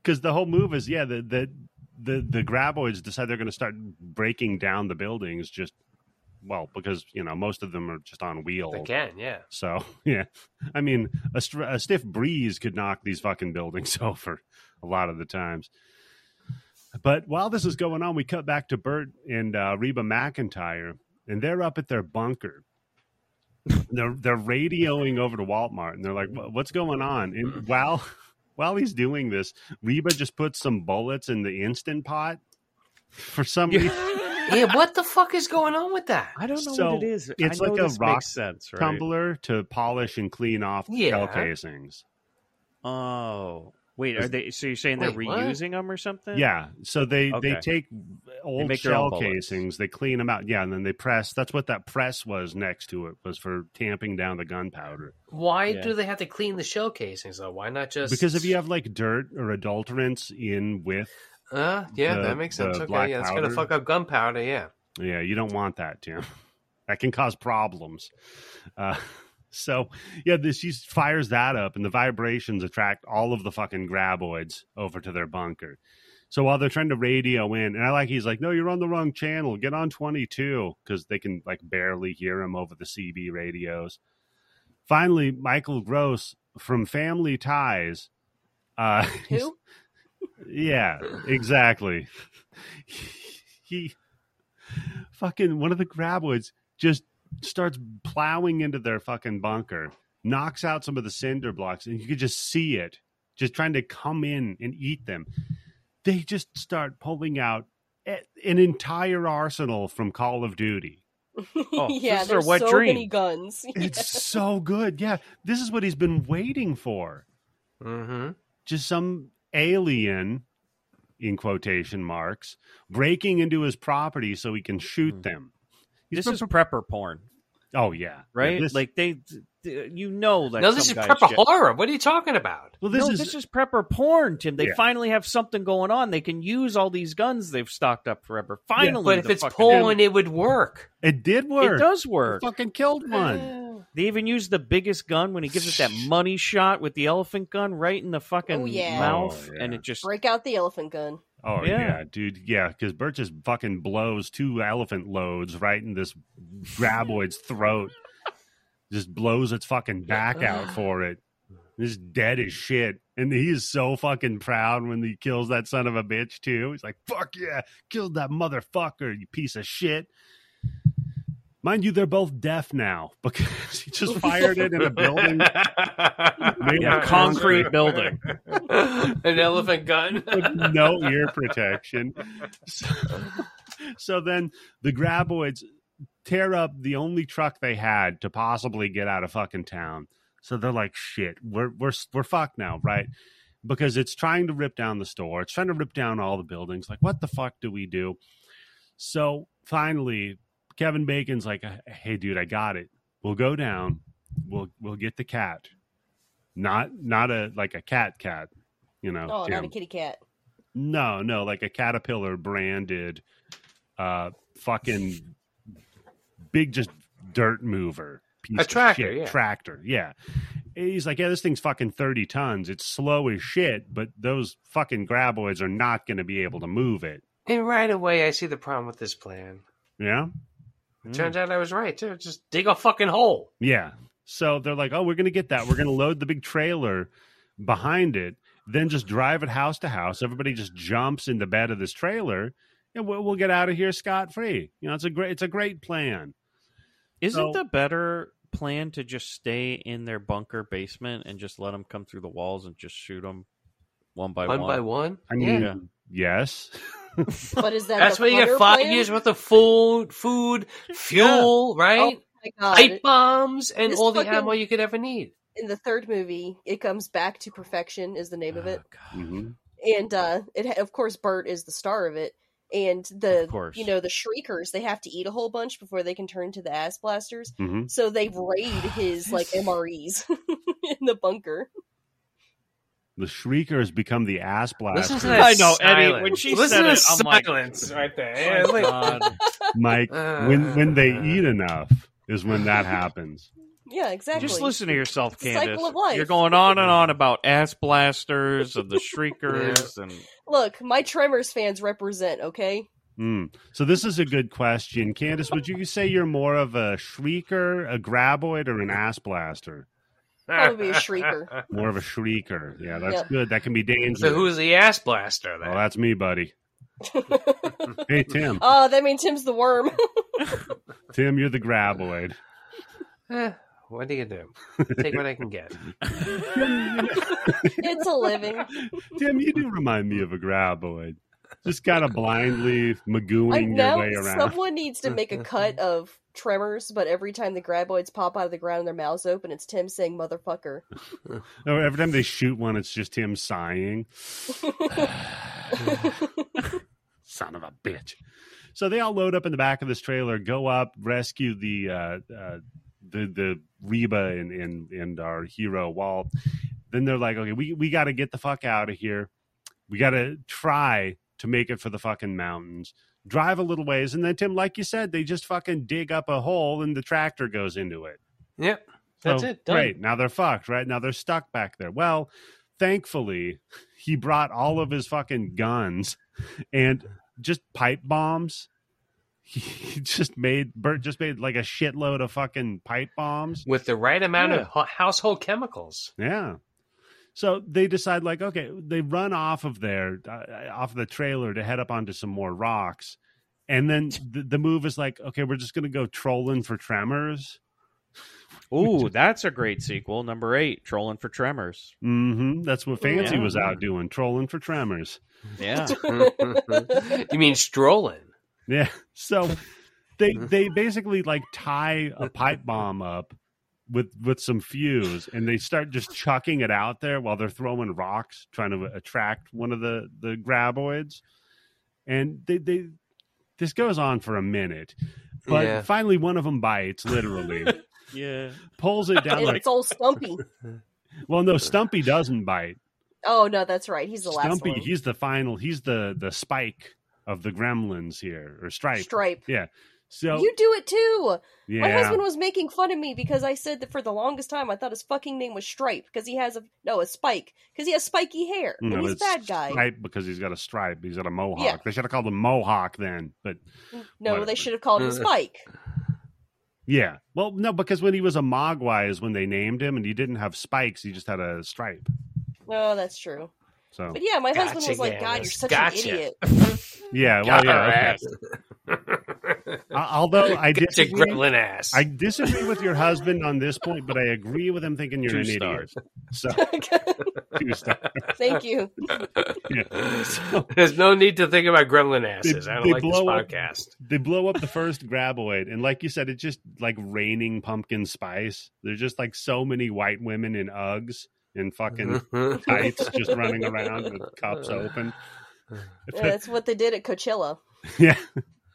Speaker 1: Because the whole move is yeah, the the the the graboids decide they're going to start breaking down the buildings just well because you know most of them are just on wheels.
Speaker 2: Again, yeah.
Speaker 1: So *laughs* yeah, I mean a, str- a stiff breeze could knock these fucking buildings *laughs* over a lot of the times. But while this is going on, we cut back to Bert and uh, Reba McIntyre, and they're up at their bunker. They're they're radioing over to Walmart, and they're like, "Wha- "What's going on?" And while *laughs* while he's doing this, Reba just puts some bullets in the instant pot for some
Speaker 4: Yeah.
Speaker 1: reason.
Speaker 2: Yeah, what the fuck is going on with that?
Speaker 4: I don't know
Speaker 1: So,
Speaker 4: what it is.
Speaker 1: it's
Speaker 4: I know
Speaker 1: like a
Speaker 4: this
Speaker 1: rock
Speaker 4: makes sense, right?
Speaker 1: Tumbler to polish and clean off
Speaker 2: Yeah.
Speaker 1: shell casings.
Speaker 4: Oh, wait. Are
Speaker 1: Is-
Speaker 4: they? So you're saying they're
Speaker 2: Wait, what?
Speaker 4: reusing them or something?
Speaker 1: Yeah. So they they
Speaker 4: Okay.
Speaker 1: take old
Speaker 4: make their
Speaker 1: shell
Speaker 4: own bullets.
Speaker 1: casings, they clean them out. Yeah, and then they press. That's what that press was next to it was for tamping down the gunpowder.
Speaker 2: Why
Speaker 4: Yeah.
Speaker 2: do they have to clean the shell casings though? Why not just
Speaker 1: Because if you have like dirt or adulterants in with,
Speaker 2: uh, yeah,
Speaker 1: the-
Speaker 2: that makes sense.
Speaker 1: the
Speaker 2: Okay,
Speaker 1: black
Speaker 2: yeah, it's gonna
Speaker 1: powder.
Speaker 2: fuck up gunpowder. Yeah,
Speaker 1: yeah, you don't want that, Tim. *laughs* That can cause problems. Uh, *laughs* so yeah, this she fires that up, and the vibrations attract all of the fucking graboids over to their bunker. So while they're trying to radio in, and I like he's like, "No, you're on the wrong channel. Get on 22," because they can like barely hear him over the CB radios. Finally, Michael Gross from Family Ties. Uh, *laughs* he's-
Speaker 3: *laughs* Who?
Speaker 1: yeah, exactly. he fucking one of the graboids just starts plowing into their fucking bunker, knocks out some of the cinder blocks, and you could just see it just trying to come in and eat them. They just start pulling out a- an entire arsenal from Call of Duty.
Speaker 4: Oh,
Speaker 3: *laughs* yeah,
Speaker 4: this is their
Speaker 3: there's
Speaker 4: wet
Speaker 3: so
Speaker 4: dream.
Speaker 3: many guns.
Speaker 1: It's so good. Yeah, this is what he's been waiting for.
Speaker 2: mm-hmm.
Speaker 1: just some alien in quotation marks breaking into his property so he can shoot
Speaker 4: Hmm.
Speaker 1: them He's
Speaker 4: This
Speaker 1: been
Speaker 4: is
Speaker 1: pro-
Speaker 4: prepper porn,
Speaker 1: oh yeah
Speaker 4: right?
Speaker 1: Yeah, this-
Speaker 4: like they, th- you know that.
Speaker 2: No, this is
Speaker 4: some
Speaker 2: prepper
Speaker 4: guy's ge-
Speaker 2: horror. What are you talking about?
Speaker 1: well
Speaker 4: No,
Speaker 1: this is
Speaker 4: prepper porn, Tim. They
Speaker 1: Yeah.
Speaker 4: finally have something going on. They can use all these guns they've stocked up forever. Finally,
Speaker 2: But if
Speaker 4: the
Speaker 2: it's
Speaker 4: fucking-
Speaker 2: porn, it would work.
Speaker 1: it did
Speaker 4: it
Speaker 1: work
Speaker 4: does
Speaker 1: It
Speaker 4: work.
Speaker 1: fucking killed one
Speaker 4: They even use the biggest gun when he gives it that money shot with the elephant gun right in the fucking
Speaker 3: Oh, yeah.
Speaker 4: mouth,
Speaker 1: Oh, yeah.
Speaker 4: and it just
Speaker 3: *sighs* Break out the elephant gun.
Speaker 1: oh yeah,
Speaker 4: Yeah.
Speaker 1: dude yeah because bert just fucking blows two elephant loads right in this graboid's throat just blows its fucking back out for it He's dead as shit. And he is so fucking proud when he kills that son of a bitch, too. He's like, fuck yeah, killed that motherfucker, you piece of shit. Mind you, they're both deaf now *laughs* because he just fired it in a
Speaker 2: *laughs*
Speaker 1: building.
Speaker 2: Made
Speaker 4: Yeah, concrete building.
Speaker 2: *laughs* An
Speaker 1: *laughs*
Speaker 2: elephant gun.
Speaker 1: with no ear protection. So, so then the graboids tear up the only truck they had to possibly get out of fucking town. So they're like, shit, we're we're we're fucked now, right? Because it's trying to rip down the store, it's trying to rip down all the buildings. Like, what the fuck do we do? So finally, Kevin Bacon's like, hey, dude, I got it. We'll go down. We'll we'll get the cat. Not not a like a cat cat, you know.
Speaker 3: Oh,
Speaker 1: Jim.
Speaker 3: not a kitty cat.
Speaker 1: No, no, like a caterpillar branded uh fucking big just dirt mover piece
Speaker 2: A
Speaker 1: of
Speaker 2: tractor,
Speaker 1: shit.
Speaker 2: yeah.
Speaker 1: Tractor, yeah. And he's like, Yeah, this thing's fucking thirty tons. It's slow as shit, but those fucking graboids are not gonna be able to move it.
Speaker 2: and right away, I see the problem with this plan.
Speaker 1: Yeah? Hmm.
Speaker 4: Mm.
Speaker 2: Turns out I was right. too. Just dig a fucking hole.
Speaker 1: Yeah. So they're like, Oh, we're gonna get that. We're gonna load the big trailer behind it, then just drive it house to house. Everybody just jumps in the bed of this trailer and we'll, we'll get out of here scot free. You know, it's a great it's a great plan.
Speaker 4: Isn't
Speaker 1: So-
Speaker 4: the better plan to just stay in their bunker basement and just let them come through the walls and just shoot them one by
Speaker 2: one
Speaker 4: one?
Speaker 2: by one.
Speaker 1: I mean,
Speaker 4: Yeah.
Speaker 1: yes.
Speaker 3: *laughs* But is that
Speaker 2: That's
Speaker 3: the
Speaker 2: where you get
Speaker 3: flutter
Speaker 2: five
Speaker 3: plan? Oh
Speaker 2: years worth of food,
Speaker 3: *laughs*
Speaker 2: food, fuel, right?
Speaker 3: My Oh, God.
Speaker 2: Pipe bombs and
Speaker 3: This
Speaker 2: all the
Speaker 3: fucking-
Speaker 2: ammo you could ever need.
Speaker 3: In the third movie, it comes back to perfection is the name
Speaker 4: *sighs*
Speaker 3: of it.
Speaker 4: Oh, God.
Speaker 1: Mhm.
Speaker 3: and uh it of course Bert is the star of it and the
Speaker 4: Of course.
Speaker 3: you know the shriekers they have to eat a whole
Speaker 1: Mm-hmm.
Speaker 3: bunch before they can turn to the ass blasters
Speaker 1: Mhm.
Speaker 3: so they raid his like MREs *laughs* in the bunker.
Speaker 1: The shrieker has become the ass blaster.
Speaker 2: Listen to
Speaker 4: I
Speaker 2: that
Speaker 4: know, Eddie,
Speaker 2: silence.
Speaker 4: when she
Speaker 2: Listen
Speaker 4: said
Speaker 2: to
Speaker 4: it, I'm like-
Speaker 2: silence right there.
Speaker 4: Oh,
Speaker 2: It's like-
Speaker 4: God.
Speaker 1: *laughs* Mike,
Speaker 4: uh,
Speaker 1: when when they
Speaker 2: Uh, *laughs*
Speaker 1: eat enough is when that happens.
Speaker 3: Yeah, exactly.
Speaker 4: Just listen to yourself,
Speaker 3: It's a cycle
Speaker 4: Candace.
Speaker 3: of life.
Speaker 4: You're going on and on about ass blasters and the shriekers and
Speaker 3: Look, my Tremors fans represent, okay?
Speaker 1: Mm. So this is a good question, Candace. Would you say you're more of a shrieker, a graboid, or an ass blaster?
Speaker 3: Probably a shrieker.
Speaker 1: More of a shrieker. Yeah, that's
Speaker 3: Yep.
Speaker 1: good. That can be dangerous.
Speaker 2: So who's the ass blaster
Speaker 1: oh,
Speaker 2: then?
Speaker 1: that's me,
Speaker 3: *laughs*
Speaker 1: buddy. Hey, Tim.
Speaker 3: Oh, that means Tim's the worm. *laughs*
Speaker 1: Tim, you're the graboid.
Speaker 2: Eh, what do you
Speaker 1: *laughs*
Speaker 2: do? Take what I can get.
Speaker 3: it's a living.
Speaker 1: Tim, you do remind me of a graboid. Just kind of blindly
Speaker 3: I
Speaker 1: magooing your
Speaker 3: know
Speaker 1: way around.
Speaker 3: someone needs to make
Speaker 2: *laughs*
Speaker 3: a cut of Tremors, but every time the graboids pop out of the ground and their mouths open, it's Tim
Speaker 2: *laughs*
Speaker 3: saying motherfucker.
Speaker 1: Or Oh, Every time they shoot one, it's just him sighing.
Speaker 3: *laughs*
Speaker 1: Son of a bitch. So they all load up in the back of this trailer, go up, rescue the uh, uh, the the Reba and, and and our hero Walt. Then they're like, okay, we we got to get the fuck out of here. We got to try to make it for the fucking mountains. Drive a little ways, and then Tim, like you said, they just fucking dig up a hole, and the tractor goes into it.
Speaker 2: Yep. That's
Speaker 1: So,
Speaker 2: it. Done.
Speaker 1: Great. Now they're fucked, right? Now they're stuck back there. Well, thankfully, he brought all of his fucking guns and just pipe bombs. *laughs* He just made Bert just made like a shitload of fucking pipe bombs.
Speaker 2: With the right amount
Speaker 1: Yeah.
Speaker 2: of hu- household
Speaker 3: *laughs*
Speaker 2: chemicals.
Speaker 1: Yeah. So they decide, like, okay, they run off of there, uh, off the trailer to head up onto some more rocks. And then the, the move is like, okay, we're just going to go trolling for tremors.
Speaker 4: ooh, that's a great sequel. Number eight, trolling for tremors.
Speaker 1: hmm That's what Fancy
Speaker 4: Yeah.
Speaker 1: was out doing, trolling for tremors.
Speaker 4: Yeah,
Speaker 2: you mean strolling?
Speaker 1: Yeah. So they they basically like tie a pipe bomb up with with some fuse and they start just chucking it out there while they're throwing rocks trying to attract one of the the graboids. And they they this goes on for a minute. But
Speaker 2: Yeah.
Speaker 1: finally one of them bites literally.
Speaker 4: *laughs* yeah.
Speaker 1: pulls it down
Speaker 3: And
Speaker 1: like
Speaker 3: it's
Speaker 1: *laughs*
Speaker 3: all Stumpy.
Speaker 1: well no Stumpy doesn't bite.
Speaker 3: Oh no, that's right. He's the last
Speaker 1: Stumpy
Speaker 3: one.
Speaker 1: he's the final he's the the spike of the gremlins here or stripe.
Speaker 3: Stripe.
Speaker 1: So
Speaker 3: You do it too.
Speaker 1: yeah.
Speaker 3: My husband was making fun of me because I said that for the longest time I thought his fucking name was Stripe because he has a no a spike because he has spiky hair
Speaker 1: No,
Speaker 3: and he's a
Speaker 1: it's
Speaker 3: bad guy.
Speaker 1: Stripe because he's got a stripe. He's got a mohawk.
Speaker 3: Yeah.
Speaker 1: They should have called him Mohawk then. But
Speaker 3: no,
Speaker 1: whatever.
Speaker 3: they should
Speaker 2: *laughs*
Speaker 3: have called him Spike.
Speaker 1: yeah, well, no, because when he was a Mogwai is when they named him, and he didn't have spikes. He just had a stripe.
Speaker 3: No, Oh, that's true.
Speaker 1: So
Speaker 3: But yeah, my husband
Speaker 2: Gotcha,
Speaker 3: was like, "God,
Speaker 2: Gannis.
Speaker 3: you're such
Speaker 2: Gotcha."
Speaker 3: an idiot."
Speaker 1: yeah, well, yeah. okay.
Speaker 2: *laughs*
Speaker 1: Uh,
Speaker 4: *laughs*
Speaker 1: Although I
Speaker 2: It's a
Speaker 1: disagree,
Speaker 2: gremlin ass.
Speaker 1: I disagree with your husband on this point, but I agree with him thinking you're
Speaker 4: Two
Speaker 1: an
Speaker 4: stars.
Speaker 1: idiot. So two stars.
Speaker 3: *laughs* Thank you.
Speaker 1: Yeah. So
Speaker 2: *laughs* There's no need to think about gremlin asses. I don't
Speaker 1: they
Speaker 2: like this
Speaker 1: blow up-
Speaker 2: podcast.
Speaker 1: they blow up the first graboid, and like you said, it's just like raining pumpkin spice. There's just like so many white women in Uggs and
Speaker 2: *laughs*
Speaker 1: fucking
Speaker 4: Mm-hmm.
Speaker 1: tights just running around with cups open.
Speaker 3: Yeah, that's what they did at Coachella.
Speaker 1: Yeah.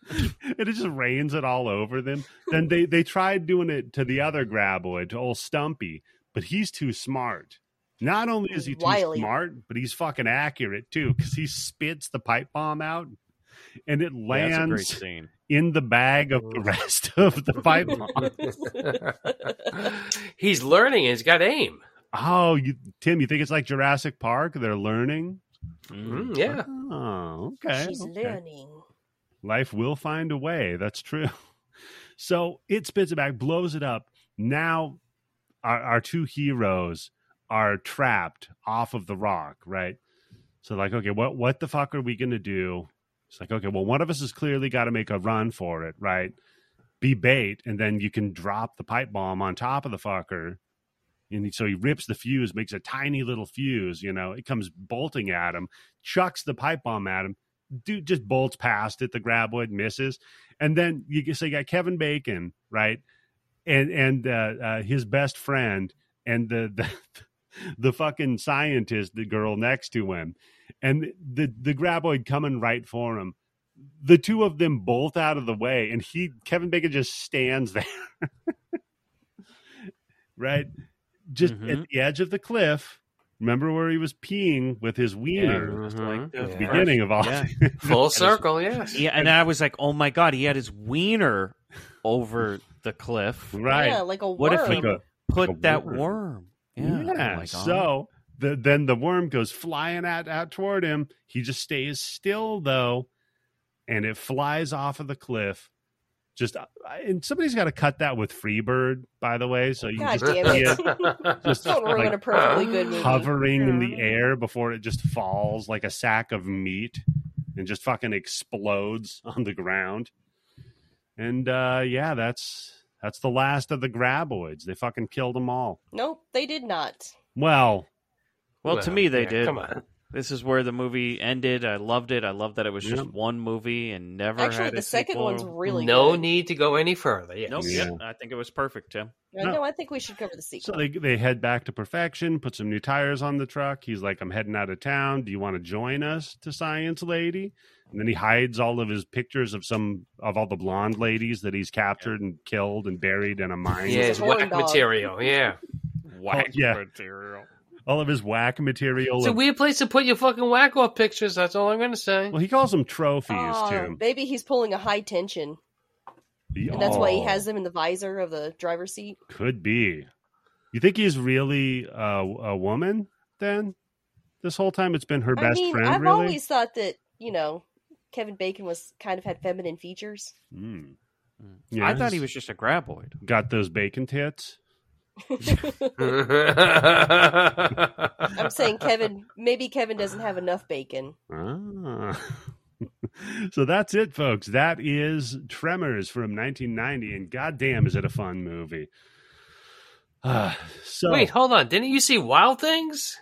Speaker 1: and it just rains it all over them. Then they they tried doing it to the other graboid, to old Stumpy, but he's too smart. Not only is he too
Speaker 3: Wily.
Speaker 1: smart, but he's fucking accurate too, because he spits the pipe bomb out and it
Speaker 4: That's a great
Speaker 1: lands
Speaker 4: scene.
Speaker 1: in the bag of the rest of
Speaker 4: *laughs*
Speaker 1: the pipe bomb.
Speaker 2: he's learning. He's got aim.
Speaker 1: oh, you, Tim, you think it's like Jurassic Park? They're learning.
Speaker 4: Mm-hmm.
Speaker 1: Mm-hmm.
Speaker 2: Mm, yeah.
Speaker 1: Oh, *laughs* okay.
Speaker 3: She's
Speaker 1: okay.
Speaker 3: learning.
Speaker 1: life will find a way. That's true. *laughs* So it spits it back, blows it up. Now our, our two heroes are trapped off of the rock, right? So like, okay, what what the fuck are we gonna do? It's like, okay, well, one of us has clearly got to make a run for it, right? Be bait, and then you can drop the pipe bomb on top of the fucker. And he- so he rips the fuse, makes a tiny little fuse, you know, it comes bolting at him, chucks the pipe bomb at him, dude just bolts past it. The graboid misses, and then you get- so you got Kevin Bacon, right, and and uh, uh, his best friend, and the *laughs* the the fucking scientist, the girl next to him, and the the graboid coming right for him. The two of them bolt out of the way, and *laughs* he Kevin Bacon just stands there, right. just
Speaker 4: Mhm.
Speaker 1: at the edge of the cliff. Remember where he was peeing with his wiener
Speaker 4: Mhm.
Speaker 2: Like the
Speaker 1: at the
Speaker 4: Yeah.
Speaker 1: beginning of all
Speaker 4: Yeah.
Speaker 2: Full circle, yes.
Speaker 4: Yeah, and I was like, oh my god, he had his wiener over the cliff.
Speaker 1: right?
Speaker 3: Yeah, like a worm.
Speaker 4: What if he
Speaker 1: Like a-
Speaker 4: Put
Speaker 1: Like a
Speaker 4: that
Speaker 1: worm.
Speaker 4: worm. Yeah.
Speaker 1: yeah.
Speaker 4: Oh my God.
Speaker 1: so the, then the worm goes flying out out toward him. He just stays still though, and it flies off of the cliff. Just uh, and somebody's got to cut that with Freebird, by the way. So you
Speaker 3: God
Speaker 1: just
Speaker 3: damn
Speaker 1: see
Speaker 2: *laughs*
Speaker 3: it.
Speaker 1: Just
Speaker 3: Don't ruin
Speaker 1: like,
Speaker 3: a perfectly good *laughs* movie.
Speaker 1: hovering in the air before it just falls like a sack of meat and just fucking explodes *laughs* on the ground. And uh yeah, that's that's the last of the graboids. They fucking killed them all.
Speaker 3: Nope, they did not.
Speaker 1: Well,
Speaker 4: Well, to me, they
Speaker 2: yeah,
Speaker 4: did.
Speaker 2: Come on.
Speaker 4: This is where the movie ended. I loved it. I love that it was just
Speaker 1: Yep.
Speaker 4: one movie and never
Speaker 3: Actually,
Speaker 4: had a
Speaker 3: the second
Speaker 4: sequel.
Speaker 3: one's really
Speaker 2: no
Speaker 3: good.
Speaker 2: need to go any further. Yes.
Speaker 4: Nope.
Speaker 1: Yeah.
Speaker 4: Yep. I think it was perfect, Tim.
Speaker 3: No,
Speaker 1: No.
Speaker 3: no, I think we should cover the
Speaker 1: so
Speaker 3: sequel.
Speaker 1: they they head back to perfection, put some new tires on the truck. He's like, "I'm heading out of town. Do you want to join us to Science Lady?" And then he hides all of his pictures of some of all the blonde ladies that he's captured and killed and buried in a mine.
Speaker 2: Yeah, it's
Speaker 3: a horn
Speaker 2: whack
Speaker 3: dog.
Speaker 2: material. Yeah.
Speaker 4: Whack
Speaker 1: yeah.
Speaker 4: material.
Speaker 1: All of his whack material.
Speaker 2: It's a
Speaker 1: and-
Speaker 2: weird place to put your fucking whack off pictures. That's all I'm going to say.
Speaker 1: *laughs*
Speaker 2: *laughs*
Speaker 1: Well, he calls them trophies,
Speaker 3: Ah,
Speaker 1: Tim.
Speaker 3: maybe he's pulling a high tension, and that's why
Speaker 4: Oh.
Speaker 3: he has them in the visor of the driver's seat.
Speaker 1: oh, Could be. You think he's really uh, a woman? Then this whole time it's been her
Speaker 3: I
Speaker 1: best
Speaker 3: mean,
Speaker 1: friend,
Speaker 3: I've
Speaker 1: really.
Speaker 3: always thought that you know Kevin Bacon was kind of had feminine features.
Speaker 1: Mm.
Speaker 4: Mm.
Speaker 1: Yeah,
Speaker 4: I thought he
Speaker 1: he's
Speaker 4: was just a graboid.
Speaker 1: got those bacon tits.
Speaker 2: I'm
Speaker 3: I'm
Speaker 4: *laughs*
Speaker 3: saying Kevin, maybe Kevin doesn't have enough bacon.
Speaker 4: *laughs*
Speaker 1: Ah. so that's it, folks. That is Tremors from 1990, and goddamn, is it a fun movie? *sighs* Uh, so
Speaker 2: Wait, hold on. Didn't you see Wild Things?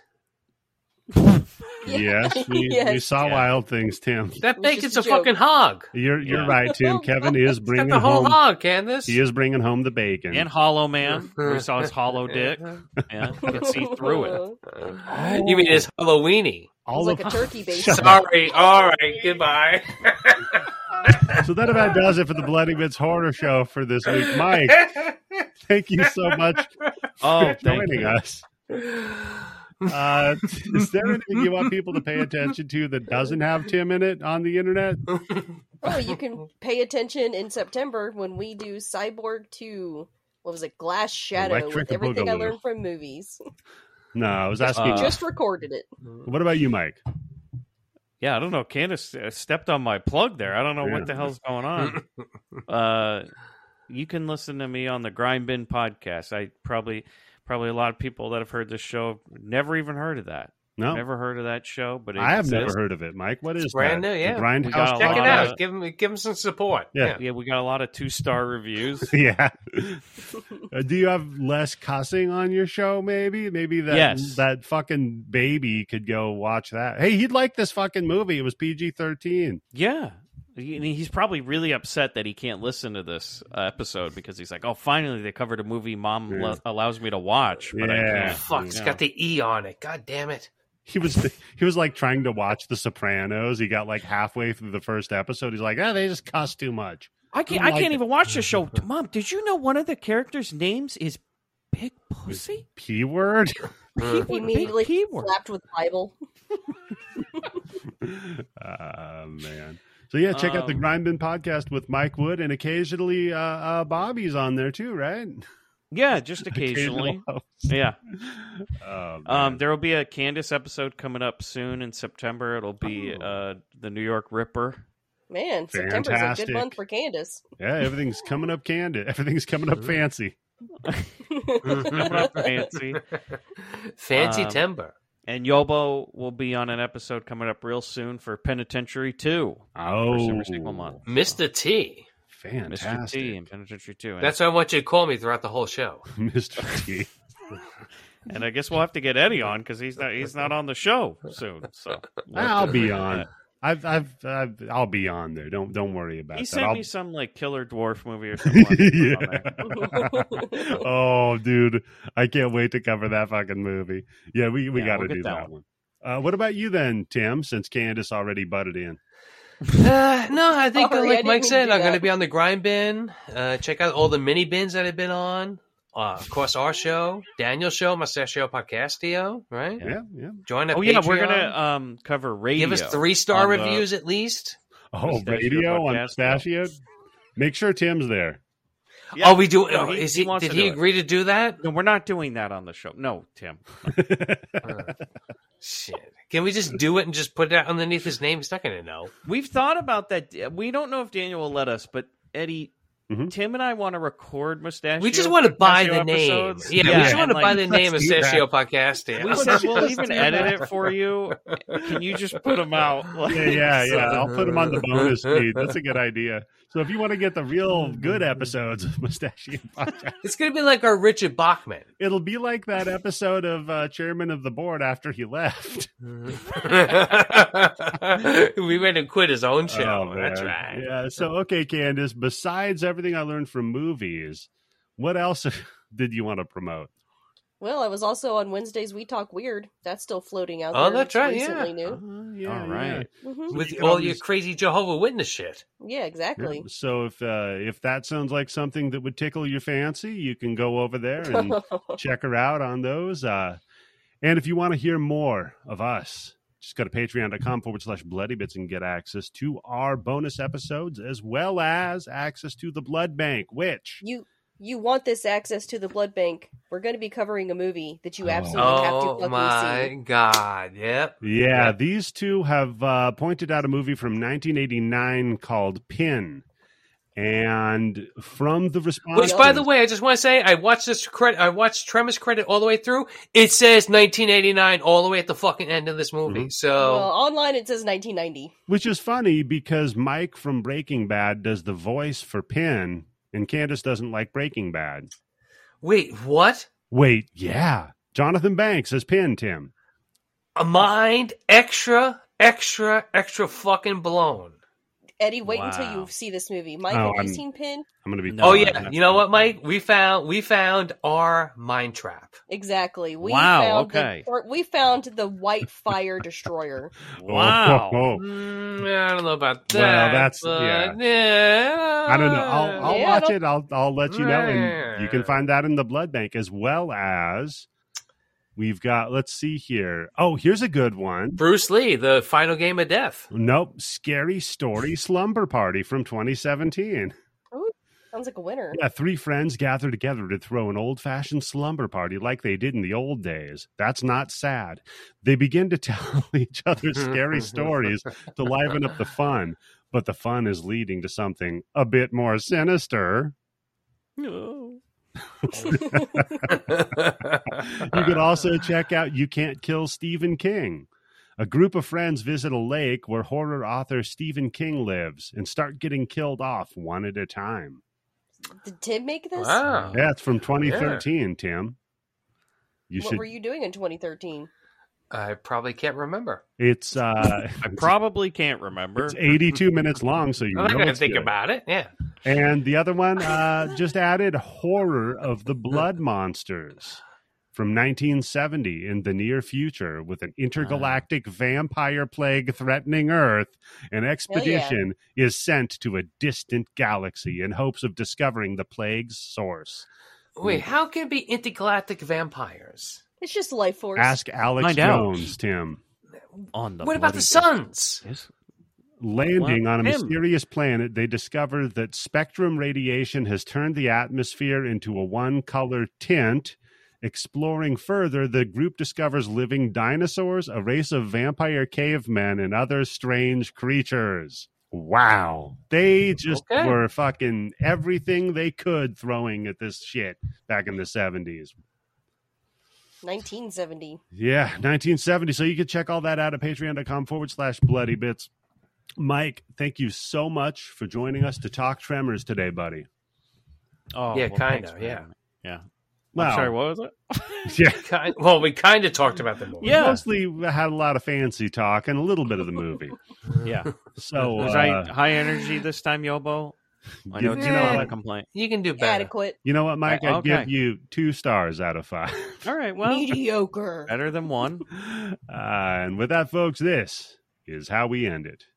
Speaker 1: yes,
Speaker 2: *laughs*
Speaker 1: we, we
Speaker 3: Yes.
Speaker 1: saw
Speaker 4: Yeah.
Speaker 1: Wild Things, Tim.
Speaker 2: That
Speaker 3: It was
Speaker 2: bacon's
Speaker 3: just
Speaker 2: a,
Speaker 3: a joke.
Speaker 2: fucking hog.
Speaker 1: You're you're
Speaker 4: Yeah.
Speaker 1: right, Tim. Kevin is
Speaker 2: It's got
Speaker 1: bringing
Speaker 2: the whole
Speaker 1: home
Speaker 2: hog, Candace.
Speaker 1: he is bringing home the bacon.
Speaker 4: And Hollow Man. we saw his hollow dick. Yeah, you
Speaker 3: *laughs*
Speaker 4: could see through it.
Speaker 2: Uh, You mean it's Halloweeny?
Speaker 1: all
Speaker 3: like
Speaker 1: of
Speaker 3: a turkey bacon.
Speaker 1: Shut up.
Speaker 2: Sorry. All right. Goodbye.
Speaker 4: *laughs*
Speaker 1: So that about does it for the Bloody Bits Horror Show for this week.
Speaker 2: *laughs*
Speaker 1: Mike, thank you so much
Speaker 4: Oh,
Speaker 1: for
Speaker 4: thank
Speaker 1: joining
Speaker 4: you.
Speaker 1: us. Uh, *laughs* is there anything you want people to pay attention to that doesn't have Tim in it on the internet?
Speaker 3: Oh, you can pay attention in September when we do Cyborg 2. What was it? Glass Shadow
Speaker 1: Electric
Speaker 3: with everything I
Speaker 1: Boogaloo.
Speaker 3: learned from movies.
Speaker 1: No, I was asking.
Speaker 4: Uh,
Speaker 3: Just recorded it.
Speaker 1: what about you, Mike?
Speaker 4: Yeah, I don't know. Candace uh, stepped on my plug there. I don't know
Speaker 1: Yeah.
Speaker 4: what the hell's going on. uh, you can listen to me on the Grind Bin podcast. I probably, probably a lot of people that have heard this show have never even heard of that.
Speaker 1: No,
Speaker 4: Never heard of that show, but it
Speaker 1: I have
Speaker 4: exists.
Speaker 1: never heard of it, Mike. What is
Speaker 2: It's brand
Speaker 1: that?
Speaker 2: new,
Speaker 1: The
Speaker 2: yeah.
Speaker 4: We got
Speaker 1: Grindhouse.
Speaker 4: a
Speaker 2: Check it
Speaker 4: lot
Speaker 2: out.
Speaker 4: of-
Speaker 2: Give him, give him some support.
Speaker 1: Yeah.
Speaker 4: Yeah, we got a lot of two
Speaker 1: *laughs*
Speaker 4: star reviews.
Speaker 1: *laughs* Yeah. Uh, Do you have less cussing on your show? Maybe, maybe that
Speaker 4: Yes.
Speaker 1: that fucking baby could go watch that. Hey, he'd like this fucking movie. It was PG thirteen.
Speaker 4: Yeah. He- and He's probably really upset that he can't listen to this uh, episode because he's like, "Oh, finally they covered a movie mom
Speaker 1: Yeah.
Speaker 4: lo- allows me to watch." But
Speaker 1: Yeah.
Speaker 4: I
Speaker 2: Yeah.
Speaker 4: can't.
Speaker 2: Fuck, it's
Speaker 4: Yeah.
Speaker 2: got the E on it. God damn it.
Speaker 1: He was he was like trying to watch The Sopranos. He got like halfway through the first episode. He's like, ah, they just cuss too much.
Speaker 4: I can't.
Speaker 1: I
Speaker 4: I
Speaker 1: like
Speaker 4: can't
Speaker 1: it.
Speaker 4: even watch the show. Mom, did you know one of the characters' names is Big Pussy?
Speaker 1: P word.
Speaker 2: Mm.
Speaker 3: He
Speaker 4: Big
Speaker 3: immediately
Speaker 4: keyword.
Speaker 3: slapped with the Bible.
Speaker 1: Ah man. So yeah, check out the
Speaker 4: Um,
Speaker 1: Grindbin podcast with Mike Wood and occasionally uh, uh, Bobby's on there too, right? *laughs*
Speaker 4: Yeah, just occasionally.
Speaker 1: Occasional host.
Speaker 4: yeah.
Speaker 1: Oh,
Speaker 4: Um,
Speaker 1: man.
Speaker 4: there will be a Candace episode coming up soon in September. It'll be
Speaker 1: Oh.
Speaker 4: uh, the New York Ripper. *laughs*
Speaker 3: Man, September's a
Speaker 1: Fantastic.
Speaker 3: good month for Candace.
Speaker 1: yeah, everything's coming up candid. *laughs* Everything's coming up fancy.
Speaker 4: coming up fancy.
Speaker 2: *laughs* Fancy
Speaker 4: Um,
Speaker 2: timber.
Speaker 4: And Yobo will be on an episode coming up real soon for Penitentiary 2.
Speaker 1: Oh,
Speaker 4: Super Single Month.
Speaker 2: Mr. T.
Speaker 4: Mr.
Speaker 1: *laughs*
Speaker 4: T
Speaker 1: Fantastic.
Speaker 4: and Penitentiary 2. And,
Speaker 2: That's what I want you to call me throughout the whole show.
Speaker 4: *laughs*
Speaker 1: Mr. T.
Speaker 4: and I guess we'll have to get Eddie on because he's not he's not on the show soon. So we'll have
Speaker 1: I'll
Speaker 4: to
Speaker 1: be
Speaker 4: figure
Speaker 1: on.
Speaker 4: that.
Speaker 1: I've, I've, I've, I'll be on there. Don't, don't worry about
Speaker 4: He
Speaker 1: that.
Speaker 4: sent
Speaker 1: I'll-
Speaker 4: me some like killer dwarf
Speaker 2: *laughs*
Speaker 4: movie or something. like that on there.
Speaker 1: Yeah.
Speaker 4: *laughs*
Speaker 1: oh, dude, I can't wait to cover that fucking movie. Yeah, we, we
Speaker 4: Yeah,
Speaker 1: got to
Speaker 4: we'll get
Speaker 1: do
Speaker 4: that
Speaker 1: that, one. Uh, what about you then, Tim? Since Candace already butted in.
Speaker 3: *laughs*
Speaker 2: Uh, no, I think,
Speaker 3: Sorry, I
Speaker 2: like Mike
Speaker 3: didn't mean to
Speaker 2: said,
Speaker 3: do
Speaker 2: I'm
Speaker 3: that.
Speaker 2: going to be on the grind bin. Uh, check out all the mini bins that I've been on. Uh, of course, our show, Daniel's show, Mustachio Podcastio, right?
Speaker 1: Yeah, yeah.
Speaker 2: Join a
Speaker 4: Oh yeah, we're
Speaker 2: Patreon.
Speaker 4: gonna um cover radio.
Speaker 2: give us three star
Speaker 4: on the-
Speaker 2: reviews at least.
Speaker 1: Oh,
Speaker 4: Mustachio
Speaker 1: radio on
Speaker 4: podcast.
Speaker 1: Mustachio. Make sure Tim's there. *laughs*
Speaker 4: Yeah.
Speaker 2: Oh, we do.
Speaker 4: No,
Speaker 2: oh,
Speaker 4: he-
Speaker 2: is
Speaker 4: he
Speaker 2: he?
Speaker 4: wants
Speaker 2: did
Speaker 4: to
Speaker 2: he
Speaker 4: do it.
Speaker 2: agree to do that?
Speaker 4: No, we're not doing that on the show. No, Tim.
Speaker 2: Uh, shit. Can we just do it and just put it out underneath his name? He's not gonna know.
Speaker 4: We've thought about that. We don't know if Daniel will let us, but Eddie,
Speaker 1: Mhm.
Speaker 4: Tim, and I want to record mustache.
Speaker 2: Mm-hmm. We just want to buy the
Speaker 4: Mustachio
Speaker 2: name.
Speaker 4: episodes.
Speaker 2: Yeah,
Speaker 4: Yeah,
Speaker 2: we just
Speaker 4: and
Speaker 2: want to buy
Speaker 4: like-
Speaker 2: the name of
Speaker 1: Let's do
Speaker 2: Sessio
Speaker 1: that.
Speaker 4: We
Speaker 2: Podcastia.
Speaker 4: said we'll even edit it for you. Can you just put them *laughs* out? Like,
Speaker 1: Yeah, yeah, yeah.
Speaker 4: so-
Speaker 1: I'll put him on the bonus feed. That's a good idea. So if you want to get the real good episodes of Mustachio *laughs* Podcast,
Speaker 2: *laughs* It's gonna be like our Richard Bachman.
Speaker 1: it'll be like that episode of uh, Chairman of the Board after he left.
Speaker 2: Mm-hmm. *laughs* we went and quit his own show.
Speaker 1: Oh,
Speaker 2: That's
Speaker 1: man.
Speaker 2: right.
Speaker 1: Yeah.
Speaker 2: *laughs*
Speaker 1: So, okay, Candace, besides everything I learned from movies, what else *laughs* did you want to promote?
Speaker 3: *laughs* Well, I was also on Wednesdays. We talk weird. That's still floating out
Speaker 2: Oh,
Speaker 3: there.
Speaker 2: that's
Speaker 3: It's
Speaker 2: right,
Speaker 3: Recently
Speaker 2: yeah.
Speaker 3: new.
Speaker 1: Uh,
Speaker 4: All right.
Speaker 3: hmm
Speaker 2: With
Speaker 1: You can
Speaker 2: all
Speaker 1: always-
Speaker 2: your crazy Jehovah Witness shit.
Speaker 3: Yeah, exactly.
Speaker 1: Yeah, So if uh, if that sounds like something that would tickle your fancy, you can go over there
Speaker 3: *laughs*
Speaker 1: and check her out on those. Uh, and if you want to hear more of us, just go to patreon.com forward slash bloody bits and get access to our bonus episodes as well as access to the blood bank, which
Speaker 3: you you want this access to the blood bank? We're going to be covering a movie that you
Speaker 1: Oh.
Speaker 3: absolutely have to
Speaker 2: Oh
Speaker 3: fucking see.
Speaker 2: my god. Yep.
Speaker 1: yeah,
Speaker 2: Yeah.
Speaker 1: these two have uh, pointed out a movie from 1989 called Pin. And from the response,
Speaker 2: Which, by the way, I just want to say, I watched this credit. I watched Tremors credit all the way through. It says 1989 all the way at the fucking end of this
Speaker 1: Mm-hmm.
Speaker 2: movie.
Speaker 3: Well,
Speaker 2: So
Speaker 3: online it says 1990.
Speaker 1: Which is funny because Mike from Breaking Bad does the voice for Pin, and Candace doesn't like Breaking Bad.
Speaker 2: wait, what?
Speaker 1: Wait, yeah. Jonathan Banks as Pin, Tim.
Speaker 2: A mind extra, extra, extra fucking blown.
Speaker 3: Eddie, wait
Speaker 4: Wow.
Speaker 3: until you see this movie. Mike,
Speaker 1: Oh,
Speaker 3: have you
Speaker 1: I'm-
Speaker 3: seen Pin?
Speaker 1: I'm going to be.
Speaker 4: No,
Speaker 2: oh
Speaker 4: I
Speaker 2: yeah,
Speaker 4: haven't.
Speaker 2: you know what, Mike? We found we found our mind trap.
Speaker 3: Exactly. We
Speaker 4: Wow,
Speaker 3: Found
Speaker 4: okay.
Speaker 3: The, or we found the White Fire Destroyer.
Speaker 4: Wow.
Speaker 1: Oh, oh, oh.
Speaker 2: Mm, I don't know about that.
Speaker 1: Well, that's-
Speaker 2: but,
Speaker 1: yeah.
Speaker 2: yeah.
Speaker 1: I don't know. I'll, I'll
Speaker 3: Yeah, I
Speaker 1: watch
Speaker 3: don't-
Speaker 1: it. I'll, I'll let you know. And you can find that in the blood bank as well as we've got, let's see here. Oh, here's a good one.
Speaker 2: Bruce Lee, the final game
Speaker 1: *laughs*
Speaker 2: of death.
Speaker 1: Nope. Scary Story Slumber Party from 2017.
Speaker 3: Sounds like a winner.
Speaker 1: Yeah, three friends gather together to throw an old fashioned slumber party like they did in the old days. That's not sad. They begin to *laughs* tell each other scary stories to liven up the fun, but the fun is leading to something a bit more sinister.
Speaker 4: No.
Speaker 1: You
Speaker 2: *laughs*
Speaker 1: can also check out You Can't Kill Stephen King. A group of friends visit a lake where horror author Stephen King lives and start getting killed off one at a time.
Speaker 3: *laughs* Did Tim make this?
Speaker 2: Wow.
Speaker 1: That's from 2013, Tim. You
Speaker 3: what
Speaker 1: should.
Speaker 3: were you doing in 2013?
Speaker 2: I probably can't remember.
Speaker 1: It's uh,
Speaker 2: *laughs*
Speaker 4: I probably can't remember.
Speaker 1: It's 82 minutes long, so you
Speaker 2: I'm not
Speaker 1: know
Speaker 2: going to
Speaker 1: it's
Speaker 2: think
Speaker 1: good.
Speaker 2: about it. Yeah.
Speaker 1: And the other
Speaker 2: *laughs*
Speaker 1: one uh, just added Horror of the Blood Monsters from 1970 in the near future with an intergalactic
Speaker 2: Ah.
Speaker 1: vampire plague threatening Earth. An expedition is sent to a distant galaxy in hopes of discovering the plague's source.
Speaker 2: Wait,
Speaker 1: Hmm.
Speaker 2: how can it be intergalactic vampires?
Speaker 3: It's just life force.
Speaker 1: Ask Alex
Speaker 4: Find out.
Speaker 1: Jones, Tim.
Speaker 4: on the
Speaker 2: what about the
Speaker 4: bloody-
Speaker 2: suns?
Speaker 4: Yes.
Speaker 1: Landing
Speaker 4: Well,
Speaker 1: on a
Speaker 4: Tim.
Speaker 1: mysterious planet, they discover that spectrum radiation has turned the atmosphere into a one color tint. Exploring further, the group discovers living dinosaurs, a race of vampire cavemen, and other strange creatures. Wow. They just
Speaker 2: Okay.
Speaker 1: were fucking everything they could throwing at this shit back in the 70s.
Speaker 3: 1970.
Speaker 1: Yeah, 1970. So you can check all that out at patreon.com forward slash bloody bits. Mike, thank you so much for joining us to talk Tremors today, buddy.
Speaker 4: Oh,
Speaker 2: Yeah,
Speaker 4: well, thanks
Speaker 2: kinda,
Speaker 4: for
Speaker 2: yeah.
Speaker 4: having me.
Speaker 1: Wow.
Speaker 4: I'm sorry, what was it?
Speaker 1: yeah,
Speaker 2: Kind, well, we kind of talked about them.
Speaker 4: Yeah.
Speaker 1: mostly had a lot of fancy talk and a little bit of the
Speaker 4: *laughs*
Speaker 1: movie.
Speaker 4: Yeah.
Speaker 1: So,
Speaker 4: was
Speaker 1: uh,
Speaker 4: I high energy this time, Yobo? I know
Speaker 1: you,
Speaker 4: it's
Speaker 1: you
Speaker 2: know
Speaker 4: not
Speaker 1: know
Speaker 4: a
Speaker 1: what?
Speaker 4: complaint.
Speaker 2: You can do better.
Speaker 3: Adequate.
Speaker 1: You know what, Mike? I'd
Speaker 4: Okay.
Speaker 1: give you two stars out of five. *laughs*
Speaker 4: All right, well,
Speaker 3: Mediocre.
Speaker 4: better than one.
Speaker 1: Uh, and with that, folks, this is how we end it.